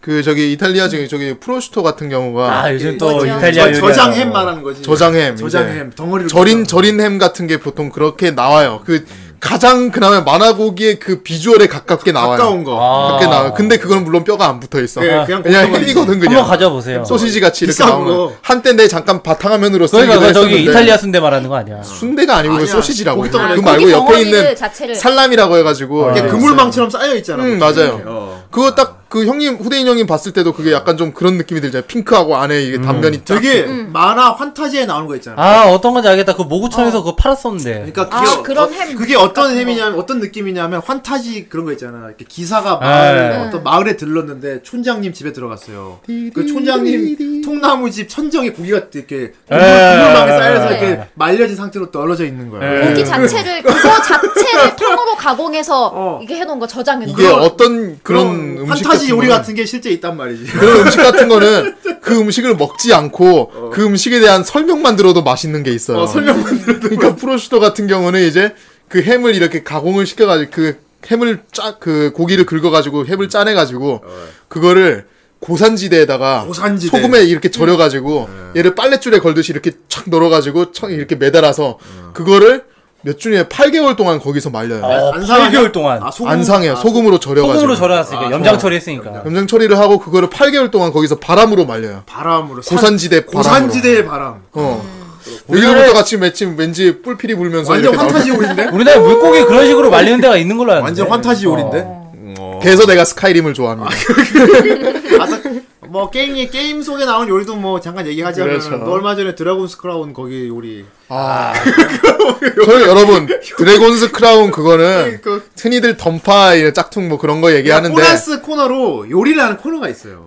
그 저기 이탈리아 중에 저기 프로슈토 같은 경우가
아 요즘 또
뭐죠?
이탈리아
저,
요리야.
저장햄 말하는 거지.
저장햄, 이제.
저장햄. 덩어리로.
절인 절인 햄 같은 게 보통 그렇게 나와요. 그 가장 그나마 만화고기의 그 비주얼에 가깝게 나와요.
음. 가까운 거.
아.
가깝게 나와요. 근데 그건 물론 뼈가 안 붙어 있어.
예,
그냥
그냥
그냥
고기만
햄이거든 그냥.
한번 가져보세요.
소시지 같이 이렇게
비싼
나오는.
거.
한때 내 잠깐 바탕화면으로 쓰기도
그러니까 그 저기
했었는데
이탈리아 순대 말하는 거 아니야.
순대가 아니고 그
아니야.
소시지라고.
고기
그
덩어리.
말고
고기
옆에
덩어리를 네.
있는
자체를.
살람이라고 해가지고.
이게
아,
그물망처럼 쌓여 있잖아.
네. 음,
보통
맞아요.
이렇게. 어.
그거 딱 그 형님 후대인 형님 봤을 때도 그게 약간 좀 그런 느낌이 들잖아요. 핑크하고 안에
음.
이게 단면이 쫙
되게
그- 음.
만화 환타지에 나오는 거 있잖아.
아 어떤 건지 알겠다. 그
어.
모구천에서 그거 팔았었는데.
그러니까
아,
기어-
그런
어,
햄
그게 어떤
같은
햄이냐면 어떤 느낌이냐면 환타지 그런 거 있잖아. 이렇게 기사가
아,
마을
네.
어떤 마을에 들렀는데 촌장님 집에 들어갔어요. 그 촌장님 통나무 집 천정에 고기가
네.
이렇게 구멍망에 쌓여서
네.
이렇게 말려진 상태로 떨어져 있는 거야.
네.
고기 자체를 그거 자체를 통으로 가공해서
어.
이게 해놓은 거 저장해 놓은
이게
거.
어떤 그런 음식
환타지 요리
거는
같은 게 실제 있단 말이지.
그런 음식 같은 거는 그 음식을 먹지 않고 그 음식에 대한 설명만 들어도 맛있는 게 있어요.
어, 설명만 들어도
그러니까 프로슈토 같은 경우는 이제 그 햄을 이렇게 가공을 시켜가지고 그 햄을 짜 그 고기를 긁어가지고
음.
햄을 짜내가지고 그거를 고산지대에다가
고산지대.
소금에
음.
이렇게 절여가지고
네.
얘를 빨랫줄에 걸듯이 이렇게 착 널어가지고 착 이렇게 매달아서
음.
그거를 몇 주에 8개월 동안 거기서 말려요.
어,
안 상하냐?
8개월 동안
아, 소금-
안 상해요.
아,
소금으로 절여가지고.
소금으로 절여놨으니까
아,
염장
어.
처리했으니까.
염장 처리를 하고 그거를 8개월 동안 거기서 바람으로 말려요.
바람으로 산-
고산지대 바람으로.
고산지대의 바람.
어. 여기서부터 같이 맺힌 왠지 뿔필이 불면서
완전
이렇게
환타지
나오고.
요리인데?
우리나라 물고기 그런 식으로 말리는 데가 있는 걸로 아는데.
네.
완전 환타지 요리인데? 어.
그래서 내가 스카이림을 좋아합니다.
아, 뭐 게임이 게임 속에 나온 요리도 뭐 잠깐 얘기하자면
그렇죠.
너 얼마 전에 드래곤스 크라운 거기 요리
아. 저희 여러분 드래곤스 크라운 그거는
그-
흔히들 던파 이런 짝퉁 뭐 그런 거 얘기하는데
그러니까 보너스 코너로 요리를 하는 코너가 있어요.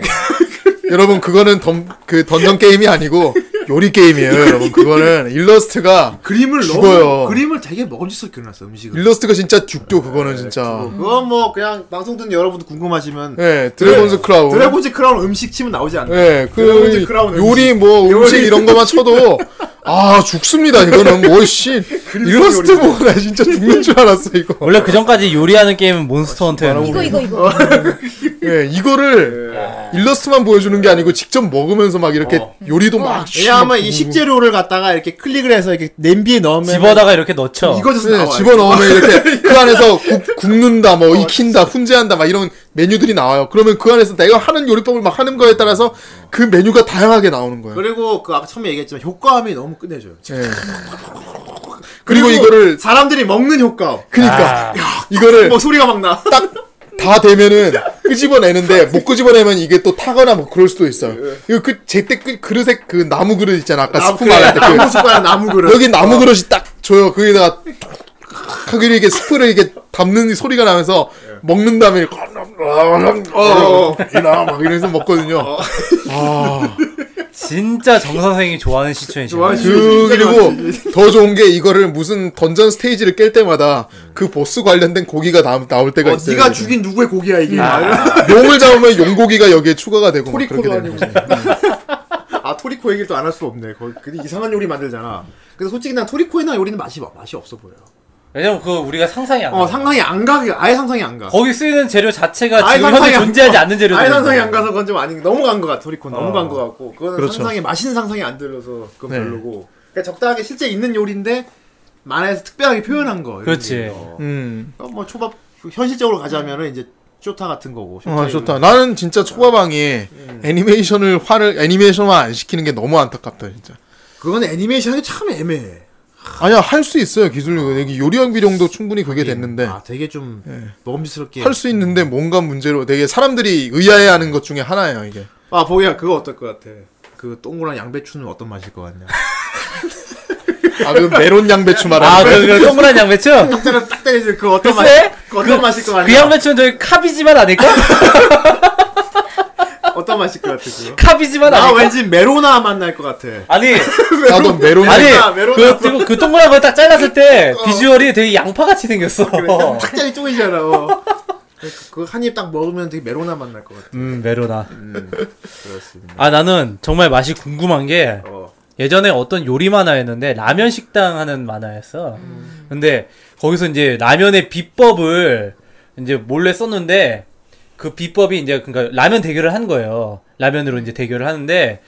네.
여러분 그거는 던 그 던전 게임이 아니고 요리 게임이에요, 여러분. 그거는 일러스트가
그림을
죽어요.
너무 그림을 되게 먹음직스럽게 그려놨어요 음식을.
일러스트가 진짜 죽죠,
네,
그거는 진짜.
그건 뭐 그냥 방송 듣는 여러분들 궁금하시면
예, 드래곤스 크라운.
네. 드래곤즈 크라운 음식 치면 나오지 않나?
예, 그
드래곤즈 크라운 음식.
요리 뭐 음식
요리.
이런 거만 쳐도 아 죽습니다 이거는 뭐씨 일러스트
요리.
보고 나 진짜 죽는 줄 알았어 이거.
원래 그 전까지 요리하는 게임은 몬스터 헌터였는데.
어, 이거 이거 이거.
예, 이거를
네.
일러스트만 보여주는 게 아니고 직접 먹으면서 막 이렇게
어.
요리도 막.
왜냐하면 이 식재료를 갖다가 이렇게 클릭을 해서 이렇게 냄비에 네, 넣으면
집어다가 이렇게 넣죠.
이거 좀 나와.
네, 집어 넣으면 이렇게 그 안에서 굽, 굽는다, 뭐 익힌다, 훈제한다, 막 이런 메뉴들이 나와요. 그러면 그 안에서 내가 하는 요리법을 막 하는 거에 따라서 그 메뉴가 다양하게 나오는 거예요.
그리고 그 아까 처음에 얘기했지만 효과음이 너무 끝내줘요.
예. 그리고 이거를
사람들이 먹는 효과.
그러니까
아.
이거를
뭐 소리가 막 나.
다 되면은 끄집어내는데 못 끄집어내면 이게 또 타거나 뭐 그럴 수도 있어요. 이거 그 제때 그 그릇에 그 나무 그릇 있잖아 아까
나무
스프
그릇,
말할
나무
때그
숟가락 나무 그릇.
여기 나무 그릇이 딱 줘요. 거기다가 하기로 이게 스프를 이게 담는 소리가 나면서 먹는 다음에
어.
이나 막 이러면서 먹거든요.
진짜 정 선생이 좋아하는 시츄에이션.
좋아요.
그 그리고 더 좋은 게 이거를 무슨 던전 스테이지를 깰 때마다 그 보스 관련된 고기가 나, 나올 때가
어,
있어요.
네가 죽인 누구의 고기야 이게. 아,
용을 잡으면 용고기가 여기에 추가가 되고 막뭐 그렇게
토리코도
되는
아니고.
거죠.
아 토리코 얘기를 또 안 할 수 없네. 거기 근데 이상한 요리 만들잖아. 근데 솔직히 난 토리코에나 요리는 맛이 맛이 없어 보여.
왜냐면 그 우리가 상상이 안 가.
어 상상이 안 가. 아예 상상이 안 가.
거기 쓰이는 재료 자체가
아예
지금 현재
안
존재하지
가.
않는 재료들.
아예 상상이 안 가서 그건 좀 아닌. 너무 간 것 같아. 토리코는 너무 간 것 같고. 그거는
그렇죠.
상상이 맛있는 상상이 안 들어서 그건
네.
별로고. 그러니까 적당하게 실제 있는 요리인데 만화에서 특별하게 표현한 거. 이런
그렇지.
게.
음.
어, 뭐 초밥 현실적으로 가자면은 이제 쇼타 같은 거고.
아 좋다. 나는 진짜 초밥왕이 애니메이션을 화를 애니메이션만 안 시키는 게 너무 안타깝다 진짜.
그건 애니메이션이 참 애매해.
아니야 할 수 있어요 기술력. 여기 요리형 비룡도 충분히 그게
네.
됐는데
아 되게 좀 먹음직스럽게.
할 수 있는데 뭔가 문제로 되게 사람들이 의아해하는 것 중에 하나예요 이게.
아 보기야 그거 어떨 것 같아. 그 동그란 양배추는 어떤 맛일 것 같냐.
아 그 메론
아,
양배추 말하는
그,
거.
그 동그란 양배추?
딱때려 딱 때리지 그 어떤 맛.
글쎄?
그 어떤 맛일 것 같냐.
그 양배추는 저기 카비지만 아닐까?
어떤 맛일 것 같아 그거.
카비지만
나
아닐까?
왠지 메로나 맛 날 것 같아.
아니,
나도 메론
아니,
그러니까 메로나, 메로나.
그, 그리고 그 동그란 걸 딱 잘랐을 때 비주얼이 되게 양파같이 생겼어.
그러니까. 그래. 탁자리 쪼이잖아. 어. 그한입 딱 먹으면 되게 메로나 맛 날 것 같아.
음, 메로나.
그렇습니다.
아, 나는 정말 맛이 궁금한 게
어.
예전에 어떤 요리 만화였는데 라면 식당 하는 만화였어. 근데 거기서 이제 라면의 비법을 이제 몰래 썼는데 그 비법이 이제 그러니까 라면 대결을 한 거예요. 라면으로 이제 대결을 하는데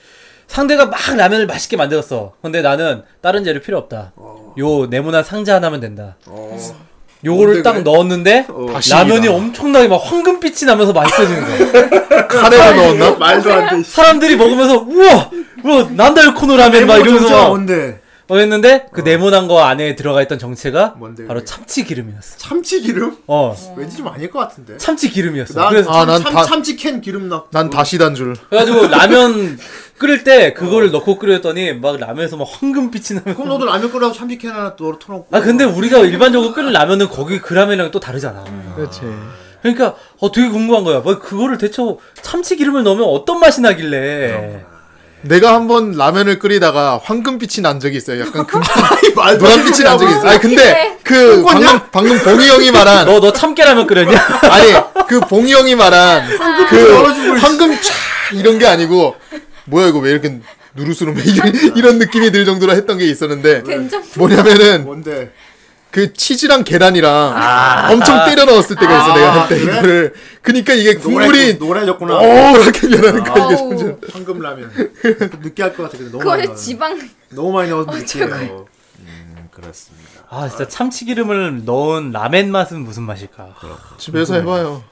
상대가 막 라면을 맛있게 만들었어. 근데 나는 다른 재료 필요 없다. 요 네모난 상자 하나면 된다.
어.
요거를
뭔데
딱
그래?
넣었는데
어.
라면이 엄청나게 막 황금빛이 나면서 맛있어지는 거야.
카레가 넣었나?
아, 말도 안 돼.
사람들이 먹으면서 우와 우와 난다요코노 라면
메모 정체가
막 이러면서 막
뭔데?
어, 했는데 그 네모난 거 안에 들어가 있던 정체가
뭔데,
바로
그게?
참치 기름이었어.
참치 기름?
어,
왠지 좀 아닐 것 같은데.
참치 기름이었어.
난
그래서
아, 난
참,
다-
참치 캔 기름 넣고.
난 다시단 줄.
그래가지고 라면 끓일 때 그거를
어.
넣고 끓였더니 막 라면에서 막 황금빛이 나면.
그럼 너도 라면 끓여서 참치 캔 하나 또 털어놓고.
아 근데 우리가 일반적으로 끓는 라면은 거기 그 라면이랑 또 다르잖아.
그렇지.
그러니까 어 되게 궁금한 거야. 뭐 그거를 대체 참치 기름을 넣으면 어떤 맛이 나길래?
내가 한번 라면을 끓이다가 황금빛이 난 적이 있어요. 약간 금
아니, 말도 안
노란빛이 난 적이 있어요. 아니 근데 그 방금
꿈꿨냐?
방금 봉이 형이 말한
너 너 참깨 라면 끓였냐?
아니 그 봉이 형이 말한 그 황금 차 이런 게 아니고 뭐야 이거 왜 이렇게 누르스름해 이런, 이런 느낌이 들 정도로 했던 게 있었는데 뭐냐면은
뭔데?
그 치즈랑 계란이랑 엄청 때려 넣었을 때가 있어 내가 할 때
아. 그래?
이거를 그러니까 이게
노래
국물이
노래졌구나.
어렇게 변하는 거야 이게
어우.
점점
황금 라면. 느끼할 것 같아. 근데 너무 많이
그거는
넣어.
지방
너무 많이 넣어서 느끼해요. 음, 그렇습니다.
아 진짜 참치 기름을 넣은 라멘 맛은 무슨 맛일까?
어. 아. 음.
집에서 해봐요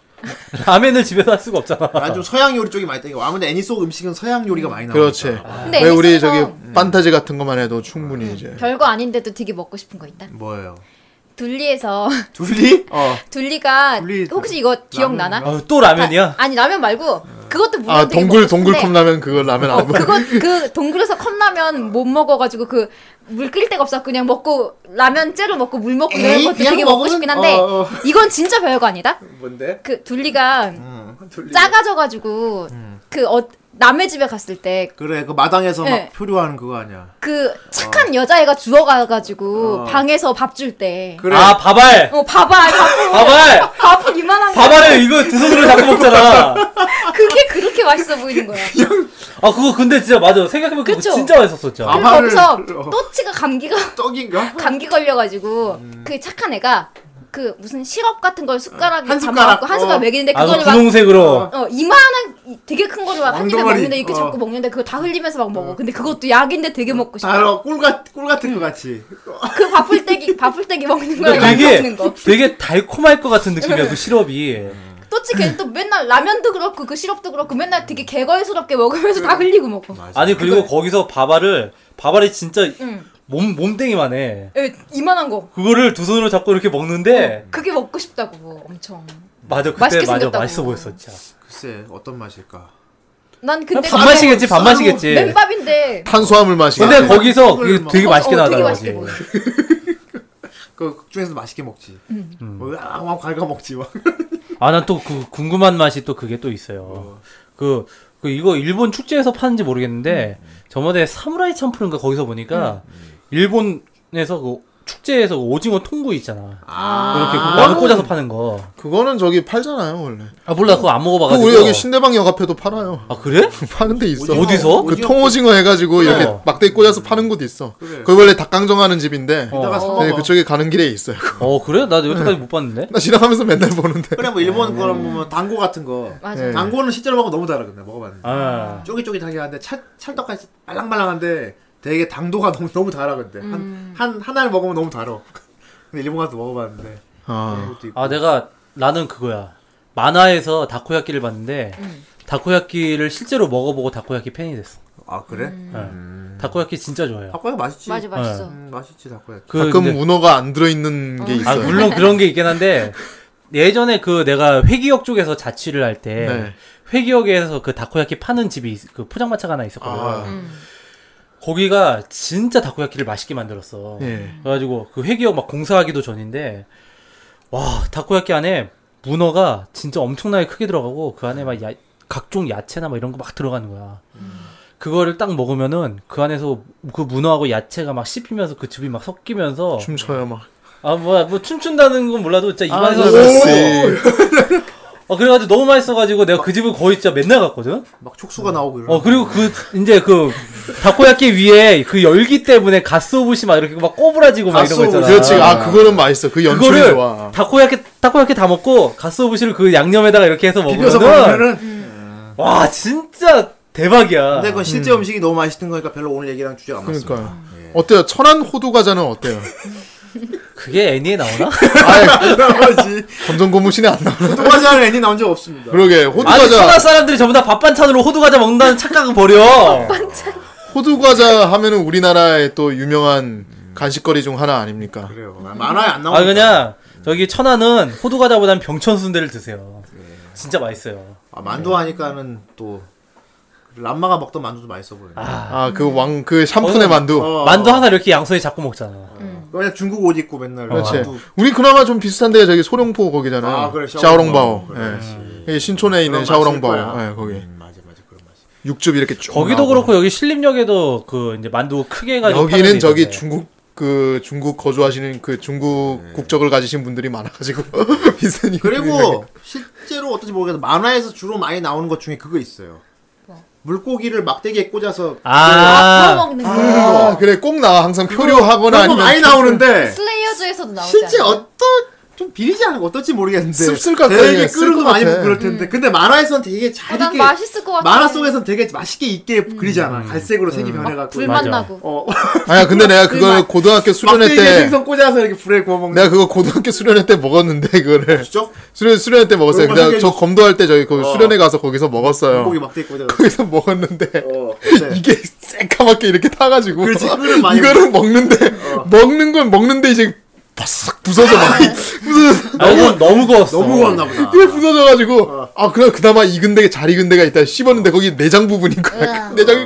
라멘을 집에서 할 수가 없잖아.
난 좀 서양 요리 쪽이 많이 땡겨. 아무래도 애니 속 음식은 서양 요리가 많이 나와.
그렇지
아.
근데 음.
왜 우리
애니메이션에서
저기 판타지 같은 것만 해도
음.
충분히 이제
별거 아닌데도 되게 먹고 싶은 거 있다
뭐예요?
둘리에서
둘리? 어.
둘리가
둘리
혹시 이거 기억나나?
아, 또 라면이야?
아, 니 라면 말고 그것도 네. 물론
어, 아
되게
동굴
먹고
동굴
싶은데
컵라면 그거 라면
아,
안
뭐.
먹어
그거 그 동굴에서 컵라면 못 먹어가지고 그 물 끓일 데가 없어 그냥 먹고 라면 째로 먹고 물 먹고 이런
에이,
것도
그냥
되게 먹고
먹으면-
싶긴 한데
어, 어.
이건 진짜 별거 아니다.
뭔데?
그 둘리가
음, 둘리.
작아져가지고 그 어, 남의 집에 갔을 때 그
그래 그 마당에서
네.
막 표류하는 그거 아니야.
착한 여자애가 주워가가지고
어.
방에서 밥 줄 때
그래.
아, 바발!
어 봐봐 밥을
바발!
밥은 이만한 거
바발을 이거 두 손으로 잡고 먹잖아.
그게 그렇게 맛있어 보이는 거야.
아, 그거 근데 진짜 맞아. 생각해보니까 그거
그쵸?
진짜 맛있었었죠.
아,
그리고
밥을-
거기서
어.
또치가 감기가
떡인가?
감기 걸려가지고
음.
그 착한 애가 그 무슨 시럽 같은 걸 숟가락에
한
담아갖고
숟가락,
한 숟가락
어.
먹이는데
아,
그거를
그
막
분홍색으로.
어, 이만한 이- 되게 큰 거를 막 한 입에
왕덩어리.
먹는데 이렇게
어.
잡고 먹는데 그거 다 흘리면서 막 먹어. 근데 그것도 약인데 되게 먹고 싶어.
다로 꿀같 꿀같은 거 같이.
그 바풀떼기 바풀떼기 먹는 거랑 약
그러니까 되게,
먹는 거.
되게 달콤할 것 같은 느낌이야, 그 시럽이.
또치 걔는 또 맨날 라면도 그렇고 그 시럽도 그렇고 맨날 되게
음.
개걸스럽게 먹으면서 다 흘리고 먹어.
아니, 그리고 거기서 바발을, 바발이 진짜
응.
몸 몸땡이만 해.
예, 이만한 거.
그거를 두 손으로 잡고 이렇게 먹는데
그게 먹고 싶다고 뭐, 엄청.
맞아 그때
어. 맛있게
맞아
생겼다고.
맛있어 보였어 진짜.
글쎄 어떤 맛일까?
난 근데
반 마시겠지 반 마시겠지.
맨밥인데.
탄수화물 맛이.
근데 거기서
그걸
이게
막-
되게 맛있게
어, 어, 되게
나왔다는
맛있게
거지.
보여.
그 극중에서 맛있게 먹지.
음.
뭐, 으아 막 갈가 먹지 막.
아, 난 또 그 궁금한 맛이 또 그게 또 있어요. 그, 그 이거 일본 축제에서 파는지 모르겠는데 저번에 사무라이 참프인가 거기서 보니까 일본에서 그 축제에서 오징어 통구 있잖아. 이렇게 그거 안 꽂아서 파는 거.
그거는 저기 팔잖아요 원래.
아 몰라 그거 안
그
먹어봐가지고.
우리 여기 신대방역 앞에도 팔아요.
아 그래?
파는 데 있어.
오징어-
어디서?
그
오징어
통오징어 해가지고
그래.
이렇게 막대 꽂아서 파는 곳 있어.
그래.
거기 원래 닭강정하는 집인데.
이따가 사
네,
먹어.
그쪽에 가는 길에 있어요.
어 그래? 나 여태까지 못 봤는데.
나 지나가면서 맨날 보는데.
그래 뭐 일본
네.
거랑 보면 당고 같은 거.
맞아.
예.
당고는 실제로 먹어 먹으면 너무 달아 근데 먹어봤는데.
아.
쫄깃쫄깃하게 하는데 찰, 찰떡같이 말랑말랑한데 되게 당도가 너무 너무 달아 근데
음.
한, 한 하나를 먹으면 너무 달아 근데 일본 가서 먹어봤는데
아,
그것도 있고
아 내가 나는 그거야. 만화에서 다코야끼를 봤는데
음.
다코야끼를 실제로 먹어보고 다코야끼 팬이 됐어.
아, 그래?
네.
다코야끼 진짜 좋아해요. 예.
닭고기 맛있지
음. 맞아 맛있어.
음, 맛있지 닭고기
그
가끔
근데-
문어가 안 들어있는 게
아
있어요.
물론 그런 게 있긴 한데 예전에 그 내가 회기역 쪽에서 자취를 할 때
네.
회기역에서 그 다코야키 파는 집이 있- 그 포장마차가 하나 있었거든.
아.
요 거기가 진짜 다코야키를 맛있게 만들었어.
예.
그래가지고 그 회기역 막 공사하기도 전인데 와 다코야키 안에 문어가 진짜 엄청나게 크게 들어가고 그 안에 막 야- 각종 야채나 막 이런 거 막 들어가는 거야.
음.
그거를 딱 먹으면은 그 안에서 그 문어하고 야채가 막 씹히면서 그 즙이 막 섞이면서
춤춰요 막.
아, 뭐야, 뭐, 춤춘다는 건 몰라도 진짜
아,
입안에서.
네. 오!
어, 그래가지고 너무 맛있어가지고 내가 그 집을 거의 진짜 맨날 갔거든?
막 촉수가 나오고 이런
어, 그리고 그, 이제 그, 다코야끼 위에 그 열기 때문에 가스 오브시 막 이렇게 막 꼬부라지고 막 이런 거 있잖아.
그렇지. 아 그거는 맛있어. 그 연출이
그거를
좋아.
다코야끼, 다코야끼 다 먹고 가스 오브시를 그 양념에다가 이렇게 해서
어,
비벼서
먹으면은.
먹으면은
음.
와, 진짜 대박이야.
근데 그건 실제 음. 식이 너무 맛있는 거니까 별로 오늘 얘기랑 주제가 안 맞습니다 예.
그러니까요.
예.
어때요? 천안 호두 과자는 어때요?
그게 애니에 나오나?
아예
나머지
검정 고무신에 안 나와.
도마자는 애니 나온 적 없습니다
그러게 호두
아니,
과자
천하 사람들이 전부 다 밥반찬으로 호두과자 먹는다는 착각은 버려.
호두 과자 하면은 우리나라의 또 유명한 간식거리 중 하나 아닙니까?
그래요 만화에 안 나오니까
아 그냥 저기 천안은 호두 과자보단 병천 순대를 드세요. 진짜 맛있어요.
아, 만두 하니까는 또 람마가 먹던 만두도 맛있어 보여요
아 그 왕 그 샴푸네
어.
만두.
어.
만두 항상 이렇게 양손에 잡고 먹잖아.
그냥 중국 옷 입고 맨날
그렇지.
만두
우리 그나마 좀 비슷한 데가 저기 소룡포 거기잖아요.
아, 그래,
샤오롱바오.
샤오롱바오.
예.
그렇지.
예, 신촌에
그런
있는
맛일
샤오롱바오.
거야.
예, 거기.
음, 맞아 맞아 그런 맛이
육즙 이렇게 쭉.
거기도
나오고.
그렇고 여기 신림역에도 그 이제 네. 만두 크게 가지고
여기는 저기 중국 그 중국 거주하시는 그 중국 국적을 가지신 분들이 많아가지고 비슷한 이유로
네. 그리고
생각해.
실제로 어떤지 모르겠는데 만화에서 주로 많이 나오는 것 중에 그거 있어요.
뭐?
물고기를 막대기에 꽂아서
아,
아
구워 먹는 거.
아 그래 꼭 나와 항상 표류하거나
그런 거
아니면
많이
네.
나오는데
슬레이어즈에서도 나오지
실제
않아요?
어떤 좀 비리지 않은 거 어떨지 모르겠는데
씁쓸 것 같아요.
되게
예, 쓸
끓어도
것
많이
같아.
그럴 텐데 근데 만화에서는 되게 잘
어, 난
익게
맛있을 것 같아.
만화 속에서는 되게 맛있게 익게 그리잖아 갈색으로 색이 변해갖고
불맛
맞아.
나고.
어
아니야 근데 내가 그거
막-
고등학교 수련회
막대기에
때
생선 꽂아서 이렇게 불에 구워 먹는
내가 어. 그거 고등학교 수련회 때 먹었는데 그거를
진짜
수련 수련회 때 먹었어요.
얼마
그냥
생겨졌-
저 검도할 때 저기 그
어.
수련회 가서 거기서 먹었어요.
물고기 막대기 꽂아서
거기서 먹었는데
어 네.
이게 새까맣게 이렇게 타가지고
그렇지, 끓을 많이 어.
이거를 먹는데 먹는 건 먹는데 이제 바싹 부서져 막 부서져
아, 너무 너무 구웠어.
너무 구웠나 보다
이게 부서져가지고 아 그래 그나마 익은 데가 잘 익은 데가 있다 씹었는데 거기 내장 부분인 거야 내장이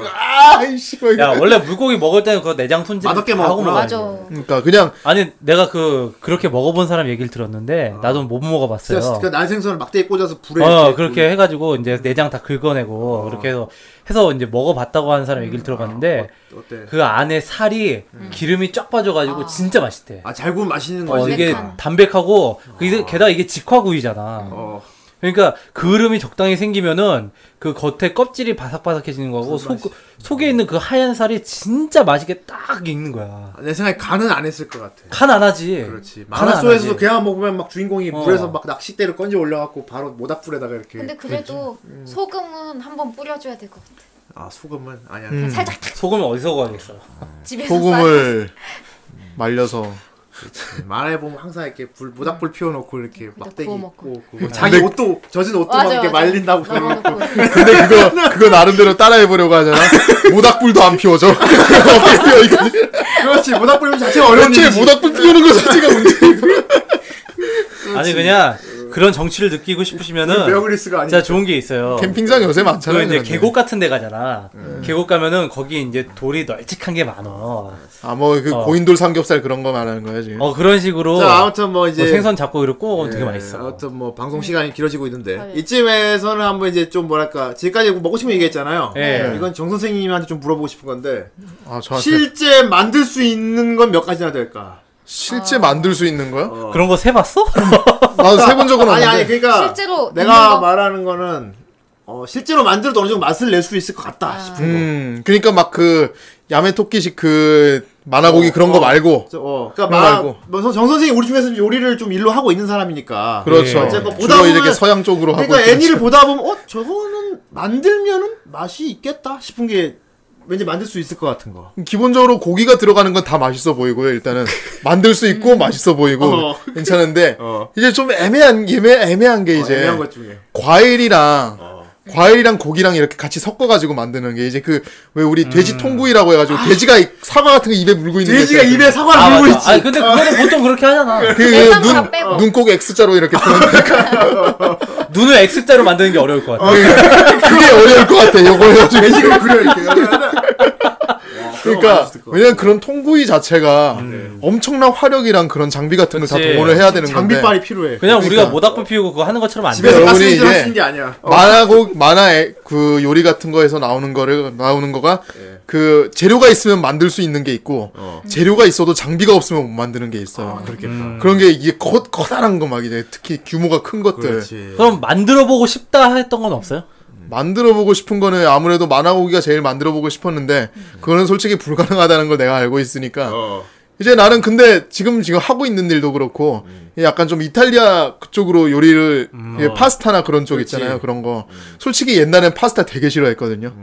아이씨
야
그러니까
원래 물고기 먹을 때는 그 내장 손질
맛없게
다 하고
먹었구나.
먹어야지. 음,
맞아.
그러니까 그냥
아니 내가 그 그렇게 먹어본 사람 얘기를 들었는데 나도 못 먹어봤어요.
아. 진짜 그 난생선을 막대기 꽂아서 불에
어
이렇게 아.
그렇게 해가지고 이제 내장 다 긁어내고 그렇게 해서 해서 이제 먹어봤다고 하는 사람
음.
얘기를 들어봤는데
구- 어때
그 안에 살이 기름이 쫙 빠져가지고 진짜 맛있대.
음. 아. 아잘 구운 맛있는
어,
거지
이게
담백한.
담백하고 그 이제 게다가 이게 직화구이잖아.
어
그러니까 그름이 적당히 생기면은 그 겉에 껍질이 바삭바삭해지는 거고 속 속에 있는 그 하얀 살이 진짜 맛있게 딱 익는 거야.
내 생각에 간은 안 했을 것 같아.
간 안 하지.
그렇지.
간은
만화
안
속에서도
하지.
그냥 먹으면 막 주인공이
어.
물에서 막 낚싯대를 건져 올려갖고 바로 모닥불에다가 이렇게.
근데 그래도 소금은 한번 뿌려줘야 될 것 같아.
아 소금은
음.
아니야.
살짝
소금을 어디서 구하겠어?
집에서
소금을 말려서
만화에 보면 항상 이렇게 불 모닥불 피워놓고 이렇게 막대기
음. 구워
입고
먹고.
그거 자기
근데-
옷도 젖은 옷도 막
맞아,
이렇게
맞아.
말린다고 그러고
넣어놓고.
근데 그거 그거 나름대로 따라해보려고 하잖아. 모닥불도 안 피워져. 어떻게 피워 이거?
그렇지 모닥불 자체가 어려운
그렇지
일이지
모닥불 피우는 거 자체가 문제이고.
아니 그냥 그런 정취를 느끼고 싶으시면은
베어그리스가 아니야
진짜 좋은 게 있어요.
캠핑장 요새
그
많잖아요.
이제
그런데.
계곡 같은 데 가잖아.
음.
계곡 가면은 거기 이제 돌이 널찍한 게 많아. 어
아, 뭐, 그,
어.
고인돌 삼겹살 그런 거 말하는 거야, 지금.
그런 식으로
자 아무튼 뭐 이제
뭐 생선 잡고 이렇고 되게 맛있어.
아무튼 뭐 방송 시간이 길어지고 있는데
아, 예.
이쯤에서는 한번 이제 좀 뭐랄까 지금까지 먹고 싶은 거 얘기했잖아요.
예.
이건 정 선생님한테 좀 물어보고 싶은 건데
아, 저한테. 실...
실제 만들 수 있는 건 몇 가지나 될까?
실제 만들 수 있는 거야?
그런 거 세봤어?
나도 세본 적은
아니
없는데.
아니 그러니까
실제로 있는
내가
거?
말하는 거는 어, 실제로 만들어도 어느 정도 맛을 낼 수 있을 것 같다
아.
싶은 거.
음, 그러니까 막 그, 야매 토끼식 그, 만화고기
어,
그런 거
어.
말고.
저, 어, 그러니까
그런 거
마,
말고.
뭐, 정 선생이 우리 중에서 요리를 좀 일로 하고 있는 사람이니까.
그렇죠.
예.
어쨌건 뭐 보다
주로 이제 이렇게
보면-
서양 쪽으로 하고.
그러니까
있겠지.
애니를 보다 보면 어 저거는 만들면은 맛이 있겠다 싶은 게 왠지 만들 수 있을 것 같은 거.
기본적으로 고기가 들어가는 건 다 맛있어 보이고요, 일단은. 만들 수 있고, 맛있어 보이고,
음. 어.
괜찮은데,
어.
이제 좀 애매한, 애매, 애매한 게 이제,
애매한 어. 것 중에.
과일이랑, 과일이랑 고기랑 이렇게 같이 섞어가지고 만드는 게 이제 그, 왜 우리 돼지 통구이라고 해가지고, 돼지가 이- 사과 같은 거 입에 물고
음.
있는
아. 돼지가
게 있어요.
입에 사과를 물고 있지.
아니 근데 그거는 보통 그렇게 하잖아.
그,
내장 다
눈,
빼고.
눈꼭 X자로 이렇게 표현하니까
눈을 X자로 만드는 게 어려울 것 같아.
그게 어려울 것 같아, 요거 해가지고.
네, 돼지를 그려 이렇게.
그러니까, 왜냐면 그런 통구이 자체가 엄청난 화력이랑 그런 장비 같은 걸 다
음. 네. 그치.
동원을 해야 되는 건데.
장비빨이 필요해.
그냥
그러니까.
우리가 모닥불 피우고 그거 하는 것처럼 안 돼.
집에서
여러분이
가스레인지
이제
하시는 게 아니야. 어.
만화고 만화의 그 요리 같은 거에서 나오는 거를 나오는 거가
예.
그 재료가 있으면 만들 수 있는 게 있고 재료가 있어도 장비가 없으면 못 만드는 게 있어요.
아, 그렇겠다.
음.
그런 게 이게 커, 커다란 거 막 이제 특히 규모가 큰 것들
그렇지.
그럼 만들어 보고 싶다 했던 건 없어요?
만들어 보고 싶은 거는 아무래도 만화고기가 제일 만들어 보고 싶었는데 그거는 솔직히 불가능하다는 걸 내가 알고 있으니까
음. 어.
이제 나는 근데 지금 지금 하고 있는 일도 그렇고
음.
약간 좀 이탈리아 그쪽으로 요리를 예, 파스타나 그런 쪽 있잖아요 그런 거
음.
솔직히 옛날엔 파스타 되게 싫어했거든요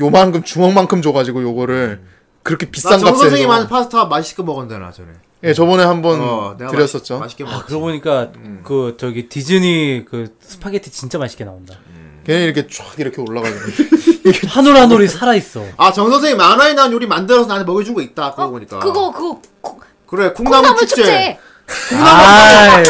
요만큼 주먹만큼 줘가지고 요거를 그렇게 비싼
음. 나정
값에
선생님 하는
해서
파스타 맛있게 먹었는데 나 전에.
예 저번에 한번
어, 내가
드렸었죠
맛있, 맛있게
아
먹었지.
그러고 보니까 그 저기 디즈니 그 스파게티 진짜 맛있게 나온다.
걔는 이렇게 촥 이렇게 올라가거든요
한올 한올이 살아 있어.
아, 정 선생님 만화에 나온 요리 만들어서 나한테 먹여준 거 있다. 그러고 보니까.
어? 그거 그거 콩-
그래, 콩나물,
콩나물
축제. 네.
축제.
아,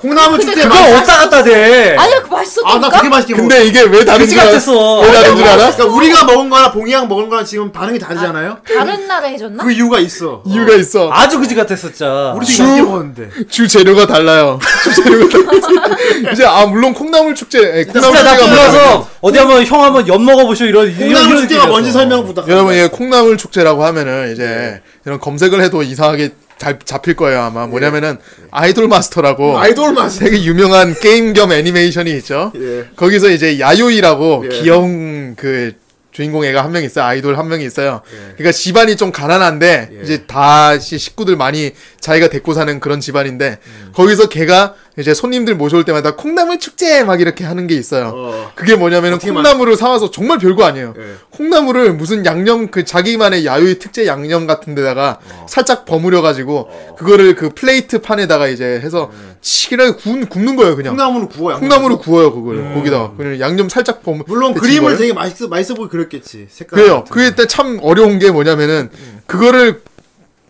콩나물 축제.
그거
맛있-
왔다 갔다 돼.
아니야 그 맛있었다니까.
아, 나 되게 맛있게 먹었어.
근데 이게 왜 다른
그지
줄 알아?
같았어.
왜 다른 줄 알아?
그러니까 우리가 먹은 거랑 봉이랑 먹은 거랑 지금 반응이 다르잖아요.
다른 나라 해줬나?
그 이유가 있어.
이유가 있어
아주 그지 같았어, 진짜.
우리 지금 이렇게 먹었는데.
주 재료가 달라요 주 재료가 달라요 이제 아 물론 콩나물 축제 예, 콩나물
진짜 나
축제가
불러서 어디 한번 형 한번 엿 먹어보시오 이런 이런
콩나물
이런
축제가 뭔지
느낌이었어.
설명 부탁합니다.
여러분 예 콩나물 축제라고 하면은 이제 이런 검색을 해도 이상하게 잘 잡힐 거예요 아마 뭐냐면은 아이돌 마스터라고
아이돌 맛이
되게 유명한 게임 겸 애니메이션이 있죠
예.
거기서 이제 야요이라고
예.
귀여운 그 주인공 애가 한 명 있어요 아이돌 한 명이 있어요 그러니까 집안이 좀 가난한데
예.
이제 다시 식구들 많이 자기가 데리고 사는 그런 집안인데
음.
거기서 걔가 이제 손님들 모셔올 때마다 콩나물 축제 막 이렇게 하는 게 있어요
어.
그게 뭐냐면은
어떻게
콩나물을 사와서 정말 별거 아니에요.
예.
콩나물을 무슨 양념 그 자기만의 야유의 특제 양념 같은 데다가
어.
살짝 버무려 가지고 그거를 그 플레이트 판에다가 이제 해서
예.
치기를 구 굽는 거예요, 그냥.
콩나물을 구워요.
콩나물... 음. 을 구워요, 그거를. 거기다가 그냥 양념 살짝 버무
물론
데친
그림을
거를.
되게 맛있어 맛있어 보이 그렸겠지. 색깔.
그래요. 그게 때참 어려운 게 뭐냐면은 그거를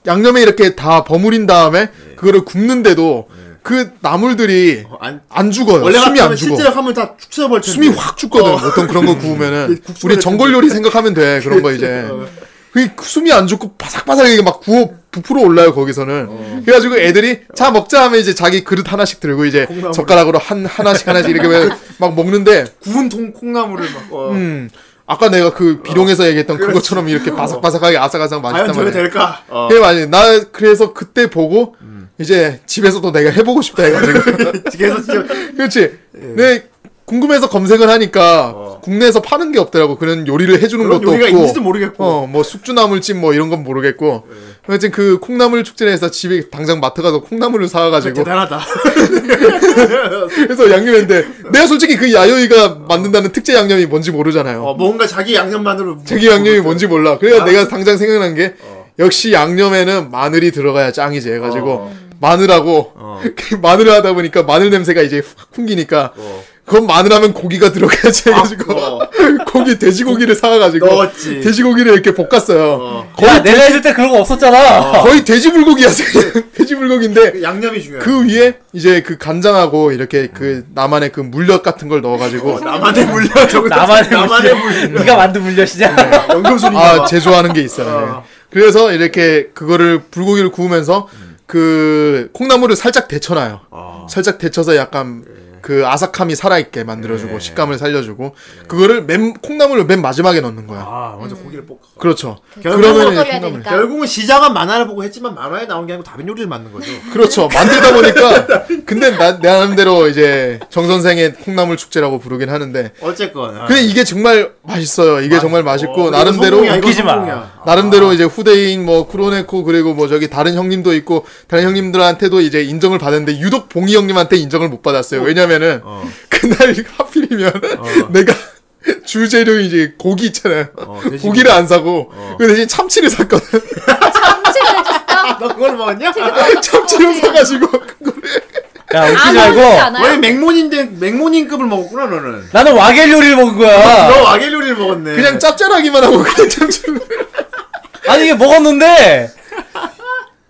양념에 이렇게 다 버무린 다음에
네.
그거를 굽는데도 그 나물들이
어, 안
안 죽어요.
네. 원래
숨이 안
같으면
죽어.
실제로 하면 다 축소해버릴 텐데.
숨이 확 죽거든. 보통 그런 거 구우면은
국수
우리
같은
전골 요리 생각하면 돼. 그런 거 이제.
어.
그 숨이 안 죽고 바삭바삭하게 막 구워 부풀어 올라요 거기서는. 그래가지고 애들이 자 먹자 하면 이제 자기 그릇 하나씩 들고 이제
콩나물.
젓가락으로 한 하나씩 하나씩 이렇게 막 먹는데
구운 통 콩나물을 막. 어.
음 아까 내가 그 비룡에서 얘기했던 그것처럼 이렇게 바삭바삭하게 아삭아삭
과연
맛있단
저게
말이야.
될까? 어.
그게 맞아요. 나 그래서 그때 보고 이제 집에서도 내가 해보고 싶다 해가지고.
음. 그래서 예. 진짜
그렇지. 네. 궁금해서 검색을 하니까 국내에서 파는 게 없더라고. 그런 요리를 해주는
어. 그런
것도
요리가
없고.
있는지도 모르겠고. 예.
어, 뭐 숙주나물찜 뭐 이런 건 모르겠고. 하여튼 그 콩나물 축제를 해서 집에 당장 마트 가서 콩나물을 사와가지고.
대단하다.
그래서 양념했는데 내가 솔직히 그 야요이가 만든다는 특제 양념이 뭔지 모르잖아요.
어, 뭔가 자기 양념만으로.
자기 양념이 뭔지 몰라. 그래서
아.
내가 당장 생각난 게 역시 양념에는 마늘이 어. 들어가야 어. 짱이지 해가지고 마늘하고 마늘을 하다 보니까 마늘 냄새가 이제 확 풍기니까 그건 마늘하면 고기가 어. 들어가야지 해가지고
어.
고기 돼지고기를 사와가지고
넣었지.
돼지고기를 이렇게 볶았어요.
야, 내가 해줄 때 그런 거 없었잖아.
거의 돼지불고기야 그냥 돼지불고기인데
그 양념이 중요해.
그 위에 이제 그 간장하고 이렇게 그 나만의 그 물엿 같은 걸 넣어가지고
나만의 물려.
나만의
나만의
물려. 네가 만든 물려시냐?
연금술인가 봐.
아 제조하는 게 있어요. 예. 그래서 이렇게 그거를 불고기를 구우면서 그 콩나물을 살짝 데쳐놔요. 살짝 데쳐서 약간 그 아삭함이 살아있게 만들어주고 식감을 살려주고 그거를 맨 콩나물을 맨 마지막에 넣는 거야.
아, 먼저
음.
고기를 볶아.
그렇죠.
결국은,
끓여야
콩나물.
되니까.
결국은 시장은 만화를 보고 했지만 만화에 나온 게 아니고 다른 요리를 만든 거죠.
그렇죠. 만들다 보니까 근데 나, 내 나름대로 이제 정 선생의 콩나물 축제라고 부르긴 하는데
어쨌건. 아.
근데 이게 정말 맛있어요. 이게 정말 맛있고
어,
나름대로
성공이야, 이거
웃기지 마.
성공이야. 아.
나름대로 이제 후대인 뭐 쿠로네코 그리고 뭐 저기 다른 형님도 있고 다른 형님들한테도 이제 인정을 받았는데 유독 봉이 형님한테 인정을 못 받았어요. 왜냐면은
어.
그날 하필이면 내가 주재료 이제 고기 있잖아요.
돼지고기.
고기를 안 사고
어.
그 대신 참치를 샀거든.
너 그걸 먹었냐?
어,
참치를 사가지고
네.
그거를
야, 웃기지
아,
말고.
먹지 않아요?
왜 맥몬인데 맥몬인급을 먹었구나 너는.
나는 와겔 요리를 먹은
너
거야.
와겔 요리를 먹었네.
그냥 짭짤하기만 하고 그냥
아,
참치를
아니, 이게 먹었는데.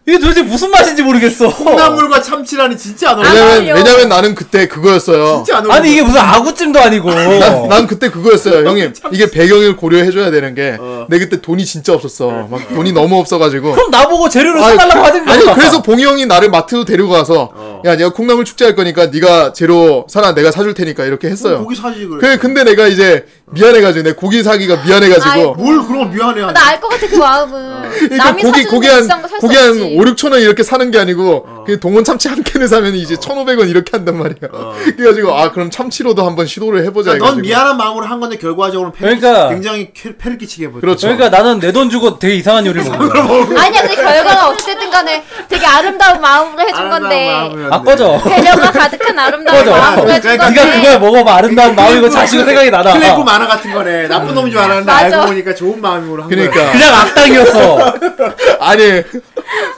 이게 도대체 무슨 맛인지 모르겠어.
콩나물과 참치라니 진짜 안 어울려.
왜냐면
어울려.
왜냐면 나는 그때 그거였어요.
진짜 안 어울려.
아니, 이게 무슨 아구찜도 아니고.
난, 난 그때 그거였어요, 형님. 이게 배경을 고려해줘야 되는 게, 내 그때 돈이 진짜 없었어. 막 돈이 너무 없어가지고.
그럼 나보고 재료를
아니,
사달라고 하지
아니, 그래서 봉이 형이 나를 마트로 데리고 가서, 야, 내가 콩나물 축제 할 거니까, 네가 재료 사라, 내가 사줄 테니까, 이렇게 했어요.
고기 사지 그래.
그래, 근데 내가 이제, 미안해가지고, 내 고기 사기가 미안해가지고,
뭘 그런 미안해 하냐.
나 알 것 같아 그 마음은.
그러니까
남이
고기,
사주는
고기 한,
비싼 거살수
고기 한
없지.
5, 6천 원 이렇게 사는 게 아니고, 그 동원 참치 한 캔을 사면 이제 1,500원 이렇게 한단 말이야. 그래가지고, 아, 그럼 참치로도 한번 시도를 해보자.
그러니까 넌
해가지고.
미안한 마음으로 한 건데 결과적으로는 패를
그러니까.
끼치- 굉장히 캐- 패를 끼치게 해버렸
그렇죠.
그러니까 나는 내 돈 주고 되게 이상한 요리를 먹은 거야.
아니야 근데 결과가 어쨌든 간에 되게 아름다운 마음으로 해준 건데
아, 꺼져.
배려가 가득한 아름다운
꺼져.
마음으로 해준
그러니까
건데
네가 그걸 먹어봐. 아름다운 마음이고 자식으로 생각이 나다.
플레이코 만화 같은 거네. 나쁜 놈인 줄 알았는데
맞아.
알고 보니까 좋은 마음으로 한 거야.
그러니까.
그냥 악당이었어.
아니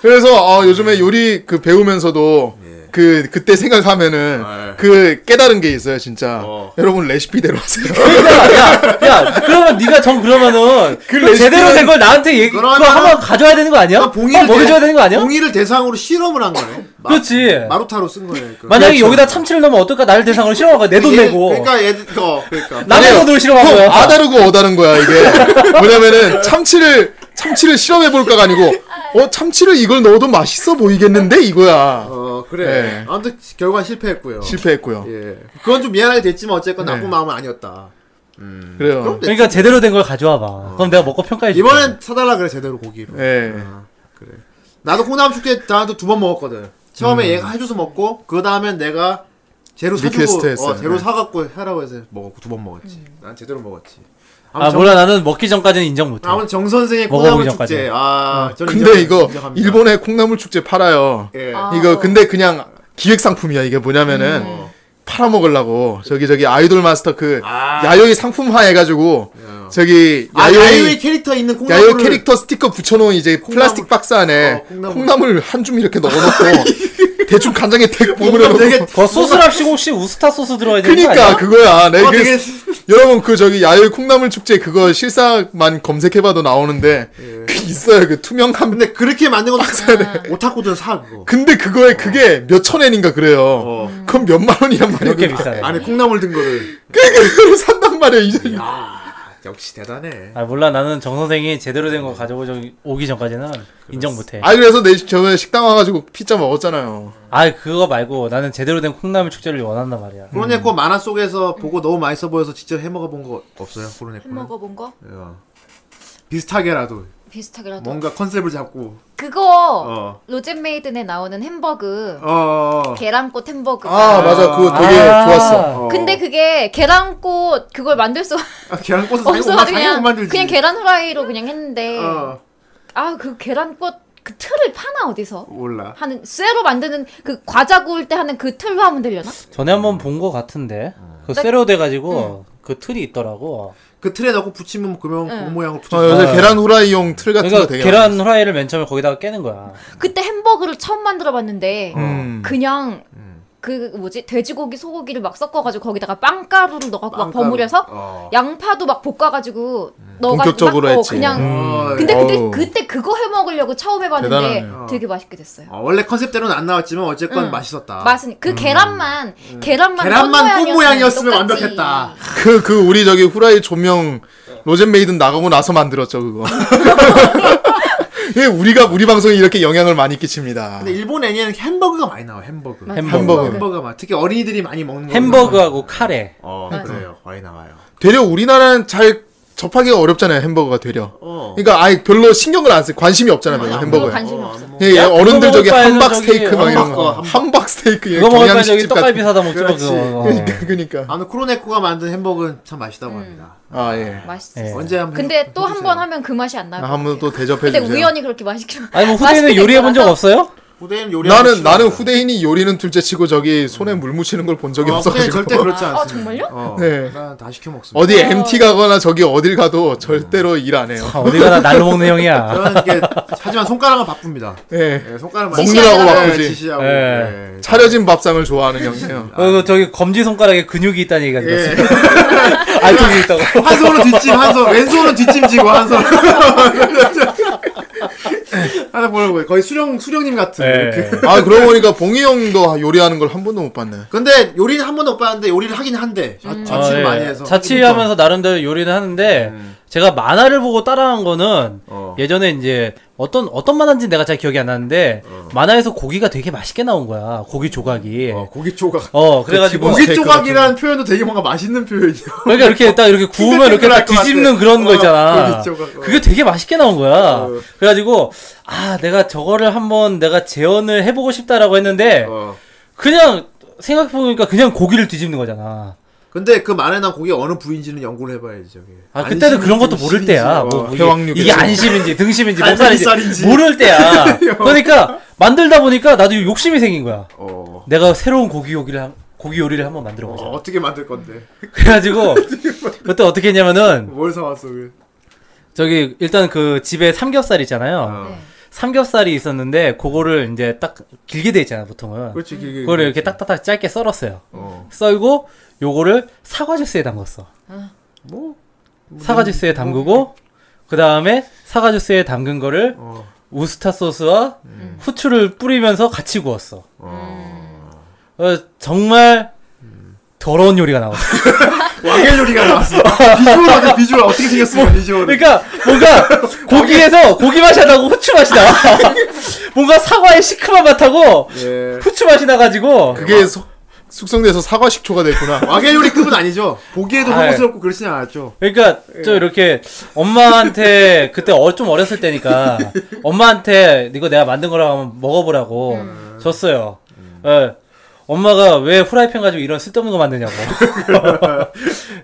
그래서 어,
예.
요즘에 요리 그 배우면서도 그 그때 생각하면은
아, 예.
그 깨달은 게 있어요 진짜
어.
여러분 레시피대로 하세요
야, 야, 그러면 네가 정 그러면은 그
레시피는-
제대로 된 걸 나한테 얘기 그거
그러면은-
한번 가져와야 되는 거 아니야?
그러니까 봉이를
한번 먹여줘야 되는 거 아니야?
봉이를 대상으로 실험을 한 거네. 마-
그렇지.
마루타로 쓴 거네. 그-
만약에 여기다 참치를 넣으면 어떨까? 나를 대상으로 실험한 거야. 내 돈
얘-
내고.
그러니까 얘들 어, 그러니까.
남의
아니에요.
돈으로 실험한
형,
거야.
아 다르고 어 다른 거야 이게 뭐냐면은 참치를 참치를 실험해 볼까가 아니고 어 참치를 이걸 넣어도 맛있어 보이겠는데 이거야
어 그래.
예.
아무튼 결과는 실패했고요.
실패했고요 네.
예. 그건 좀 미안하게 됐지만 어쨌건 나쁜 마음은 아니었다. 예.
그래요
그러니까 제대로 된 걸 가져와 봐. 그럼 내가 먹고 평가해 줄게.
어. 이번엔 사달라 그래 제대로 고기를.
예
아. 나도 콩나물 축제 나도 두 번 먹었거든. 처음에 얘가 해줘서 먹고 그 다음에 내가 재료 사주고
리퀘스트 했어요.
어, 재료
네.
사갖고 해라고 해서 먹었고 두 번 먹었지. 난 제대로 먹었지.
아,
아무튼
몰라. 나는 먹기 전까지는 인정 못 해.
아무튼 정 선생의
먹어보기
콩나물
전까지.
축제. 아, 저는
어.
인정-
근데 이거
인정합니다.
일본의 콩나물 축제 팔아요
예.
아.
이거 근데 그냥 기획 상품이야 이게 뭐냐면은 팔아먹으려고 저기 저기 아이돌 마스터 그
음. 아.
야요이 상품화 해가지고 저기
아, 야요의
야요이
캐릭터 있는 콩나물
야요 캐릭터 스티커 붙여놓은 이제 플라스틱 박스 안에
어, 콩나물.
콩나물 한 줌 이렇게 넣어놓고 대충 간장에 대
뭔가
버무려놓고
되게
그거 소스랍시고 혹시 우스타 소스 들어야 되는 거 아니야?
그니까 그거야 내
어,
그,
되게-
여러분 그 저기 야요이 콩나물 축제 그거 실사만 검색해봐도 나오는데 그 있어요 그 투명한
예. 근데 그렇게 만든 것도 아, 네. 오타쿠들 사 그거.
근데 그거에 그게 몇천 엔인가 그래요
어.
그럼 몇만 원이란 말이야
아,
이렇게
그거.
비싸네.
안에 콩나물 든 거를.
그걸 산단 말이야 이제
야, 역시 대단해.
아 몰라 나는 정 선생이 제대로 된 거 가져오기 전까지는 인정 못해.
아 그래서 내 저번에 식당 와가지고 피자 먹었잖아요.
아 그거 말고 나는 제대로 된 콩나물 축제를 원한단 말이야.
코로네코 만화 속에서 보고 너무 맛있어 보여서 직접 해 먹어 본 거 없어요? 코로네코는.
먹어본 거
야. 비슷하게라도
비슷하게라도
뭔가 컨셉을 잡고
그거
어어
로젠메이든에 나오는 햄버그
어, 어.
계란꽃 햄버그
아 맞아 그거 되게
아.
좋았어.
어.
근데 그게 계란꽃 그걸 만들 수
아, 계란 꽂아서
없어서 그냥
만들지.
그냥 계란 후라이로 그냥 했는데
어
아 그 계란꽃 그 틀을 파나 어디서
몰라
하는 쇠로 만드는 그 과자 구울 때 하는 그 틀로 하면 되려나?
전에 한번 본 거 같은데 그 쇠로 돼가지고 그 틀이 있더라고.
그 틀에 넣고 붙이면 그러면 그 모양을 붙여.
저 요새
아.
계란 후라이용 틀 같은 거
그러니까
되게
계란 후라이를 맨 처음에 거기다가 깨는 거야.
그때 햄버거를 처음 만들어봤는데
음.
그냥 그 뭐지 돼지고기 소고기를 막 섞어가지고 거기다가 빵가루를 넣어갖고 막
빵가루.
버무려서
어. 음.
양파도 막 볶아가지고 넣어가지고
본격적으로
막, 어,
했지.
그냥
어,
근데 그때
어우.
그때 그거 해 먹으려고 처음 해봤는데
대단하네요.
되게 맛있게 됐어요.
어, 원래 컨셉대로는 안 나왔지만 어쨌건
응.
맛있었다.
맛은 그 계란만 계란만
아. 계란만
꽃
꽃 모양이었으면
똑같지.
완벽했다.
그, 그, 우리 저기 후라이 조명, 로젠메이든 나가고 나서 만들었죠, 그거. 예, 우리가, 우리 방송이 이렇게 영향을 많이 끼칩니다.
근데 일본 애니는 햄버거가 많이 나와. 햄버거.
맞아.
햄버거.
햄버거가 많아. 특히 어린이들이 많이 먹는 거.
햄버거하고 카레.
어 그래요. 많이 나와요.
되려 우리나라는 잘 접하기가 어렵잖아요, 햄버거가 되려.
어.
그러니까 아예 별로 신경을 안 써요. 관심이 없잖아요, 별로
별로
햄버거에.
관심이 없어.
뭐.
예, 예,
야, 그거
어른들 저기
먹을 바에는
함박
저기
스테이크 막 이런
함박
거.
거, 함박.
함박 스테이크
그거 먹으면 여기
경양식집 같은
떡갈비 사다 먹지 뭐 그거.
그러니까, 그러니까.
아무 쿠로네코가 만든 햄버거는 참 맛있다고 합니다.
아, 예.
맛있어.
예.
언제 한번
음. 근데 또 한
해보세요.
번 하면 그 맛이 안 나요.
한 번 또 대접해
근데
주세요.
우연히 그렇게 맛있게
아니 뭐
맛있게
후대는 요리해 본 적
거라서
없어요?
후대인 요리
뭐
나는, 나는 후대인이 요리는 둘째 치고 저기 손에 물 묻히는 걸 본 적이
어, 후대인
없어가지고.
절대 그렇지 않습니다.
아, 정말요?
어,
네.
난다 시켜 먹습니다.
어디 MT 가거나 저기 어딜 가도 절대로 일 안 해요.
아, 어디 가나 날로 먹는 형이야.
저는 이게 하지만 손가락은 바쁩니다.
예.
예, 손가락
먹느라고 바쁘지. 네.
지시하고.
예.
예.
차려진 밥상을 좋아하는 형이에요.
어, 그 저기 검지 손가락에 근육이 있다는 얘기가
예.
들었어요. 알통이 있다고.
한 손으로 뒷짐, 한 손, 왼손은 뒷짐 지고, 한 손. 하나 보려고 거의 수령, 수령님 같은.
예.
이렇게.
아 그러고 보니까 봉이 형도 요리하는 걸 한 번도 못 봤네.
근데 요리는 한 번도 못 봤는데 요리를 하긴 한데 자, 자취를
아, 예.
많이 해서 어, 음.
자취하면서 나름대로 요리는 하는데 제가 만화를 보고 따라한 거는
어.
예전에 이제 어떤 어떤 만화인지 내가 잘 기억이 안 나는데 만화에서 고기가 되게 맛있게 나온 거야 고기 조각이
어,
어,
고기 조각
그래가지고 뭐
기본-
고기 조각이라는 표현도 되게 뭔가 맛있는 표현이야
그러니까 이렇게 딱 이렇게 구우면 이렇게 딱 뒤집는 그런 거 있잖아
어, 고기 조각 어.
그게 되게 맛있게 나온 거야
어.
그래가지고 아 내가 저거를 한번 내가 재현을 해보고 싶다라고 했는데
어.
그냥 생각해보니까 그냥 고기를 뒤집는 거잖아
근데 그 만에 난 고기 어느 부위인지는 연구를 해봐야지 저기
아, 그때는 그런 것도 모를 때야.
안심인지,
뭐,
어.
뭐
회왕류
이게, 이게 안심인지, 등심인지,
갈매기
목살인지,
살인지.
모를 때야. 그러니까, 만들다 보니까 나도 욕심이 생긴 거야.
어.
내가 새로운 고기 요리를, 한- 고기 요리를 한번
어,
만들어보자.
어떻게 만들 건데
그래가지고, 그때 어떻게 했냐면은,
뭘 사왔어 그
저기, 일단 그 집에 삼겹살 있잖아요.
어.
네.
삼겹살이 있었는데, 그거를 이제 딱 길게 돼 있잖아, 보통은.
그렇지 그게
그거를 이렇게 딱딱딱 짧게 썰었어요.
어.
썰고, 요거를 사과 주스에 담궜어.
뭐
사과 주스에 담그고, 그 다음에 사과 주스에 담근 거를
어.
우스타 소스와 후추를 뿌리면서 같이 음. 구웠어. 어, 정말 더러운 요리가 나왔어.
왕의 요리가 나왔어 비주얼 아주 비주얼 어떻게 생겼어 비주얼
그러니까 뭔가 고기에서 고기 맛이 나고 후추 맛이 나. 뭔가 사과의 시큼한 맛하고
예.
후추 맛이 나가지고
그게 소- 숙성돼서 사과 식초가 됐구나.
왕의 요리급은 아니죠 보기에도
아, 예.
혐오스럽고 그러진 않았죠
그러니까 저 이렇게 엄마한테 그때 어, 좀 어렸을 때니까 엄마한테 이거 내가 만든 거라고 하면 먹어보라고 줬어요. 예. 엄마가 왜 후라이팬 가지고 이런 쓸데없는 거 만드냐고.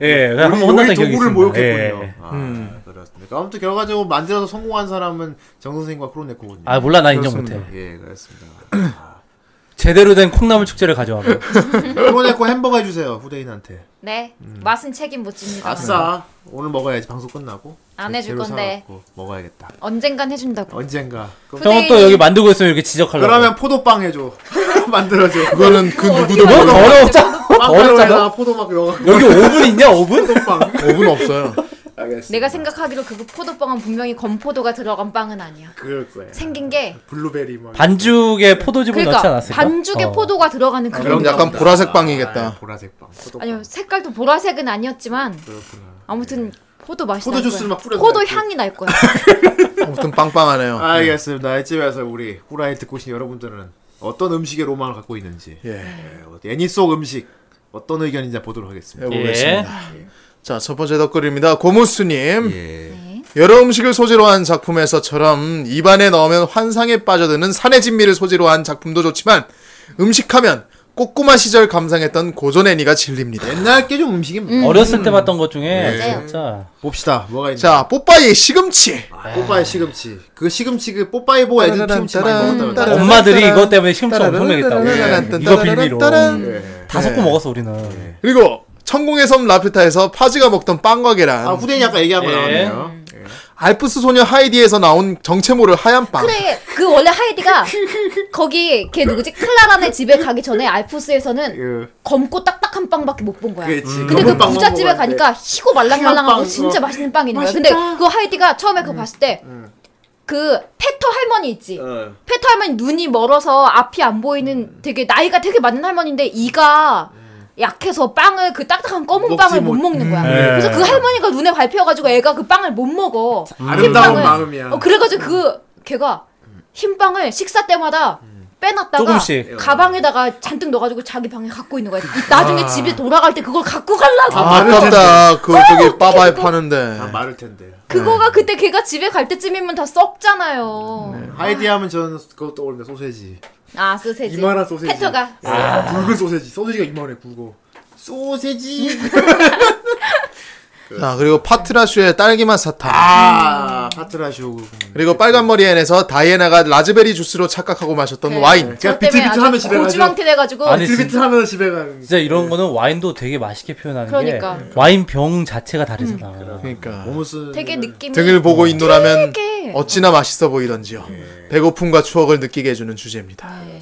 예, 그냥 한번 혼났던
요리 도구를
기억이 있습니다.
모욕했군요.
예.
아, 그렇습니다. 아무튼 결과적으로 만들어서 성공한 사람은 정 선생님과 크로네코군요.
아 몰라 나 인정 못해.
예, 그렇습니다. 아,
제대로 된 콩나물 축제를 가져와. 봐.
크로네코 햄버거 해주세요 후대인한테.
네. 맛은 책임 못 집니다.
아싸,
네.
오늘 먹어야지 방송 끝나고.
안
제-
해줄
재료
건데.
사갖고 먹어야겠다.
언젠간 해준다고.
언젠가. 그럼-
후대인-
형은 또 여기 만들고 있으면 이렇게 지적하려고. 어?
그러면 포도빵 해줘. 만들어줘.
그거는 그 누구도
뭐
모르는
더러웠잖아. 더럽잖아.
빵가루에다가 포도막 넣어갖고
여기 5분 있냐 5분?
포도빵.
법은 없어요.
알겠어.
내가 생각하기로 그 포도빵은 분명히 건포도가 들어간 빵은 아니야.
그럴 거야.
생긴 게
블루베리 뭐 막.
반죽에 포도즙을 넣지
그러니까
않았을까?
반죽에
어.
포도가 들어가는 그런
그럼
거.
약간
거다.
보라색 빵이겠다.
아, 보라색 빵. 포도빵.
아니요 색깔도 보라색은 아니었지만
그렇구나.
아무튼 포도 맛이
포도
날 거야.
주스를 막 뿌려서
포도
이렇게.
향이 날 거야.
아무튼 빵빵하네요.
알겠습니다. 이쯤에서 우리 후라이 듣고 계신 여러분들은 어떤 음식의 로망을 갖고 있는지
예.
예, 어떤 애니 속 음식 어떤 의견인지 보도록 하겠습니다.
예,
예.
해보겠습니다. 자, 첫 번째 덧글입니다. 고무수님.
예.
네.
여러 음식을 소재로 한 작품에서처럼 입안에 넣으면 환상에 빠져드는 산의 진미를 소재로 한 작품도 좋지만 음식하면 꼬꼬마 시절 감상했던 고전 애니가 질립니다.
옛날 게 좀 음식이
어렸을 때 봤던 것 중에
맞아요.
진짜
봅시다. 뭐가 있나?
자, 뽀빠이 시금치.
아, 뽀빠이 시금치. 그 시금치 그 뽀빠이 보고 애들 시금치 많이
아, 따라란,
먹었다.
따라란.
그러더라고요.
엄마들이 이것 때문에 시금치
따라란,
엄청 내겠다고. 예.
따라란,
이거 빌미로
따라란, 따라란.
예.
다 섞고 먹었어 우리는.
그리고 천공의 섬 라퓨타에서 파지가 먹던 빵과 계란,
아 후대인이 아까 얘기한 거
예.
나왔네요.
알프스 소녀 하이디에서 나온 정체모를 하얀 빵.
그래 그 원래 하이디가 거기 걔 누구지 클라라네 집에 가기 전에 알프스에서는
그
검고 딱딱한 빵밖에 못 본 거야.
그렇지.
근데 그 부잣집에 가니까 희고 말랑말랑하고
희한빵,
진짜
어.
맛있는 빵이 있는 거야. 근데
맛있다.
그 하이디가 처음에 그거 봤을 때 그 페터 할머니 있지.
어.
페터 할머니 눈이 멀어서 앞이 안
음.
보이는 되게 나이가 되게 많은 할머니인데 이가 약해서 빵을 그 딱딱한 검은
먹지
빵을 못
못- 네.
먹는 거야.
음.
그래서
예.
그 할머니가 눈에 밟혀가지고 애가 그 빵을 못 먹어.
아름다운
흰빵을-
마음이야.
어, 그래가지고 그 걔가 흰 빵을 식사 때마다 빼놨다가
조금씩.
가방에다가 잔뜩 넣어가지고 자기 방에 갖고 있는 거야. 나중에 집에 돌아갈 때 그걸 갖고 가려고.
아, 깝다그
아,
저기 빠바에 파는데.
다 아,
아,
마를 텐데.
그거가 그때 걔가 집에 갈 때쯤이면 다 썩잖아요.
하이디 하면 저는 그거 떠오르는데 소세지.
아 소세지.
이만한 소세지.
패터가
예, 굵은 소세지. 소세지가 이만해 굵고. 소세지.
자, 그리고 파트라슈의 딸기맛 사탕.
네. 아 파트라쇼.
그리고 빨간 머리 앤에서 다이애나가 라즈베리 주스로 착각하고 마셨던
네.
와인.
그러니까 비틀비틀 하면 집에 가죠.
고주망태 돼가지고
아니,
비틀비틀 하면 집에 가는.
진짜 이런 거는 와인도 되게 맛있게 표현하는
그러니까. 음,
게 와인 병 자체가 다르잖아.
그러니까
모무스.
되게 느낌이
등을 보고 있노라면
되게-
어찌나 맛있어 보이던지요.
네.
배고픔과 추억을 느끼게 해주는 주제입니다.
네.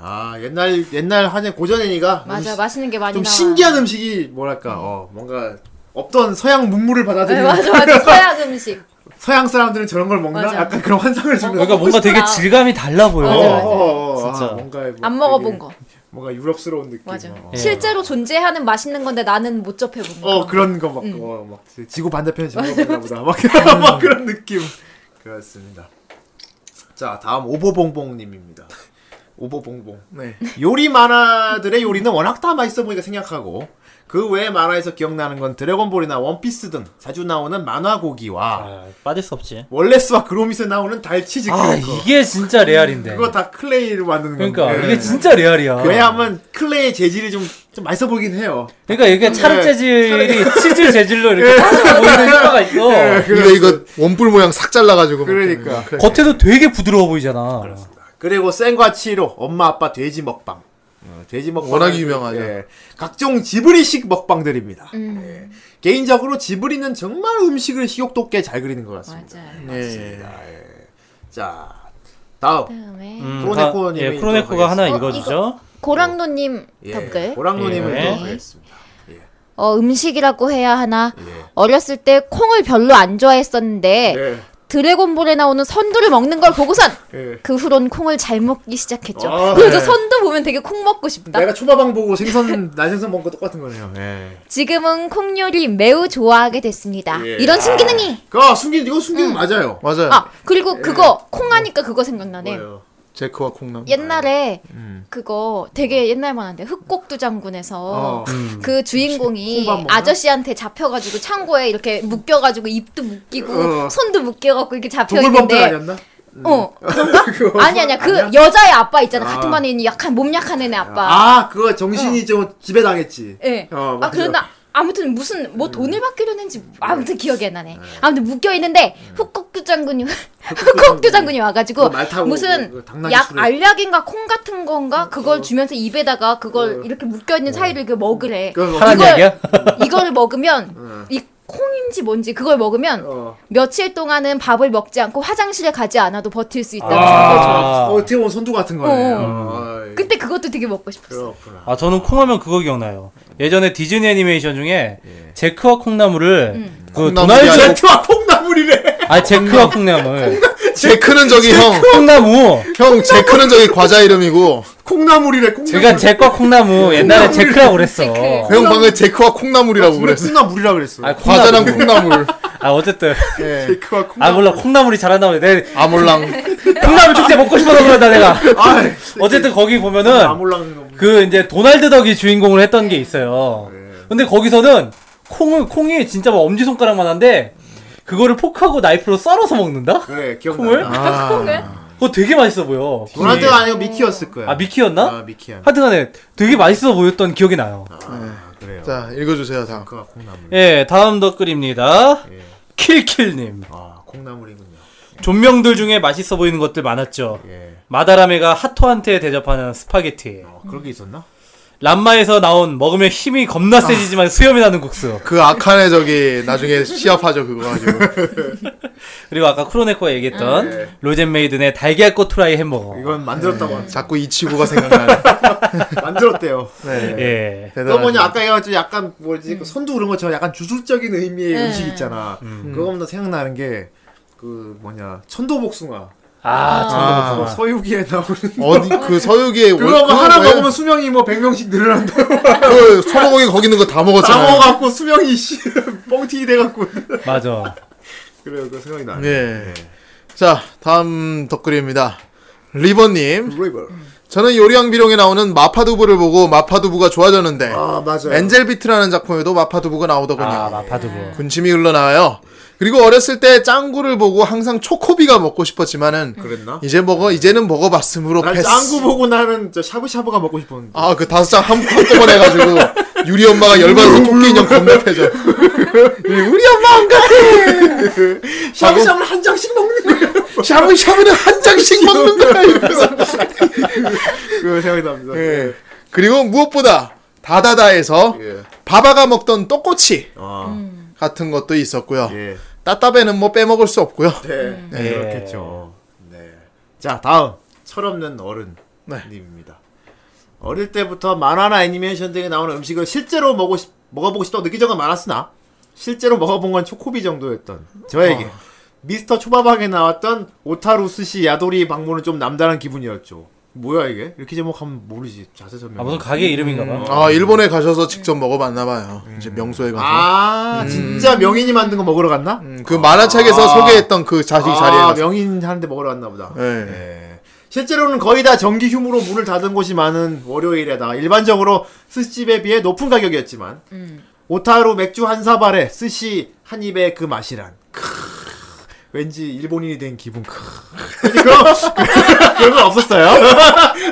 아 옛날 옛날 한해 고전 애니가
맞아 맛있는 게 많이
좀
나와.
신기한 음식이 뭐랄까 어 뭔가 없던 서양 문물을
네,
받아들이는
맞아 맞아 서양 음식.
서양 사람들은 저런 걸 먹나
맞아.
약간 그런 환상을 주는
그러니까 뭔가 되게
싶다.
질감이 달라 보여.
맞아, 맞아.
어, 어, 어, 아,
진짜.
뭔가 뭐
안 먹어본
되게
거.
뭔가 유럽스러운 느낌
맞아.
어,
실제로 존재하는 맛있는 건데 나는 못 접해본 거.
어 그런 거막
음.
어, 막 지구 반대편에 지구가 있나 보다 막, 그런- 막 그런 느낌 그렇습니다 자 다음 오보봉봉님입니다 오보봉봉
네.
요리 만화들의 요리는 워낙 다 맛있어 보이니까 생략하고 그 외 만화에서 기억나는 건 드래곤볼이나 원피스 등 자주 나오는 만화 고기와
아, 빠질 수 없지.
원래스와 그로미스에 나오는 달치즈 그거
아 이게 진짜
그러니까.
레알인데.
그거 네. 다 클레이로 만드는
그러니까
건데
이게 진짜 레알이야.
왜냐하면 클레이의 재질이 좀, 좀 맛있어 보이긴 해요
그러니까 이게 차르
네.
재질이 치즈 재질로 이렇게 빠져 아, 보이는 효과가 있어.
이거 이거 원뿔 모양 삭 잘라가지고.
네, 그러니까.
먹잖아요.
겉에도 되게 부드러워 보이잖아.
그리고 생과 치로 엄마 아빠 돼지 먹방 어, 돼지 먹방
워낙 유명하죠.
각종 지브리식 먹방들입니다
음.
예. 개인적으로 지브리는 정말 음식을 식욕도 있게 잘 그리는 것 같습니다
맞아.
예.
자 다음
다음에
음,
크로네코
다-
님이
예, 크로네코가 하나 읽어주죠.
고랑노님
예,
댓글.
보랑노님은
예.
또 그랬습니다
어, 음식이라고 해야 하나.
예.
어렸을 때 콩을 별로 안 좋아했었는데
예.
드래곤볼에 나오는 선두를 먹는 걸 보고선
예.
그 후론 콩을 잘 먹기 시작했죠.
아,
그래서
네.
선두 보면 되게 콩 먹고 싶다.
내가 초밥왕 보고 생선 날생선 먹은 거 똑같은 거네요 예.
지금은 콩 요리 매우 좋아하게 됐습니다.
예.
이런 순기능이.
그 숨긴 이거 숨긴 음. 맞아요. 예.
맞아요.
아 그리고 그거 콩 하니까 그거 생각나네.
뭐예요? 음.
제크와 콩나물.
옛날에 그거 되게 옛날 만한데 흑곡두 장군에서
어.
그 주인공이
콩밥 먹나?
아저씨한테 잡혀가지고 창고에 이렇게 묶여가지고 입도 묶이고
어.
손도 묶여갖고 이렇게 잡혀
도굴범들
있는데
아니었나?
어
음.
그런가? 아니 아니야 그 여자의 아빠 있잖아 같은 반에 있는 약한 몸 약한 애네 아빠
아 그거 정신이 좀 지배당했지.
예.
어, 맞아요.
아
음. 네.
그러나 아무튼 무슨 뭐 돈을 받기로 했는지 아무튼 기억이 안 나네. 아무튼 묶여 있는데 흑국두 장군이 흑국두 장군이 와가지고
음. 그말 타고 그-
무슨
그 당나귀 어.
약
술에-
알약인가 콩 같은 건가 그걸 주면서 입에다가 그걸 이렇게 묶여 있는 사이를 그 먹으래.
어. 그거 먹-
하란
이걸-
이야기야?
이거를 먹으면 이 콩인지 뭔지 그걸 먹으면
어.
며칠 동안은 밥을 먹지 않고 화장실에 가지 않아도 버틸 수 있다고.
아, 어, 어떻게 보면 선두 같은 거네요.
어,
어, 이-
그때 그것도 되게 먹고 싶었어.
그렇구나.
아 저는 콩하면 그거 기억나요. 예전에 디즈니 애니메이션 중에 제크와 콩나물을 그
콩나물이
도날드
아니고
제트와 콩나물이래.
아 제크와 콩나물
아. 제크는 저기 형.
콩나무
형 제크는 저기 과자 이름이고.
콩나물이래. 콩나물.
그러니까 제가 제크와 콩나무 옛날에 제크라고 그랬어.
제크.
형 방금 제크와 콩나물이라고
콩나-
그랬어.
콩나물이라 그랬어.
아
과자랑
콩나물.
콩나물.
아 어쨌든
예.
제크와 콩.
아 몰라 콩나물이 잘한다고 내
아몰랑.
콩나물 축제 먹고 싶어서 그런다 내가.
아이,
어쨌든 거기 보면은
아몰랑 놈.
그 이제 도날드 덕이 주인공을 했던 게 있어요. 근데 거기서는 콩을 콩이 진짜 막 엄지 손가락만 한데 그거를 포크하고 나이프로 썰어서 먹는다.
그래
콩을?
기억나.
아.
그거 되게 맛있어 보여.
도나드가
콩이.
아니고 미키였을 거야.
아 미키였나?
아, 미키야.
하여튼간에 되게 맛있어 보였던 기억이 나요.
아, 그래요.
자 읽어주세요 다음.
제크와 콩나물.
예, 다음 댓글입니다.
예.
킬킬님.
아 콩나물이군요.
존명들 중에 맛있어 보이는 것들 많았죠.
예.
마다라메가 하토한테 대접하는 스파게티.
어, 그런 게 있었나?
람마에서 나온 먹으면 힘이 겁나 세지지만 수염이 나는 국수.
그 악한의 저기 나중에 시합하죠 그거 가지고.
그리고 아까 크로네코가 얘기했던
네.
로젠 메이든의 달걀꽃 트라이 햄버거.
예. 이건 만들었다고 합니다.
자꾸 이치고가 생각나네.
만들었대요.
네. 네.
예.
떠보니
대단하죠.
아까 얘기했지 약간 뭐지 그 선두 그런 것처럼 약간 주술적인 의미의 음식 있잖아. 그거보다 생각나는 게 그 뭐냐 천도복숭아.
아,
아.
그거 서유기에 나오는
어디 그 서유기에
그거 뭐 하나
왜-
먹으면 수명이 뭐 100명씩 늘어난다.
그 소고기 거기 있는 거 다
다
먹었잖아요.
먹어갖고 수명이 씨 뻥튀기 돼갖고
맞아.
그래요 그 생각이 나네.
예. 자 다음 덧글입니다. 리버님,
리버.
저는 요리왕 비룡에 나오는 마파두부를 보고 마파두부가 좋아졌는데
아 맞아요.
엔젤 비트라는 작품에도 마파두부가 나오더군요.
아,
예.
마파두부.
군침이 흘러나와요. 그리고 어렸을 때 짱구를 보고 항상 초코비가 먹고 싶었지만은
그랬나?
이제 먹어 이제는 먹어봤으므로
난
패스.
짱구 보고 나는 저 샤브샤브가 먹고 싶었는데.
아 그 다섯 장 한- 한꺼번에 해가지고 유리 엄마가 열받아서 토끼 인형 겁나 패죠. 우리 엄마 안 같아.
샤브샤브를 한 장씩 먹는 거예요.
샤브샤브는 한 장씩 먹는 거야. 이러면서.
그 생각이 납니다.
예. 그리고 무엇보다 다다다에서
예.
바바가 먹던 떡꼬치
아,
같은 것도 있었고요.
예.
따따배는 뭐 빼먹을 수 없고요.
네.
네.
그렇겠죠. 네. 자, 다음. 철없는 어른.
네.
님입니다. 어릴 때부터 만화나 애니메이션 등에 나오는 음식을 실제로 먹고 싶, 먹어보고 싶다고 느낀 적은 많았으나, 실제로 먹어본 건 초코비 정도였던 저에게.
어.
미스터 초밥왕에 나왔던 오타루스시 야도리 방문은 좀 남다른 기분이었죠. 뭐야 이게? 이렇게 제목하면 모르지. 자세 설명.
아, 무슨 가게 이름인가
음.
봐.
아 일본에 가셔서 직접 먹어봤나 봐요. 이제 명소에 가서.
아, 진짜 명인이 만든 거 먹으러 갔나?
음, 그 만화책에서
아.
소개했던 그 자식 자리에
아,
가서.
명인 하는데 먹으러 갔나 보다.
예.
예. 실제로는 거의 다 전기 휴무로 문을 닫은 곳이 많은 월요일에다 일반적으로 스시집에 비해 높은 가격이었지만
음.
오타루 맥주 한 사발에 스시 한 입에 그 맛이란 크 왠지 일본인이 된 기분 크 그런 그런 건 없었어요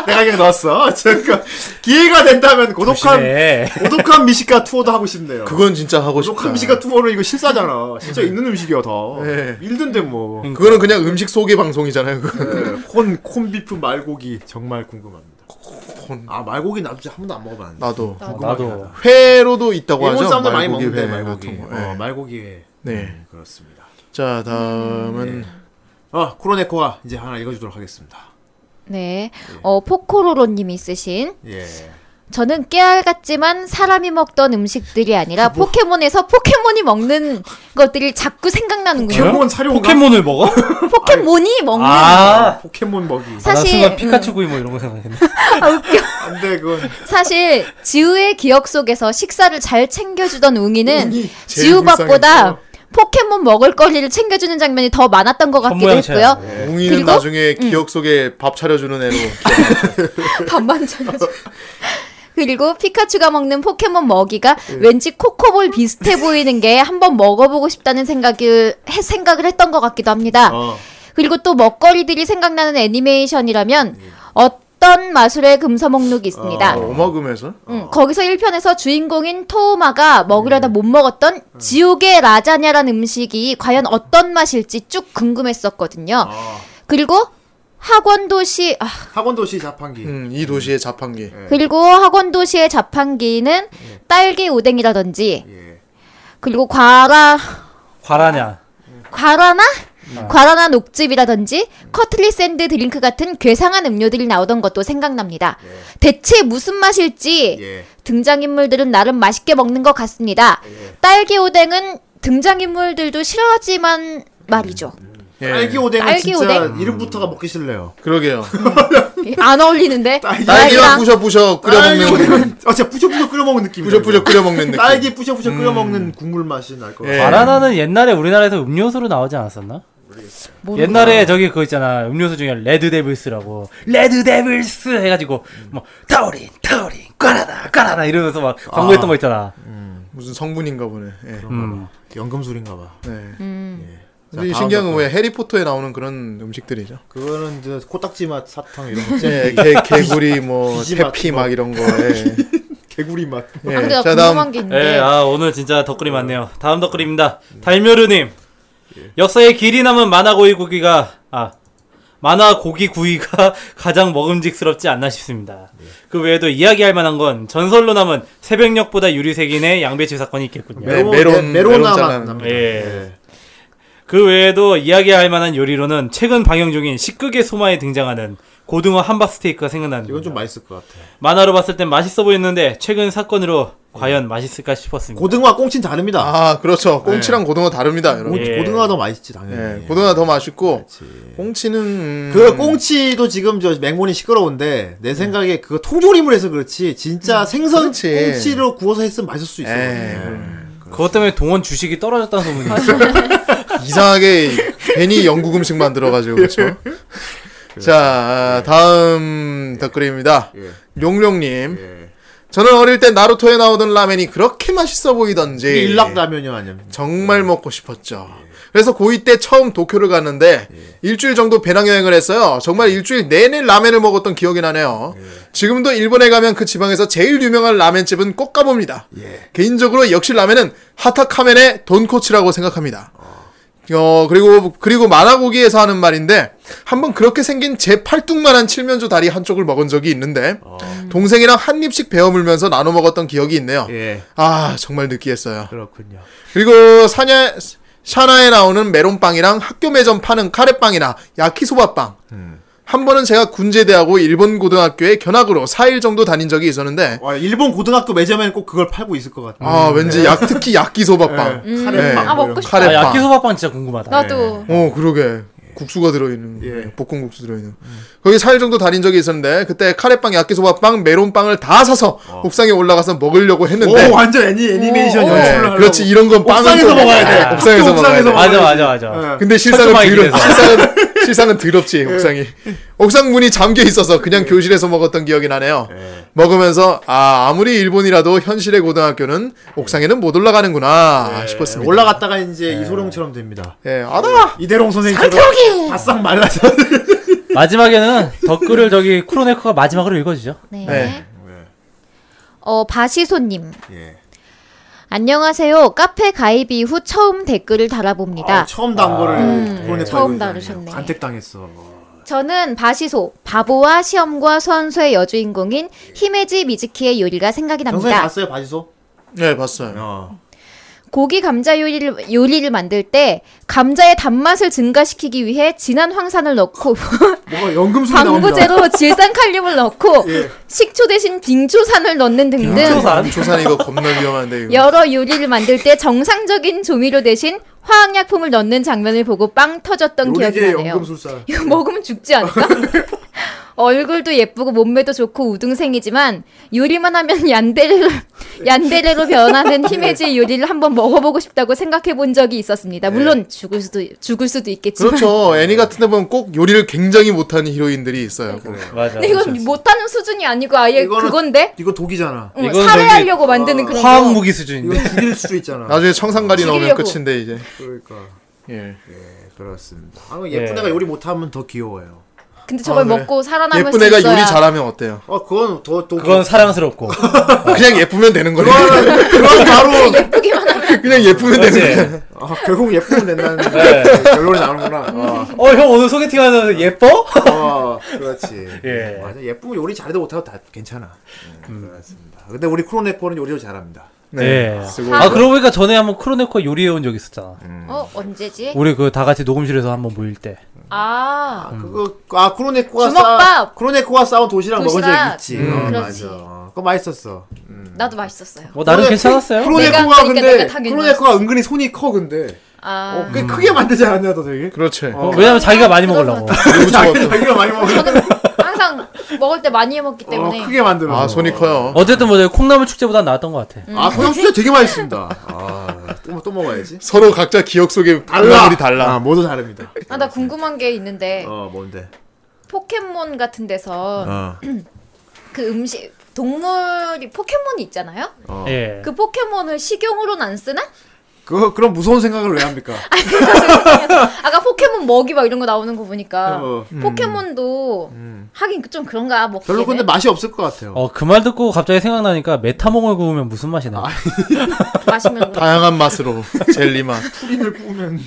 내가 그냥 넣었어 잠깐 기회가 된다면 고독한
네.
고독한 미식가 투어도 하고 싶네요
그건 진짜 하고 싶다. 네.
고독한 미식가 투어는 이거 실사잖아 진짜 있는 음식이야 다
예.
일든데 뭐
그거는 그냥 음식 소개 방송이잖아요. 그거.
네, 콘 콘비프 말고기 정말 궁금합니다.
콘.
아 말고기 나도 진짜 한 번도 안 먹어봤는데.
나도
궁금하긴
아, 나도.
하다.
회로도 있다고 하죠.
일본 사람들 많이
말고기
먹는데
회
말고기.
같은 거.
어,
예.
말고기 회.
네.
음, 그렇습니다.
자 다음은
아 코로네코가 이제 하나 읽어주도록 하겠습니다.
네. 어, 포코로로님이 쓰신
예.
저는 깨알 같지만 사람이 먹던 음식들이 아니라
뭐.
포켓몬에서 포켓몬이 먹는 것들이 자꾸 생각나는군요.
포켓몬 사료가
포켓몬을 먹어?
포켓몬이 먹는
아.
어, 포켓몬 먹이.
사-
나
사실-
순간 피카츄 구이 뭐 이런 거 생각했네.
안돼 그건.
사실 지우의 기억 속에서 식사를 잘 챙겨주던 웅이는
웅이
제일
지우밥보다 포켓몬 먹을 거리를 챙겨주는 장면이 더 많았던 것 같기도
선모양처야.
했고요.
예.
웅이는
그리고-
나중에 기억 속에 밥 차려주는 애로
음.
반만 잘라줘. 그리고 피카츄가 먹는 포켓몬 먹이가 왠지 코코볼 비슷해 보이는 게 한번 먹어보고 싶다는 생각을 해, 생각을 했던 것 같기도 합니다.
어.
그리고 또 먹거리들이 생각나는 애니메이션이라면 어떤 마술의 금서목록이 있습니다.
어, 오마금에서
어.
음, 거기서 1편에서 주인공인 토우마가
예.
먹으려다 못 먹었던 지옥의 라자냐라는 음식이 과연 어떤 맛일지 쭉 궁금했었거든요.
아,
그리고 학원도시 아,
학원도시 자판기.
음, 이 도시의 자판기
예.
그리고 학원도시의 자판기는 딸기 오뎅이라든지
예.
그리고 과라
과라냐.
과라나
아.
과라나 녹즙이라든지 커트리 샌드 드링크 같은 괴상한 음료들이 나오던 것도 생각납니다. 대체 무슨 맛일지
예.
등장인물들은 나름 맛있게 먹는 것 같습니다.
예.
딸기 오뎅은 등장인물들도 싫어하지만 말이죠.
예. 음.
딸기 오뎅은
딸기
진짜
오뎅?
이름부터가 먹기 싫네요.
그러게요
음.
안 어울리는데 아,
딸기랑 부셔부셔
딸기
끓여먹는
오뎅은 아 진짜 부셔부셔 끓여먹는 느낌.
부셔부셔 끓여먹는 느낌 음.
딸기 부셔부셔 끓여먹는 국물 맛이 날 것
예.
같아.
바나나는 옛날에 우리나라에서 음료수로 나오지 않았었나? 옛날에 저기 그거 있잖아 음료수 중에 레드 데빌스라고 레드 데빌스 해가지고 뭐 타오린 타오린 까라다 까라다 이러면서 막 광고했던 거 있잖아
무슨 성분인가 보네 예.
음.
연금술인가 봐.
네.
자,
근데
다음
이
댓글.
신기한 건 왜 해리포터에 나오는 그런 음식들이죠
그거는 이제 코딱지 맛 사탕 이런 거
예, 개, 개구리 뭐
비지 맛
태피
뭐.
막 이런 거 예.
개구리 맛.
예.
아, 근데 나
자
궁금한
다음
게 있는데
예, 아 오늘 진짜 덧글이 많네요 다음 예. 덧글입니다 달묘르님 역사에 길이 남은 만화고이 구기가 아 만화 고기 구이가 가장 먹음직스럽지 않나 싶습니다. 그 외에도 이야기할 만한 건 전설로 남은 새벽녘보다 유리색인의 양배추 사건이 있겠군요.
네,
메로-
메론-
예, 메- 메로나
메론자라는-
맛 납니다.
예. 그 외에도 이야기할 만한 요리로는 최근 방영 중인 식극의 소마에 등장하는 고등어 함박 스테이크가 생각나는데
이건 좀 맛있을 것 같아.
만화로 봤을 땐 맛있어 보였는데 최근 사건으로 과연 맛있을까 싶었습니다.
고등어와 꽁치는 다릅니다.
아, 그렇죠.
예.
꽁치랑 고등어 다릅니다,
고,
여러분.
예.
고등어가 더 맛있지
예,
당연히.
고등어 더 맛있고
그렇지.
꽁치는 음,
그 꽁치도 지금 저 맹문이 시끄러운데 내 생각에 그거 통조림을 해서 그렇지 진짜 생선
음, 그렇지. 예.
꽁치로 구워서 했으면 맛있을 수 음. 있어.
에이,
그것 때문에 동원 주식이 떨어졌다는 소문이 있어요.
이상하게 괜히 영국 음식 만들어가지고
예.
그렇죠. 자, 아,
예.
다음 댓글입니다. 용룡님. 저는 어릴 때 나루토에 나오던 라면이 그렇게 맛있어 보이던지
일락 라면이 아니면
정말 먹고 싶었죠. 그래서 고2 때 처음 도쿄를 갔는데 일주일 정도 배낭여행을 했어요. 정말 일주일 내내 라면을 먹었던 기억이 나네요. 지금도 일본에 가면 그 지방에서 제일 유명한 라면집은 꼭 가봅니다. 개인적으로 역시 라면은 하타카멘의 돈코츠라고 생각합니다. 어 그리고 그리고 만화고기에서 하는 말인데 한번 그렇게 생긴 제 팔뚝만한 칠면조 다리 한쪽을 먹은 적이 있는데 동생이랑 한 입씩 베어 물면서 나눠 먹었던 기억이 있네요.
예
아 정말 느끼했어요.
그렇군요.
그리고 사냐 샤나에 나오는 메론빵이랑 학교 매점 파는 카레빵이나 야키소바빵.
음.
한 번은 제가 군제대하고 일본 고등학교에 견학으로 4일 정도 다닌 적이 있었는데
와 일본 고등학교 매점에는 꼭 그걸 팔고 있을 것 같아.
아 왠지 야, 특히 야키소바빵.
음, 네. 예. 카레빵.
아,
뭐
먹고
이런
싶다.
아,
카레빵.
야키소바빵 진짜 궁금하다.
나도
어, 그러게. 국수가 들어있는,
예.
볶음 국수 들어있는. 거기 4일 정도 다닌 적이 있었는데, 그때 카레빵, 야끼소바빵, 메론빵을 다 사서 옥상에 올라가서 먹으려고 했는데,
어. 오 아, 완전 애니 애니메이션
오, 오.
연출을
네,
하려고.
그렇지, 이런 건 빵은
아, 옥상에서
또-
먹어야 돼.
아, 옥상에서
학교 옥상에서
먹어야 돼.
먹어야
맞아,
돼.
맞아, 맞아.
예.
근데 실상은
철조망이
드럽,
길에서.
실상은, 실상은 드럽지, 옥상이. 옥상 문이 잠겨 있어서 그냥 교실에서 먹었던 기억이 네. 나네요. 먹으면서, 아, 아무리 일본이라도 현실의 고등학교는 옥상에는 못 네. 올라가는구나 싶었습니다.
그러니까. 올라갔다가 이제 이소룡처럼 됩니다.
예, 아다!
이대롱 선생님처럼 바싹 말라서 예.
마지막에는 덧글을 저기 쿠로네코가 마지막으로 읽어주죠.
네.
네.
어, 바시소님.
예.
안녕하세요. 카페 가입 이후 처음 댓글을 달아봅니다.
아, 처음 단 거를 그런 애 팔고
처음 다루셨네.
있다니. 간택당했어.
저는 바시소, 바보와 시험과 선수의 여주인공인 히메지 미즈키의 요리가 생각이
정선이
납니다.
봤어요 예. 바지소?
네, 봤어요.
어.
고기 감자 요리를, 요리를 만들 때 감자의 단맛을 증가시키기 위해 진한 황산을 넣고
뭐가 연금술이 아, 나온다.
방부제로 질산칼륨을 넣고
예.
식초 대신 빙초산을 넣는
네.
등등
초산.
아, 조산 이거 겁나 위험한데, 이거.
네. 여러 요리를 만들 때 정상적인 조미료 대신 화학약품을 넣는 장면을 보고 빵 터졌던 기억이
요리계
나네요.
연금술사.
이거 먹으면 죽지 않을까? 얼굴도 예쁘고 몸매도 좋고 우등생이지만 요리만 하면 얀데레로 얀데레로
네.
변하는 히메지의 요리를 한번 먹어보고 싶다고 생각해 본 적이
네.
있었습니다. 물론 죽을 수도 죽을 수도 있겠지만
그렇죠. 애니 같은 데 보면 꼭 요리를 굉장히 못하는 히로인들이 있어요.
맞아.
근데 이건 못하는 수준이 아니고 아예
이거는-
그건데
이거 독이잖아.
응,
이건 어,
살해하려고 만드는 그런 거.
화학 무기
이거
수준인데.
죽일 수도 있잖아.
나중에 청산가리 넣으면
죽이려고.
끝인데, 이제.
그러니까.
예.
네, 그렇습니다. 아, 예쁜
예.
애가 요리 못하면 더 귀여워요.
근데 저걸
네.
아, 그래.
먹고 살아남을
예쁜
수
애가
있어야.
요리 잘하면 어때요?
아, 그건 더, 더
그건
귀-
사랑스럽고.
그냥 예쁘면 되는 거예요.
그건 바로
예쁘기만 하면
그냥 예쁘면 되는 거예요.
그렇지.
아, 결국 예쁘면 된다는
네.
결론이 나오는구나. 아.
어, 형 오늘 소개팅하면서 예뻐?
어, 어, 그렇지.
예.
맞아. 예쁘면 요리 잘해도 못하고 다 괜찮아. 음, 그렇습니다. 근데 우리 크로네코는 요리를 잘합니다.
예.
네.
쓰고.
아, 그러고 보니까 전에 한번 크로네코 요리해온 적 있었잖아.
어 언제지?
우리 그 다 같이 녹음실에서 한번 모일 때.
아
아,
음.
그거 아 크로네코가 싸
주먹밥!
크로네코가 싸운 도시락 먹은 적
도시락.
있지.
음,
어,
그렇지.
맞아. 어, 그거 맛있었어.
나도 맛있었어요.
뭐, 나름
크로네-
괜찮았어요.
크로네코가
내가- 그러니까
근데
내가 다 괜찮았어.
크로네코가 은근히 손이 커 근데
아
어, 꽤
음.
크게 만들지 않았냐 너 되게.
그렇지.
어, 왜냐면 자기가 많이
그런
먹으려고.
것
자기 자기가 많이 먹어.
저는 항상 먹을 때 많이 해 먹기
어,
때문에
크게 만들어.
아, 손이 커요.
어쨌든 뭐, 저희 콩나물 축제보다 나았던 것 같아.
아,
음.
고양 수제 되게 맛있습니다. 아, 또, 또 먹어야지.
서로 각자 기억 속에 달라물이 달라.
아, 모두 다릅니다.
아 나 궁금한 게 있는데
어, 뭔데?
포켓몬 같은 데서
어.
그 음식 동물이 포켓몬이 있잖아요.
어.
예.
그 포켓몬을 식용으로는 안 쓰나?
그 그런 무서운 생각을 왜 합니까?
아까 포켓몬 먹이 막 이런 거 나오는 거 보니까
어. 음.
포켓몬도 하긴 좀 그런가 먹기.
별로 근데 맛이 없을 것 같아요.
어, 그 말 듣고 갑자기 생각나니까 메타몽을 구우면 무슨 맛이 나?
마시면
다양한 맛으로 젤리 맛.
풀인을 구우면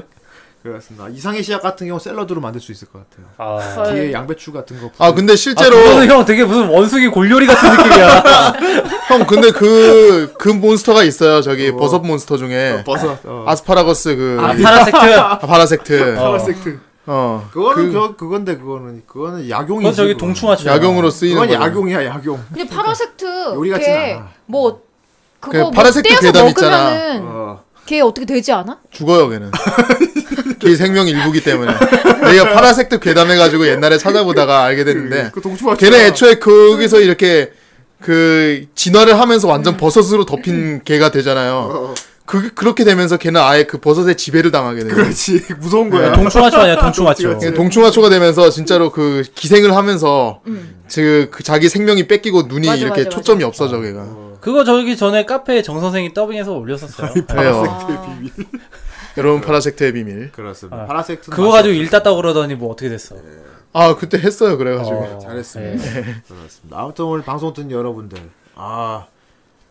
그렇습니다. 이상의 씨앗 같은 경우 샐러드로 만들 수 있을 것 같아요.
아.
헐.
뒤에 양배추 같은 거.
아 근데
아,
실제로
그거는 형 되게 무슨 원숭이 골요리 같은 느낌이야.
형 근데 그 그 몬스터가 있어요 저기
어.
버섯 몬스터 중에
어, 버섯. 어.
아스파라거스 그
아, 파라섹트.
파라섹트
어.
파라섹트.
어
그거는
그-
그, 그건데 그거는 그거는 약용이지.
그건 저기
그거는.
동충하초.
약용으로 쓰이는
그건
거잖아.
약용이야 약용.
근데 파라섹트
요리 같진
걔
않아.
뭐
그
그거 뭐
파라섹트
떼어서
괴담 있잖아.
먹으면은
어.
걔 어떻게 되지 않아?
죽어요 걔는 걔 생명 일부기 때문에 내가 파라색도 괴담해가지고 옛날에 찾아보다가 알게 됐는데
그 동충하초.
걔는 애초에 거기서 이렇게 그 진화를 하면서 완전 버섯으로 덮인 개가
어,
되잖아요 그 그렇게 되면서 걔는 아예 그 버섯의 지배를 당하게 돼요
그렇지 무서운
네.
거야.
예, 동충하초 아니야, 동충하초.
동충하초.
동충하초가 되면서 진짜로 그 기생을 하면서 그, 그 자기 생명이 뺏기고 눈이
음. 맞아,
이렇게
맞아, 맞아.
초점이 없어져 걔가
그거 저기 전에 카페에 정 선생이 더빙해서 올렸었어요.
그래요
아,
파라섹트의 비밀.
여러분 파라색트의 비밀
그렇습니다. 파라섹트.
그거 가지고 일 땄다고 그러더니 뭐 어떻게 됐어.
아 그때 했어요 그래가지고
잘했습니다. 그렇습니다. 아무튼 오늘 방송 듣는 여러분들, 아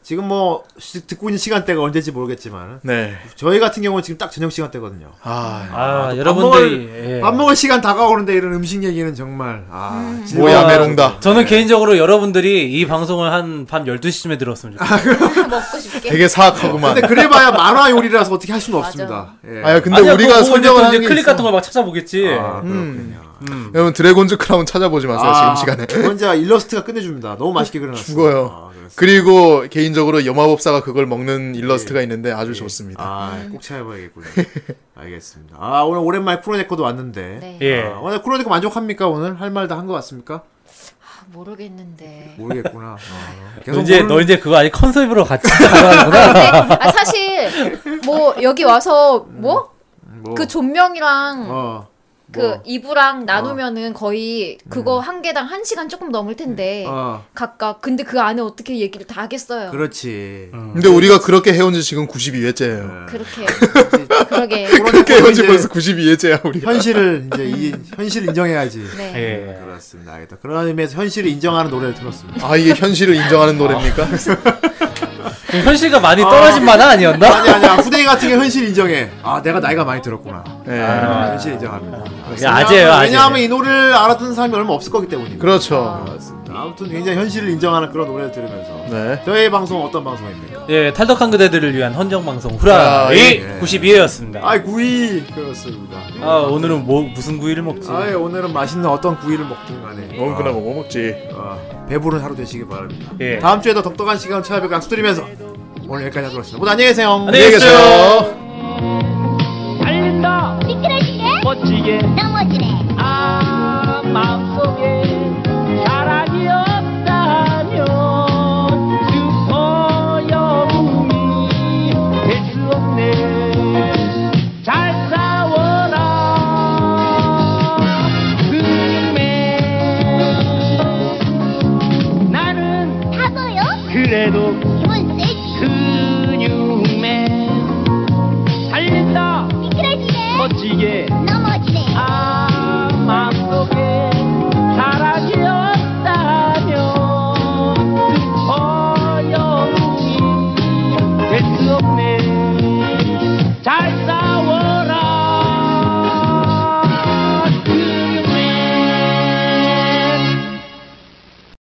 지금 뭐 시, 듣고 있는 시간대가 언제지 모르겠지만
네아
저희 같은 경우는 지금 딱 저녁 시간대거든요.
아,
또
여러분들이. 예.
밥 먹을 시간 다가오는데 이런 음식 얘기는 정말 아
음.
진짜
뭐야 메롱다
저는 개인적으로 여러분들이 이 방송을 한 밤 12시쯤에 들었으면
아,
좋겠어요.
먹고 싶게.
되게 사악하구만
근데 그래봐야 만화 요리라서 어떻게 할 수는
맞아.
없습니다. 예.
아야 근데
아니야,
우리가
그거 보고 이제 또
설명을
이제
하는 게
클릭
있어.
같은 걸 막 찾아보겠지.
아, 그렇군요.
음.
여러분 드래곤즈 크라운 찾아보지 마세요
아,
지금 시간에.
혼자 일러스트가 끝내줍니다. 너무 맛있게 그려놨어요.
죽어요.
아, 그렇습니다.
그리고 개인적으로 여마법사가 그걸 먹는 일러스트가 있는데 아주 좋습니다.
예. 아,
음.
꼭 찾아봐야겠군요. 알겠습니다. 아, 오늘 오랜만에 쿠로네코도 왔는데.
네.
예.
아, 오늘 쿠로네코 만족합니까? 오늘 할 말 다 한 것 같습니까?
아, 모르겠는데.
모르겠구나. 어,
너
계속
이제,
모르는-
너 이제 그거 아직 컨셉으로 같이 나가는구나.
근데 아, 사실 뭐 여기 와서 뭐 그
뭐,
존명이랑
어,
그
뭐, 음.
이브랑 나누면은 거의 그거 한 개당 한 시간 조금 넘을 텐데
어,
각각 근데 그 안에 어떻게 얘기를 다 하겠어요.
그렇지.
근데 우리가 그렇게 해온 지 지금 92회째예요.
그렇게 그러게
그렇게 해온 지
이제
벌써 92회째야 우리. 가
현실을 이제 이 현실을 인정해야지.
네.
예.
그렇습니다. 알겠다. 그런 의미에서 현실을 인정하는 노래를 들었습니다.
아 이게 현실을 인정하는 노래입니까?
지금 현실과
아.
많이 떨어진 만화 아니었나?
아니 아니야 후대인 같은 게 현실 인정해. 아 내가 나이가 많이 들었구나.
예.
아, 현실 인정합니다.
그게 네. 아재예요, 아재.
왜냐하면 이 노래를 알아듣는 사람이 얼마 없을 거기 때문이에요. 아,
그렇죠.
그렇습니다. 아무튼 굉장히 현실을 인정하는 그런 노래를 들으면서
네.
저희 방송 어떤 방송입니까?
예, 탈덕한 그대들을 위한 헌정방송
아,
후라이
예.
92회였습니다.
아이 구이 그렇습니다.
아, 오늘은 뭐, 무슨 구이를 먹지?
아이 오늘은 맛있는 어떤 구이를 먹든 간에
어,
먹은 그나 뭐 먹지.
아, 아, 배부른 하루 되시길 바랍니다.
예.
다음 주에 더 독특한 시간을 찾아뵙고 약속드리면서 오늘 여기까지 하도록 하겠습니다. 모두 안녕히 계세요.
안녕히 계세요.
달린다
미끄러지게
멋지게
넘어지네.
아 마음속에 사랑이 없다면 두서여움이 될 수 없네 잘 싸워라 그림에 나는
바보요.
그래도 아, 그그